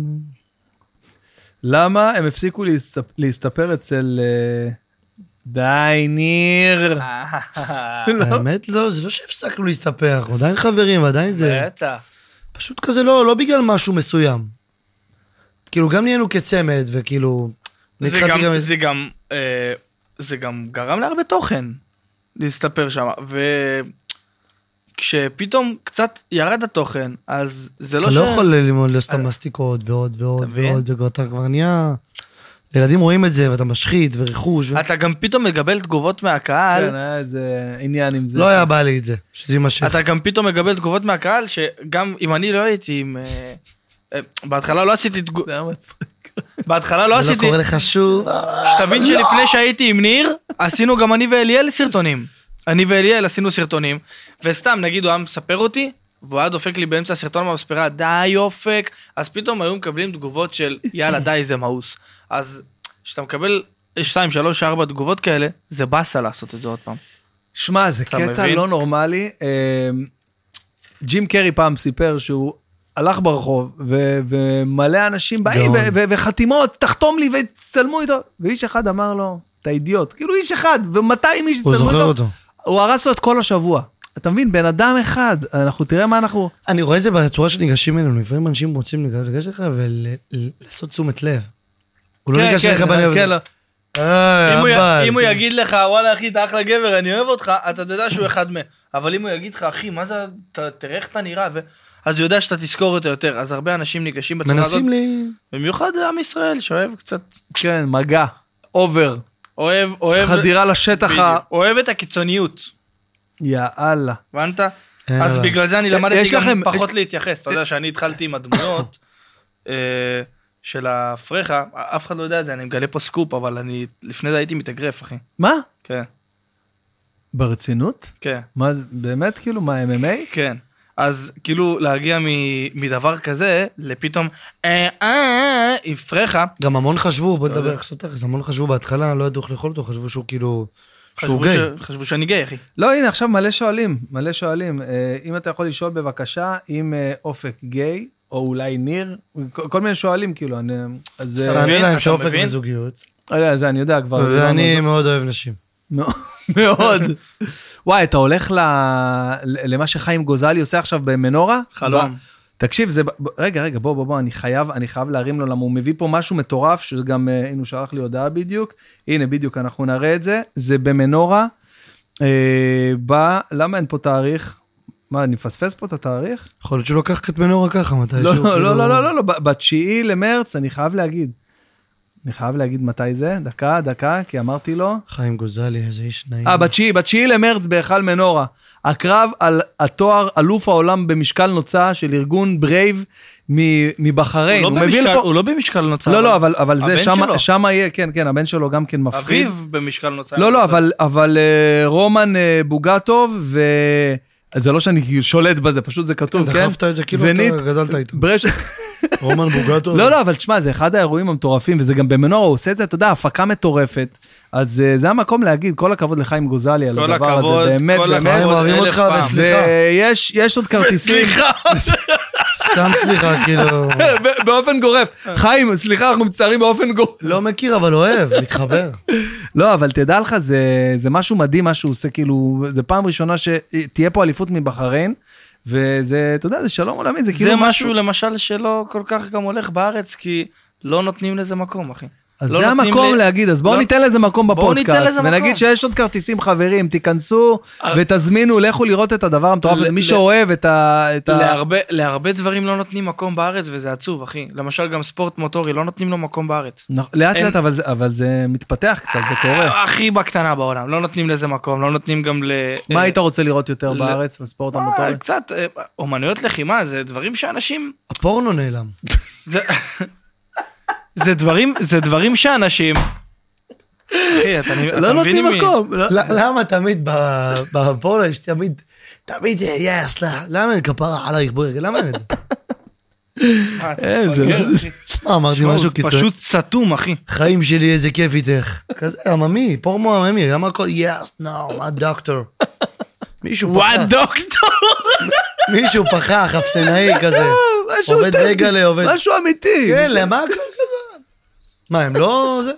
Speaker 1: למה הם הפסיקו להסת- להסתפר אצל... אה, די, ניר.
Speaker 3: האמת, לא, זה לא שהפסקנו להסתפח, אנחנו עדיין חברים, ועדיין זה...
Speaker 2: בטח.
Speaker 3: פשוט כזה לא, לא בגלל משהו מסוים. כאילו, גם נהיינו כצמד, וכאילו... אני
Speaker 2: זה
Speaker 3: התחלתי
Speaker 2: גם-
Speaker 3: גם-
Speaker 2: זה גם, אה, זה גם גרם להרבה תוכן להסתפר שם, וכשפתאום קצת ירד התוכן, אז זה לא
Speaker 3: אתה
Speaker 2: ש...
Speaker 3: לא יכול ללמוד לעשות את המסטיקות ועוד ועוד
Speaker 2: אתה מבין?
Speaker 3: ועוד, זה כבר- אתה כבר נהיה... ילדים רואים את זה, ואתה משחית, ורכוש, ו...
Speaker 2: אתה גם פתאום מקבל תגובות מהקהל,
Speaker 1: כן, היה איזה עניין עם זה.
Speaker 3: לא היה בא לי את זה, שזה יימשך.
Speaker 2: אתה גם פתאום מקבל תגובות מהקהל, שגם אם אני לא הייתי עם... אה, אה, בהתחלה לא עשיתי תגובות,
Speaker 1: זה היה מצחיק.
Speaker 2: בהתחלה לא
Speaker 3: זה לא
Speaker 2: עשיתי,
Speaker 3: קורה לך לא! שוב.
Speaker 1: לא,
Speaker 2: שתבין שלפני שהייתי עם ניר, עשינו גם אני ואליאל סרטונים. אני ואליאל עשינו סרטונים, וסתם, נגיד, הוא היה מספר אותי, והוא היה דופק לי באמצע הסרטון במספרה, די אופק, אז פתאום היו מקבלים תגובות של, יאללה, די, זה מאוס. אז כשאתה מקבל 2, 3, 4 תגובות כאלה, זה באסה לעשות את זה עוד פעם.
Speaker 1: שמע, זה
Speaker 2: אתה
Speaker 1: קטע
Speaker 2: מבין?
Speaker 1: לא נורמלי. אה, ג'ים קרי פעם סיפר שהוא הלך ברחוב, ו- ומלא אנשים באים, ו-
Speaker 3: גאון.
Speaker 1: ו- וחתימות, תחתום לי וצלמו איתו. ואיש אחד אמר לו, אתה אידיוט. כאילו איש אחד, ו-200 איש
Speaker 3: הוא
Speaker 1: צלמו
Speaker 3: זוכר
Speaker 1: איתו.
Speaker 3: אותו.
Speaker 1: הוא הרס לו את כל השבוע. אתה מבין, בן אדם אחד, אנחנו תראה מה אנחנו...
Speaker 3: אני רואה את זה בצורה שניגשים אלינו, לפעמים אנשים רוצים לגשת לך ולעשות תשומת לב. הוא לא
Speaker 1: כן,
Speaker 3: ניגש
Speaker 1: כן,
Speaker 3: אליך בלב.
Speaker 1: כן, לא.
Speaker 3: אה,
Speaker 2: אם הוא י-
Speaker 3: אבל.
Speaker 2: אם הוא יגיד לך, וואלה אחי, אתה אחלה גבר, אני אוהב אותך, אתה תדע שהוא אחד מה. אבל אם הוא יגיד לך, אחי, מה זה, ת- תראה איך אתה נראה, ו- אז הוא יודע שאתה תזכור אותו יותר. אז הרבה אנשים ניגשים בצורה הזאת.
Speaker 3: מנסים לי...
Speaker 2: במיוחד עם ישראל, שאוהב קצת,
Speaker 1: כן, מגע, אובר,
Speaker 2: אוהב, אוהב,
Speaker 1: חדירה לשטח
Speaker 2: בדיוק.
Speaker 1: ה...
Speaker 2: אוהב את הקיצוניות,
Speaker 1: יאללה.
Speaker 2: הבנת?
Speaker 3: אין
Speaker 2: אז
Speaker 3: עליו.
Speaker 2: בגלל זה אני
Speaker 1: יש
Speaker 2: למדתי
Speaker 1: לכם-
Speaker 2: גם פחות
Speaker 1: יש-
Speaker 2: להתייחס. אתה יודע שאני התחלתי עם הדמויות אה, של הפרחה, אף אחד לא יודע את זה, אני מגלה פה סקופ, אבל אני לפני זה הייתי מתאגרף, אחי.
Speaker 1: מה?
Speaker 2: כן,
Speaker 1: ברצינות?
Speaker 2: כן.
Speaker 1: מה, זה- באמת, כאילו, מה, MMA?
Speaker 2: כן. אז כאילו להגיע מ- מדבר כזה לפתאום אה אה אה עם פרחה,
Speaker 3: גם המון חשבו, בוא
Speaker 1: אה.
Speaker 3: נדבר
Speaker 2: יודע.
Speaker 3: עכשיו תכף, המון חשבו בהתחלה, לא ידעו איך לאכול אותו, חשבו שהוא כאילו... שהוא
Speaker 2: חשבו
Speaker 3: גיי.
Speaker 2: ש- חשבו שאני גיי אחי.
Speaker 1: לא, הנה, עכשיו מלא שואלים, מלא שואלים. אה, אם אתה יכול לשאול בבקשה, אם אה, אופק גיי, או אולי ניר, כל כל מיני שואלים, כאילו, אני... אז... אה,
Speaker 2: אתה
Speaker 3: תענה
Speaker 2: מבין?
Speaker 3: להם
Speaker 2: אתה
Speaker 3: שאופק
Speaker 2: מבין?
Speaker 3: בזוגיות.
Speaker 1: לא יודע, זה אני יודע כבר. זה לא
Speaker 3: ואני מאוד אוהב נשים.
Speaker 1: מאוד- מאוד. וואי, אתה הולך ל- למה שחיים גוזלי עושה עכשיו במנורה?
Speaker 2: חלום.
Speaker 1: ב- תקשיב, זה... ב- ב- רגע, רגע, בוא, בוא, בוא, אני חייב, אני חייב להרים לו, למה הוא מביא פה משהו מטורף, שגם, אה, הנה, הוא שלח לי הודעה בדיוק. הנה, בדיוק, אנחנו נראה את זה. זה במנורה. אה, בא, למה אין פה תאריך? מה, אני מפספס פה את התאריך?
Speaker 3: יכול להיות שהוא לוקח קטמנורה ככה מתישהו.
Speaker 1: לא, לא,
Speaker 3: כאילו-
Speaker 1: לא, לא, לא, לא, ב- בתשיעי למרץ, אני חייב להגיד. אני חייב להגיד מתי זה, דקה, דקה, כי אמרתי לו.
Speaker 3: חיים גוזלי, איזה איש נעים.
Speaker 1: אה, בתשיעי, בתשיעי למרץ בהיכל מנורה. הקרב על התואר אלוף העולם במשקל נוצה של ארגון ברייב מ- מבחריין.
Speaker 2: הוא לא
Speaker 1: מביא
Speaker 2: במשקל-
Speaker 1: לפה-
Speaker 2: הוא לא במשקל נוצר.
Speaker 1: לא, לא, אבל, אבל זה,
Speaker 2: הבן
Speaker 1: שמה,
Speaker 2: שלו.
Speaker 1: שמה יהיה, כן, כן, הבן שלו גם כן מפחיד.
Speaker 2: אביו במשקל נוצר.
Speaker 1: לא, לא, אבל, אבל אה, רומן אה, בוגטוב, ו... זה לא שאני כאילו שולט בזה, פשוט זה כתוב, כן?
Speaker 3: דחפת את זה כאילו
Speaker 1: ונית-
Speaker 3: אתה גדלת איתו.
Speaker 1: ברש...
Speaker 3: רומן בוגטו.
Speaker 1: לא, לא, אבל תשמע, זה אחד האירועים המטורפים, וזה גם במנורה, הוא עושה את זה, אתה יודע, הפקה מטורפת. אז אה, זה המקום להגיד, כל הכבוד לחיים גוזלי על
Speaker 2: כל
Speaker 1: הדבר הזה,
Speaker 2: הכבוד,
Speaker 1: באמת,
Speaker 2: כל
Speaker 1: באמת. אה,
Speaker 3: חיים
Speaker 2: הכבוד,
Speaker 3: אוהבים
Speaker 2: אלף
Speaker 3: אותך,
Speaker 2: פעם.
Speaker 3: וסליחה.
Speaker 1: ויש יש עוד כרטיסים,
Speaker 3: סתם סליחה, כאילו...
Speaker 1: ב- באופן גורף. חיים, סליחה, אנחנו מצטערים באופן גורף.
Speaker 3: לא מכיר, אבל אוהב, מתחבר.
Speaker 1: לא, אבל תדע לך, זה, זה משהו מדהים מה שהוא עושה, כאילו, זה פעם ראשונה שתהיה פה אליפות מבחריין, וזה, אתה יודע, זה שלום עולמי, זה כאילו
Speaker 2: זה משהו למשל שלא כל כך גם הולך בארץ, כי לא נותנים לזה מקום, אחי.
Speaker 1: אז
Speaker 2: לא
Speaker 1: זה
Speaker 2: נותנים
Speaker 1: המקום
Speaker 2: ל-
Speaker 1: להגיד, אז בואו
Speaker 2: לא-
Speaker 1: ניתן לזה מקום
Speaker 2: בואו ניתן
Speaker 1: בפודקאסט,
Speaker 2: לזה מקום. אה,
Speaker 1: ונגיד שיש עוד כרטיסים, חברים, תיכנסו ותזמינו, לכו לראות את הדבר המטורף הזה,
Speaker 2: ל-
Speaker 1: מי
Speaker 2: ל-
Speaker 1: שאוהב את ה... את ה-
Speaker 2: להרבה- להרבה דברים לא נותנים מקום בארץ, וזה עצוב, אחי. למשל גם ספורט מוטורי, לא נותנים לו מקום בארץ.
Speaker 1: נכ- לאט
Speaker 2: אין- אה,
Speaker 1: לאט, אבל זה- אבל זה מתפתח קצת, זה קורה.
Speaker 2: הכי בקטנה בעולם, לא נותנים לזה מקום, לא נותנים גם ל...
Speaker 1: מה היית רוצה לראות יותר
Speaker 2: ל-
Speaker 1: בארץ, בספורט
Speaker 2: אה,
Speaker 1: המוטורי?
Speaker 2: קצת, אה, אומנויות לחימה זה דברים שאנשים...
Speaker 3: הפורנו נעלם.
Speaker 2: זה- זה דברים, זה דברים שאנשים... אחי, אתה אתה
Speaker 1: לא
Speaker 2: מבין
Speaker 1: נותנים
Speaker 2: עם מי?
Speaker 1: מקום. לא-
Speaker 3: ל- למה תמיד ב- בפורנו יש תמיד, תמיד יס, למה אין כפרה עלייך בואי, למה אין את זה?
Speaker 2: אה, אתה
Speaker 1: אה, זה
Speaker 2: מפגר,
Speaker 1: לא-
Speaker 2: אחי.
Speaker 3: מה, אמרתי
Speaker 2: הוא
Speaker 3: משהו קיצוני.
Speaker 2: פשוט סתום, אחי.
Speaker 3: חיים שלי, איזה כיף איתך. כזה עממי, פורמו עממי, למה הכל יס, נו, מה דוקטור? מישהו
Speaker 2: וואט
Speaker 3: פחח,
Speaker 2: דוקטור!
Speaker 3: מישהו פחח, אפסנאי כזה.
Speaker 1: משהו
Speaker 3: עובד
Speaker 1: אותנטי,
Speaker 3: בייגלה, עובד.
Speaker 1: משהו אמיתי.
Speaker 3: כן, למה הכל כזה? מה, הם לא... זה?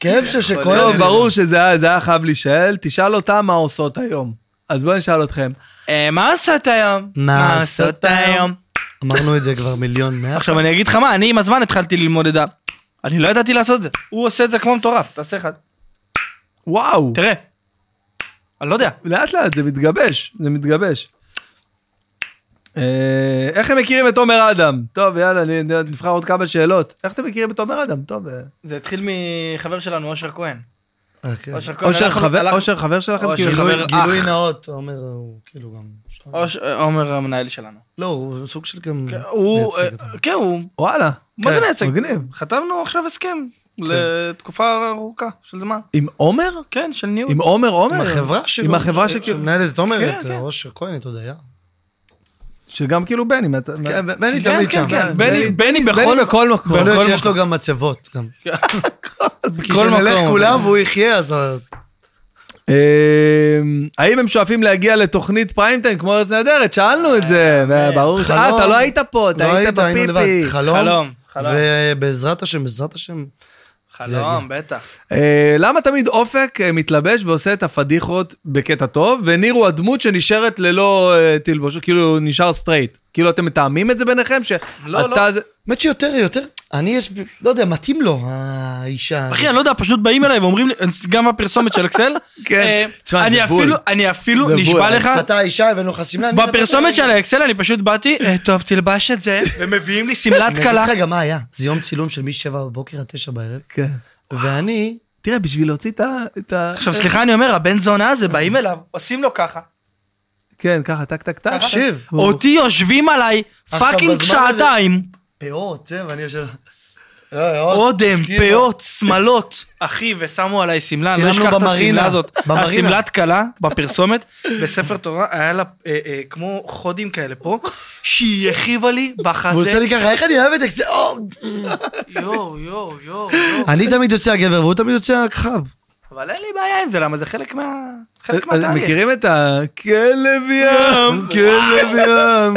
Speaker 3: כאב ש- שכואב.
Speaker 1: לא,
Speaker 3: לי.
Speaker 1: ברור שזה היה זה היה חייב להישאל, תשאל אותם מה עושות היום. אז בואו נשאל אתכם.
Speaker 2: אה, מה עשת היום?
Speaker 3: מה עשת היום? אמרנו את זה כבר מיליון מאה.
Speaker 2: עכשיו אני אגיד לך מה, אני עם הזמן התחלתי ללמוד את ה... אני לא ידעתי לעשות את זה. הוא עושה את זה כמו מטורף, תעשה אחד.
Speaker 1: וואו,
Speaker 2: תראה. אני לא יודע.
Speaker 1: לאט לאט זה מתגבש, זה מתגבש. אה, איך הם מכירים את תומר אדם? טוב, יאללה, נ- נ- נבחר עוד כמה שאלות. איך אתם מכירים את תומר אדם? טוב. אה.
Speaker 2: זה התחיל מחבר שלנו, אושר כהן.
Speaker 3: אוקיי.
Speaker 2: אה, אושר כהן.
Speaker 1: אושר
Speaker 2: הלכנו-
Speaker 1: חבר-
Speaker 2: הלכנו-
Speaker 1: אושר חבר שלכם?
Speaker 2: אושר
Speaker 1: כאילו?
Speaker 3: גילוי-
Speaker 2: חבר אח.
Speaker 3: גילוי נאות, עומר הוא כאילו גם...
Speaker 2: אוש- עומר המנהל שלנו.
Speaker 3: לא, הוא סוג של גם...
Speaker 2: כן, הוא,
Speaker 3: מייצג אותם.
Speaker 2: אה, כן, הוא,
Speaker 1: וואלה. כן,
Speaker 2: מה זה מייצג?
Speaker 1: מגניב.
Speaker 2: חתמנו עכשיו הסכם
Speaker 3: כן.
Speaker 2: לתקופה ארוכה של זמן.
Speaker 1: עם עומר?
Speaker 2: כן, של ניהול.
Speaker 1: עם עומר עומר?
Speaker 3: עם החברה שלו.
Speaker 1: עם החברה שכאילו-
Speaker 3: שמנהלת את עומר,
Speaker 2: כן,
Speaker 3: את אה,
Speaker 2: כן.
Speaker 3: אושר כהן, את הודיה.
Speaker 1: שגם כאילו בני. מה-
Speaker 3: כן,
Speaker 1: מה-
Speaker 3: בני
Speaker 2: כן,
Speaker 3: תמיד
Speaker 2: כן,
Speaker 3: שם.
Speaker 2: כן.
Speaker 1: בני- בני בכל
Speaker 3: בני-
Speaker 1: בכל מקום.
Speaker 3: יכול להיות
Speaker 1: בכל
Speaker 3: שיש לו גם מצבות. גם. כי
Speaker 2: בכל
Speaker 3: כשנלך
Speaker 2: מקום.
Speaker 3: כולם והוא יחיה, אז... אה, ה-
Speaker 1: אמ, האם הם שואפים להגיע לתוכנית פריימטיים כמו ארץ נהדרת? שאלנו את זה, ברור ש...
Speaker 3: חלום.
Speaker 1: אה, אתה לא היית פה, אתה
Speaker 3: לא
Speaker 1: היית
Speaker 3: היית, היינו
Speaker 1: בפיפי.
Speaker 3: לבד. חלום.
Speaker 2: חלום, חלום.
Speaker 3: ובעזרת השם, בעזרת השם, זה
Speaker 2: חלום,
Speaker 3: יגיע.
Speaker 2: בטח.
Speaker 1: אה, למה תמיד אופק אה, מתלבש ועושה את הפדיחות בקטע טוב, וניר הוא הדמות שנשארת ללא אה, תלבושות, כאילו נשאר סטרייט? כאילו אתם מתאמים את זה ביניכם? שאתה...
Speaker 2: לא, לא.
Speaker 1: זה-
Speaker 3: האמת שיותר, יותר, אני יש, בי- לא יודע, מתאים לו, האישה.
Speaker 2: אחי, אני לא יודע, פשוט באים אליי ואומרים לי, גם הפרסומת של אקסל,
Speaker 1: כן.
Speaker 2: אה,
Speaker 1: תשמע,
Speaker 2: אני
Speaker 1: זה בול.
Speaker 2: אפילו, אני אפילו,
Speaker 1: זה בול.
Speaker 2: נשבע לך,
Speaker 3: אתה האישה, הבאנו לך שמלה. אני-
Speaker 2: בפרסומת של האקסל אני פשוט באתי, אה, טוב, תלבש את זה, ומביאים לי שמלת
Speaker 3: אני
Speaker 2: כלה.
Speaker 3: אגיד לך גם מה היה, זה יום צילום של מ-7 בבוקר עד 9 בערב,
Speaker 1: כן.
Speaker 3: ואני,
Speaker 1: תראה, בשביל להוציא את ה- את ה...
Speaker 2: עכשיו, סליחה, אני אומר, הבן זונה הזה, באים אליו, עושים לו ככה.
Speaker 1: כן, ככה, טק, טק, טק.
Speaker 3: תקשיב, הוא-
Speaker 2: אותי יושבים עליי
Speaker 3: עכשיו,
Speaker 2: פאקינג
Speaker 3: בזמן הזה-
Speaker 2: שעתיים.
Speaker 3: פאות, זה, ואני יושב... אה, עוד,
Speaker 2: אודם,
Speaker 3: הסכימה.
Speaker 2: פאות, שמלות, אחי, ושמו עליי שמלה, אני לא
Speaker 3: צילמנו
Speaker 2: אשכח את
Speaker 3: במרינה,
Speaker 2: השמלה הזאת.
Speaker 3: במרינה.
Speaker 2: השמלת כלה בפרסומת, בספר תורה, היה לה אה, אה, כמו חודים כאלה פה, שהיא הכיבה לי
Speaker 3: והוא
Speaker 2: בחזה.
Speaker 3: עושה לי ככה, איך אני אוהב את זה? אה, או!
Speaker 2: יואו, יואו, יואו, יואו.
Speaker 3: אני תמיד יוצא הגבר, והוא תמיד יוצא הכחב.
Speaker 2: אבל אין לי בעיה עם זה, למה זה חלק מה... חלק
Speaker 3: אה,
Speaker 1: אז
Speaker 2: מהתהליך.
Speaker 1: אה, מכירים את ה... כלב ים,
Speaker 2: כן,
Speaker 1: כלב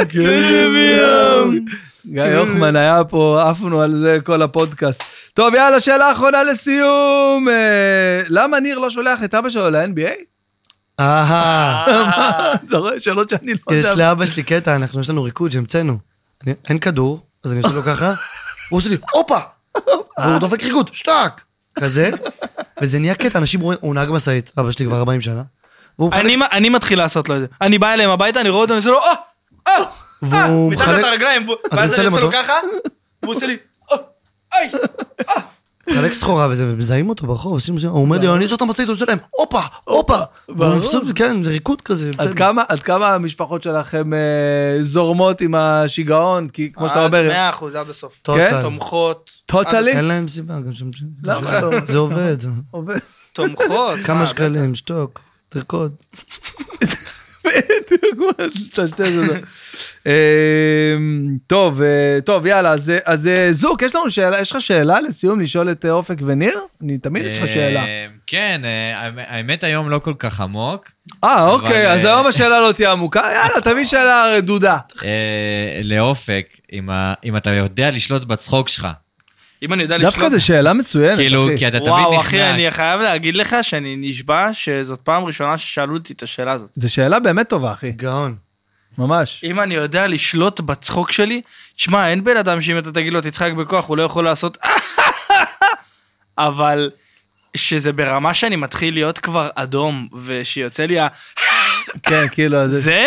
Speaker 1: ים, כלב ים. גיא
Speaker 2: כן.
Speaker 1: יוחמן היה פה, עפנו על זה כל הפודקאסט. טוב, יאללה, שאלה אחרונה לסיום. אה, למה ניר לא שולח את אבא שלו ל-NBA?
Speaker 3: אהה,
Speaker 1: אתה רואה שאלות שאני לא
Speaker 3: יש
Speaker 1: יודע.
Speaker 3: לאבא שלי קטע, אנחנו, יש לנו ריקוד שהמצאנו. אני- אין כדור, אז אני עושה לו ככה, הוא עושה לי, הופה! והוא דופק ריקוד, שטאק! כזה, וזה נהיה קטע, אנשים רואים, הוא נהג משאית, אבא שלי כבר 40 שנה. והוא מחלק
Speaker 2: אני- אני מתחיל לעשות לו את זה. אני בא אליהם הביתה, אני רואה אותו, אני עושה לו, אה, אה, אה,
Speaker 3: והוא
Speaker 2: מתחת
Speaker 3: מחלק-
Speaker 2: הרגליים, והוא-
Speaker 3: אני
Speaker 2: ואז אני
Speaker 3: מצלם
Speaker 2: עושה לו
Speaker 3: אותו.
Speaker 2: ככה, והוא עושה לי, אה, איי.
Speaker 3: מחלק סחורה וזה, ומזהים אותו ברחוב, עושים, עושים- הוא אומר לי, אני עושה את המשאית, הוא עושה להם, הופה, הופה. והוא מבסוט, כן, זה ריקוד כזה.
Speaker 1: עד
Speaker 3: בסדר.
Speaker 1: כמה- עד כמה המשפחות שלכם אה, זורמות עם השיגעון? כי כמו שאתה
Speaker 2: עד
Speaker 1: אומר,
Speaker 2: 100 "אה, אחוז, עד הסוף.
Speaker 3: טוטל.
Speaker 2: תומכות.
Speaker 1: טוטלי?
Speaker 3: אין להם סיבה, גם שם...
Speaker 1: למה לא?
Speaker 3: זה עובד.
Speaker 2: אה,
Speaker 1: עובד.
Speaker 2: תומכות.
Speaker 3: כמה
Speaker 2: מה,
Speaker 3: שקלים, שתוק, תרקוד.
Speaker 1: תשתש אותו. אמ, טוב, אה, טוב, יאללה, אז, אה, אז אה, זוק, יש לנו שאלה, יש לך שאלה לסיום לשאול את אה, אופק וניר? אני תמיד יש לך שאלה.
Speaker 4: אה, כן, אה, האמת- האמת היום לא כל כך עמוק.
Speaker 1: אה, אוקיי,
Speaker 4: אבל,
Speaker 1: אז
Speaker 4: אה,
Speaker 1: היום השאלה לא תהיה עמוקה, יאללה, תביא שאלה רדודה.
Speaker 4: אה, לאופק, אם ה- אם אתה יודע לשלוט בצחוק שלך.
Speaker 2: אם אני יודע לשלוט.
Speaker 1: דווקא זו שאלה מצוינת,
Speaker 4: כאילו,
Speaker 1: כן, אחי.
Speaker 4: כי אתה תמיד נכנע.
Speaker 2: וואו, אחי, אני חייב להגיד לך שאני נשבע שזאת פעם ראשונה ששאלו אותי את השאלה הזאת.
Speaker 1: זו שאלה באמת טובה, אחי,
Speaker 3: גאון.
Speaker 1: ממש.
Speaker 2: אם אני יודע לשלוט בצחוק שלי, תשמע, אין בן אדם שאם אתה תגיד לו תצחק בכוח, הוא לא יכול לעשות... אבל שזה ברמה שאני מתחיל להיות כבר אדום, ושיוצא לי ה...
Speaker 1: כן, כאילו, אז זה
Speaker 2: זה?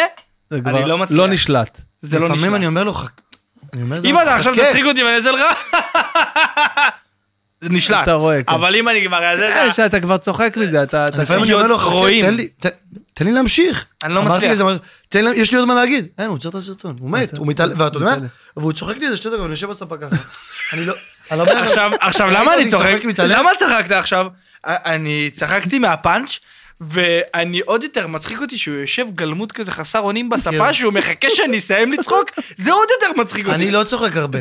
Speaker 1: זה
Speaker 2: אני לא
Speaker 1: כבר
Speaker 2: מצליח.
Speaker 1: לא נשלט.
Speaker 2: זה לא
Speaker 3: לפעמים
Speaker 2: נשמע.
Speaker 3: אני אומר לו, "חכ- אני אומר, לא
Speaker 2: אם
Speaker 3: לו,
Speaker 2: אתה עכשיו
Speaker 3: "חכה."
Speaker 2: תצחיק אותי ואני אעשה לך... זה נשלט.
Speaker 1: אתה רואה, כן.
Speaker 2: אבל אם אני כבר אעשה
Speaker 1: אה,
Speaker 2: את זה...
Speaker 1: שאתה כבר צוחק מזה, אתה... אתה-
Speaker 3: לפעמים אני אומר לו, "חכה,
Speaker 2: רואים.
Speaker 3: תן לי- ת- תן לי להמשיך.
Speaker 2: אני לא
Speaker 3: כן. אמרתי
Speaker 2: מצליח.
Speaker 3: לזה משהו, "תן לי- יש לי עוד מה להגיד. אין, הוא עוצר את הסרטון, הוא מת, הוא מתעלם, ואתה
Speaker 2: לא
Speaker 3: יודע, מה? והוא צוחק לי איזה שתי דקות, אני יושב בספה ככה. אני לא... אני לא אומר-
Speaker 2: עכשיו, עכשיו
Speaker 3: ראית
Speaker 2: למה אני
Speaker 3: אותי
Speaker 2: צוחק?
Speaker 3: צוחק מתעלם?
Speaker 2: למה צחקת עכשיו? א- אני צחקתי מהפאנץ', ואני עוד יותר מצחיק אותי שהוא יושב גלמוד כזה חסר אונים בספה,
Speaker 3: כן.
Speaker 2: שהוא מחכה שאני אסיים לצחוק, זה עוד יותר מצחיק אותי.
Speaker 3: אני לא צוחק הרבה,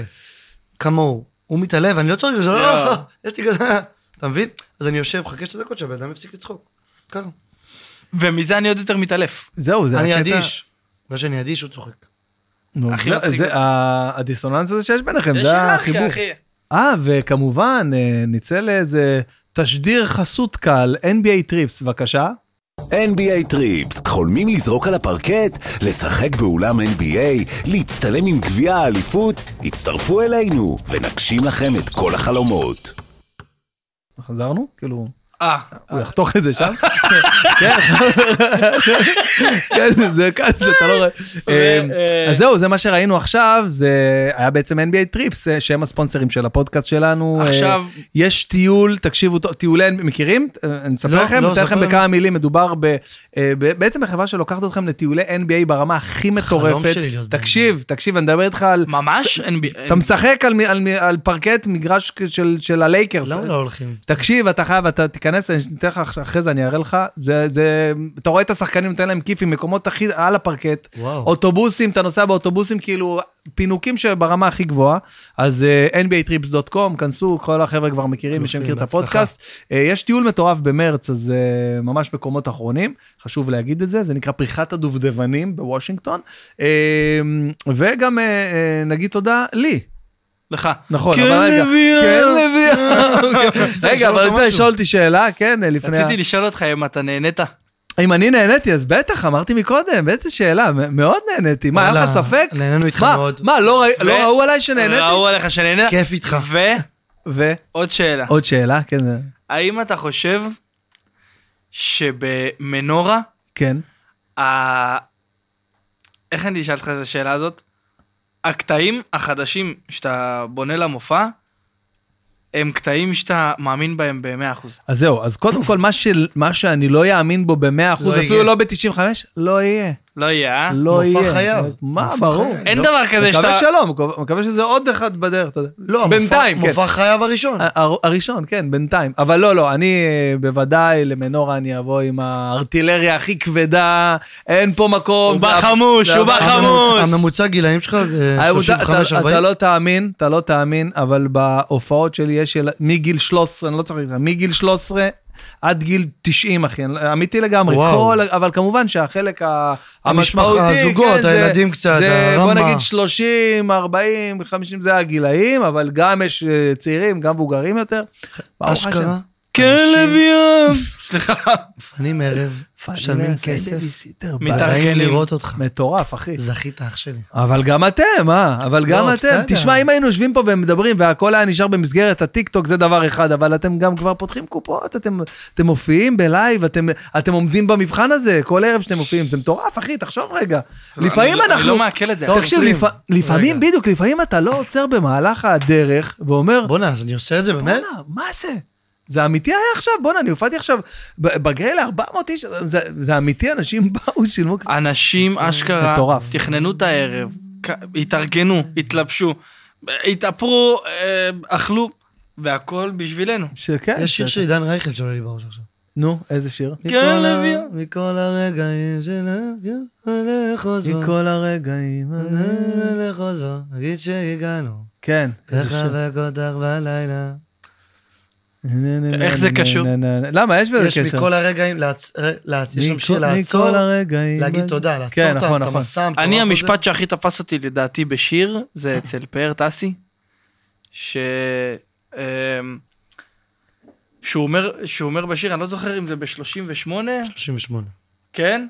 Speaker 3: כמוהו. הוא מתעלם, אני לא צוחק, זה לא, יש לי כזה, אתה מבין? אז אני יושב, מחכה שתי דקות שהבן אדם יפסיק לצחוק. ככה.
Speaker 2: ומזה אני עוד יותר מתעלף.
Speaker 1: זהו, זה
Speaker 3: אני
Speaker 1: הקטע.
Speaker 3: אדיש. בגלל שאני אדיש, הוא צוחק.
Speaker 1: נו,
Speaker 2: הכי
Speaker 1: זה-
Speaker 2: מצחיק.
Speaker 1: זה ה- הדיסוננס הזה שיש ביניכם, זה החיבור. אה, וכמובן, אה, נצא לאיזה תשדיר חסות קל, NBA טריפס, בבקשה.
Speaker 9: NBA טריפס, חולמים לזרוק על הפרקט? לשחק באולם NBA? להצטלם עם גביע האליפות? הצטרפו אלינו ונגשים לכם את כל החלומות.
Speaker 1: חזרנו? כאילו... אה, הוא יחתוך את זה שם? כן, כן, זה כאן, אתה לא רואה. אמ,
Speaker 3: אה,
Speaker 1: אז זהו, זה מה שראינו עכשיו, זה היה בעצם NBA טריפס, אה, שהם הספונסרים של הפודקאסט שלנו. אה,
Speaker 2: עכשיו-
Speaker 1: יש טיול, תקשיבו, טוב, טיולי, מכירים? אה, אני אספר
Speaker 3: לא,
Speaker 1: לכם,
Speaker 3: לא,
Speaker 1: אתן לכם
Speaker 3: ספר.
Speaker 1: בכמה מילים, מדובר ב... אה, ב- בעצם בחברה שלוקחת אתכם לטיולי NBA ברמה הכי מטורפת.
Speaker 3: אה, שלי להיות ב-
Speaker 1: תקשיב, תקשיב, אני מדבר איתך על...
Speaker 2: ממש? אין בי-
Speaker 1: אתה משחק על מ- על מ- על פרקט מגרש של- של הלייקרס.
Speaker 3: למה לא הולכים?
Speaker 1: תקשיב, אתה חייב, אתה תיכנס, אני אתן לך עכשיו- אחרי זה, אני אראה לך. זה, זה, אתה רואה את השחקנים, נותן להם כיפים, מקומות הכי, על הפרקט.
Speaker 3: וואו.
Speaker 1: אוטובוסים, אתה נוסע באוטובוסים, כאילו, פינוקים שברמה הכי גבוהה. אז uh, nbatrips.com, כנסו, כל החבר'ה כבר מכירים, מי
Speaker 3: אלופים,
Speaker 1: שמכיר את
Speaker 3: בהצלחה.
Speaker 1: הפודקאסט. Uh, יש טיול מטורף במרץ, אז uh, ממש מקומות אחרונים, חשוב להגיד את זה, זה נקרא פריחת הדובדבנים בוושינגטון. Uh, וגם uh, uh, נגיד תודה לי.
Speaker 2: לך.
Speaker 1: נכון,
Speaker 2: כן,
Speaker 1: אבל רגע.
Speaker 2: לביאה.
Speaker 1: כן, לביאה. רגע,
Speaker 3: לשאול
Speaker 1: אבל
Speaker 3: אותו
Speaker 1: רצית
Speaker 3: משהו?
Speaker 1: לשאול אותי שאלה, כן, לפני... ה-
Speaker 2: רציתי לשאול אותך אם אתה נהנית.
Speaker 1: אם אני נהניתי, אז בטח, אמרתי מקודם, איזה שאלה, מ- מאוד נהניתי. מה, היה לך
Speaker 3: וואלה,
Speaker 1: ספק?
Speaker 3: נהנינו איתך
Speaker 1: מה,
Speaker 3: מאוד.
Speaker 1: מה, לא ראי-
Speaker 2: ו-
Speaker 1: לא ראו עליי שנהניתי?
Speaker 2: ראו עליך שנהנית.
Speaker 3: כיף איתך.
Speaker 2: ועוד
Speaker 1: ועוד
Speaker 2: שאלה.
Speaker 1: שאלה, כן, זה-
Speaker 2: האם אתה חושב שבמנורה,
Speaker 1: כן.
Speaker 2: ה- איך אני אשאל אותך את השאלה הזאת? הקטעים החדשים שאתה בונה למופע, הם קטעים שאתה מאמין בהם ב-100%.
Speaker 1: אז זהו, אז קודם כל, מה של- מה שאני לא יאמין בו ב-100%,
Speaker 3: לא
Speaker 1: אפילו
Speaker 3: יהיה.
Speaker 1: לא ב-95, לא יהיה.
Speaker 2: לא יהיה, אה?
Speaker 1: לא יהיה.
Speaker 3: מופע חייב.
Speaker 1: מה,
Speaker 3: מופע
Speaker 1: ברור.
Speaker 3: חייב.
Speaker 2: אין
Speaker 3: לא.
Speaker 2: דבר כזה שאתה...
Speaker 1: מקווה שלא, מקווה- מקווה שזה עוד אחד בדרך, אתה יודע.
Speaker 3: לא, המופע-
Speaker 1: בינתיים, כן.
Speaker 3: מופע חייו הראשון.
Speaker 1: הר- הראשון, כן, בינתיים. אבל לא, לא, אני אה, בוודאי למנורה אני אבוא עם הארטילריה הכי כבדה, אין פה מקום.
Speaker 2: הוא בא
Speaker 1: זה-
Speaker 2: חמוש,
Speaker 1: זה-
Speaker 2: הוא בא חמוש.
Speaker 3: הממוצע גילאים שלך אה, זה
Speaker 1: אתה-
Speaker 3: 35-40?
Speaker 1: אה, אתה- אתה לא תאמין, אתה לא תאמין, אבל בהופעות שלי יש יל- מגיל 13, אני לא צריך להגיד לך, מגיל 13 עד גיל 90, אחי, אני לא- אמיתי לגמרי.
Speaker 3: וואו.
Speaker 1: כל, אבל כמובן שהחלק ה-
Speaker 3: המשפחה,
Speaker 1: המשמעותי,
Speaker 3: הזוגות,
Speaker 1: כן, זה-
Speaker 3: הילדים קצת,
Speaker 1: זה בוא
Speaker 3: הרמב"ם.
Speaker 1: נגיד 30, 40, 50, זה הגילאים, אבל גם יש אה, צעירים, גם מבוגרים יותר. ברוך השם.
Speaker 3: אשכרה?
Speaker 2: כן, לוי ים. סליחה.
Speaker 3: מפנים ערב, משלמים כסף,
Speaker 2: מתארגנים.
Speaker 3: באים לראות אותך.
Speaker 1: מטורף, אחי.
Speaker 3: זכית אח שלי.
Speaker 1: אבל גם אתם, אה? אבל גם
Speaker 3: לא,
Speaker 1: אתם.
Speaker 3: בסדר.
Speaker 1: תשמע, אם היינו יושבים פה ומדברים והכל היה נשאר במסגרת הטיקטוק, זה דבר אחד, אבל אתם גם כבר פותחים קופות, אתם, אתם מופיעים בלייב, אתם, אתם עומדים במבחן הזה כל ערב שאתם מופיעים, זה מטורף, אחי, תחשוב רגע. לפעמים
Speaker 2: אני- אני
Speaker 1: אנחנו...
Speaker 2: לא מעכל את זה.
Speaker 3: לא,
Speaker 1: תקשיב,
Speaker 3: עוצרים.
Speaker 1: לפע- לפעמים,
Speaker 3: רגע.
Speaker 1: בדיוק, לפעמים אתה לא עוצר במהלך הדרך ואומר,
Speaker 3: בואנה, אז אני עושה את זה באמת?
Speaker 1: בואנה, מה זה? זה אמיתי היה עכשיו? בואנה, אני הופעתי עכשיו ב- בגריל 400 איש, זה, זה אמיתי, אנשים באו, שילמו...
Speaker 2: אנשים אשכרה
Speaker 1: מטורף.
Speaker 2: תכננו את הערב, כ- התארגנו, התלבשו, התאפרו, אה, אכלו, והכל בשבילנו.
Speaker 1: שכן.
Speaker 3: יש שיר
Speaker 1: ש-
Speaker 3: של עידן רייכל שעולה לי בראש עכשיו.
Speaker 1: נו, איזה שיר?
Speaker 3: מכל ה-
Speaker 2: לוי.
Speaker 3: מכל הרגעים של... לחוזבו.
Speaker 1: מכל הרגעים...
Speaker 3: אה, לחוזבו. נגיד שהגענו.
Speaker 1: כן.
Speaker 3: לחבק אותך בלילה.
Speaker 2: איך זה קשור?
Speaker 1: למה? יש בזה
Speaker 3: יש
Speaker 1: קשר.
Speaker 3: מכל הרגעים, לעצ- אה, לעצ- יש שם
Speaker 1: מכל-
Speaker 3: שיר לעצור,
Speaker 1: מכל הרגעים...
Speaker 3: להגיד תודה, לעצור
Speaker 1: כן,
Speaker 3: את
Speaker 1: נכון,
Speaker 3: ה- את
Speaker 1: נכון.
Speaker 3: המסע המטורף
Speaker 2: אני,
Speaker 3: הזה.
Speaker 2: המשפט שהכי תפס אותי לדעתי בשיר, זה אצל פאר טסי, ש... אמ, שהוא אומר, שהוא אומר בשיר, אני לא זוכר אם זה ב-38,
Speaker 3: 38.
Speaker 2: כן?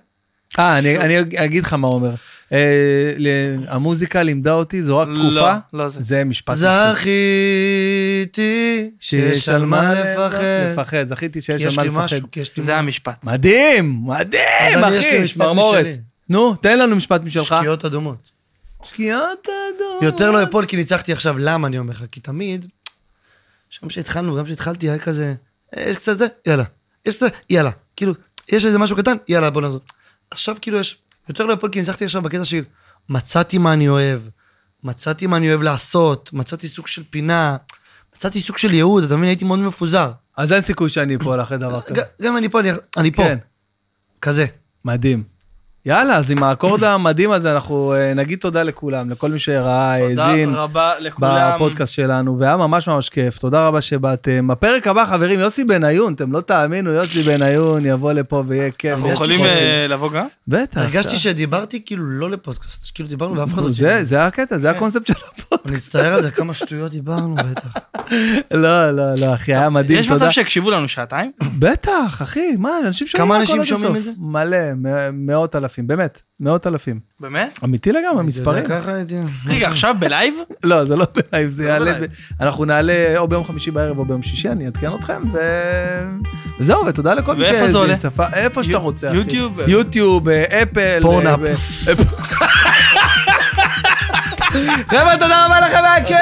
Speaker 1: אה, אני- אני אגיד לך מה הוא אומר. אה, ל- המוזיקה לימדה אותי, זו רק תקופה.
Speaker 2: לא, לא זה.
Speaker 1: זה משפט.
Speaker 3: זכיתי שיש על מה לפחד.
Speaker 1: לפחד, זכיתי שיש על
Speaker 3: יש
Speaker 1: מה
Speaker 3: לי
Speaker 1: לפחד.
Speaker 3: משהו, כי יש לי
Speaker 2: זה המשפט.
Speaker 1: מדהים,
Speaker 3: אז
Speaker 1: מדהים,
Speaker 3: אני, יש לי
Speaker 1: אחי,
Speaker 3: משפט
Speaker 1: צמרמורת.
Speaker 3: משלי.
Speaker 1: נו, תן לנו משפט משלך.
Speaker 3: שקיעות אדומות.
Speaker 1: שקיעות אדום.
Speaker 3: יותר לא אפול כי ניצחתי עכשיו, למה אני אומר לך? כי תמיד, שם שהתחלנו, גם שהתחלתי היה כזה, "אה, יש קצת זה, יאללה. יש קצת, יאללה. כאילו, יש איזה משהו קטן, יאללה, בוא נעזור. עכשיו כאילו יש, יותר לא אפול כי ניצחתי עכשיו בקטע של מצאתי מה אני אוהב, מצאתי מה אני אוהב לעשות, מצאתי סוג של פינה, מצאתי סוג של ייעוד, אתה מבין? הייתי מאוד מפוזר.
Speaker 1: אז אין סיכוי שאני אפול אחרי דבר כזה.
Speaker 3: ג- גם אני פה, אני- אני פה,
Speaker 1: כן,
Speaker 3: כזה.
Speaker 1: מדהים. יאללה, אז עם האקורד המדהים הזה אנחנו אה, נגיד תודה לכולם, לכל מי שראה,
Speaker 2: תודה
Speaker 1: האזין.
Speaker 2: רבה לכולם.
Speaker 1: בפודקאסט שלנו, והיה ממש ממש כיף, תודה רבה שבאתם. בפרק הבא, חברים, יוסי בניון, אתם לא תאמינו, יוסי בניון יבוא לפה ויהיה כיף.
Speaker 2: אנחנו יכולים אה, לבוא גם?
Speaker 1: בטח.
Speaker 3: הרגשתי שדיברתי כאילו לא לפודקאסט, כאילו דיברנו ואף אחד לא...
Speaker 1: זה- זה הקטע,
Speaker 2: כן.
Speaker 1: זה הקונספט של הפודקאסט.
Speaker 3: אני מצטער על זה, כמה שטויות דיברנו, בטח.
Speaker 1: לא, לא, לא, אחי, היה מדהים,
Speaker 2: יש
Speaker 1: תודה.
Speaker 2: מצב שיקשיבו לנו שעתיים?
Speaker 1: בטח, אחי, מה, אנשים שומעים
Speaker 3: כמה
Speaker 1: הכל
Speaker 3: אנשים
Speaker 1: עד
Speaker 3: שומעים
Speaker 1: הסוף.
Speaker 3: את זה?
Speaker 1: מלא, מא- מאות אלפים. אלפים, באמת, מאות אלפים.
Speaker 2: באמת?
Speaker 1: אמיתי לגמרי, מספרים.
Speaker 3: ככה הייתי...
Speaker 2: רגע, עכשיו בלייב?
Speaker 1: לא, זה לא בלייב, זה
Speaker 2: לא
Speaker 1: יעלה,
Speaker 2: בלייב.
Speaker 1: ב- אנחנו נעלה או ביום חמישי בערב או ביום שישי, אני אעדכן אתכם, ו- וזהו, ותודה לכל מי
Speaker 2: ואיפה זה עולה?
Speaker 1: צפה, איפה שאתה
Speaker 2: יו-
Speaker 1: רוצה, אחי.
Speaker 2: יוטיוב?
Speaker 1: יוטיוב, אה, אפל.
Speaker 3: פורנאפ.
Speaker 1: אה, ב- חבר'ה, תודה רבה לכם, היה כיף.